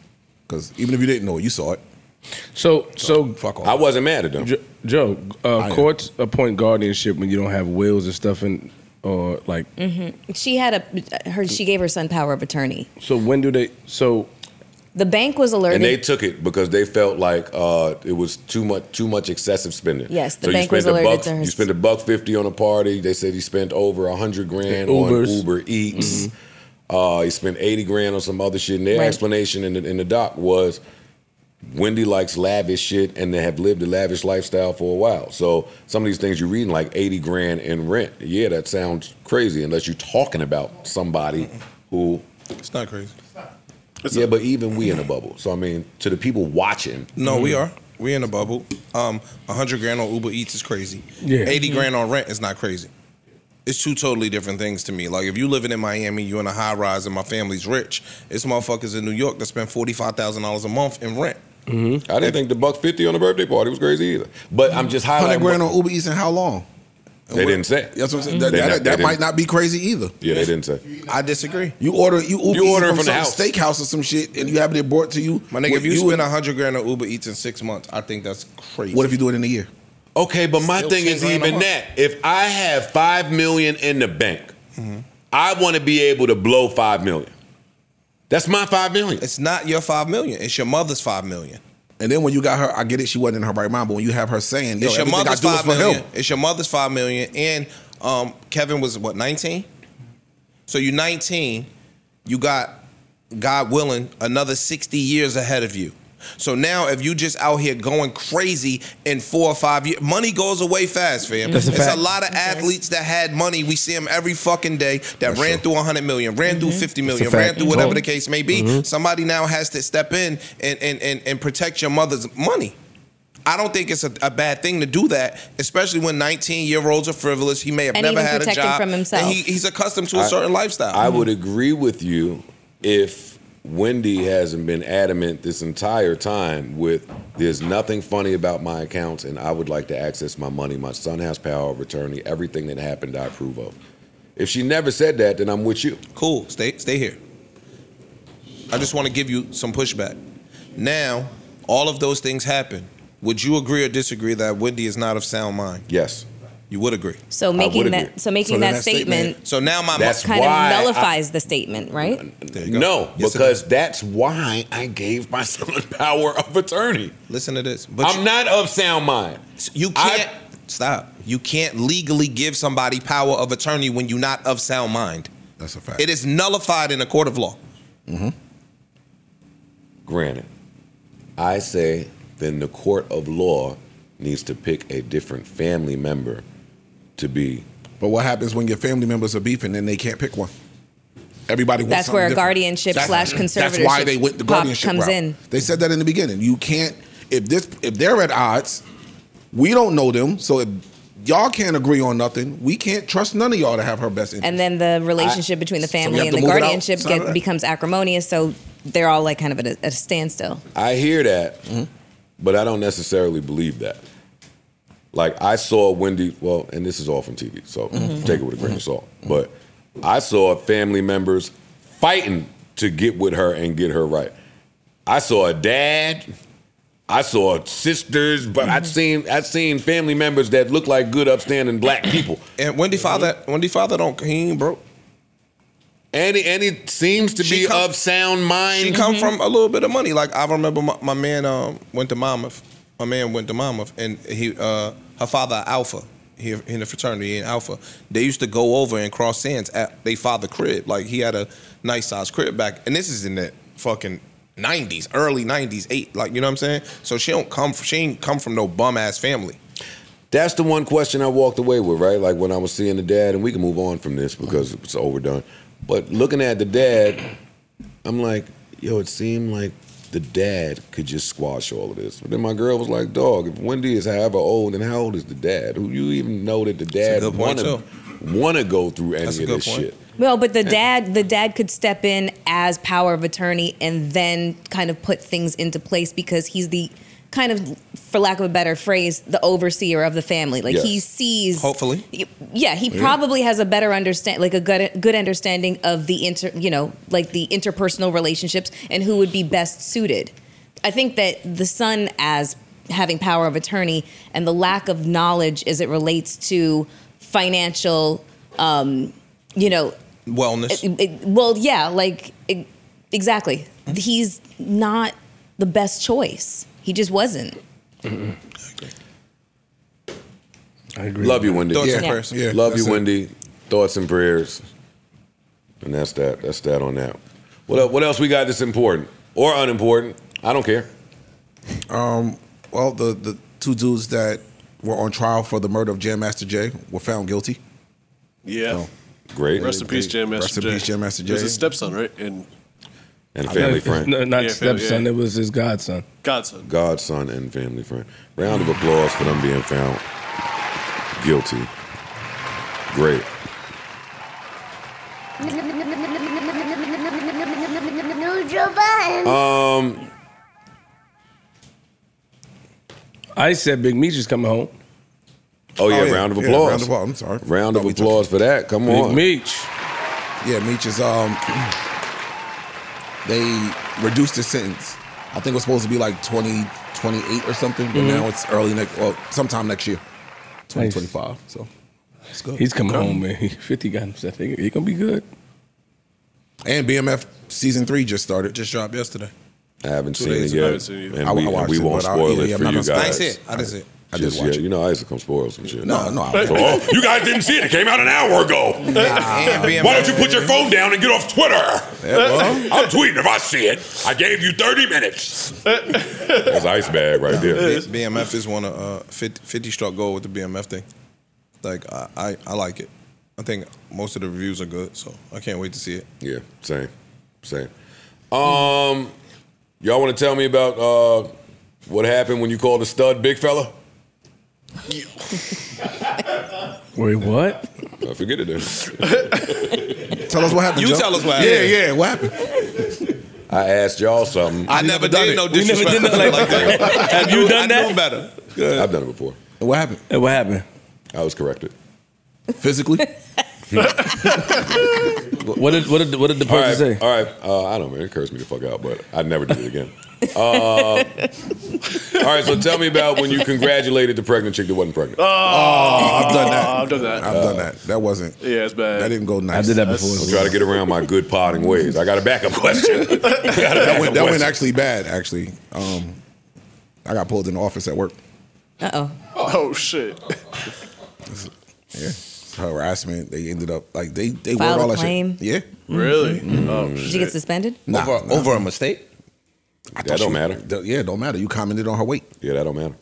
S33: because even if you didn't know it, you saw it.
S6: So, so fuck
S33: off. I wasn't mad at them.
S6: Jo- Joe,
S33: I
S6: uh,
S33: am.
S6: courts appoint guardianship when you don't have wills and stuff, and or like.
S3: Mm-hmm.
S8: hmm She had a her. She gave her son power of attorney.
S6: So when do they? So
S8: The bank was alerted.
S4: And they took it because they felt like uh, it was too much too much excessive spending.
S8: Yes, the
S4: so
S8: bank
S4: you
S8: was
S4: spent a
S8: alerted
S4: buck,
S8: to her-
S4: You spent a buck fifty on a party. They said he spent over a hundred grand on
S6: Ubers.
S4: Uber Eats. Uh, he spent eighty grand on some other shit. And their
S6: Right.
S4: explanation in the, in the doc was Wendy likes lavish shit, and they have lived a lavish lifestyle for a while. So some of these things you're reading, like eighty grand in rent, yeah, that sounds crazy unless you're talking about somebody who
S3: It's not crazy.
S4: yeah, but even we in a bubble. So I mean, to the people watching,
S3: No, we are. We in a bubble. Um, hundred grand on Uber Eats is crazy.
S4: Yeah.
S3: Eighty grand on rent is not crazy. It's two totally different things to me. Like if you living in Miami, you in a high rise, and my family's rich. It's motherfuckers in New York that spend forty five thousand dollars a month in rent.
S4: Mm-hmm. I didn't think the buck fifty on the birthday party was crazy either. But I'm just highlighting.
S33: Hundred grand
S4: what-
S33: on Uber Eats in how long?
S4: they didn't say.
S33: That's what I'm
S3: Mm-hmm.
S33: saying.
S4: Mm-hmm. They
S33: That, that-
S4: not- they
S33: that might
S4: didn't-
S33: not be crazy either.
S4: Yeah, they didn't say.
S33: I disagree. You order you Uber
S3: You
S33: Eats
S3: order
S33: from,
S3: from the
S33: some
S3: house.
S33: steakhouse or some shit, and you have it brought to you.
S3: My nigga, if you,
S33: spend
S3: spend a hundred grand on Uber Eats in six months, I think that's crazy.
S33: What if you do it in a year?
S4: Okay, but my
S3: Still
S4: thing
S3: 10
S4: is
S3: grand a
S4: even
S3: month.
S4: that. If I have five million in the bank,
S3: Mm-hmm.
S4: I want to be able to blow five million. That's my five million.
S3: It's not your five million. It's your mother's five million.
S33: And then when you got her, I get it. She wasn't in her right mind, but when you have her saying, "Yo,
S3: it's your
S33: everything I
S3: mother's
S33: do is
S3: five
S33: for
S3: million.
S33: him,"
S3: It's your mother's five million. And um, Kevin was what nineteen. So you're nineteen. You got God willing another sixty years ahead of you. So now, if you just out here going crazy in four or five years, money goes away fast, fam.
S6: That's a
S3: it's
S6: fact.
S3: a lot of athletes that had money. We see them every fucking day that ran through 100 million, ran through 50
S6: That's a
S3: million,
S6: fact.
S3: ran through whatever
S6: Mhm.
S3: the case may be.
S4: Mm-hmm.
S6: Mhm.
S3: Somebody now has to step in and, and, and, and protect your mother's money. I don't think it's a, a bad thing to do that, especially when 19 year olds are frivolous. He may have
S8: And
S3: never
S8: even
S3: had a
S8: protect him
S3: job.
S8: from himself.
S3: And he, he's accustomed to a
S4: I-
S3: certain lifestyle.
S4: I would agree with you if Wendy hasn't been adamant this entire time with there's nothing funny about my accounts and I would like to access my money. My son has power of attorney. Everything that happened, I approve of. If she never said that, then I'm with you.
S3: Cool. Stay stay here. I just want to give you some pushback. Now, all of those things happen. Would you agree or disagree that Wendy is not of sound mind?
S4: Yes.
S3: You would agree.
S8: So making that- so making that
S3: then
S8: statement-
S3: So now my
S4: That's
S8: kind
S4: why I-
S8: of nullifies the statement, right?
S4: No, because that's why I gave my son power of attorney.
S3: Listen to this.
S4: I'm not of sound mind.
S3: You can't stop. You can't legally give somebody power of attorney when you're not of sound mind.
S33: That's a fact.
S3: It is nullified in a court of law.
S4: Mm-hmm. Granted, I say then the court of law needs to pick a different family member to be.
S33: But what happens when your family members are beefing and they can't pick one? Everybody wants
S8: That's where a
S33: something different.
S8: guardianship slash
S33: That's why
S8: conservatorship
S33: they went the
S8: pop
S33: guardianship
S8: comes
S33: route.
S8: in.
S33: They said that in the beginning. You can't if this if they're at odds, we don't know them. So if y'all can't agree on nothing, we can't trust none of y'all to have her best interest.
S8: And then the relationship between the
S33: So we
S8: family
S33: have
S8: and
S33: to
S8: the
S33: move it out?
S8: guardianship
S33: It's not
S8: get,
S33: right.
S8: becomes acrimonious. So they're all like kind of at a, at a standstill.
S4: I hear that, but I don't necessarily believe that. Like I saw Wendy, well, and this is all from TV, so
S5: Mhm.
S4: take it with a grain of salt. But I saw family members fighting to get with her and get her right. I saw a dad, I saw sisters, but I've seen I've seen family members that look like good, upstanding black people.
S3: And Wendy father, Wendy father don't he ain't broke.
S4: And he, and he seems to be of sound mind.
S3: She come from a little bit of money. Like I remember my, my man um, went to Monmouth. My man went to Monmouth, and he uh, her father Alpha here in the fraternity in Alpha. They used to go over and cross hands at they father crib. Like he had a nice size crib back, and this is in the fucking. 90s, early 90s, eight, like you know what I'm saying. So she don't come, she ain't come from no bum ass family.
S4: That's the one question I walked away with, right? Like when I was seeing the dad, and we can move on from this because it's overdone. But looking at the dad, I'm like, yo, it seemed like the dad could just squash all of this. But then my girl was like, dog, if Wendy is however old, then how old is the dad? Who you even know that the dad
S34: good point,
S4: wanna,
S34: too.
S4: wanna go through any
S34: That's a
S4: of
S34: good
S4: this
S34: point.
S4: shit?
S8: Well, but the
S4: Yeah.
S8: dad, the dad could step in as power of attorney and then kind of put things into place because he's the kind of, for lack of a better phrase, the overseer of the family. Like he
S34: Yes.
S8: sees.
S34: Hopefully.
S8: Yeah, he
S34: Yeah.
S8: probably has a better understand, like a good good understanding of the inter, you know, like the interpersonal relationships and who would be best suited. I think that the son as having power of attorney and the lack of knowledge as it relates to financial, um, you know,
S34: Wellness.
S8: it- it- well, yeah, like it, exactly.
S4: Hmm?
S8: He's not the best choice. He just wasn't.
S4: I agree. Love you, Wendy.
S8: Thoughts and Yeah. prayers. Yeah,
S4: Love you,
S8: that's it.
S4: Wendy. Thoughts and prayers. And that's that. That's that on that. What else, what else we got that's important or unimportant? I don't care.
S3: Um, well, the the two dudes that were on trial for the murder of Jam Master Jay were found guilty.
S2: Yeah.
S3: Oh, Great.
S2: Rest in peace, Jam Master
S3: Rest in
S2: Jay.
S3: peace, Jam Master
S2: It was
S3: Jay.
S2: his stepson, right? And
S4: And
S2: I
S4: family
S2: mean,
S4: friend.
S2: no, not Yeah, family,
S6: stepson.
S2: yeah.
S6: It was his godson.
S2: Godson.
S4: Godson and family friend. Round of applause for them being found guilty. Great.
S6: Um, I said Big Meech is coming home.
S4: Oh yeah, round of applause.
S3: I'm sorry.
S4: Round of applause for that. Come
S6: Big
S4: on.
S6: Meech.
S3: Uh, Yeah, Meech is um they reduced his sentence. I think it was supposed to be like 20, 28 or something, but
S2: Mm-hmm.
S6: Mhm.
S3: now it's early next well, sometime next year. 2025. So it's good.
S6: He's coming
S3: Okay.
S6: home, man. He- Fifty got himself. He, he gonna be good.
S3: And BMF season three just started. Just dropped yesterday.
S4: I haven't
S3: Two
S4: seen it
S3: days
S4: yet.
S3: ago. I haven't seen it yet.
S4: And
S3: I- I
S4: we, and
S3: watched
S4: we
S3: it,
S4: won't
S3: but I-
S4: spoil
S3: yeah,
S4: it
S3: yeah, I'm
S4: for
S3: not
S4: you
S3: gonna- I
S4: guys.
S3: ain't see it. I didn't see it. I
S4: Just
S3: didn't watch
S4: yet. You know, Isaac gonna spoil some shit.
S3: No, no, I-
S4: So, oh,
S5: you guys didn't see it. It came out an hour ago. Why don't you put your phone down and get off Twitter?
S4: well.
S5: I'm tweeting if I see it. I gave you 30 minutes.
S4: That's ice bag
S3: Uh,
S4: right there.
S34: B- BMF is one of uh, 50, 50 struck gold with the BMF thing. Like I, I, I like it. I think most of the reviews are good, so I can't wait to see it.
S4: Yeah, same, same. Um, y'all want to tell me about uh, what happened when you called the stud big fella?
S6: Wait, what?
S4: I forget it. Then.
S3: Tell us what happened.
S4: You
S3: Joe.
S4: tell us what
S3: Yeah,
S4: happened.
S3: yeah, what happened?
S4: I asked y'all something.
S3: I never did no
S6: We never did nothing like that. Have you done that?
S34: better.
S4: I've done it before.
S3: What happened?
S6: What happened?
S4: I was corrected.
S3: Physically?
S6: what did what did what did the
S4: all right,
S6: person say?
S4: All right, uh, I don't know. It cursed me to fuck out, but I never did it again. Uh, all right, so tell me about when you congratulated the pregnant chick that wasn't pregnant. Uh,
S2: Oh,
S3: I've done that.
S4: Oh,
S2: I've done that.
S3: I've done that. That wasn't.
S2: Yeah, it's bad.
S3: That didn't go nice.
S4: I'm trying to get around my good potting ways. I got a backup question. I got a
S3: that
S4: backup
S3: went, that
S4: question.
S3: went actually bad. Actually, um, I got pulled in the office at work.
S8: Uh oh.
S2: Oh shit.
S3: Yeah, harassment. They ended up like they they
S8: Filed
S3: were all
S8: a
S3: that
S8: claim?
S3: shit. Yeah, Mm-hmm.
S2: really. Oh,
S8: Did you get suspended?
S3: over, over a mistake. I
S4: That don't matter.
S3: yeah, don't matter. You commented on her weight.
S4: Yeah, that don't matter.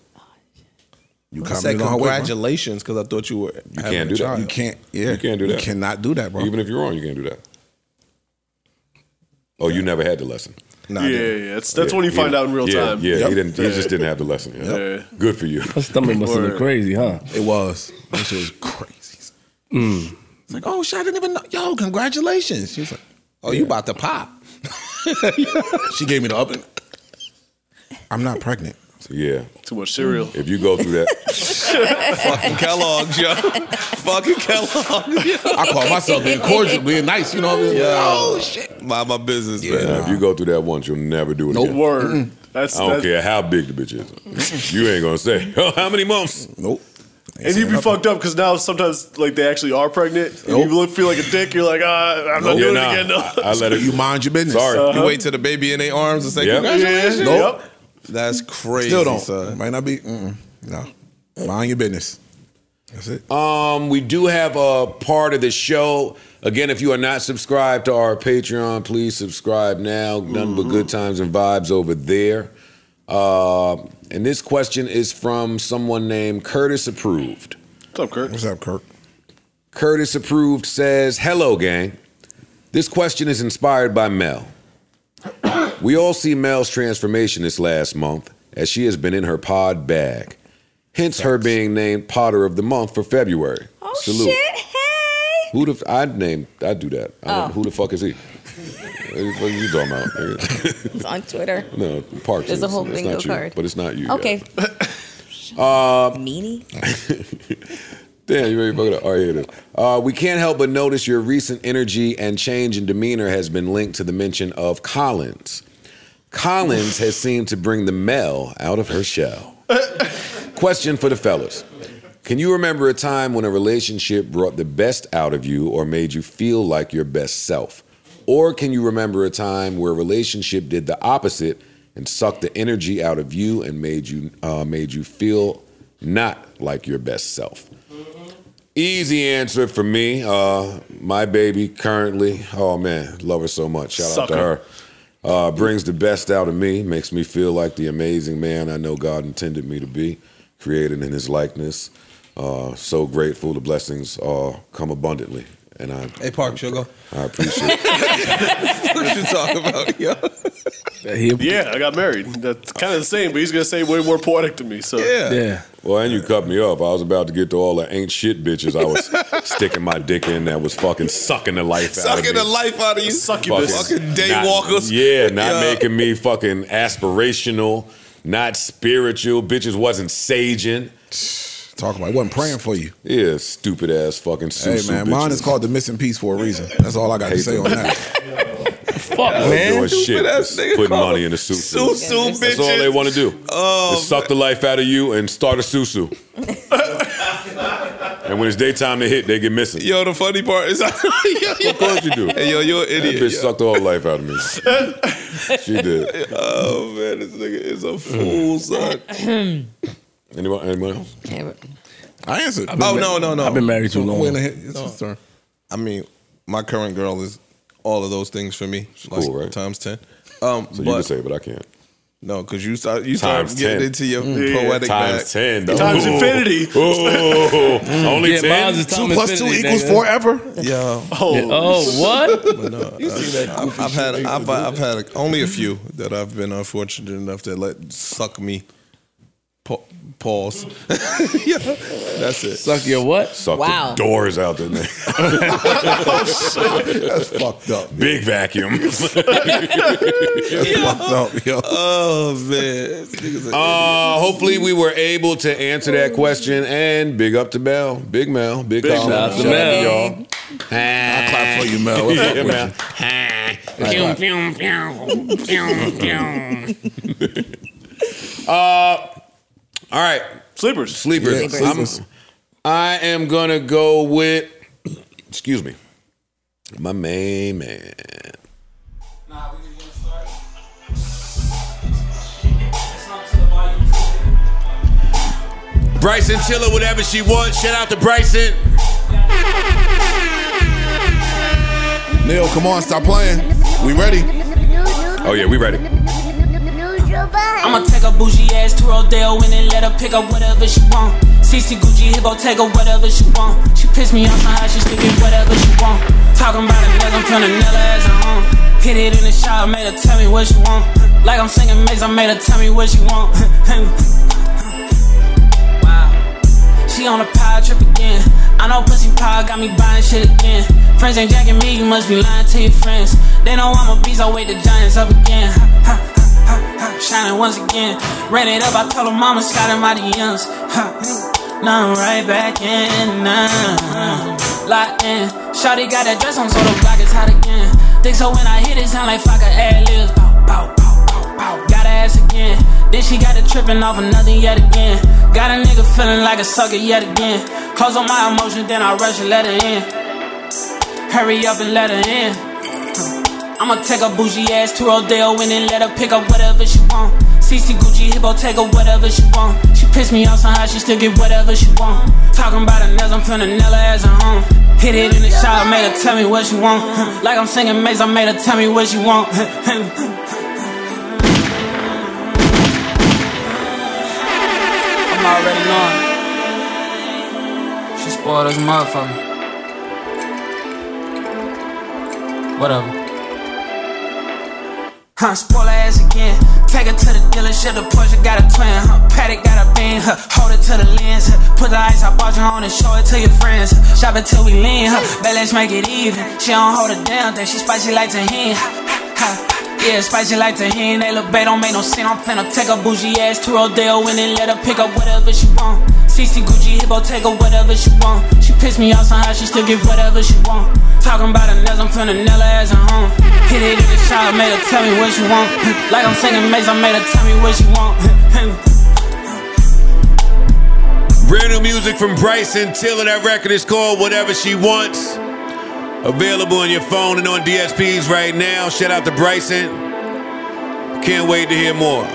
S3: You
S34: I said
S3: commented on her weight. bro.
S34: congratulations because I thought you were.
S3: You
S34: having
S3: can't
S34: a
S3: do that.
S34: child.
S3: You can't- yeah.
S4: you can't do
S3: You
S4: that.
S3: cannot do that, bro.
S4: Even if you're wrong, you can't do that. Oh, you never had the lesson.
S3: No,
S2: I Yeah, didn't. yeah, yeah. That's- that's when you
S4: he
S2: find
S4: didn't-
S2: out in real
S4: yeah,
S2: time.
S4: Yeah,
S2: Yep.
S4: he didn't. He
S2: Yeah.
S4: just didn't have the lesson. Yeah.
S2: Yep.
S4: Good for you.
S6: Her stomach must have been
S3: Word.
S6: crazy, huh?
S3: It was. That shit was crazy.
S6: Mm.
S3: It's like, oh shit, I didn't even know. Yo, congratulations. She was like, oh, you about to pop. she gave me the up. and- I'm not pregnant.
S4: Yeah.
S2: Too much cereal.
S4: If you go through that,
S34: Fucking Kellogg's, yo. Fucking Kellogg's. Yo.
S3: I call myself being cordial, being nice. You know what I mean?
S34: Yo.
S3: Oh shit.
S34: Mind my business,
S4: man,
S34: man.
S4: if you go through that once, you'll never do it
S3: Nope.
S4: again. Mm-hmm.
S2: Word. That's-
S4: I don't
S2: that's-
S4: care how big the bitch is. You ain't gonna say oh, how many months.
S3: Nope.
S2: And you'd be fucked up because now sometimes like they actually are pregnant. and
S3: Nope.
S2: You look feel like a dick. You're like, ah, I'm not
S3: Nope.
S2: doing
S3: Yeah,
S2: it again. No.
S3: You mind your business.
S34: Sorry.
S2: Uh-huh.
S34: You wait till the baby in their arms and say,
S3: Yep.
S34: congratulations.
S3: Yeah. Nope.
S34: That's crazy.
S3: Still don't.
S34: son.
S3: Might not be. Mm-mm. No. Mind your business. That's it.
S4: Um, we do have a part of the show. Again, if you are not subscribed to our Patreon, please subscribe now. None but
S3: Mm-hmm.
S4: good times and vibes over there. Uh, and this question is from someone named Curtis Approved.
S2: What's up, Kurt?
S3: What's up, Kirk?
S4: Curtis Approved says, Hello, gang. This question is inspired by Mel. We all see Mel's transformation this last month as she has been in her pod bag. Hence her being named Potter of the Month for February. Oh
S8: Shit,
S4: Who the f- I named I do that. I don't,
S8: Oh.
S4: who the fuck is he? what the fuck are you talking about? nigga?
S8: it's on Twitter.
S4: no, Parks.
S8: There's a
S4: is-
S8: whole
S4: it's
S8: bingo
S4: not you,
S8: card.
S4: But it's not you.
S8: Okay.
S4: Uh,
S8: Meanie.
S4: Damn, you ready to fuck it up? All right, here it is. Uh, we can't help but notice your recent energy and change in demeanor has been linked to the mention of Collins. Collins has seemed to bring the Mel out of her shell. Question for the fellas. Can you remember a time when a relationship brought the best out of you or made you feel like your best self? Or can you remember a time where a relationship did the opposite and sucked the energy out of you and made you uh, made you feel not like your best self? Easy answer for me. Uh, my baby currently, oh man, love her so much. Shout out
S2: Sucker.
S4: to her. Uh, brings the best out of me, makes me feel like the amazing man I know God intended me to be, created in His likeness. Uh, so grateful. The blessings uh, come abundantly, and I
S3: Hey, Park Sugar.
S4: I appreciate.
S3: what you talking about, yo?
S2: yeah, I got married. That's kind of the same, but he's gonna say way more poetic to me. So
S4: Well, and you cut me off. I was about to get to all the ain't shit bitches I was sticking my dick in that was fucking sucking the life out of me.
S3: Sucking the life out of you.
S4: Fucking-
S3: Fucking day
S4: not-
S3: walkers.
S4: Yeah, not
S3: Yeah.
S4: making me fucking aspirational, not spiritual. Bitches wasn't saging.
S33: Talking about, it wasn't praying for you.
S4: Yeah, stupid ass fucking
S33: Hey
S4: susu
S33: man,
S4: bitches.
S33: mine is called the missing piece for a reason. That's all I got to
S4: Hate
S33: say
S4: them.
S33: on that.
S4: Fuck,
S33: man.
S4: Doing
S33: Stupid
S4: shit,
S33: ass
S4: just
S33: nigga
S4: putting
S33: call
S4: money
S33: them
S4: in the susu.
S33: susu
S4: That's all
S33: bitches.
S4: they want to do. Oh, is suck the life out of you and start a susu. and when it's daytime to hit, they get missing.
S3: Yo, the funny part is,
S4: Of course you do.
S3: Hey, yo, you're an idiot,
S4: That bitch
S3: yo.
S4: sucked the whole life out of me. She did.
S5: Uh,
S3: Oh man, this nigga is a
S5: Mm.
S3: fool, son.
S4: Anyone, anyone else?
S3: I answered.
S33: I've been
S3: oh
S33: ma-
S3: no, no, no.
S33: I've been married too long. Wait a minute,
S3: It's his turn. I mean, my current girl is all of those things for me. like,
S4: cool, right?
S3: Times ten. Um,
S4: So you
S3: but,
S4: can say it, but I can't.
S3: no, because you start you start
S4: Times
S3: getting
S4: 10.
S3: into your
S4: Mm. Yeah.
S3: poetic
S4: Times
S3: bag.
S4: 10, though. Times Ooh. infinity. Ooh.
S5: Oh.
S4: Only Yeah, 10? mine's is
S3: Two
S4: times
S3: plus
S4: infinity,
S3: two equals
S4: nigga.
S3: four ever. Yeah.
S4: Yeah. Oh, what?
S3: But no,
S4: You see that
S3: I've,
S4: goofy
S3: I've had
S4: shit they
S3: I've,
S4: do.
S3: I've had a, only a few that I've been unfortunate enough to let suck me. Pa- pause. yeah, that's it.
S6: Suck your what?
S4: Suck
S3: Wow.
S4: the doors out the neck.
S33: Oh,
S3: That's
S33: fucked up.
S4: Big vacuum.
S3: Oh man.
S4: Uh, hopefully we were able to answer that question. And big up to Mel, Big Mel, Big,
S6: Big
S4: Colin.
S6: shout out to
S4: Shout out to
S6: Mel.
S4: y'all. I clap
S33: for you, Mel. What's up
S4: yeah,
S33: with
S4: Mel.
S5: Pew, pew, pew, pew, pew.
S4: Uh, all right,
S2: sleepers,
S4: sleepers.
S5: Yeah, sleepers.
S4: I'm- I am gonna go with. Excuse me, my main man. Bryson Tiller, whatever she wants. Shout out to Bryson.
S33: Neil, come on, stop playing. We ready?
S4: Oh yeah, we ready.
S35: I'ma take a bougie ass to Rodale and then let her pick up whatever she want. CC Gucci Hippo take her whatever she want. She piss me off on how she sticking whatever she want. Talking about a nigga, I'm feeling Nella as a home. Hit it in the shower, made her tell me what she want. Like I'm singing Maze, I made her tell me what she want. She on a power trip again. I know pussy power got me buying shit again. Friends ain't jacking me, you must be lying to your friends. They know I'm a beast, I wait the Giants up again. Ha, ha, ha, ha, Shining once again. Ran it up, I told her mama, shot him out of DMs. Ha, Now I'm right back in. Now. Locked in. Shawty got that dress on, so the block is hot again. Think so when I hit it, sound like fucker ad libs. Bow, bow, bow, bow, bow. Got her ass again. Then she got it tripping off of nothing yet again. Got a nigga feeling like a sucker yet again. Close on my emotions, then I rush and let her in. Hurry up and let her in. I'ma take a bougie ass to Rodale and then let her pick up whatever she want. CC Gucci Hippo take her whatever she want. She piss me off somehow, she still get whatever she want. Talking about her nails, I'm feeling Nella as a home. Hit it in the shower, made her tell me what she want. Like I'm singing Maze, I made her tell me what she want. I'm already knowing. She spoiled as a motherfucker. Whatever.
S19: Huh, spoiler ass again. Take her to the dealership, the Porsche got a twin. Huh, Paddock got a bean. Huh, hold it to the lens. Huh, put the ice, I bought you on and show it to your friends. Huh, shop it till we lean. Huh, but let's make it even. She don't hold it down, then she spicy like tahini. Huh, huh, yeah, spicy like tahini. They look bad, don't make no sense. I'm finna take a bougie ass to Rodeo and then let her pick up whatever she want. CC Gucci, Hippo, take her whatever she want. She piss me off somehow, she still get whatever she want. Talking about a nails, I'm finna nail her ass and home. Hit it in the shower, made her tell me what she want. Like I'm singing Maze, I made her tell me what she want.
S4: Brand new music from Bryson Tiller. That record is called Whatever She Wants. Available on your phone and on DSPs right now. Shout out to Bryson. Can't wait to hear more.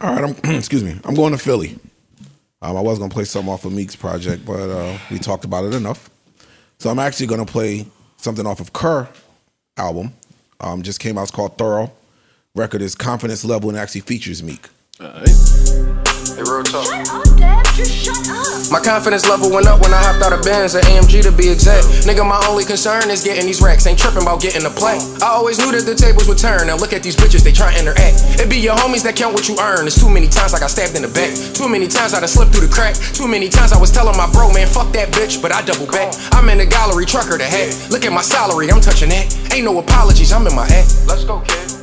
S3: All right, I'm excuse me. I'm going to Philly. Um, I was gonna play something off of Meek's project, but uh, we talked about it enough. So I'm actually gonna play something off of Kerr album. Um, just came out. It's called Thorough. Record is Confidence Level and actually features Meek.
S32: Hey, real talk. My confidence level went up when I hopped out of Benz, at AMG to be exact. Nigga, my only concern is getting these racks. Ain't tripping about getting a play. I always knew that the tables would turn. Now look at these bitches, they try to interact. It be your homies that count what you earn. It's too many times I got stabbed in the back. Too many times I done slipped through the crack. Too many times I was telling my bro, man, fuck that bitch, but I double back. I'm in the gallery, trucker the hat. Look at my salary, I'm touching that. Ain't no apologies, I'm in my act. Let's go, kid.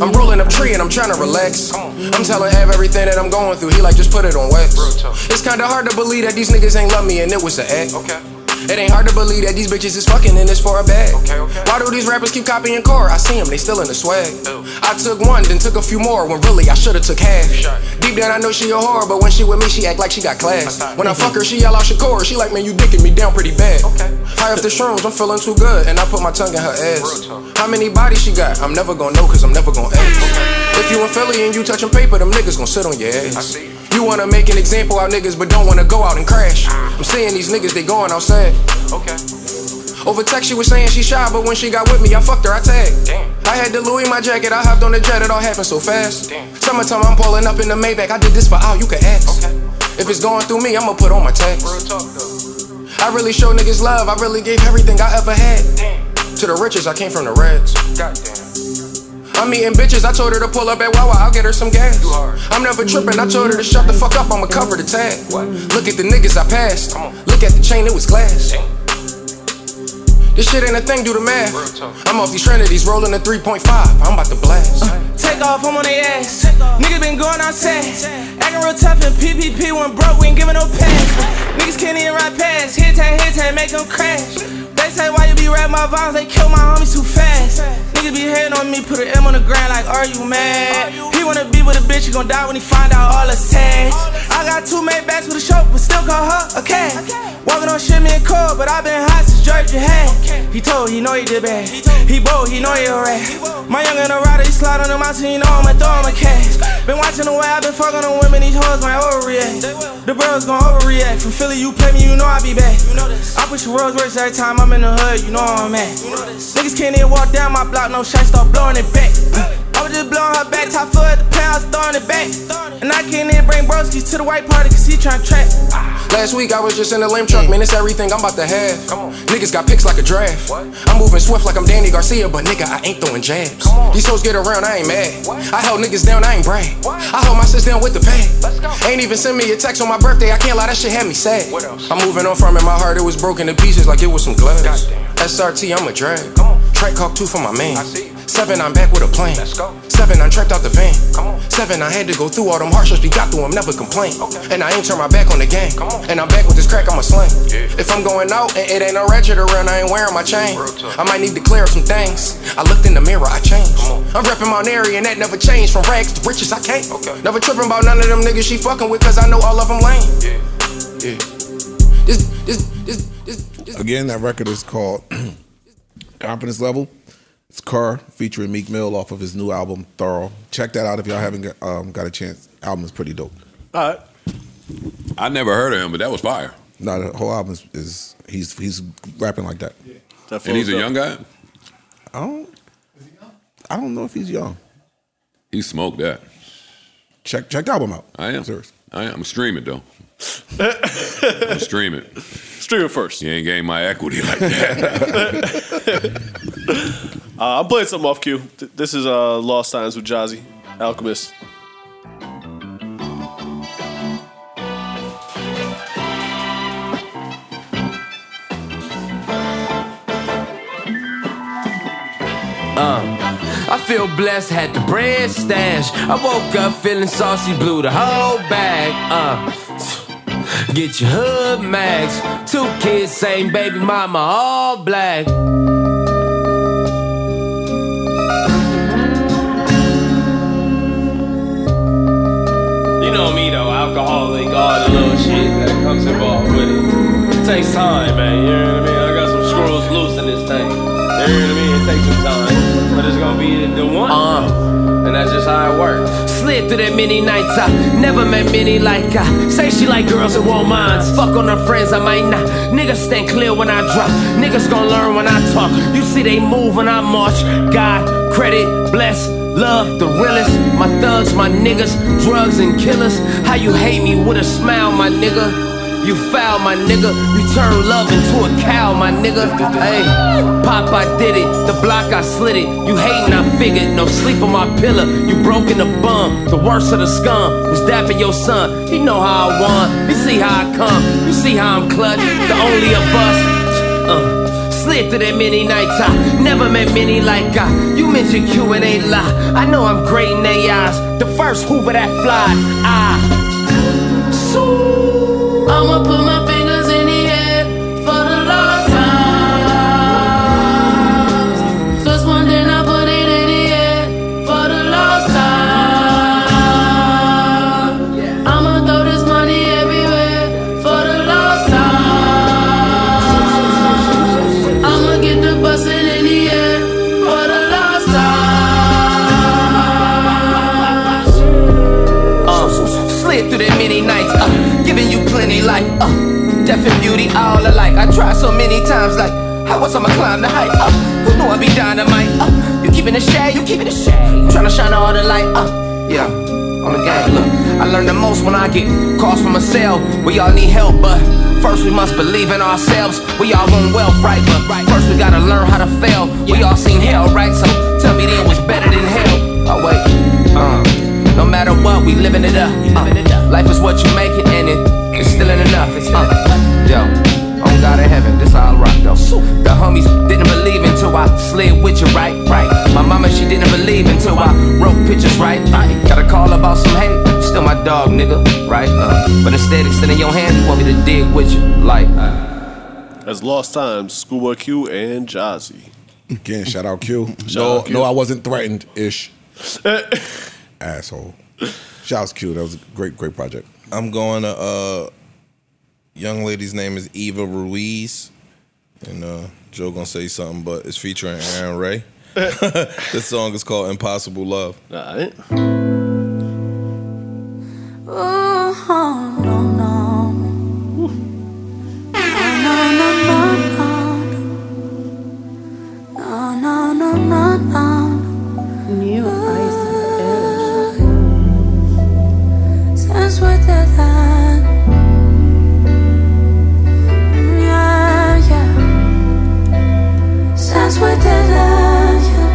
S32: I'm rolling up tree and I'm trying to relax. I'm telling Ev everything that I'm going through. He like just put it on wax. It's kinda hard to believe that these niggas ain't love me and it was an act. It ain't hard to believe that these bitches is fucking and it's for a bag. Why do these rappers keep copying core? I see them, they still in the swag. I took one, then took a few more when really I should've took half. Deep down I know she a whore, but when she with me she act like she got class. When I fuck her she yell out Shakur, she like man you dicking me down pretty bad. High off the shrooms, I'm feeling too good and I put my tongue in her ass. How many bodies she got? I'm never gonna know cause I'm never gonna ask. If you in Philly and you touching paper, them niggas gonna sit on your ass. You wanna make an example out niggas, but don't wanna go out and crash. I'm seeing these niggas, they going outside. Okay. Over text, she was saying she shy, but when she got with me, I fucked her, I tagged. I had the Louis in my jacket, I hopped on the jet, it all happened so fast. Summertime, I'm pulling up in the Maybach, I did this for all you can ask. If it's going through me, I'ma put on my tax. I really show niggas love, I really gave everything I ever had. To the riches, I came from the reds. I'm eating bitches, I told her to pull up at Wawa, I'll get her some gas. I'm never tripping, I told her to shut the fuck up, I'ma cover the tag. Look at the niggas I passed, look at the chain, it was glass. This shit ain't a thing, do the math. I'm off these Trinities, rolling a 3.5, I'm about to blast.
S19: Take off, I'm on they ass. Nigga been going outside. Acting real tough in PPP when broke, we ain't giving no pass. Niggas can't even ride past. Hit tag, hit tag, make them crash. They say, why you be rapping my vines? They kill my homies too fast. Niggas be hating on me, put an M on the ground like, are you mad? He wanna be with a bitch, he gon' die when he find out all the tags. I got two main bags for the show, but still call her a cat. Walking on shit, me and cold, but I been hot since Georgia had. He told, he know he did bad. He bold, he know he a rat. My young and a rider, he slide on the mountain, you know I'ma throw him a cash. Been watching the way i been fucking on women, these hoes might overreact. The bros gon' overreact. From Philly, you play me, you know I be back. I push the Rolls Royce every time I'm in the hood, you know I'm at. Niggas can't even walk down my block, no shots, start blowing it back. I was just blowing her back, top foot at the pounds, throwing it back. And I can't even bring broskies to the white party, cause he tryna trap.
S32: Last week I was just in a lame truck, man. It's everything I'm about to have. Niggas got picks like a draft. I'm moving swift like I'm Danny Garcia, but nigga, I ain't throwing jabs. These hoes get around, I ain't mad. I held niggas down, I ain't brag. I held my sis down with the pain. Ain't even send me a text on my birthday, I can't lie, that shit had me sad. I'm moving on from it, my heart it was broken to pieces like it was some glass. SRT, I'm a drag. Track Hawk 2 for my man. Seven, I'm back with a plan. Seven, I'm trapped out the van. Seven, I had to go through all them hardships we got through. I'm never complain. And I ain't turn my back on the game. And I'm back with this crack, I'ma slang. If I'm going out and it ain't no ratchet around, I ain't wearing my chain. I might need to clear up some things. I looked in the mirror, I changed. I'm repping Mount Airy and that never changed. From rags to riches, I came. Never tripping about none of them niggas she fucking with, cause I know all of them lame. Yeah. This, this, this, this,
S3: Again, that record is called Confidence Level. It's Carr featuring Meek Mill off of his new album Thorough. Check that out if y'all haven't got- um, got a chance. Album is pretty dope.
S36: All right.
S4: I never heard of him, but that was fire.
S3: No, the whole album is, is he's he's rapping like that.
S36: That
S4: And he's a young guy?
S3: I don't. I don't know if he's young.
S4: He smoked that.
S3: Check check the album out.
S4: I am. I am. I'm streaming though. I'm streaming.
S2: Stream it first.
S4: You ain't gained my equity like that.
S2: Uh, I'm playing something off cue. Th- this is uh, Lost Times with Jazzy, Alchemist.
S10: Uh, I feel blessed, had the bread stash. I woke up feeling saucy, blew the whole bag. Uh, get your hood max. Two kids, same baby mama, all black.
S6: You know me though, alcoholic, all the little shit that comes involved with it. It takes time, man. You know what I mean? I got some screws loose in this thing. You know what I mean? It takes some time, but it's gonna be the one. And that's just how it works.
S10: Slid through that many nights, I never met many like I say she like girls and want mines. Fuck on her friends, I might not. Niggas stand clear when I drop. Niggas gon' learn when I talk. You see they move when I march. God, credit, bless, love, the realest. My thugs, my niggas, drugs and killers. How you hate me with a smile, my nigga. You foul, my nigga. You turn love into a cow, my nigga. Hey, pop, I did it. The block, I slid it. You hating, I figured. No sleep on my pillow. You broke in the bum. The worst of the scum was dapping your son. He know how I won. You see how I come. You see how I'm clutch. The only of us. Uh. Slid through that many nights, I never met many like I. You mentioned Q and A lie. I know I'm great in they eyes. The first Hoover that fly. I. So,
S33: I'ma put my fingers in the air for the lost times. Just one thing I put it in the air for the lost times. I'ma throw this money everywhere for the lost times. I'ma get the bustin' in the air for the lost times.
S10: Uh, slid through that many nights, uh, giving you plenty life. Uh, death and beauty all alike. I tried so many times, like how was I'ma climb the height? Uh, who knew I'd be dynamite? Uh, you keeping the shade, you keeping the shade. Trying to shine all the light. Uh, yeah, on the game. Look, I learn the most when I get calls from a cell. We all need help, but first we must believe in ourselves. We all want wealth, right? But first we gotta learn how to fail. We all seen hell, right? So tell me then what's better than hell? Oh wait, uh. No matter what, we living it up. Uh, life is what you make it, and it, it's still ain't enough. It's uh, yo, on God in heaven, this all rock though. The homies didn't believe until I slid with you, right, right. My mama she didn't believe until I wrote pictures, right. I got a call about some hate, still my dog, nigga, right. Uh, but instead extending your hand, you want me to dig with you, like. uh,
S2: As Lost Times, Schoolboy Q and Jazzy.
S5: Again, shout out Q.
S2: Shout
S5: no,
S2: out Q.
S5: no, I wasn't threatened ish. Asshole.
S3: Shout out to Q. That was a great, great project. I'm going to uh young lady's name is Eva Ruiz. And uh Joe gonna say something, but it's featuring Aaron Ray. this song is called Impossible Love.
S2: Alright.
S33: Oh, no, no. No, no, no, no. No, no, no, no, no. Since we're dead, then. Yeah, yeah. Since we're dead, then, yeah.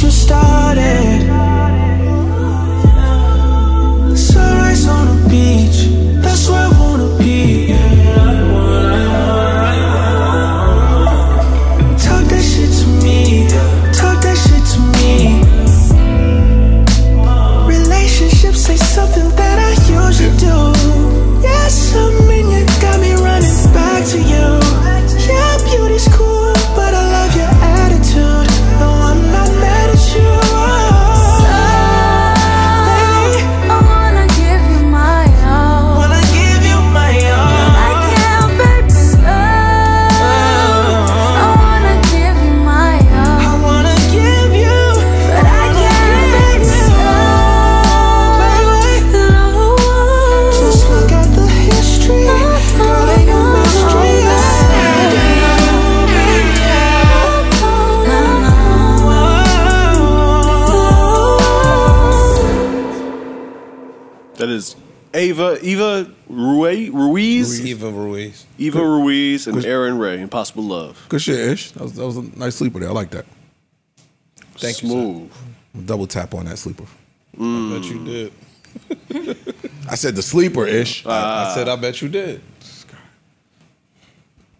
S22: just started. Sunrise on the beach, that's where I wanna be. Talk that shit to me, talk that shit to me. Relationships say something that I usually do. Yes, I mean you got me running back to you. Yeah, beauty's cool, but I love your attitude. No, I'm not mad at you. Baby, I wanna give you my all. Wanna give you my all. I can't break this love. I wanna give you my all. I wanna give you, but I can't break this love. Baby, just look at the history. Girl, ain't no mystery.
S2: That is Ava Eva Rui, Ruiz. Eva Ruiz. Eva Ruiz and Aaron Ray. Impossible Love.
S33: Good shit, Ish. That was, that was a nice sleeper there. I like that.
S2: Thank Smooth.
S33: Double tap on that sleeper.
S6: Mm.
S3: I bet you did.
S33: I said the sleeper ish.
S4: Ah.
S3: I, I said I bet you did.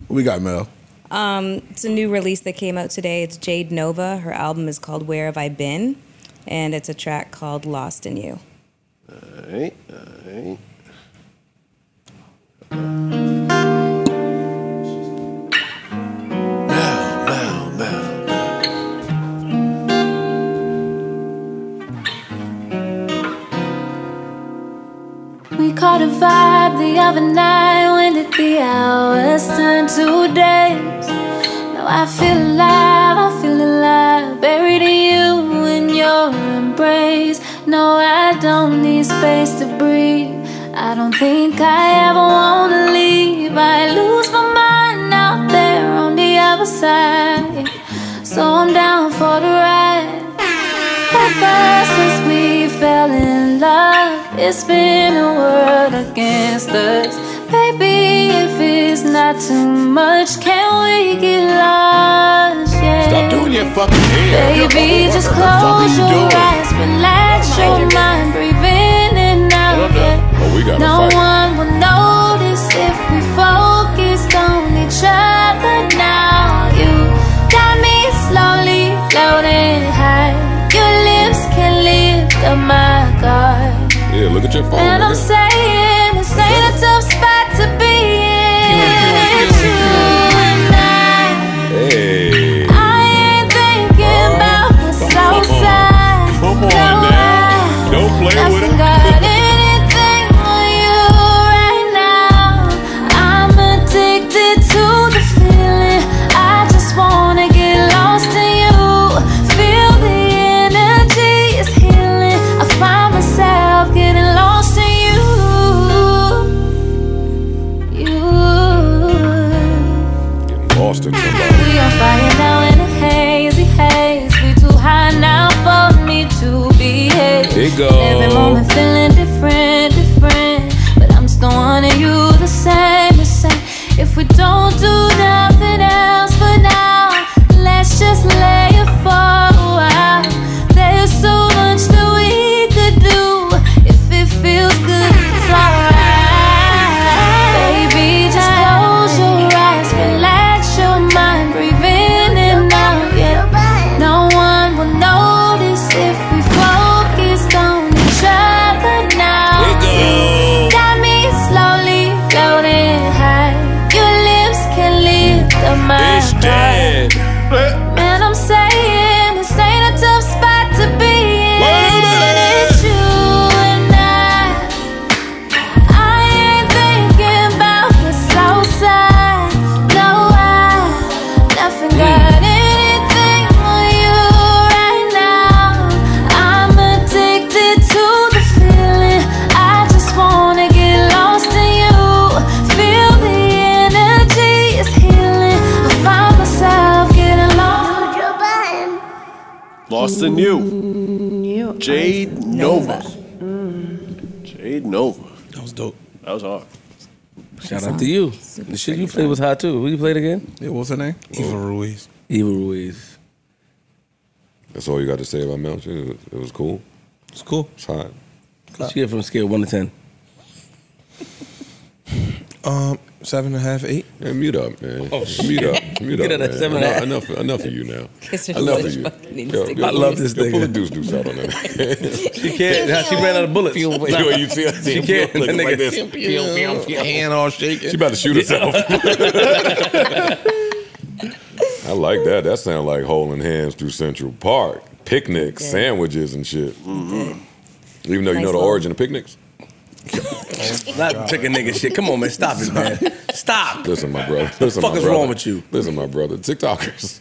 S33: What we got Mel.
S8: Um, it's a new release that came out today. It's Jade Nova. Her album is called Where Have I Been? And it's a track called Lost in You.
S2: Alright, alright.
S22: We caught a vibe the other night when did the hours turn to days? Now I feel alive, I feel alive, buried in you in your embrace. No, I don't need space to breathe. I don't think I ever wanna leave. I lose my mind out there on the other side, so I'm down for the ride. Ever since we fell in love, it's been a world against us. Baby, if it's not too much, can we get lost? Yeah.
S4: Stop doing your fucking hair.
S22: Baby, just
S4: What the fuck are
S22: close
S4: you
S22: your
S4: doing?
S22: eyes, relax your mind, breathe in and out. Yeah.
S4: Oh, we got to
S22: No
S4: fight.
S22: one will notice if we focus on each other now. You got me slowly floating high. Your lips can lift up my guard.
S4: Yeah, look at your phone.
S22: And I'm
S4: nigga.
S22: saying this ain't a tough spot to be in. It's you and I.
S4: Hey.
S22: I ain't thinking about what's outside.
S4: Come on
S22: No,
S4: now. Don't play
S22: I
S4: with him.
S22: forgot anything for you right now. I'm addicted to the feeling. I just wanna get lost in you. Feel the energy is healing. I find myself getting lost in you. You.
S4: Lost in somebody.
S22: We on fire now in a hazy haze. We too high now for me to be
S4: There
S22: haze.
S4: you go.
S22: Every moment feeling different, different. But I'm still wanting you the same, the same. If we don't do nothing else for now, let's just lay it for a while. There's so much that we could do. If it feels good, it's alright. Baby, just close your eyes, relax your mind, breathe in and out. Yeah, no one will notice if we focus on each other now. You got me slowly floating high. Your lips can lift up my
S4: It's dead.
S22: Man, I'm saying this ain't a tough spot to be in. It's you and I. I ain't thinking about what's outside. No, I nothing got anything for you right now. I'm addicted to the feeling. I just wanna get lost in you. Feel the energy is healing. I find myself getting lost.
S2: Lost in You. Jade Nova. Jade Nova.
S6: That was dope.
S2: That was hard.
S6: Shout out to you. The shit you played was hot too. Who you played again?
S33: Yeah, what's her name?
S6: Eva Ruiz. Eva Ruiz.
S4: That's all you got to say about Mount Shea. It was, it was cool.
S6: It's cool.
S4: It's hot.
S6: What you get from scale one to ten?
S3: Um, seven and a half, eight.
S4: Yeah, mute up, man.
S6: Oh,
S4: mute
S6: shit.
S4: up. Mute
S6: Get
S4: up,
S6: it at
S4: man.
S6: seven and a half.
S4: Enough, enough, enough of you now.
S6: It's just
S4: Enough
S6: so
S4: of you.
S6: much fucking
S4: Yo,
S6: instinct.
S4: yo,
S6: I love this
S4: yo,
S6: thing.
S4: Pull the deuce deuce out on that.
S6: She can't. Nah, she ran out of bullets.
S4: Yo, you see her?
S6: She can't. That
S4: Looking like
S6: nigga.
S4: this.
S3: Hand all shaking.
S4: She about to shoot herself. I like that. That sounds like holding hands through Central Park, picnics, sandwiches, and shit. Even though you
S6: Mm-hmm. Nice
S4: know the
S6: little-
S4: origin of picnics. Oh,
S6: Not chicken nigga shit. Come on, man. Stop it, man. Stop.
S4: Listen, my brother. Listen,
S6: fuck
S4: my
S6: is
S4: brother.
S6: wrong with you?
S4: Listen, my brother. TikTokers.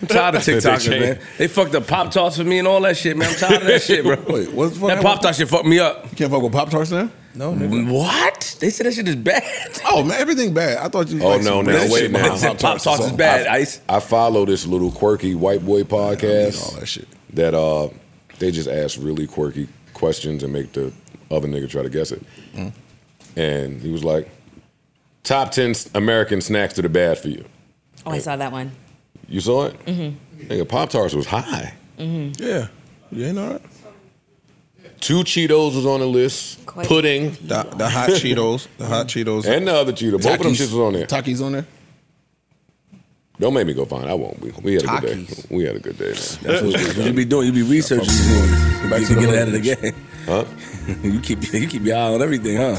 S6: I'm tired of
S4: They
S6: TikTokers,
S4: changed.
S6: man. They fucked up Pop Tarts for me and all that shit, man. I'm tired of that shit, bro.
S11: Wait, what's
S6: that Pop Tart shit fucked me up. You
S11: can't fuck with Pop Tarts now?
S6: No, What? They said that shit is bad.
S11: Oh man, everything bad. I thought you.
S4: Oh
S11: like,
S4: no!
S11: some
S4: Now
S11: bad
S4: wait,
S11: shit.
S4: now I, I follow this little quirky white boy podcast. all that shit. That uh, they just ask really quirky questions and make the other nigga try to guess it.
S5: Mm.
S3: Mm-hmm.
S4: And he was like, "Top ten s- American snacks that are bad for you."
S8: Oh, I saw that one.
S4: You saw it?
S8: Mhm.
S3: Mm-hmm.
S4: Nigga, Pop Tarts was high.
S8: Mhm.
S4: Mm-hmm.
S11: Yeah. You ain't all right.
S4: Two Cheetos was on the list.
S11: Quite-
S4: Pudding.
S3: The, the hot Cheetos. The hot Cheetos.
S4: And the other Cheetos. Both of them
S3: Takis.
S4: shits was on there.
S11: Takis on there.
S4: Don't make me go find. it. I won't. We, we had a good day.
S6: Takis.
S4: We had a good day. Man.
S6: That's what you be doing. You be researching these niggas. You to get ahead of the game.
S4: Huh?
S6: you keep you keep your eye on everything, huh?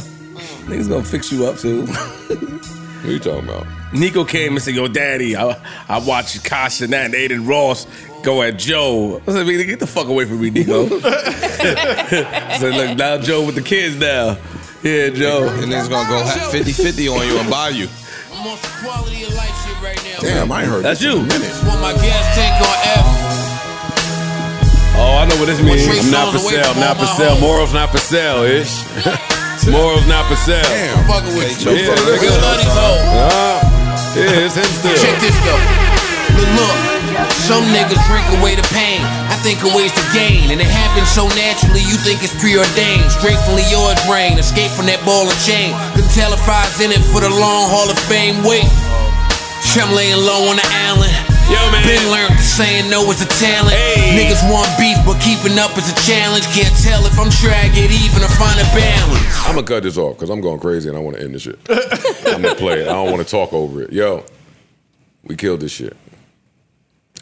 S6: Niggas gonna fix you up too.
S4: What you talking about?
S6: Nico came and said, "Yo, Daddy, I, I watched Kasha Nat and Aiden Ross go at Joe." I said, "Nigga, "Get the fuck away from me, Nico." I said, "Look, now Joe with the kids now." Yeah, Joe.
S3: And niggas gonna go 50-50 on you and buy you.
S9: Quality of life shit right now.
S3: Damn, I ain't heard
S6: That's you.
S9: Just want my gas tank on F.
S6: Oh, I know what this means.
S4: I'm not for sale. Not for sale. Morals not for sale. Ish. Morals not for sale. Damn.
S9: Fucking with
S4: Yeah,
S9: you. Fucking with
S4: nigga.
S9: you. Love these hoes.
S4: Ah, yeah, it's him still.
S9: Check this though. But look, some niggas drink away the pain. I think of ways to gain, and it happens so naturally. You think it's preordained. Straight from Leo's brain, escape from that ball and chain. Couldn't tell if I was in it for the long Hall of Fame wait. I'm laying low on the island. Yo, man. Been learned that saying no is a talent. Niggas want beef, but keeping up is a challenge. Can't tell if I'm sure I get even or find a balance.
S4: I'm gonna cut this off because I'm going crazy and I want to end this shit. I'm gonna play it. I don't want to talk over it. Yo, we killed this shit.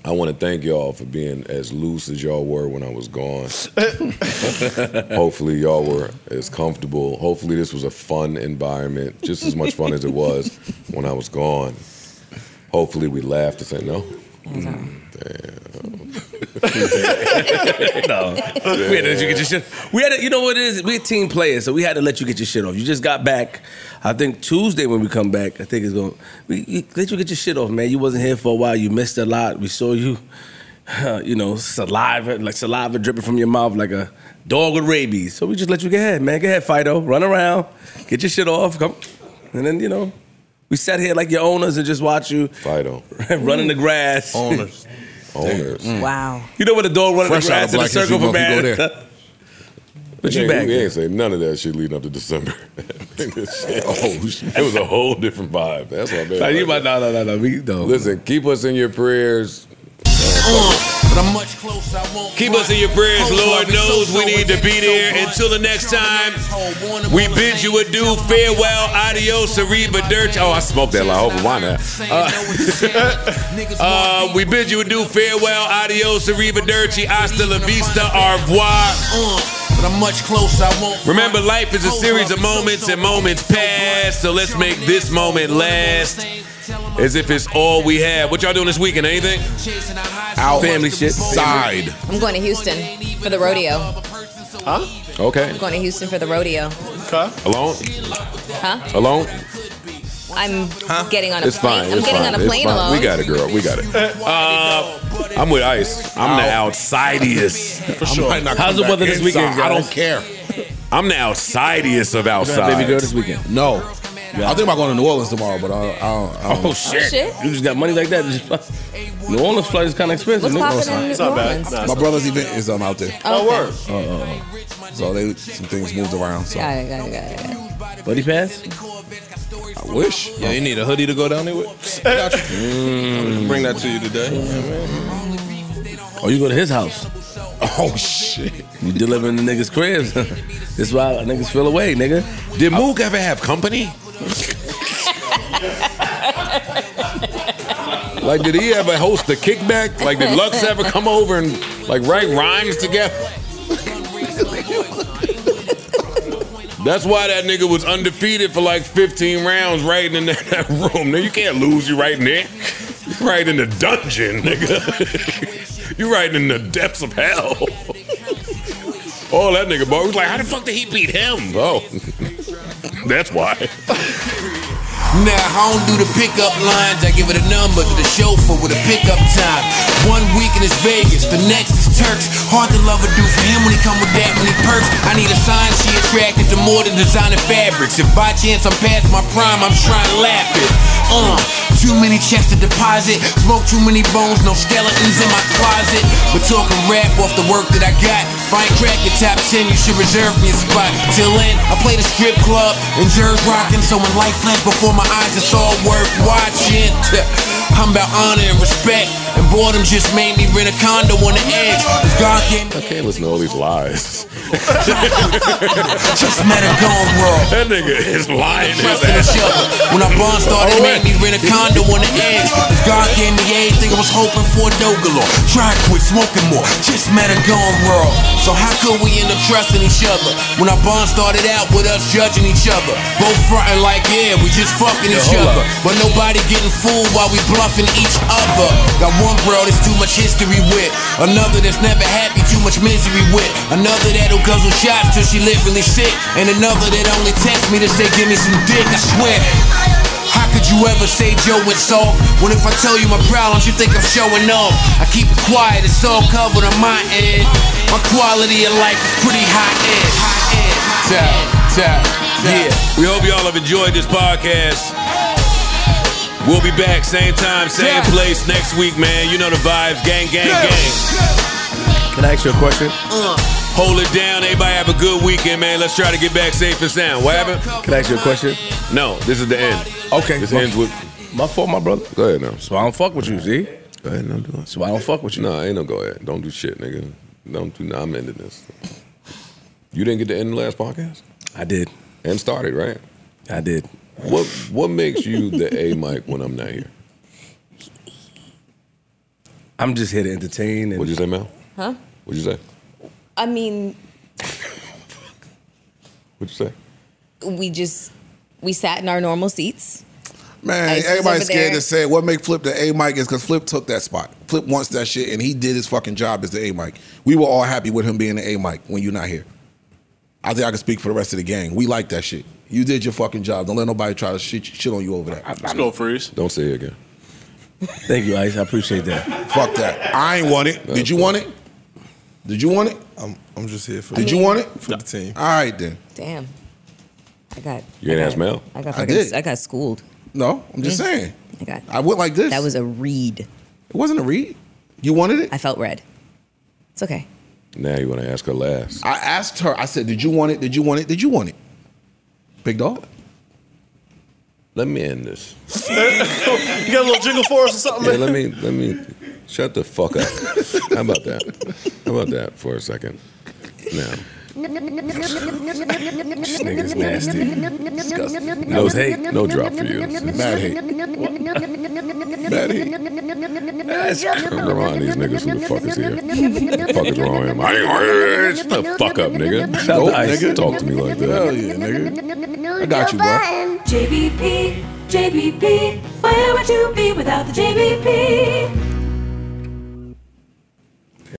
S4: I want to thank y'all for being as loose as y'all were when I was gone. Hopefully, y'all were as comfortable. Hopefully, this was a fun environment, just as much fun as it was when I was gone. Hopefully, we laughed and said no.
S6: Mm-hmm. no. We had to let you get your shit. We had to, you know what it is? We're team players, so we had to let you get your shit off. You just got back. I think Tuesday when we come back, I think it's going to let you get your shit off, man. You wasn't here for a while. You missed a lot. We saw you, you know, saliva, like saliva dripping from your mouth like a dog with rabies. So we just let you get ahead, man. Go ahead, Fido. Run around. Get your shit off. Come. And then, you know, we sat here like your owners and just watch you
S4: Fido
S6: running the grass.
S3: Owners.
S4: Owners.
S8: Wow.
S6: You know what a dog running
S4: Fresh
S6: Mm. the
S4: out of
S6: grass in a
S4: Black History
S6: circle for
S4: Month, we go
S6: man.
S4: there.
S6: But you
S4: Yeah,
S6: back.
S4: We ain't say none of that shit leading up to December. oh, shit. It was a whole different vibe. That's what I mean.
S6: Nah, you might- no, no, no, no. We don't.
S4: Listen, keep us in your prayers.
S9: But I'm much closer, I won't
S5: Keep us in your prayers. Lord knows we need to be there. Until the next time, we bid you adieu. Farewell. Adios. Arrivederci. Oh, I smoked that loud. Why not? Uh, uh, we bid you adieu. Farewell. Adios. Arrivederci. Hasta la vista. Au revoir.
S9: Uh, But I'm much closer, I won't
S5: Remember, life is a series of moments and moments pass. So let's make this moment last as if it's all we have. What y'all doing this weekend? Anything?
S8: Out.
S5: Family shit. Side.
S8: I'm going to Houston for the rodeo.
S5: Huh?
S8: I'm
S4: Okay.
S8: going to Houston for the rodeo.
S4: Alone?
S8: Huh?
S4: Alone?
S8: I'm getting on a
S4: It's
S8: plane.
S4: fine.
S8: I'm
S4: it's
S8: getting
S4: fine.
S8: on a
S4: it's
S8: plane
S4: fine.
S8: alone.
S4: We got it, girl. We got it. Uh, I'm with Ice. I'm the outsideiest.
S5: For sure.
S6: How's the weather this weekend,
S5: I
S6: guys?
S5: don't care. I'm the outsideiest of
S6: have
S5: outside.
S6: baby girl this weekend?
S11: No. I think about going to New Orleans tomorrow, but I, I, don't, I don't.
S6: Oh shit. You just got money like that. Just, New Orleans flight is kind of expensive.
S8: What's
S6: nigga.
S8: poppin' It's not- in it's not New bad. Orleans? Nah, it's
S11: My
S8: not
S11: brother's event is um, out there.
S8: Oh, okay. word.
S11: Uh, uh, uh. so they some things moved around. So
S8: Got it, got it, got it, got it.
S6: Buddy pass?
S11: I wish.
S3: Yeah, you need a hoodie to go down there with. Bring that to you today.
S6: Mm. Oh, you go to his house. Oh shit! You delivering the niggas' cribs. That's why niggas feel away, nigga. Did Mook ever have company?
S4: Like, did he ever host a kickback? Like, did Lux ever come over and like write rhymes together? That's why that nigga was undefeated for like 15 rounds right in that, that room. Nigga, you can't lose. You right in there. You right in the dungeon, nigga. you right in the depths of hell. Oh, that nigga, boy. was like, how the fuck did he beat him? Oh, that's why.
S9: Nah, I don't do the pickup lines. I give it a number to the chauffeur with a pickup time. One week and it's Vegas, the next is Turks. Hard to love a dude for him when he come with that many perks. I need a sign she attracted to more than designer fabrics. If by chance I'm past my prime, I'm trying to laugh it. Uh, too many checks to deposit. Smoke too many bones, no skeletons in my closet. But talking rap off the work that I got. If I ain't crack your top 10, you should reserve me a spot. Till then, I play the strip club and jerk rockin'. So when life flashed before my eyes, it's all worth watching. I'm about honor and respect. And boredom just made me rent a condo on the edge. 'Cause God gave me
S4: I can't listen to all these lies.
S9: just met her gone wrong.
S4: That nigga is lying. His
S9: trusting each other. When I bond started,
S4: Oh,
S9: made me rent a condo on the edge. 'Cause God gave me everything I was hoping for, Dogalore. Try to quit smoking more, just met a gone raw. So how could we end up trusting each other? When our bond started out with us judging each other. Both fronting like, yeah, we just fucking
S6: Yeah,
S9: each
S6: hold
S9: other.
S6: up.
S9: But nobody getting fooled while we bluffing each other. Got one bro that's too much history with. Another that's never happy, too much misery with. Another that'll guzzle shots till she literally sick. And another that only texts me to say, give me some dick, I swear. How could you ever say Joe and soft? When if I tell you my problems, you think I'm showing off. I keep it quiet, it's all covered on my end. My quality of life is pretty high end. High end. Tap, tap,
S4: Yeah. We hope y'all have enjoyed this podcast. We'll be back same time, same place next week, man. You know the vibes. Gang, gang, gang.
S6: Can I ask you a question?
S9: Uh.
S4: Hold it down. Everybody have a good weekend, man. Let's try to get back safe and sound. What happened?
S6: Can I ask you a question?
S4: No, this is the end.
S6: Okay.
S4: This
S6: my-
S4: ends with.
S6: My fault, my brother.
S4: Go ahead now.
S6: So I don't fuck with you, see?
S4: Go ahead, no, do it.
S6: So I don't fuck with you.
S4: No, ain't no go ahead. Don't do shit, nigga. Don't do. Nah, I'm ending this. You didn't get to end the last podcast.
S6: I did.
S4: And started right.
S6: I did.
S4: What What makes you the A mic when I'm not here?
S6: I'm just here to entertain. And
S4: What'd you say, Mel?
S8: Huh?
S4: What'd you say?
S8: I mean,
S4: What'd you say?
S8: we just we sat in our normal seats.
S33: Man,
S8: Ice was
S33: everybody's
S8: over
S33: scared
S8: there.
S33: to say what make Flip the A mic is because Flip took that spot. Flip wants that shit, and he did his fucking job as the A mic. We were all happy with him being the A mic when you're not here. I think I can speak for the rest of the gang. We like that shit. You did your fucking job. Don't let nobody try to shit, shit on you over that.
S2: Let's go, Freeze.
S4: Don't say it again.
S6: Thank you, Ice. I appreciate that.
S33: Fuck that. I ain't want it. Did you want it? Did you want it?
S3: I'm, I'm just here for.
S33: Did
S3: the-
S33: you want it?
S3: for the team?
S33: All right then.
S8: Damn, I got.
S4: You ain't
S8: I got-
S4: asked Mel.
S8: I got.
S33: I
S8: Fucking,
S33: did.
S8: I, got schooled.
S33: No, I'm just
S8: Mm.
S33: saying.
S8: I got.
S33: I went like this.
S8: That was a read.
S33: It wasn't a read. You wanted it?
S8: I felt red. It's okay.
S4: Now you want to ask her last.
S33: I asked her. I said, "Did you want it? Did you want it? Did you want it?" Big dog.
S4: Let me end this.
S2: you got a little jingle for us or something,
S4: Yeah,
S2: man?
S4: let me let me shut the fuck up. How about that? How about that for a second? Now,
S37: nigga's
S4: nasty.
S37: Disgusting.
S4: No hate, no drop for you.
S37: Mad hate. Mad hate.
S4: I'm around these niggas. Who the fuck is here? the fuck is wrong with him? I ain't shut the fuck up, nigga.
S33: Shout
S4: Don't
S33: out to Ice.
S4: nigga. talk to me like that.
S33: Hell yeah, nigga. I got you, bro.
S23: JBP, JBP, where would you be without the JBP?